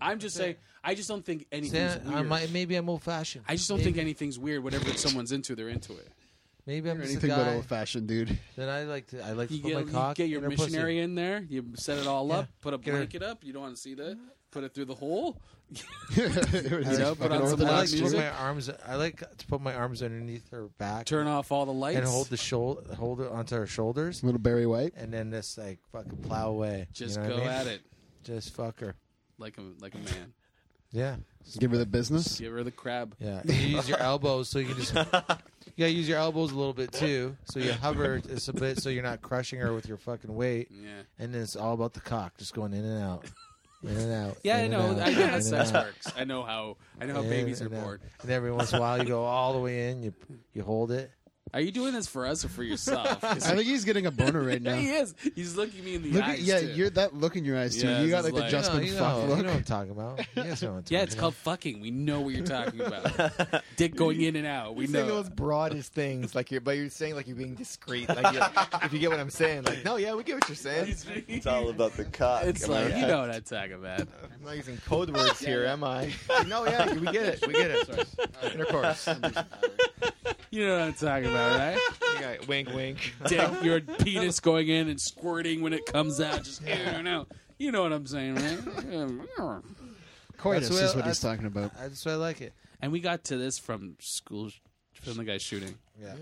Speaker 5: I'm just saying. I just don't think anything's
Speaker 3: See, I- I
Speaker 5: weird.
Speaker 3: might- maybe I'm old fashioned.
Speaker 5: I just don't
Speaker 3: maybe,
Speaker 5: think anything's weird. Whatever someone's into, they're into it.
Speaker 3: Maybe I'm
Speaker 8: You're
Speaker 3: just a
Speaker 8: anything but
Speaker 3: guy.
Speaker 8: old fashioned, dude.
Speaker 3: Then I like to I like to
Speaker 5: You
Speaker 3: put
Speaker 5: get,
Speaker 3: my
Speaker 5: you
Speaker 3: cock.
Speaker 5: get your
Speaker 3: in her pussy.
Speaker 5: missionary in there. You set it all up. Put a
Speaker 3: Get her-
Speaker 5: blanket up. You don't want to see that. Put it through the
Speaker 3: *laughs*
Speaker 5: hole.
Speaker 3: I
Speaker 5: you know,
Speaker 3: like,
Speaker 5: put on some
Speaker 3: I
Speaker 5: loud
Speaker 3: like to put my
Speaker 5: music.
Speaker 3: arms. I like to put my arms underneath her back.
Speaker 5: Turn off all the lights.
Speaker 3: and hold the shoulder, hold it onto her shoulders.
Speaker 8: Little Barry White,
Speaker 3: and then just like fucking plow away.
Speaker 5: Just
Speaker 3: You know what
Speaker 5: go
Speaker 3: I mean?
Speaker 5: at it.
Speaker 3: Just fuck her.
Speaker 5: like a like a
Speaker 3: *laughs*
Speaker 5: man.
Speaker 3: Yeah.
Speaker 8: Give her the business.
Speaker 5: Get rid of the crab.
Speaker 3: Yeah, you use your elbows so you can just. You gotta use your elbows a little bit too, so you hover just a bit, so you're not crushing her with your fucking weight.
Speaker 5: Yeah.
Speaker 3: And then it's all about the cock, just going in and out.
Speaker 8: In and out.
Speaker 5: Yeah, I
Speaker 3: In and
Speaker 5: know.
Speaker 3: out,
Speaker 5: I know how
Speaker 3: in and
Speaker 5: sex
Speaker 3: out.
Speaker 5: works. I know how. I
Speaker 3: *laughs*
Speaker 5: know how
Speaker 3: In
Speaker 5: babies are
Speaker 3: and out.
Speaker 5: born.
Speaker 3: And every once in a
Speaker 5: *laughs*
Speaker 3: while, you go all the way in. You you hold it.
Speaker 5: Are you doing this for us or for
Speaker 8: *laughs*
Speaker 5: yourself?
Speaker 8: I think he's getting a boner right now.
Speaker 5: he is. He's looking me in the
Speaker 8: Look at,
Speaker 5: eyes.
Speaker 8: yeah,
Speaker 5: too. *laughs*
Speaker 8: you're that look in your eyes too.
Speaker 5: Yeah,
Speaker 8: you got
Speaker 5: this
Speaker 8: like
Speaker 5: is
Speaker 8: the
Speaker 5: like-
Speaker 8: just
Speaker 5: No,
Speaker 8: been
Speaker 5: you
Speaker 8: fucked
Speaker 5: know-
Speaker 8: look.
Speaker 5: you know what I'm
Speaker 3: talking about. Yes, no,
Speaker 5: Yeah, it's called fucking. We know what you're talking about.
Speaker 3: *laughs*
Speaker 5: Dick going in and out. We
Speaker 10: You're saying
Speaker 5: know.
Speaker 10: those broadest things, like you're, but you're saying like you're being discreet.
Speaker 11: *laughs*
Speaker 10: Like, you if you get what I'm saying, like, no, yeah, we get what you're saying.
Speaker 11: It's all about the cock.
Speaker 5: It's
Speaker 10: am I
Speaker 5: like you
Speaker 10: right?
Speaker 5: know what I'm talking about.
Speaker 10: I'm not using code words here, am I? no, yeah, we get it. We get it. Intercourse.
Speaker 5: You know what I'm talking about, right?
Speaker 3: *laughs*
Speaker 10: Yeah, wink, wink.
Speaker 5: Dick, your penis going in and squirting when it comes out. Just in and out. *laughs* You know what I'm saying,
Speaker 8: *laughs*
Speaker 5: right?
Speaker 8: Coitus
Speaker 5: That's what-
Speaker 8: is what he's
Speaker 5: that's-
Speaker 8: talking about.
Speaker 3: That's why I like it.
Speaker 5: And we got to this from school, sh- from the guy shooting.
Speaker 3: Yeah.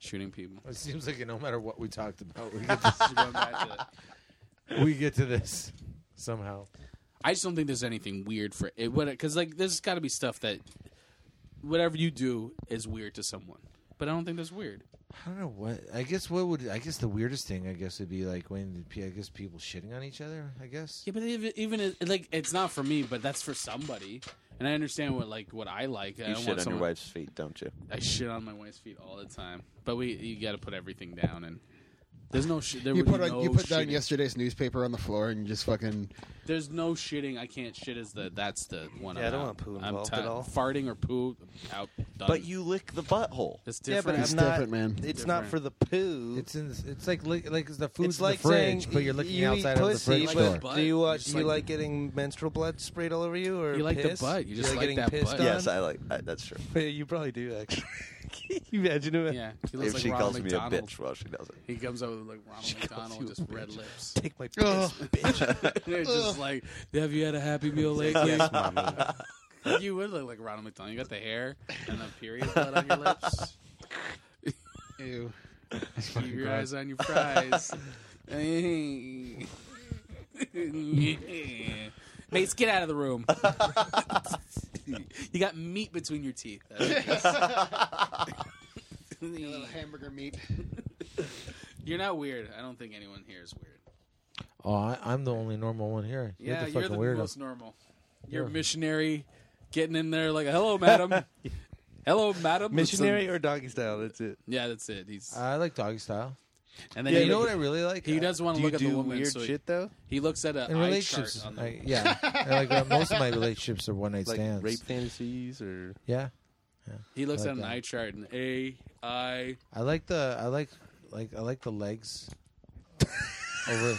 Speaker 5: Shooting people.
Speaker 3: It seems like no matter what we talked
Speaker 5: *laughs*
Speaker 3: about, we get
Speaker 5: Just going back to
Speaker 3: to,
Speaker 5: it.
Speaker 3: we get to this somehow.
Speaker 5: I just don't think there's anything weird for it. Because, like, there's got to be stuff that whatever you do is weird to someone. But I don't think that's weird.
Speaker 3: I don't know what. I guess what would. I guess the weirdest thing. I guess would be like when the pe- I guess people shitting on each other. I guess.
Speaker 5: Yeah, but even, even it- like it's not for me, but that's for somebody. And I understand what like what I like. I
Speaker 11: You
Speaker 5: don't
Speaker 11: shit
Speaker 5: want
Speaker 11: on
Speaker 5: someone-
Speaker 11: your wife's feet, don't you?
Speaker 5: I shit on my wife's feet all the time. But we you got to put everything down and there's no sh- there
Speaker 8: you
Speaker 5: would
Speaker 8: put
Speaker 5: be
Speaker 8: on,
Speaker 5: no
Speaker 8: you put down
Speaker 5: shitting.
Speaker 8: yesterday's newspaper on the floor and you just fucking
Speaker 5: There's no shitting. I can't shit as the that's the one.
Speaker 8: Yeah,
Speaker 5: I'm
Speaker 8: I don't
Speaker 5: out.
Speaker 8: want poo
Speaker 5: I'm
Speaker 8: involved
Speaker 5: ti-
Speaker 8: at all.
Speaker 5: Farting or poo out. Done.
Speaker 11: But you lick the butthole.
Speaker 5: It's
Speaker 11: Yeah,
Speaker 5: different.
Speaker 11: but
Speaker 8: It's I'm not- different, man.
Speaker 11: It's not for the poo.
Speaker 3: It's in. It's like li- like the
Speaker 9: It's
Speaker 3: food's in
Speaker 9: like
Speaker 3: the fridge,
Speaker 9: saying
Speaker 3: but you're looking
Speaker 9: you
Speaker 3: outside
Speaker 9: eat
Speaker 3: of the
Speaker 9: pussy,
Speaker 3: fridge
Speaker 9: but
Speaker 3: door.
Speaker 9: Do you, uh,
Speaker 11: You just
Speaker 9: do you
Speaker 11: like-
Speaker 9: like getting menstrual blood sprayed all over you, or
Speaker 11: You like the
Speaker 9: piss?
Speaker 11: butt. You just like
Speaker 9: getting
Speaker 11: that
Speaker 9: pissed
Speaker 11: butt.
Speaker 9: on?
Speaker 11: Yes, I like- I- that's true.
Speaker 9: Yeah, *laughs* you probably do actually. *laughs* Can you imagine it?
Speaker 5: Yeah,
Speaker 11: if she calls me a bitch, well, she doesn't.
Speaker 5: He comes out with like Ronald McDonald, just red lips.
Speaker 9: Take
Speaker 5: *laughs*
Speaker 9: my piss,
Speaker 5: Ugh.
Speaker 9: bitch.
Speaker 5: They're just
Speaker 9: Ugh.
Speaker 5: like, have you had a Happy Meal lately?
Speaker 9: Yes, mommy.
Speaker 5: *laughs* you would look like Ronald McDonald. You got the hair and the period blood on your *laughs* lips.
Speaker 8: Ew.
Speaker 5: Keep your eyes on your fries. *laughs* Mates, get out of the room. *laughs* you got meat between your *laughs* teeth.
Speaker 8: little hamburger meat.
Speaker 5: You're not weird. I don't think anyone here is weird.
Speaker 3: Oh, I, I'm the only normal one here.
Speaker 5: Yeah,
Speaker 3: you're the,
Speaker 5: you're
Speaker 3: fucking
Speaker 5: the
Speaker 3: weirdo.
Speaker 5: most normal. You're
Speaker 3: Yeah.
Speaker 5: missionary, getting in there like, "Hello,
Speaker 3: *laughs*
Speaker 5: madam. Hello, madam." With some-
Speaker 9: *laughs* Missionary or doggy style? That's it.
Speaker 5: Yeah, that's it. He's
Speaker 3: I like doggy style.
Speaker 5: and then
Speaker 3: Yeah,
Speaker 5: he-
Speaker 3: you know what I really like?
Speaker 5: He does want
Speaker 3: Do
Speaker 5: to
Speaker 3: you
Speaker 5: look at the
Speaker 3: do
Speaker 5: woman.
Speaker 3: weird
Speaker 5: so he-
Speaker 3: shit,
Speaker 9: though?
Speaker 5: He looks at a
Speaker 3: in
Speaker 5: eye
Speaker 3: relationships,
Speaker 5: chart. On the-
Speaker 3: I, yeah,
Speaker 5: *laughs*
Speaker 3: I like uh, most of my relationships are one night
Speaker 9: Like
Speaker 3: stands.
Speaker 9: rape fantasies or
Speaker 3: Yeah, yeah.
Speaker 5: He looks
Speaker 3: I like
Speaker 5: at an
Speaker 3: that.
Speaker 5: eye chart and A I
Speaker 3: I like the I like like I like the legs over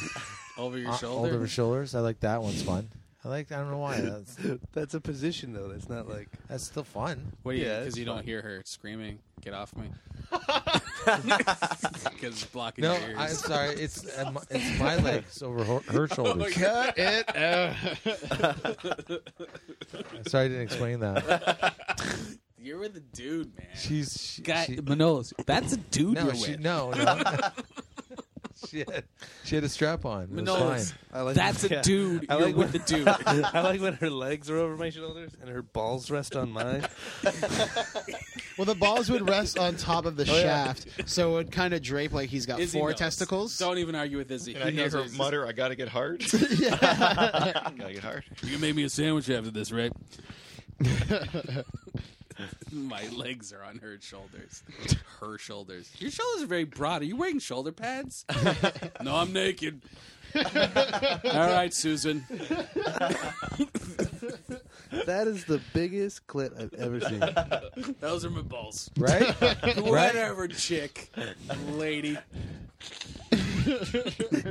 Speaker 5: over your
Speaker 3: uh,
Speaker 5: shoulder.
Speaker 3: Over shoulders. I like that one's fun. I like. I don't know why. That's,
Speaker 9: *laughs* That's a position though. That's not like
Speaker 3: that's still fun.
Speaker 5: What do you?
Speaker 9: Yeah,
Speaker 5: Because
Speaker 9: it's
Speaker 5: you don't
Speaker 9: fine.
Speaker 5: hear her screaming. Get off
Speaker 3: *laughs*
Speaker 5: me. *laughs* Because it's blocking
Speaker 3: No,
Speaker 5: your ears. Oh
Speaker 3: I'm sorry. It's uh, my- it's my legs over her,
Speaker 5: *laughs*
Speaker 3: her shoulders.
Speaker 5: Cut it out. *laughs*
Speaker 3: sorry, I didn't explain that.
Speaker 5: You're with a dude, man.
Speaker 3: She's she,
Speaker 5: Guy-
Speaker 3: she-
Speaker 5: Manolos, that's a dude
Speaker 3: No,
Speaker 5: you're
Speaker 3: she,
Speaker 5: with. *laughs*
Speaker 3: no, no. she, had, she had a strap on. It was
Speaker 5: Manolos,
Speaker 3: fine.
Speaker 5: that's a dude.
Speaker 9: I
Speaker 5: You're
Speaker 9: like
Speaker 5: with
Speaker 9: when-
Speaker 5: a dude.
Speaker 9: *laughs*
Speaker 3: *laughs*
Speaker 9: I like when her legs are over my shoulders and her balls rest
Speaker 5: *laughs*
Speaker 9: on mine.
Speaker 8: Well, the balls would rest on top of the
Speaker 9: Oh, yeah.
Speaker 8: shaft, so it would kind of drape like he's got
Speaker 5: Izzy
Speaker 8: four
Speaker 5: knows.
Speaker 8: testicles.
Speaker 5: Don't even argue with Izzy.
Speaker 10: And I hear her mutter, "I gotta
Speaker 5: *laughs*
Speaker 10: get hard." gotta get hard.
Speaker 5: You can make me a sandwich after
Speaker 8: *laughs*
Speaker 5: this, right? *laughs* My legs are on her shoulders. Her shoulders. Your shoulders are very broad. Are you wearing shoulder
Speaker 10: *laughs*
Speaker 5: pads? no, I'm naked. *laughs* All right, Susan.
Speaker 9: That is the biggest clit I've ever seen.
Speaker 5: *laughs* Those are my balls.
Speaker 9: Right?
Speaker 5: *laughs* Whatever, chick. Lady.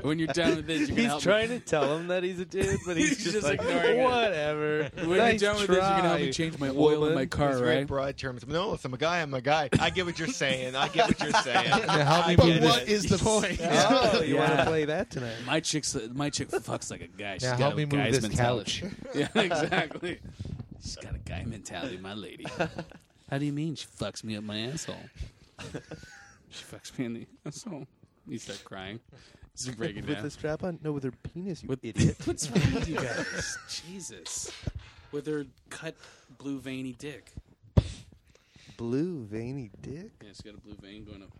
Speaker 5: when you're done with this, you're going to
Speaker 9: he's
Speaker 5: help me.
Speaker 9: trying
Speaker 5: *laughs*
Speaker 9: to tell him that he's a dude, but he's,
Speaker 5: He's
Speaker 9: just,
Speaker 5: just
Speaker 9: like,
Speaker 5: ignoring it.
Speaker 9: whatever.
Speaker 5: When you're
Speaker 9: Nice
Speaker 5: done with this, you're gonna help me
Speaker 9: try,
Speaker 5: change my oil in
Speaker 9: woman."
Speaker 5: my car,
Speaker 10: It's Very
Speaker 5: right?
Speaker 10: broad terms. No, listen, I'm a guy. I'm a guy. I get what you're saying. I get what you're
Speaker 5: *laughs*
Speaker 10: saying.
Speaker 9: help me
Speaker 10: I
Speaker 9: get
Speaker 10: get
Speaker 9: it.
Speaker 10: it.
Speaker 9: Oh, you want
Speaker 5: Yeah.
Speaker 9: to play that tonight?
Speaker 5: My chick's my chick fucks like a guy. She's
Speaker 3: Now
Speaker 5: got
Speaker 3: help
Speaker 5: a
Speaker 3: me move
Speaker 5: guy's
Speaker 3: this
Speaker 5: mentality. *laughs*
Speaker 3: couch.
Speaker 5: yeah, exactly. She's got a guy mentality, my lady. How do you mean she fucks me up my asshole? *laughs* she fucks me in the *laughs* asshole. You start crying. Just break it
Speaker 9: with
Speaker 5: down.
Speaker 9: the strap on? No, with her penis, you idiot.
Speaker 5: *laughs* What's wrong with you guys? Jesus. With her cut blue veiny dick.
Speaker 9: Blue veiny dick.
Speaker 5: Yeah, she's got a blue vein going up.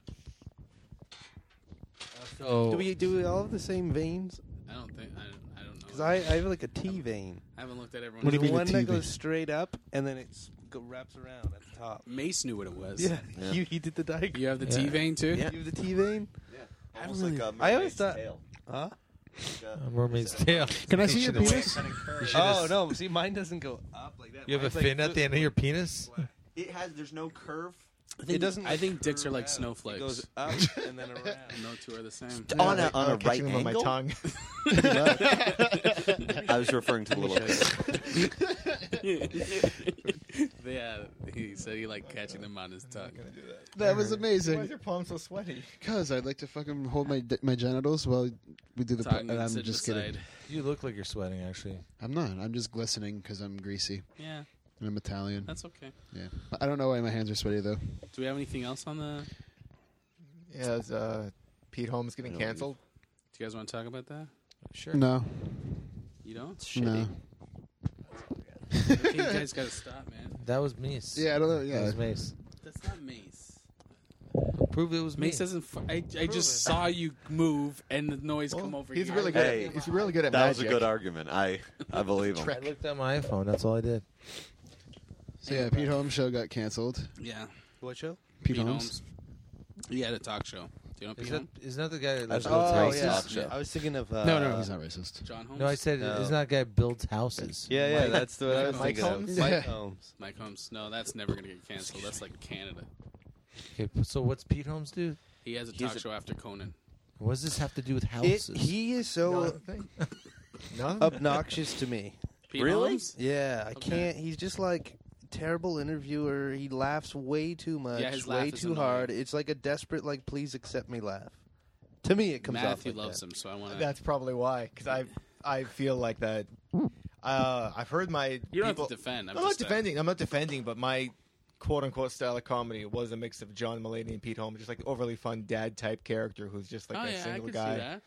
Speaker 3: So
Speaker 9: Do we do we all have the same veins?
Speaker 5: I don't think I, I don't know.
Speaker 9: Because I, I have like a T vein.
Speaker 5: I haven't looked at everyone.
Speaker 9: What do you mean
Speaker 5: a
Speaker 9: one
Speaker 5: T
Speaker 9: that
Speaker 5: vein?
Speaker 9: goes straight up and then it s- go, wraps around at the top.
Speaker 5: Mace knew what it was.
Speaker 9: Yeah, *laughs* You, he did the diagram.
Speaker 5: You have the T vein too.
Speaker 9: You have the T vein.
Speaker 5: Yeah,
Speaker 9: Almost like a I always thought. Huh?
Speaker 3: A mermaid's tail.
Speaker 9: Can I
Speaker 3: You
Speaker 9: see your
Speaker 3: should've waited.
Speaker 9: penis?
Speaker 3: You should've
Speaker 9: Oh
Speaker 3: s-
Speaker 9: no! See, mine doesn't go up like that.
Speaker 3: You have a
Speaker 9: Mine's like-
Speaker 3: fin at the end of your penis?
Speaker 11: It has. There's no curve.
Speaker 5: I think,
Speaker 9: It doesn't
Speaker 5: I
Speaker 11: *laughs*
Speaker 5: think dicks are
Speaker 9: curve
Speaker 5: like
Speaker 9: out.
Speaker 5: snowflakes. *laughs*
Speaker 9: It goes up and then around.
Speaker 5: no two are the same.
Speaker 11: Yeah, on a- like, on oh, a catching right them on my
Speaker 5: *laughs*
Speaker 11: angle? tongue. *laughs* I was referring to the *laughs* little *laughs*
Speaker 5: *laughs* yeah, he said he liked catching them on his tongue.
Speaker 8: *laughs* That was amazing.
Speaker 10: Why is your palm so sweaty?
Speaker 8: Cause I'd like to fucking hold my my genitals while we do the. Po-
Speaker 5: Tongue
Speaker 8: and I'm
Speaker 5: sitting
Speaker 8: just kidding.
Speaker 5: aside.
Speaker 3: You look like you're sweating, actually.
Speaker 8: I'm not. I'm just glistening because I'm greasy.
Speaker 5: Yeah.
Speaker 8: And I'm Italian.
Speaker 5: That's okay.
Speaker 8: Yeah. I don't know why my hands are sweaty though.
Speaker 5: Do we have anything else on the?
Speaker 10: Yeah, is uh, Pete Holmes getting canceled?
Speaker 5: Do you guys want to talk about that? Sure.
Speaker 8: No.
Speaker 5: You don't.
Speaker 10: *laughs*
Speaker 8: No.
Speaker 5: I think you guys gotta stop, man.
Speaker 3: That was Mace.
Speaker 8: Yeah, I don't know.
Speaker 3: That
Speaker 8: Yeah.
Speaker 3: was Mace.
Speaker 5: That's not Mace.
Speaker 3: Prove it was
Speaker 5: Mace
Speaker 3: me.
Speaker 5: doesn't. F- I, I just saw you move and the noise come over.
Speaker 10: he's
Speaker 5: here.
Speaker 10: really good at- Hey, he's really good at
Speaker 11: That was a
Speaker 10: magic.
Speaker 11: good argument. I I believe him.
Speaker 3: I looked at my iPhone. That's all I did.
Speaker 8: So yeah, Pete Holmes show got canceled.
Speaker 5: Yeah.
Speaker 9: What show?
Speaker 8: Pete Holmes.
Speaker 5: He had a talk show. Do you know Pete
Speaker 3: Is that,
Speaker 5: Holmes?
Speaker 3: isn't that the guy that
Speaker 9: That's
Speaker 3: lives
Speaker 9: Bill
Speaker 3: builds
Speaker 9: Tyson's
Speaker 3: houses?
Speaker 9: talk show. I was thinking of uh,
Speaker 3: no, no, no.
Speaker 8: He's not racist.
Speaker 5: John Holmes.
Speaker 3: No, I said
Speaker 9: No.
Speaker 3: isn't that guy builds houses?
Speaker 9: Yeah, yeah, that's what I was
Speaker 3: Mike
Speaker 9: thinking of.
Speaker 3: Holmes?
Speaker 5: *laughs*
Speaker 9: Mike
Speaker 3: Yeah.
Speaker 9: Holmes.
Speaker 5: Mike Holmes. No, that's never gonna get canceled. That's like Canada.
Speaker 3: Okay, so what's Pete Holmes do?
Speaker 5: He has a
Speaker 3: He's
Speaker 5: talk
Speaker 3: a-
Speaker 5: show after Conan.
Speaker 3: What does this have to do with houses?
Speaker 9: he is so *laughs* obnoxious to me.
Speaker 5: Pete Really? Holmes?
Speaker 9: Yeah, I
Speaker 5: Okay.
Speaker 9: can't. He's just like terrible interviewer. He laughs way too much,
Speaker 5: Yeah, his laugh
Speaker 9: way
Speaker 5: is
Speaker 9: too
Speaker 5: annoying.
Speaker 9: hard. It's like a desperate, like, please accept me laugh. To me, it comes off.
Speaker 5: Matthew
Speaker 9: like
Speaker 5: loves
Speaker 9: that.
Speaker 5: him, so I want to.
Speaker 10: That's probably why, because I I feel like that. Uh, I've heard my.
Speaker 5: You don't have to
Speaker 10: people,
Speaker 5: defend, I'm
Speaker 10: not
Speaker 5: just, uh,
Speaker 10: defending. I'm not defending, but my quote unquote style of comedy was a mix of John Mulaney and Pete Holmes, just like overly fun dad type character who's just like
Speaker 5: Oh,
Speaker 10: a
Speaker 5: yeah, I
Speaker 10: single
Speaker 5: can see
Speaker 10: guy.
Speaker 5: that.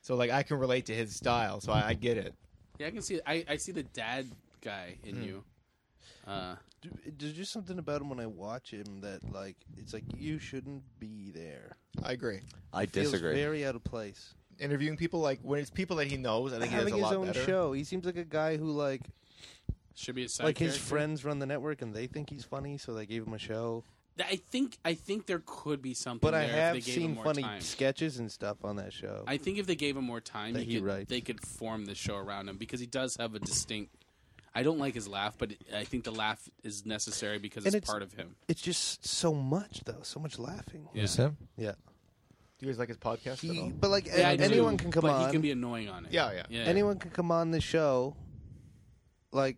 Speaker 10: So like I can relate to his style, so I, I get it.
Speaker 5: Yeah, I can see. I, I see the dad guy in
Speaker 9: Hmm.
Speaker 5: you. Uh,
Speaker 9: D- There's just something about him when I watch him that, like, it's like you shouldn't be there.
Speaker 10: I agree.
Speaker 11: I
Speaker 9: Feels
Speaker 11: disagree.
Speaker 9: Very out of place.
Speaker 10: Interviewing people like when it's people that he knows, I think he does
Speaker 9: Having
Speaker 10: a lot
Speaker 9: his own
Speaker 10: better.
Speaker 9: show, he seems like a guy who, like,
Speaker 5: should be a side
Speaker 9: like his
Speaker 5: character.
Speaker 9: friends run the network and they think he's funny, so they gave him a show.
Speaker 5: Th- I think I think there could be something.
Speaker 9: But
Speaker 5: there
Speaker 9: I
Speaker 5: if they
Speaker 9: have
Speaker 5: gave him
Speaker 9: seen
Speaker 5: more
Speaker 9: funny
Speaker 5: time.
Speaker 9: sketches and stuff on that show.
Speaker 5: I think if they gave him more time,
Speaker 9: That
Speaker 5: he
Speaker 9: he
Speaker 5: could,
Speaker 9: writes.
Speaker 5: they could form the show around him because he does have a distinct. I don't like his laugh, but it- I think the laugh is necessary because it's, part of him.
Speaker 9: It's just so much though, so much laughing.
Speaker 5: Yeah. Is
Speaker 3: him?
Speaker 9: Yeah.
Speaker 10: Do you guys like his podcast?
Speaker 9: He-
Speaker 10: at all?
Speaker 9: but like
Speaker 5: Yeah, I
Speaker 9: an-
Speaker 5: do,
Speaker 9: anyone can come
Speaker 5: but
Speaker 9: on.
Speaker 5: He can be annoying on it.
Speaker 10: Yeah, yeah.
Speaker 9: Anyone can come on the show, like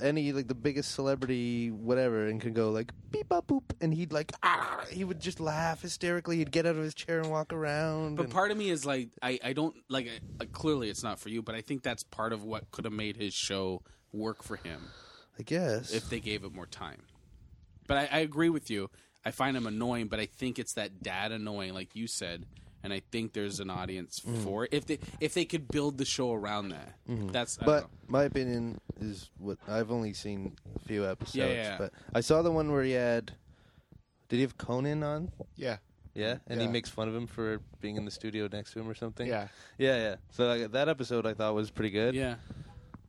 Speaker 9: any like the biggest celebrity, whatever, and can go like beep up boop, and he'd like ah, he would just laugh hysterically. He'd get out of his chair and walk around.
Speaker 5: But
Speaker 9: and-
Speaker 5: part of me is like, I, I don't like. I, uh, clearly, it's not for you, but I think that's part of what could have made his show work for him
Speaker 9: I guess
Speaker 5: if they gave it more time. But I, I agree with you. I find him annoying, but I think it's that dad annoying, like you said, and I think there's an audience
Speaker 9: Mm.
Speaker 5: for it. if they if they could build the show around that.
Speaker 11: Mm-hmm.
Speaker 9: Mhm.
Speaker 5: That's I
Speaker 9: but
Speaker 5: don't know.
Speaker 9: my opinion is what I've only seen a few episodes.
Speaker 5: yeah.
Speaker 9: But I saw the one where he had. Did he have Conan on?
Speaker 10: Yeah.
Speaker 9: Yeah, and
Speaker 10: Yeah.
Speaker 9: he makes fun of him for being in the studio next to him or something.
Speaker 10: Yeah.
Speaker 9: yeah, yeah. So like, that episode I thought was pretty good.
Speaker 5: Yeah,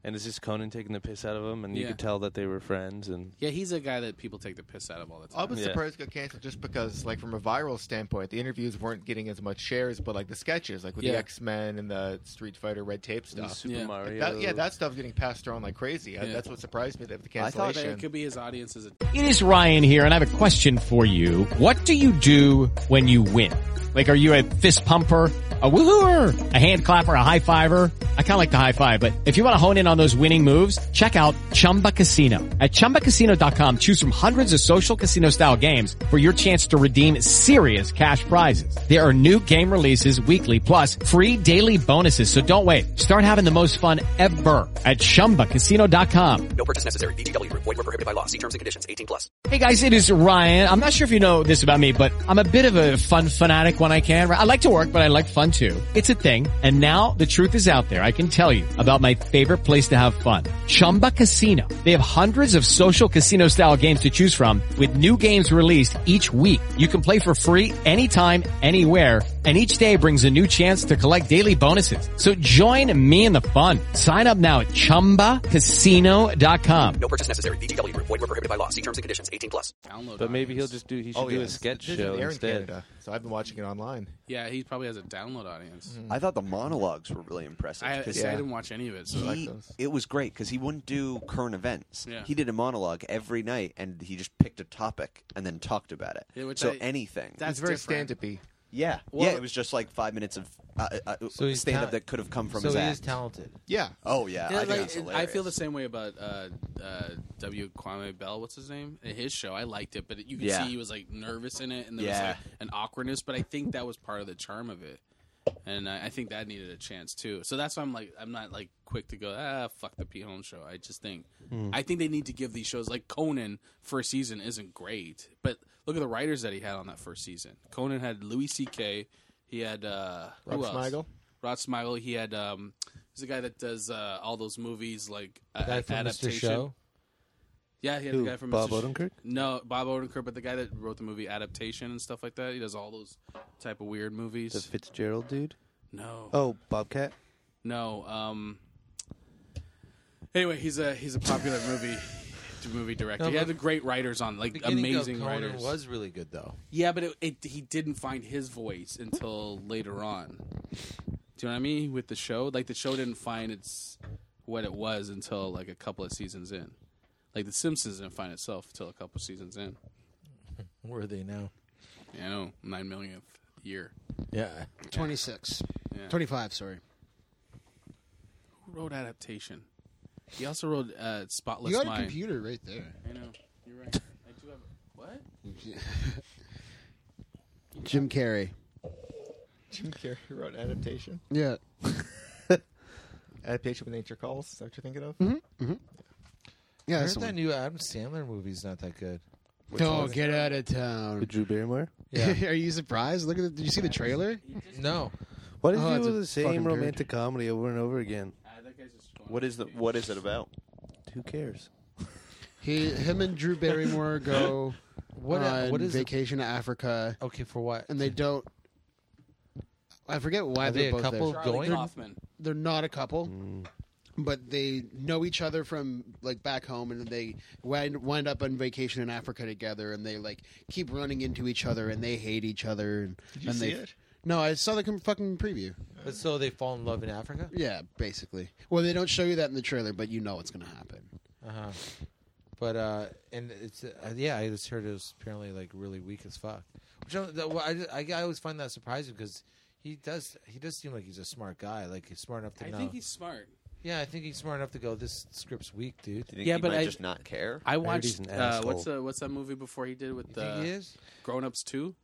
Speaker 9: and it's just Conan taking the piss out of him, and you
Speaker 5: Yeah.
Speaker 9: could tell that they were friends. And
Speaker 5: Yeah, he's a guy that people take the piss out of all the time.
Speaker 10: I was surprised it got canceled just because, like, from a viral standpoint, the interviews weren't getting as much shares, but like the sketches, like with
Speaker 5: Yeah.
Speaker 10: the X Men and the Street Fighter red tape
Speaker 9: the
Speaker 10: stuff,
Speaker 9: Super
Speaker 10: Like,
Speaker 9: Mario.
Speaker 10: that, yeah, that stuff's getting passed around like crazy. I-
Speaker 5: Yeah.
Speaker 10: that's what surprised me that the
Speaker 5: I thought
Speaker 10: cancellation.
Speaker 5: that it could be his audience as a
Speaker 19: It is Ryan here, and I have a question for you. What do you do when you win? Like, are you a fist pumper, a woohooer, a hand clapper, a high fiver? I kind of like the high five, but if you want to hone in on those winning moves, check out Chumba Casino. At ChumbaCasino.com, choose from hundreds of social casino style games for your chance to redeem serious cash prizes. There are new game releases weekly, plus free daily bonuses. So don't wait. Start having the most fun ever at ChumbaCasino.com.
Speaker 20: No purchase necessary. VGW Group. Void were prohibited by law. See terms and conditions. 18 plus.
Speaker 19: Hey guys, it is Ryan. I'm not sure if you know this about me, but I'm a bit of a fun fanatic when I can. I like to work, but I like fun too. It's a thing. And now the truth is out there. I can tell you about my favorite place to have fun. Chumba Casino. They have hundreds of social casino style games to choose from with new games released each week. You can play for free anytime, anywhere and each day brings a new chance to collect daily bonuses. So join me in the fun. Sign up now at ChumbaCasino.com.
Speaker 20: Um, No purchase necessary. VGW Group. Void were prohibited by law. See terms and conditions. 18 plus.
Speaker 9: But maybe he'll just do. He should
Speaker 10: Oh,
Speaker 9: do
Speaker 10: yeah,
Speaker 9: a
Speaker 10: it's-
Speaker 9: sketch
Speaker 10: this is
Speaker 9: show
Speaker 10: air in
Speaker 9: instead.
Speaker 10: Canada, so I've been watching it online.
Speaker 5: Yeah, he probably has a download audience.
Speaker 11: Mm-hmm.
Speaker 3: Mm.
Speaker 11: I thought the monologues were really impressive.
Speaker 5: I-
Speaker 11: 'cause
Speaker 5: see, I didn't watch any of it, so I
Speaker 11: he-
Speaker 5: like those.
Speaker 11: it was great because he wouldn't do current events.
Speaker 5: Yeah.
Speaker 11: He did a monologue every night, and he just picked a topic and then talked about it.
Speaker 5: Yeah, which
Speaker 11: so
Speaker 5: I-
Speaker 11: anything.
Speaker 5: that's It's very different.
Speaker 10: stand-up-y.
Speaker 11: Yeah,
Speaker 10: Well-
Speaker 11: yeah. It was just like five minutes of uh, uh,
Speaker 3: he's
Speaker 11: stand-up
Speaker 3: tal-
Speaker 11: that could have come from
Speaker 3: so
Speaker 11: his
Speaker 3: he
Speaker 11: act.
Speaker 3: is talented.
Speaker 10: Yeah.
Speaker 11: Oh yeah. I,
Speaker 5: like,
Speaker 11: think it's
Speaker 5: it- I
Speaker 11: hilarious.
Speaker 5: feel the same way about uh, uh, W. Kwame Bell. What's his name? Uh, His show. I liked it, but it- you could
Speaker 11: Yeah.
Speaker 5: see he was like nervous in it, and there was
Speaker 11: Yeah.
Speaker 5: like an awkwardness. But I think that was part of the charm of it, and I, I think that needed a chance too. So that's why I'm like, I'm not like quick to go ah fuck the P Home show. I just think,
Speaker 9: Mm.
Speaker 3: Mm.
Speaker 1: Hmm.
Speaker 5: I think they need to give these shows like Conan first season isn't great, but look at the writers that he had on that first season. Conan had Louis C.K. He had uh, who
Speaker 10: Rob
Speaker 5: else?
Speaker 10: Smigel?
Speaker 5: Rod Smigel. He had um, he's the guy that does uh, all those movies like
Speaker 3: The guy
Speaker 5: a-
Speaker 3: from Mr.
Speaker 5: adaptation.
Speaker 3: Show?
Speaker 5: Yeah, he had
Speaker 3: Who,
Speaker 5: the guy from
Speaker 3: Bob
Speaker 5: Mr. Sh-
Speaker 3: Odenkirk?
Speaker 5: No, Bob Odenkirk, but the guy that wrote the movie adaptation and stuff like that. He does all those type of weird movies.
Speaker 9: The Fitzgerald dude.
Speaker 5: No.
Speaker 9: Oh, Bobcat.
Speaker 5: no. Um. Anyway, he's a he's a popular movie movie director.
Speaker 3: No,
Speaker 5: he
Speaker 3: but
Speaker 5: had the great writers on, like
Speaker 3: beginning of
Speaker 5: amazing
Speaker 3: Conan
Speaker 5: writers.
Speaker 3: was really good though.
Speaker 5: Yeah, but it, it, he didn't find his voice until later on. Do you know what I mean? With the show, like the show didn't find its what it was until like a couple of seasons in. Like the Simpsons didn't find itself until a couple of seasons in.
Speaker 3: Where are they now?
Speaker 5: Yeah, I know nine millionth year.
Speaker 3: Yeah.
Speaker 8: 26.
Speaker 5: Yeah.
Speaker 8: 25, sorry.
Speaker 5: Who wrote adaptation? He also wrote uh, Spotless
Speaker 8: you got
Speaker 5: Mind.
Speaker 8: a computer right there.
Speaker 5: I know. You're right. I do have what?
Speaker 8: Jim Carrey.
Speaker 10: Jim Carrey wrote adaptation.
Speaker 8: *laughs* Yeah.
Speaker 10: Adaptation with Nature Calls. Is that what you're thinking of?
Speaker 8: Mm-hmm.
Speaker 3: I
Speaker 8: Yeah,
Speaker 3: heard
Speaker 8: that's the
Speaker 3: that new Adam Sandler movie's not that good.
Speaker 8: No, Oh, get out of town.
Speaker 9: With Drew Barrymore.
Speaker 3: Yeah.
Speaker 8: *laughs* Are you surprised? Look at the, Did you see the *laughs* trailer?
Speaker 3: No.
Speaker 9: Why does
Speaker 8: Oh,
Speaker 9: he
Speaker 8: it's
Speaker 9: do
Speaker 8: a fucking
Speaker 9: the same
Speaker 8: dirge.
Speaker 9: romantic comedy over and over again?
Speaker 11: What is the What is it about?
Speaker 9: Who cares?
Speaker 8: He, him, and Drew Barrymore go
Speaker 3: *laughs* What, uh,
Speaker 8: on
Speaker 3: what is it?
Speaker 8: vacation to Africa.
Speaker 3: Okay, for what?
Speaker 8: And they don't. I forget why
Speaker 3: Are
Speaker 8: they're
Speaker 3: they a
Speaker 8: both
Speaker 3: couple
Speaker 8: there.
Speaker 3: Charlie going? Mm.
Speaker 8: They're-
Speaker 5: Kaufman.
Speaker 8: They're, not a couple, but they know each other from like back home, and they wind, wind up on vacation in Africa together, and they like keep running into each other, and they hate each other. And,
Speaker 3: Did you
Speaker 8: and
Speaker 3: see
Speaker 8: they,
Speaker 3: it?
Speaker 8: No, I saw the com- fucking preview.
Speaker 3: But so they fall in love in Africa?
Speaker 8: Yeah, basically. Well, they don't show you that in the trailer, but you know it's going to happen.
Speaker 3: Uh-huh. But uh, and it's uh, yeah, I just heard it was apparently like really weak as fuck. Which I, that, well, I, just- I, I always find that surprising because he does he does seem like he's a smart guy. Like he's smart enough to
Speaker 5: I
Speaker 3: know.
Speaker 5: think he's smart.
Speaker 3: yeah, I think he's smart enough to go. This script's weak, dude.
Speaker 11: Do you think he might just not care?
Speaker 5: I watched uh, what's the, what's that movie before he did with
Speaker 3: think
Speaker 5: the
Speaker 3: he is?
Speaker 5: Grown Ups Two.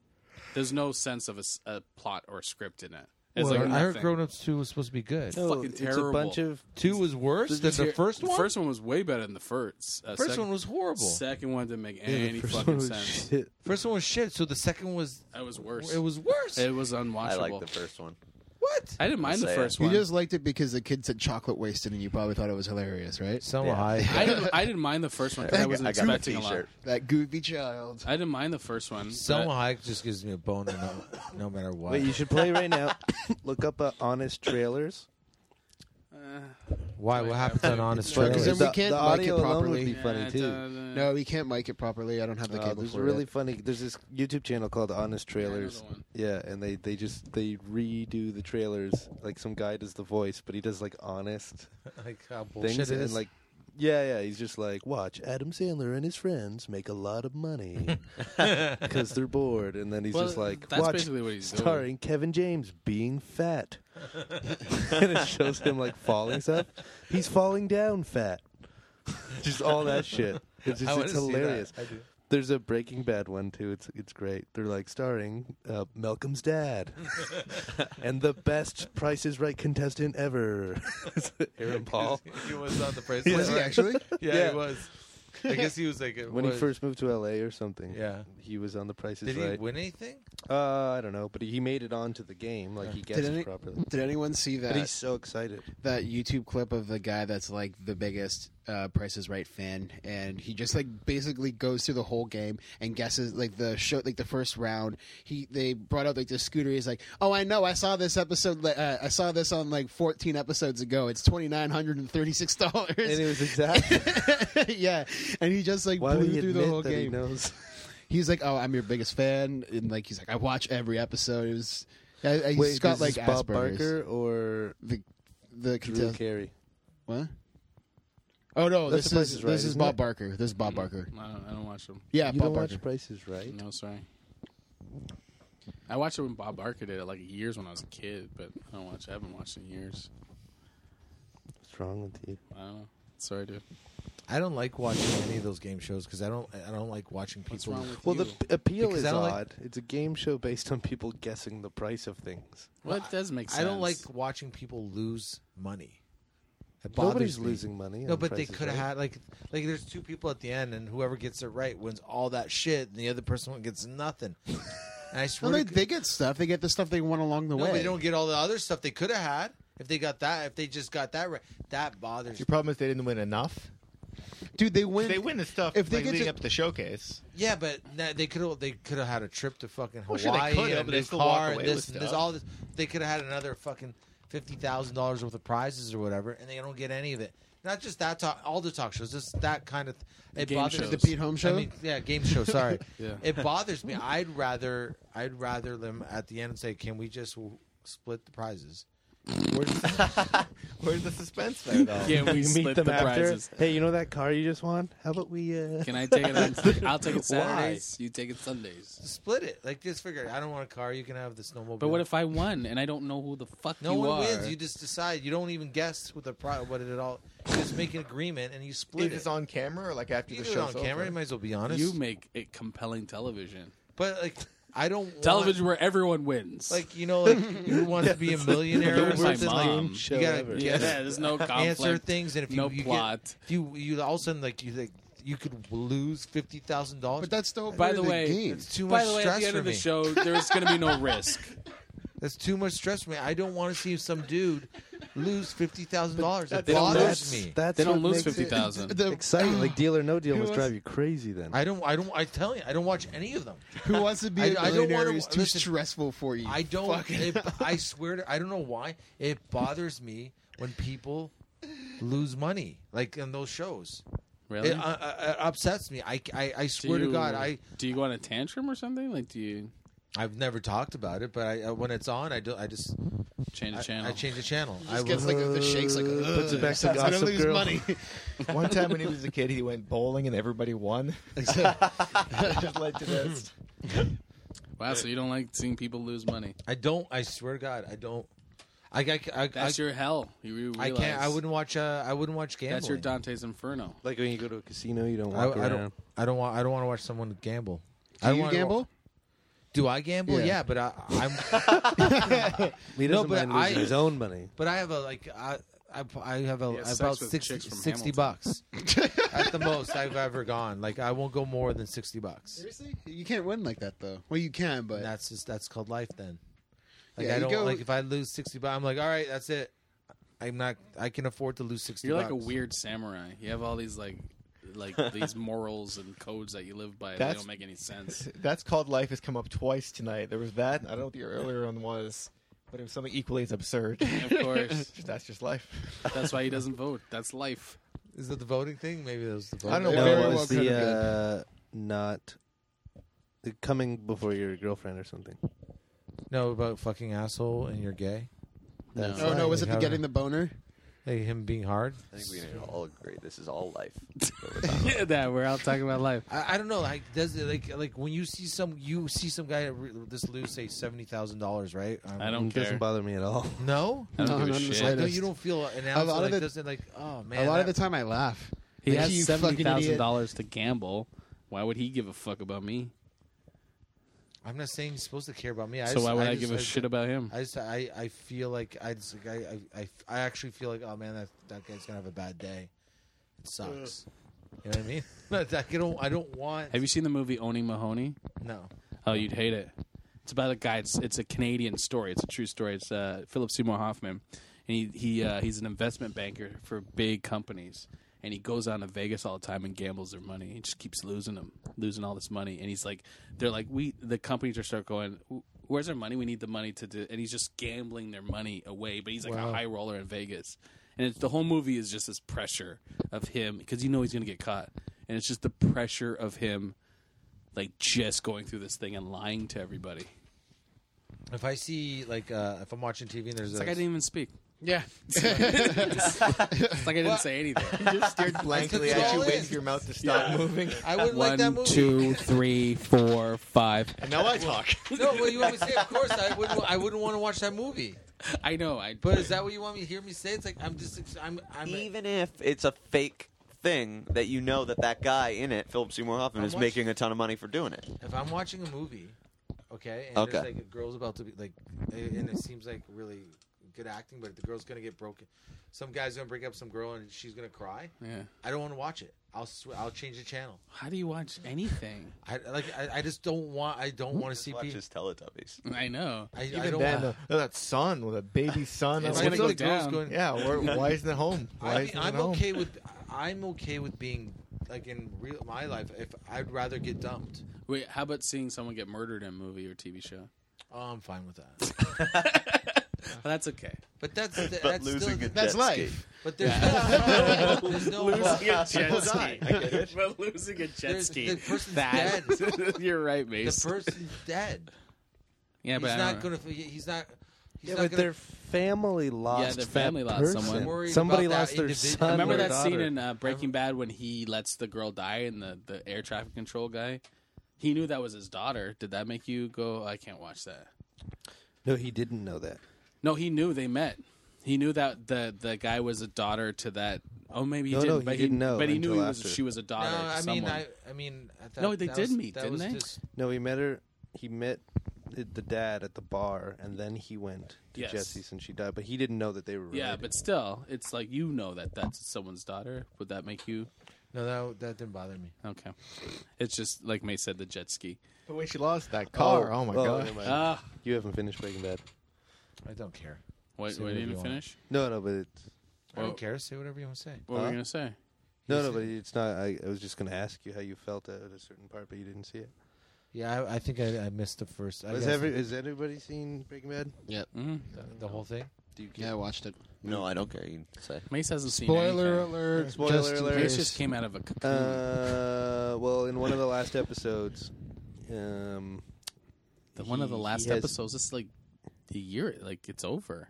Speaker 5: There's no sense of a, s- a plot or script in it. It's
Speaker 3: Well,
Speaker 5: like
Speaker 3: I heard
Speaker 5: nothing.
Speaker 3: Grown Ups Two was supposed to be good.
Speaker 5: It's No, fucking it's a terrible. bunch of-
Speaker 3: two was worse than the
Speaker 5: ter-
Speaker 3: first
Speaker 5: the
Speaker 3: one.
Speaker 5: First one was way better than the first. Uh,
Speaker 3: First
Speaker 5: second-
Speaker 3: one was horrible.
Speaker 5: Second one didn't make
Speaker 3: Yeah, the
Speaker 5: any
Speaker 3: first
Speaker 5: fucking *laughs*
Speaker 3: one was
Speaker 5: sense.
Speaker 3: shit. First one was shit. So the second was
Speaker 5: That was worse.
Speaker 3: It was worse.
Speaker 5: It was unwatchable.
Speaker 11: I like the first one.
Speaker 3: What?
Speaker 5: I didn't mind the first
Speaker 8: You
Speaker 5: one.
Speaker 8: just liked it because the kid said chocolate wasted, and you probably thought it was hilarious, right?
Speaker 3: So
Speaker 5: Yeah. I didn't.
Speaker 8: *laughs*
Speaker 5: I didn't mind the first one. 'cause I wasn't expecting a lot.
Speaker 8: That goofy child.
Speaker 5: I didn't mind the first one.
Speaker 3: Selma
Speaker 5: but- *laughs*
Speaker 3: Hayek just gives me a bone no, no matter what.
Speaker 9: Wait, you should play right now. *laughs* Look up uh, honest trailers.
Speaker 3: Why? What happened to an honest
Speaker 9: Well, 'cause
Speaker 3: trailer?
Speaker 9: then we The- can't the mic it audio alone would properly. be funny, Yeah,
Speaker 5: uh,
Speaker 9: too. da, da.
Speaker 8: No, we can't mic it properly. I don't have the
Speaker 9: Oh,
Speaker 8: cable
Speaker 9: there's
Speaker 8: for
Speaker 9: really
Speaker 8: it.
Speaker 9: funny. There's this YouTube channel called Honest Trailers. Yeah, and they they just they redo the trailers. Like some guy does the voice, but he does like honest
Speaker 3: *laughs* Like how bullshit
Speaker 9: things
Speaker 3: it
Speaker 9: and
Speaker 3: is.
Speaker 9: like. Yeah, yeah. He's just like, watch Adam Sandler and his friends make a lot
Speaker 3: *laughs*
Speaker 9: of money because they're bored, and then he's
Speaker 5: Well,
Speaker 9: just like,
Speaker 5: that's
Speaker 9: watch
Speaker 5: basically what he's doing.
Speaker 9: starring Kevin James being fat, *laughs* and it shows him like falling stuff. He's falling down fat, *laughs* just all that shit. It's
Speaker 3: I
Speaker 9: just
Speaker 3: wanna
Speaker 9: it's
Speaker 3: see that.
Speaker 9: hilarious.
Speaker 3: I do.
Speaker 9: There's a Breaking Bad one too. It's it's great. They're like starring uh, Malcolm's dad and the best Price is Right contestant ever,
Speaker 5: *laughs*
Speaker 9: Aaron Paul.
Speaker 3: He was on the Price
Speaker 9: Yeah.
Speaker 3: Is Right. Yeah, he
Speaker 9: Yeah.
Speaker 3: was. I guess he was like it
Speaker 9: when
Speaker 3: was-
Speaker 9: he first moved to LA or something.
Speaker 3: Yeah.
Speaker 9: he was on the Price is
Speaker 3: Did he
Speaker 9: Right.
Speaker 3: win anything?
Speaker 9: Uh, I don't know, but he made it onto the game. Like he guessed
Speaker 8: Did, any-
Speaker 9: properly.
Speaker 8: did anyone see
Speaker 9: But
Speaker 8: that?
Speaker 9: he's so excited.
Speaker 8: That YouTube clip of the guy that's like the biggest uh, Price is Right fan, and he just like basically goes through the whole game and guesses like the show, like the first round. He they brought up like the scooter. He's like, oh, I know, I saw this episode. like, Uh, I saw this on like 14 episodes ago. It's twenty nine hundred and thirty six dollars.
Speaker 14: And it was exactly.
Speaker 8: *laughs* yeah, and he just like
Speaker 14: Why would
Speaker 8: blew
Speaker 14: he
Speaker 8: through the
Speaker 14: admit
Speaker 8: whole
Speaker 14: that he
Speaker 8: game. He's like, "Oh, I'm your biggest fan," and like he's like, "I watch every episode." It was I, I, uh, he's
Speaker 14: Wait,
Speaker 8: got
Speaker 14: this is
Speaker 8: like
Speaker 14: Bob
Speaker 8: Asperger's.
Speaker 14: Barker or
Speaker 8: the the
Speaker 14: Drew
Speaker 8: contest-
Speaker 14: Carey?
Speaker 8: What? Oh no,
Speaker 14: That's
Speaker 8: this
Speaker 14: the Price
Speaker 8: is,
Speaker 14: is Right,
Speaker 8: this is
Speaker 14: isn't
Speaker 8: Bob
Speaker 14: it?
Speaker 8: Barker. This is Bob Barker.
Speaker 5: I don't, I don't watch them.
Speaker 8: Yeah,
Speaker 14: you
Speaker 8: Bob
Speaker 14: don't
Speaker 8: Barker.
Speaker 14: watch Price is Right.
Speaker 5: No, sorry. I watched it when Bob Barker did it, like years when I was a kid, but I don't watch. I haven't watched it in years.
Speaker 14: What's wrong with you?
Speaker 5: I don't know. Sorry, dude.
Speaker 3: I don't like watching any of those game shows because I don't. I don't like watching people.
Speaker 14: well, the p- appeal
Speaker 3: Because
Speaker 14: is
Speaker 3: I don't like-
Speaker 14: odd. It's a game show based on people guessing the price of things.
Speaker 5: Well, that does make
Speaker 3: I don't like
Speaker 5: sense.
Speaker 3: *laughs* watching people lose money. It
Speaker 14: Nobody's
Speaker 3: bothers me.
Speaker 14: losing money
Speaker 3: No,
Speaker 14: on
Speaker 3: but they
Speaker 14: Price is
Speaker 3: could have
Speaker 14: Right.
Speaker 3: had like like there's two people at the end, and whoever gets it right wins all that shit, and the other person
Speaker 14: *laughs*
Speaker 3: gets nothing. and I
Speaker 8: No,
Speaker 3: swear,
Speaker 8: they,
Speaker 3: to,
Speaker 8: they get stuff. They get the stuff they won along the
Speaker 3: no,
Speaker 8: way.
Speaker 3: but they don't get all the other stuff they could have had if they got that. If they just got that right, that bothers.
Speaker 10: Your problem is they didn't win enough.
Speaker 8: Dude, they win.
Speaker 10: They win the stuff
Speaker 3: If they
Speaker 10: like,
Speaker 3: get
Speaker 10: leading
Speaker 3: to-
Speaker 10: up to the showcase.
Speaker 3: Yeah, but na- they could have they could have had a trip to fucking
Speaker 10: Well,
Speaker 3: Hawaii
Speaker 10: sure, they could have,
Speaker 3: and
Speaker 10: but they
Speaker 3: a new
Speaker 10: still walk
Speaker 3: car and
Speaker 10: away
Speaker 3: this and
Speaker 10: with
Speaker 3: this
Speaker 10: stuff.
Speaker 3: all this. They could have had another fucking fifty thousand dollars worth of prizes or whatever, and they don't get any of it. Not just that talk, all the talk shows, just that kind of.
Speaker 8: The
Speaker 3: It
Speaker 8: game
Speaker 3: bothers
Speaker 8: shows. The Pete Holmes show?
Speaker 3: I mean, yeah, game show.
Speaker 10: *laughs*
Speaker 3: Sorry,
Speaker 8: Yeah.
Speaker 3: it bothers me. I'd rather I'd rather them at the end and say, "Can we just w- split the
Speaker 10: *laughs*
Speaker 3: prizes?"
Speaker 10: Where's the *laughs* suspense
Speaker 3: there,
Speaker 5: though? Yeah, we
Speaker 14: You meet
Speaker 5: split
Speaker 14: them
Speaker 5: the
Speaker 14: after.
Speaker 5: prizes.
Speaker 14: Hey, you know that car you just won? How about we? Uh...
Speaker 5: Can I take it
Speaker 14: *laughs*
Speaker 3: *laughs*
Speaker 5: on? I'll take it
Speaker 14: Why?
Speaker 5: Saturdays. You take it Sundays.
Speaker 3: Split it. Like just figure it. I don't want a car. You can have the snowmobile.
Speaker 5: But what if I won and I don't know who the fuck
Speaker 3: No
Speaker 5: you
Speaker 3: one
Speaker 5: are?
Speaker 3: wins. You just decide. You don't even guess what the pro- what it all. You just make an agreement and you split
Speaker 10: If it's on camera or like after
Speaker 3: You
Speaker 10: the
Speaker 3: do it on
Speaker 10: show's
Speaker 3: camera.
Speaker 10: over?
Speaker 3: You might as well be honest.
Speaker 5: You make it compelling television.
Speaker 3: But like, I don't want-
Speaker 5: television where everyone wins.
Speaker 3: Like you know,
Speaker 5: *laughs*
Speaker 3: like you want to be a
Speaker 5: Yes.
Speaker 3: millionaire
Speaker 5: Don't
Speaker 3: or
Speaker 5: worry,
Speaker 3: something.
Speaker 5: my
Speaker 3: Like,
Speaker 5: mom.
Speaker 3: you gotta
Speaker 5: Show
Speaker 3: guess-
Speaker 5: ever. Yeah, there's no
Speaker 3: *laughs* answer
Speaker 5: conflict,
Speaker 3: things, and if you
Speaker 5: no
Speaker 3: you
Speaker 5: plot.
Speaker 3: get, if you you all of a sudden like you like you could lose fifty thousand dollars. But
Speaker 8: that's the
Speaker 5: By the way,
Speaker 3: It's too
Speaker 5: by
Speaker 3: much
Speaker 5: the way,
Speaker 3: stress
Speaker 5: at the end
Speaker 3: for
Speaker 5: of the
Speaker 3: me.
Speaker 5: show, there's going to be
Speaker 3: *laughs*
Speaker 5: no risk.
Speaker 3: That's too much stress for me. I don't want to see some dude lose fifty thousand dollars. That
Speaker 14: They don't
Speaker 3: bothers
Speaker 14: lose-
Speaker 3: me.
Speaker 14: That's what makes it
Speaker 8: *laughs*
Speaker 3: *laughs*
Speaker 14: Exciting,
Speaker 8: *gasps*
Speaker 14: like Deal or No Deal must drive you crazy. Then
Speaker 3: I don't. I don't. I tell you, I don't watch any of them.
Speaker 8: Who wants to be
Speaker 3: I-
Speaker 8: a
Speaker 3: I don't
Speaker 8: millionaire
Speaker 3: wanna-
Speaker 8: who's too
Speaker 3: listen,
Speaker 8: stressful for you?
Speaker 3: I don't.
Speaker 8: Fuck.
Speaker 3: It, I swear to. I don't know why it bothers me when people lose money like in those shows.
Speaker 5: Really?
Speaker 3: it, uh, uh, it upsets me. I, I, I swear to
Speaker 5: you-
Speaker 3: God, I
Speaker 5: do you go on a tantrum or something? Like, do you?
Speaker 3: I've never talked about it, but I, uh, when it's on, I do. I just
Speaker 5: change
Speaker 3: the
Speaker 5: channel.
Speaker 3: I, change the channel.
Speaker 10: He
Speaker 3: I
Speaker 10: just gets, like, the shakes, like, uh, Puts it "Ugh, back *laughs* to I'm gonna Gossip lose Girl." money. One time when he was a kid, he went bowling and everybody won. That *laughs* just led to *laughs* this.
Speaker 5: Wow, so you don't like seeing people lose money?
Speaker 3: I don't. I swear to God, I don't. I, I, I
Speaker 5: That's
Speaker 3: I,
Speaker 5: your hell. Oh, You
Speaker 3: I
Speaker 5: realize
Speaker 3: can't. I wouldn't watch. Uh, I wouldn't watch gambling.
Speaker 5: That's your Dante's Inferno.
Speaker 14: Like when you go to a casino, you don't
Speaker 3: I,
Speaker 14: walk
Speaker 3: I
Speaker 14: around.
Speaker 3: don't. I don't want. I don't want to watch someone gamble.
Speaker 14: Do
Speaker 3: I don't
Speaker 14: you
Speaker 3: wanna
Speaker 14: gamble?
Speaker 3: wa- Do I gamble?
Speaker 14: Yeah.
Speaker 3: Yeah, but I, I'm.
Speaker 8: *laughs*
Speaker 14: He
Speaker 3: no,
Speaker 14: doesn't
Speaker 3: but
Speaker 14: mind losing
Speaker 3: I,
Speaker 14: his own money.
Speaker 3: But I have a like. I, I, I have a
Speaker 14: He has sex
Speaker 3: about
Speaker 14: with
Speaker 3: 60,
Speaker 14: chicks from
Speaker 3: 60
Speaker 14: Hamilton.
Speaker 3: bucks
Speaker 14: *laughs*
Speaker 3: at the most I've ever gone. Like I won't go more than sixty bucks.
Speaker 8: Seriously, you can't win like that though. Well, you can, but
Speaker 3: that's just that's called life. Then, Like
Speaker 8: yeah,
Speaker 3: I
Speaker 8: you
Speaker 3: don't
Speaker 8: go,
Speaker 3: like if I lose sixty bucks. I'm like, all right, that's it. I'm not. I can afford to lose 60
Speaker 5: You're like a
Speaker 3: bucks.
Speaker 5: weird samurai. You have all these like,
Speaker 3: *laughs*
Speaker 5: like these morals and codes that you live by. that
Speaker 10: That's-
Speaker 5: don't make any sense.
Speaker 10: *laughs* That's called life has come up twice tonight. There was that. and I don't know what the earlier one was, but it was something equally as *laughs* absurd.
Speaker 5: Of
Speaker 8: *laughs*
Speaker 5: course.
Speaker 10: that's just life.
Speaker 5: That's why he doesn't vote. That's life.
Speaker 3: Is it the voting thing? Maybe that was the voting.
Speaker 10: I don't know
Speaker 14: No,
Speaker 10: what
Speaker 14: it
Speaker 10: it
Speaker 14: was
Speaker 10: was. Could've
Speaker 14: the uh,
Speaker 10: been.
Speaker 14: not the coming before your girlfriend or something.
Speaker 3: No, about fucking asshole and you're gay.
Speaker 14: No.
Speaker 8: Oh no, was it the getting the boner?
Speaker 3: Like him being hard.
Speaker 11: I think we can all agree this is all life.
Speaker 5: *laughs* yeah, that we're all talking about life.
Speaker 3: I, I don't know. Like, does it like like when you see some you see some guy re- just lose say seventy thousand dollars, right? Um,
Speaker 14: I don't It doesn't care. bother me at all.
Speaker 3: *laughs* No,
Speaker 14: I don't No, give a not in the shit.
Speaker 3: Like, no,
Speaker 14: slightest.
Speaker 3: you don't feel an
Speaker 8: A
Speaker 3: ounce.
Speaker 8: lot of
Speaker 3: Like,
Speaker 8: the-
Speaker 3: doesn't like oh man.
Speaker 8: a lot of
Speaker 3: that-
Speaker 8: the time I laugh.
Speaker 5: He
Speaker 8: Like,
Speaker 5: has
Speaker 8: "You
Speaker 5: seventy
Speaker 8: fucking
Speaker 5: thousand
Speaker 8: idiot."
Speaker 5: dollars to gamble. Why would he give a fuck about me?
Speaker 3: I'm not saying you're supposed to care about me. I
Speaker 5: So
Speaker 3: just,
Speaker 5: why would I
Speaker 3: just-
Speaker 5: give a
Speaker 3: just-
Speaker 5: shit about him?
Speaker 3: I just I, I feel like I just like, I, I I I actually feel like oh man that that guy's gonna have a bad day. It sucks. You know what I mean? But I don't I don't want.
Speaker 5: Have you seen the movie Owning Mahoney?
Speaker 3: No.
Speaker 5: Oh, you'd hate it. It's about a guy. It's, it's a Canadian story. It's a true story. It's uh, Philip Seymour Hoffman, and he he uh, he's an investment banker for big companies, and he goes out to Vegas all the time and gambles their money. He just keeps losing them, losing all this money, and he's like, they're like, we the companies are start going. "Wh- Where's our money? We need the money to do, and he's just gambling their money away. But he's like
Speaker 21: Wow.
Speaker 5: a high roller in Vegas, and it's, the whole movie is just this pressure of him because you know he's going to get caught, and it's just the pressure of him, like just going through this thing and lying to everybody.
Speaker 3: If I see like uh, if I'm watching TV and there's
Speaker 5: It's
Speaker 3: a,
Speaker 5: like I didn't even speak.
Speaker 3: Yeah.
Speaker 5: it's like I didn't say anything.
Speaker 10: *laughs* You just stared blankly at you, waiting for your mouth to stop moving.
Speaker 3: *laughs* I wouldn't like that movie.
Speaker 5: two, three, four, five.
Speaker 10: And now I talk.
Speaker 3: *laughs* No, well, you want me to say? Of course, I wouldn't. I wouldn't want to watch that movie.
Speaker 5: I know. I.
Speaker 3: But is that what you want me to hear me say? It's like I'm just. I'm. I'm
Speaker 11: Even if it's a fake thing that you know that that guy in it, Philip Seymour Hoffman,
Speaker 3: I'm
Speaker 11: is
Speaker 3: watch-
Speaker 11: making a ton of money for doing it.
Speaker 3: If I'm watching a movie, okay, and there's
Speaker 11: Okay.
Speaker 3: like a girl's about to be like, and it seems like really good acting, but the girl's gonna get broken. Some guy's gonna break up some girl, and she's gonna cry.
Speaker 5: Yeah.
Speaker 3: I don't want to watch it. I'll sw- I'll change the channel.
Speaker 5: How do you watch anything?
Speaker 3: I like. I, I just don't want. Uh, I don't want to see people.
Speaker 11: Just Teletubbies.
Speaker 5: I know.
Speaker 3: I,
Speaker 10: Even
Speaker 3: I don't.
Speaker 10: then,
Speaker 3: want-
Speaker 10: the- that son with a baby son.
Speaker 3: It's
Speaker 10: I
Speaker 3: gonna
Speaker 10: was
Speaker 3: go
Speaker 10: like,
Speaker 3: down.
Speaker 10: yeah,
Speaker 5: *laughs*
Speaker 10: where, why isn't it home? Why
Speaker 3: I
Speaker 10: isn't it
Speaker 3: am
Speaker 10: home?
Speaker 3: okay with. I'm okay with being like in real my life. If I'd rather get dumped.
Speaker 5: Wait, how about seeing someone get murdered in a movie or TV show?
Speaker 3: Oh, I'm fine with that.
Speaker 10: *laughs*
Speaker 5: Well, that's okay.
Speaker 3: But that's But that's losing still- a jet
Speaker 10: that's life.
Speaker 3: ski. But there's no- there's no-
Speaker 5: losing a
Speaker 3: People
Speaker 5: jet
Speaker 3: die.
Speaker 5: ski.
Speaker 3: I get *laughs* it.
Speaker 5: but losing a jet
Speaker 3: There's-
Speaker 5: ski.
Speaker 3: the person's
Speaker 5: that- *laughs*
Speaker 3: dead.
Speaker 5: You're right, Mace.
Speaker 3: The person's dead.
Speaker 5: Yeah,
Speaker 3: he's
Speaker 5: but I
Speaker 3: not
Speaker 5: don't-
Speaker 3: gonna. He's not. He's
Speaker 9: Yeah,
Speaker 3: not
Speaker 9: but
Speaker 3: gonna,
Speaker 9: their family lost.
Speaker 5: yeah, their
Speaker 9: that
Speaker 5: family lost
Speaker 9: person.
Speaker 5: someone.
Speaker 9: Somebody lost their son.
Speaker 5: Remember
Speaker 9: or
Speaker 5: that scene
Speaker 9: daughter.
Speaker 5: in uh, Breaking Bad when he lets the girl die and the, the air traffic control guy? He knew that was his daughter. Did that make you go, "Oh, I can't watch that?
Speaker 9: No, he didn't know that.
Speaker 5: No, he knew they met. He knew that the, the guy was a daughter to that. Oh, maybe he
Speaker 9: No,
Speaker 5: didn't.
Speaker 9: no, he
Speaker 5: but
Speaker 9: didn't know
Speaker 5: But he knew
Speaker 9: until
Speaker 5: he was,
Speaker 9: after.
Speaker 5: she was a daughter.
Speaker 3: No,
Speaker 5: to
Speaker 3: I mean,
Speaker 5: someone.
Speaker 3: I, I mean, I thought
Speaker 5: no, they
Speaker 3: that
Speaker 5: did
Speaker 3: was-
Speaker 5: meet,
Speaker 3: that
Speaker 5: didn't
Speaker 3: was
Speaker 5: they?
Speaker 3: Just,
Speaker 9: No, he met her. He met the, the dad at the bar, and then he went to
Speaker 5: Yes.
Speaker 9: Jesse's, and she died. But he didn't know that they were.
Speaker 5: Yeah,
Speaker 9: related.
Speaker 5: but still, it's like you know that that's someone's daughter. Would that make you?
Speaker 3: no, that that didn't bother me.
Speaker 5: Okay, it's just like May said, the jet ski.
Speaker 10: The way she lost that car. Oh, my god.
Speaker 9: never mind.
Speaker 5: Ah.
Speaker 9: you haven't finished Breaking Bad.
Speaker 3: Uh, I don't care.
Speaker 5: What-
Speaker 3: Say
Speaker 5: what
Speaker 3: whatever
Speaker 5: didn't
Speaker 3: you want.
Speaker 5: finish?
Speaker 9: No, no, but it's,
Speaker 3: I don't care. Say whatever you want to say.
Speaker 5: What were we gonna say?
Speaker 9: No, no, but it's not. I, I was just gonna ask you how you felt at a certain part, but you didn't see it.
Speaker 3: Yeah, I, I think I, I missed the first. I
Speaker 9: Has
Speaker 3: guess-
Speaker 9: every, has anybody seen Breaking Bad?
Speaker 8: Yep.
Speaker 5: Mm-hmm.
Speaker 3: the, the whole thing.
Speaker 9: Do you
Speaker 8: Yeah, I watched it.
Speaker 11: No, I don't care. You can say.
Speaker 5: Mace hasn't seen.
Speaker 8: Spoiler
Speaker 5: anything.
Speaker 8: alert,
Speaker 9: Spoiler
Speaker 8: just in
Speaker 9: alert.
Speaker 5: Mace just came out of a cocoon.
Speaker 9: Uh, well, in one of the last episodes, um,
Speaker 5: the one of the
Speaker 9: he- he
Speaker 5: last
Speaker 9: has-
Speaker 5: episodes. It's like the year. Like it's over.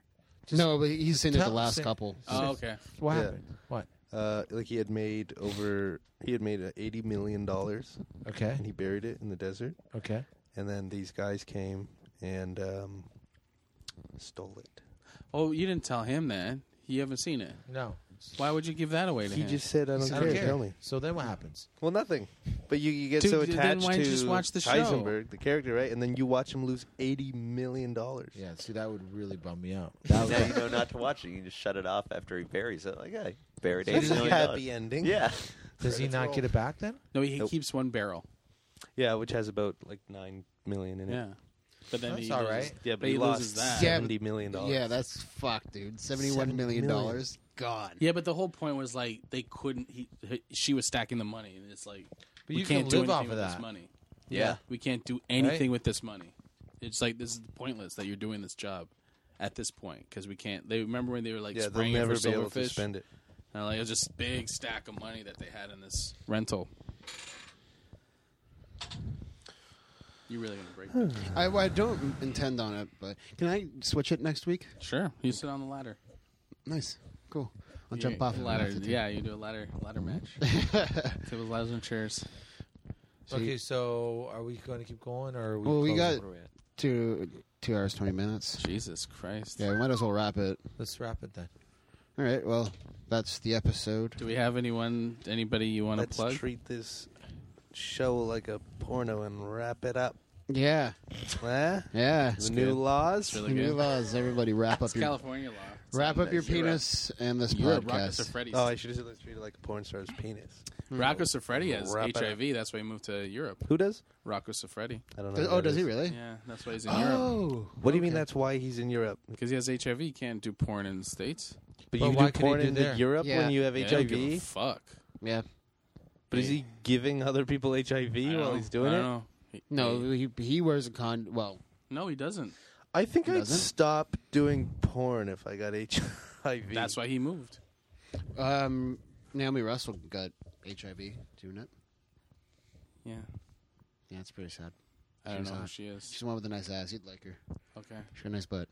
Speaker 8: no, but he's saying it the
Speaker 9: Tell-
Speaker 8: last
Speaker 9: say-
Speaker 8: couple.
Speaker 5: Oh, okay.
Speaker 3: What
Speaker 9: Yeah.
Speaker 3: happened? What?
Speaker 9: Uh, like he had made over, he had made uh, eighty million dollars.
Speaker 3: Okay.
Speaker 9: and he buried it in the desert.
Speaker 3: Okay.
Speaker 9: and then these guys came and um, stole it.
Speaker 5: Oh, you didn't tell him that. You haven't seen it.
Speaker 3: No.
Speaker 5: Why would you give that away to
Speaker 9: He
Speaker 5: him?
Speaker 9: just said, "I don't, care, Tell me.
Speaker 3: So then what happens?
Speaker 9: Well, nothing. But you, you get
Speaker 5: Dude,
Speaker 9: so
Speaker 5: then
Speaker 9: attached
Speaker 5: why
Speaker 9: to
Speaker 5: don't you just watch the show?
Speaker 9: Heisenberg, the character, right? And then you watch him lose eighty million dollars.
Speaker 3: Yeah, see, that would really bum me
Speaker 9: *laughs*
Speaker 3: out.
Speaker 11: Now you know not to watch it. You can just shut it off after he buries it. Like, hey, buried
Speaker 9: That's
Speaker 11: eighty
Speaker 9: a
Speaker 11: million
Speaker 9: happy
Speaker 11: dollars.
Speaker 9: ending.
Speaker 11: Yeah.
Speaker 3: Does he
Speaker 9: Credits
Speaker 3: not
Speaker 9: roll.
Speaker 3: get it back *laughs* then?
Speaker 5: No, he
Speaker 9: Nope.
Speaker 5: keeps one barrel.
Speaker 9: Yeah, which has about like nine million in it.
Speaker 5: Yeah, but then
Speaker 9: That's
Speaker 5: he
Speaker 9: all
Speaker 5: loses-
Speaker 9: right. Yeah, but he
Speaker 5: loses
Speaker 9: lost
Speaker 5: that.
Speaker 9: Yeah, but- $70 million.
Speaker 8: Yeah, that's fucked, dude. Seventy-one million dollars. God.
Speaker 5: Yeah, but the whole point was like they couldn't. He, he- she was stacking the money, and it's like
Speaker 3: But
Speaker 5: we
Speaker 3: you
Speaker 5: can't
Speaker 3: can
Speaker 5: do
Speaker 3: live
Speaker 5: anything
Speaker 3: off of
Speaker 5: with this
Speaker 3: that.
Speaker 5: money.
Speaker 3: Yeah.
Speaker 5: Yeah. we can't do anything with this money. It's like this is pointless that you're doing this job at this point because we can't. They remember when they were like
Speaker 9: Yeah, they'll
Speaker 5: spraying it
Speaker 9: never
Speaker 5: for
Speaker 9: be able to
Speaker 5: silverfish?
Speaker 9: spend it.
Speaker 5: And like it was just big stack of money that they had in this rental. You really gonna break?
Speaker 9: Hmm.
Speaker 5: that.
Speaker 8: I, well, I don't intend on it, but can I switch it next week?
Speaker 5: Sure, you sit on the ladder.
Speaker 8: Nice, cool. I'll
Speaker 5: You-
Speaker 8: jump off
Speaker 5: ladder.
Speaker 8: If I have to.
Speaker 5: Yeah, you do a ladder ladder match. Table ladders and chairs.
Speaker 3: Okay, so are we going to keep going, or are we?
Speaker 8: Well, we
Speaker 3: closing?
Speaker 8: got two two hours twenty minutes.
Speaker 5: Jesus Christ!
Speaker 8: Yeah, we might as well wrap it.
Speaker 3: Let's wrap it then.
Speaker 8: All right. Well, that's the episode.
Speaker 5: Do we have anyone, anybody you want to
Speaker 9: Let's
Speaker 5: plug?
Speaker 9: treat this show like a porno and wrap it up.
Speaker 8: Yeah.
Speaker 9: Eh?
Speaker 8: Yeah.
Speaker 9: The new laws.
Speaker 8: The new laws. Everybody wrap up
Speaker 5: It's
Speaker 8: your
Speaker 5: California law.
Speaker 8: Wrap up your
Speaker 5: You're up.
Speaker 8: penis and this
Speaker 5: You're up, Rockets or
Speaker 8: podcast.
Speaker 5: Freddy's. Hmm.
Speaker 9: Oh, I should have said let's treat it like a porn star's penis.
Speaker 5: Rocco Siffredi has
Speaker 9: Wrap it up.
Speaker 5: HIV. That's why he moved to Europe.
Speaker 9: Who does?
Speaker 5: Rocco Siffredi.
Speaker 9: I don't know.
Speaker 8: Does-
Speaker 9: who
Speaker 8: oh,
Speaker 9: that
Speaker 8: does he
Speaker 9: is.
Speaker 8: really?
Speaker 5: Yeah, that's why he's in Europe.
Speaker 9: Oh. What do you mean that's why he's in Europe?
Speaker 5: Because he has HIV. He can't do porn in the States.
Speaker 3: But you
Speaker 9: why
Speaker 3: do
Speaker 9: could
Speaker 3: porn
Speaker 9: he do
Speaker 3: in
Speaker 9: there?
Speaker 3: Europe
Speaker 9: Yeah.
Speaker 3: when you have
Speaker 9: Yeah, I don't
Speaker 3: HIV.
Speaker 9: give a
Speaker 5: fuck.
Speaker 8: Yeah.
Speaker 9: But is he giving other people HIV while he's doing it?
Speaker 8: No, he he wears a con. Well,
Speaker 5: No, he doesn't.
Speaker 14: I think
Speaker 8: He
Speaker 14: I'd
Speaker 8: doesn't?
Speaker 14: stop doing porn if *laughs* I got HIV.
Speaker 5: That's why he moved.
Speaker 8: um, Naomi Russell got HIV doing it.
Speaker 5: Yeah.
Speaker 8: Yeah, it's pretty sad.
Speaker 5: I don't know who she is.
Speaker 8: She's the one with a nice ass. You'd like her.
Speaker 5: Okay.
Speaker 8: She's got a nice butt.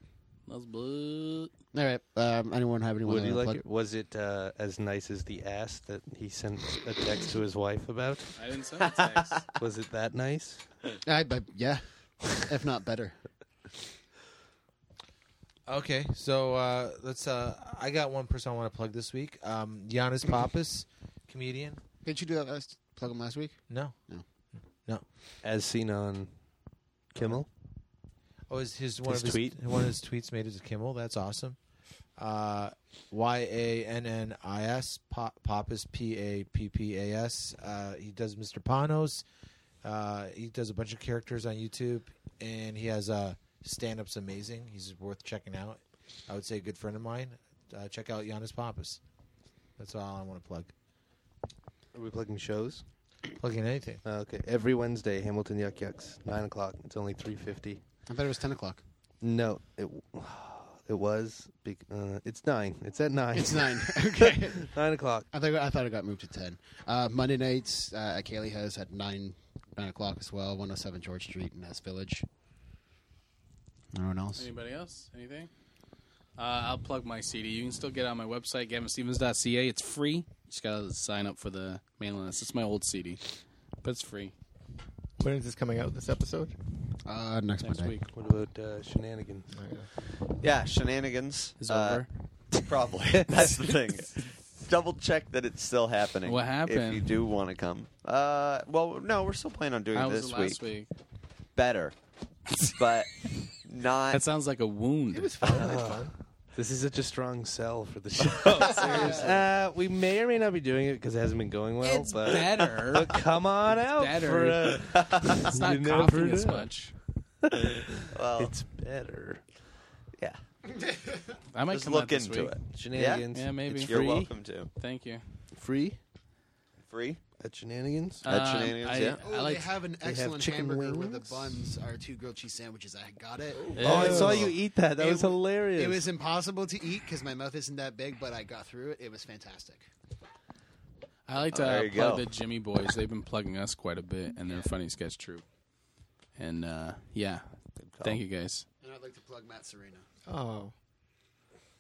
Speaker 5: That's blood.
Speaker 8: All right. Um, anyone have anyone?
Speaker 9: Would
Speaker 8: they
Speaker 9: he
Speaker 8: wanna
Speaker 9: like
Speaker 8: plug?
Speaker 9: it? Was it uh, as nice as the ass that he sent a text to his wife about?
Speaker 5: I didn't send a text.
Speaker 9: *laughs* was it that nice?
Speaker 8: I, I, yeah, if not better.
Speaker 3: Okay, so uh, let's. Uh, I got one person I want to plug this week. Um, Giannis Pappas, comedian.
Speaker 8: Did you do that last plug him last week?
Speaker 3: No.
Speaker 8: No.
Speaker 3: No.
Speaker 9: As seen on Kimmel.
Speaker 3: Oh, is his one
Speaker 9: His
Speaker 3: of his
Speaker 9: tweet?
Speaker 3: one of his tweets made as a Kimmel? That's awesome. Uh, y a n n i s Pa- Pappas p a p p a s. Uh, he does Mr. Panos. Uh, he does a bunch of characters on YouTube, and he has uh, stand ups amazing. He's worth checking out. I would say a good friend of mine. Uh, check out Giannis Pappas. That's all I want to plug.
Speaker 14: Are we plugging shows?
Speaker 3: Plugging anything.
Speaker 9: Uh,
Speaker 14: okay. Every Wednesday, Hamilton Yuck Yucks, nine o'clock. It's only three fifty.
Speaker 8: I thought it was ten o'clock.
Speaker 14: No, it
Speaker 9: *sighs*
Speaker 14: w- it was. Bec- uh, it's nine. It's at nine. *laughs*
Speaker 8: It's
Speaker 9: *laughs*
Speaker 8: nine. Okay.
Speaker 14: nine o'clock.
Speaker 8: I thought I thought it got moved to ten. Uh, Monday nights uh, at Kaylee has at nine nine o'clock as well. One hundred seven George Street in S Village. Anyone else?
Speaker 5: Anybody else? Anything? Uh, I'll plug my CD. You can still get it on my website, gavinstevens.ca. It's free. Just got to sign up for the mailing list. It's my old CD, but it's free.
Speaker 10: When is this coming out? This episode?
Speaker 8: Uh, next
Speaker 5: Next Monday. week.
Speaker 9: What about uh, shenanigans?
Speaker 11: *laughs* Yeah, shenanigans
Speaker 5: Is
Speaker 11: uh,
Speaker 5: *laughs*
Speaker 11: Probably. That's the thing. Double check that it's still happening.
Speaker 5: What
Speaker 11: If you
Speaker 5: happened?
Speaker 11: do want to come. Uh, well, no, we're still planning on doing
Speaker 5: How
Speaker 11: it
Speaker 5: was
Speaker 11: this
Speaker 5: it last
Speaker 11: week. Better,
Speaker 5: *laughs*
Speaker 11: but not.
Speaker 5: That sounds like a wound. It was
Speaker 9: fun. This is such a strong sell for the show. Seriously. Uh, we may or may not be doing it because it hasn't been going well.
Speaker 5: It's
Speaker 9: but,
Speaker 5: better.
Speaker 9: *laughs* But come on out. For
Speaker 5: better.
Speaker 9: a,
Speaker 5: *laughs* It's not
Speaker 9: You never
Speaker 5: coughing as
Speaker 9: know. *laughs*
Speaker 5: much.
Speaker 11: Well,
Speaker 9: it's better.
Speaker 11: Yeah.
Speaker 5: I might
Speaker 11: Just
Speaker 5: come
Speaker 11: look
Speaker 5: out this
Speaker 11: into
Speaker 5: week.
Speaker 11: it.
Speaker 14: Shenanigans.
Speaker 5: Yeah, maybe.
Speaker 14: It's
Speaker 11: You're
Speaker 14: free.
Speaker 11: welcome to.
Speaker 5: Thank you.
Speaker 14: Free
Speaker 11: Free.
Speaker 14: at shenanigans.
Speaker 5: At Um, Shenanigans, I- yeah.
Speaker 8: Oh, they have an
Speaker 14: They have
Speaker 8: excellent
Speaker 14: chicken
Speaker 8: hamburger where
Speaker 14: wings.
Speaker 8: the buns are two grilled cheese sandwiches. I got it.
Speaker 14: Oh, I saw you eat that. That
Speaker 8: It
Speaker 14: was
Speaker 8: w-
Speaker 14: hilarious.
Speaker 8: It was impossible to eat because my mouth isn't that big, but I got through it. It was fantastic.
Speaker 5: I like
Speaker 11: Oh,
Speaker 5: to
Speaker 11: there
Speaker 5: uh,
Speaker 11: you
Speaker 5: plug
Speaker 11: go.
Speaker 5: the Jimmy Boys. They've been plugging us quite a bit, and they're a funny sketch troupe. And uh, yeah, thank you guys.
Speaker 8: And I'd like to plug Matt Serena.
Speaker 10: Oh.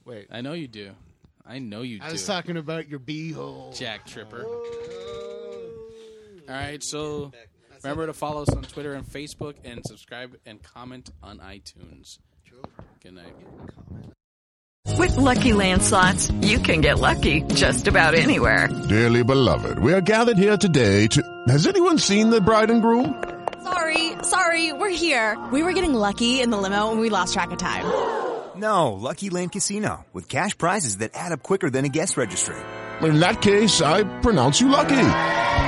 Speaker 10: Wait.
Speaker 5: I know you do. I know you
Speaker 8: I
Speaker 5: do.
Speaker 8: was talking about your beehole. Oh.
Speaker 5: Jack Tripper. All right, so remember to follow us on Twitter and Facebook, and subscribe and comment on iTunes. Good night.
Speaker 13: With Lucky Land slots, you can get lucky just about anywhere.
Speaker 22: Dearly beloved, we are gathered here today to. Has anyone seen the bride and groom?
Speaker 23: Sorry, sorry, we're here. We were getting lucky in the limo and we lost track of time.
Speaker 24: No, Lucky Land Casino with cash prizes that add up quicker than a guest registry.
Speaker 22: In that case, I pronounce you lucky.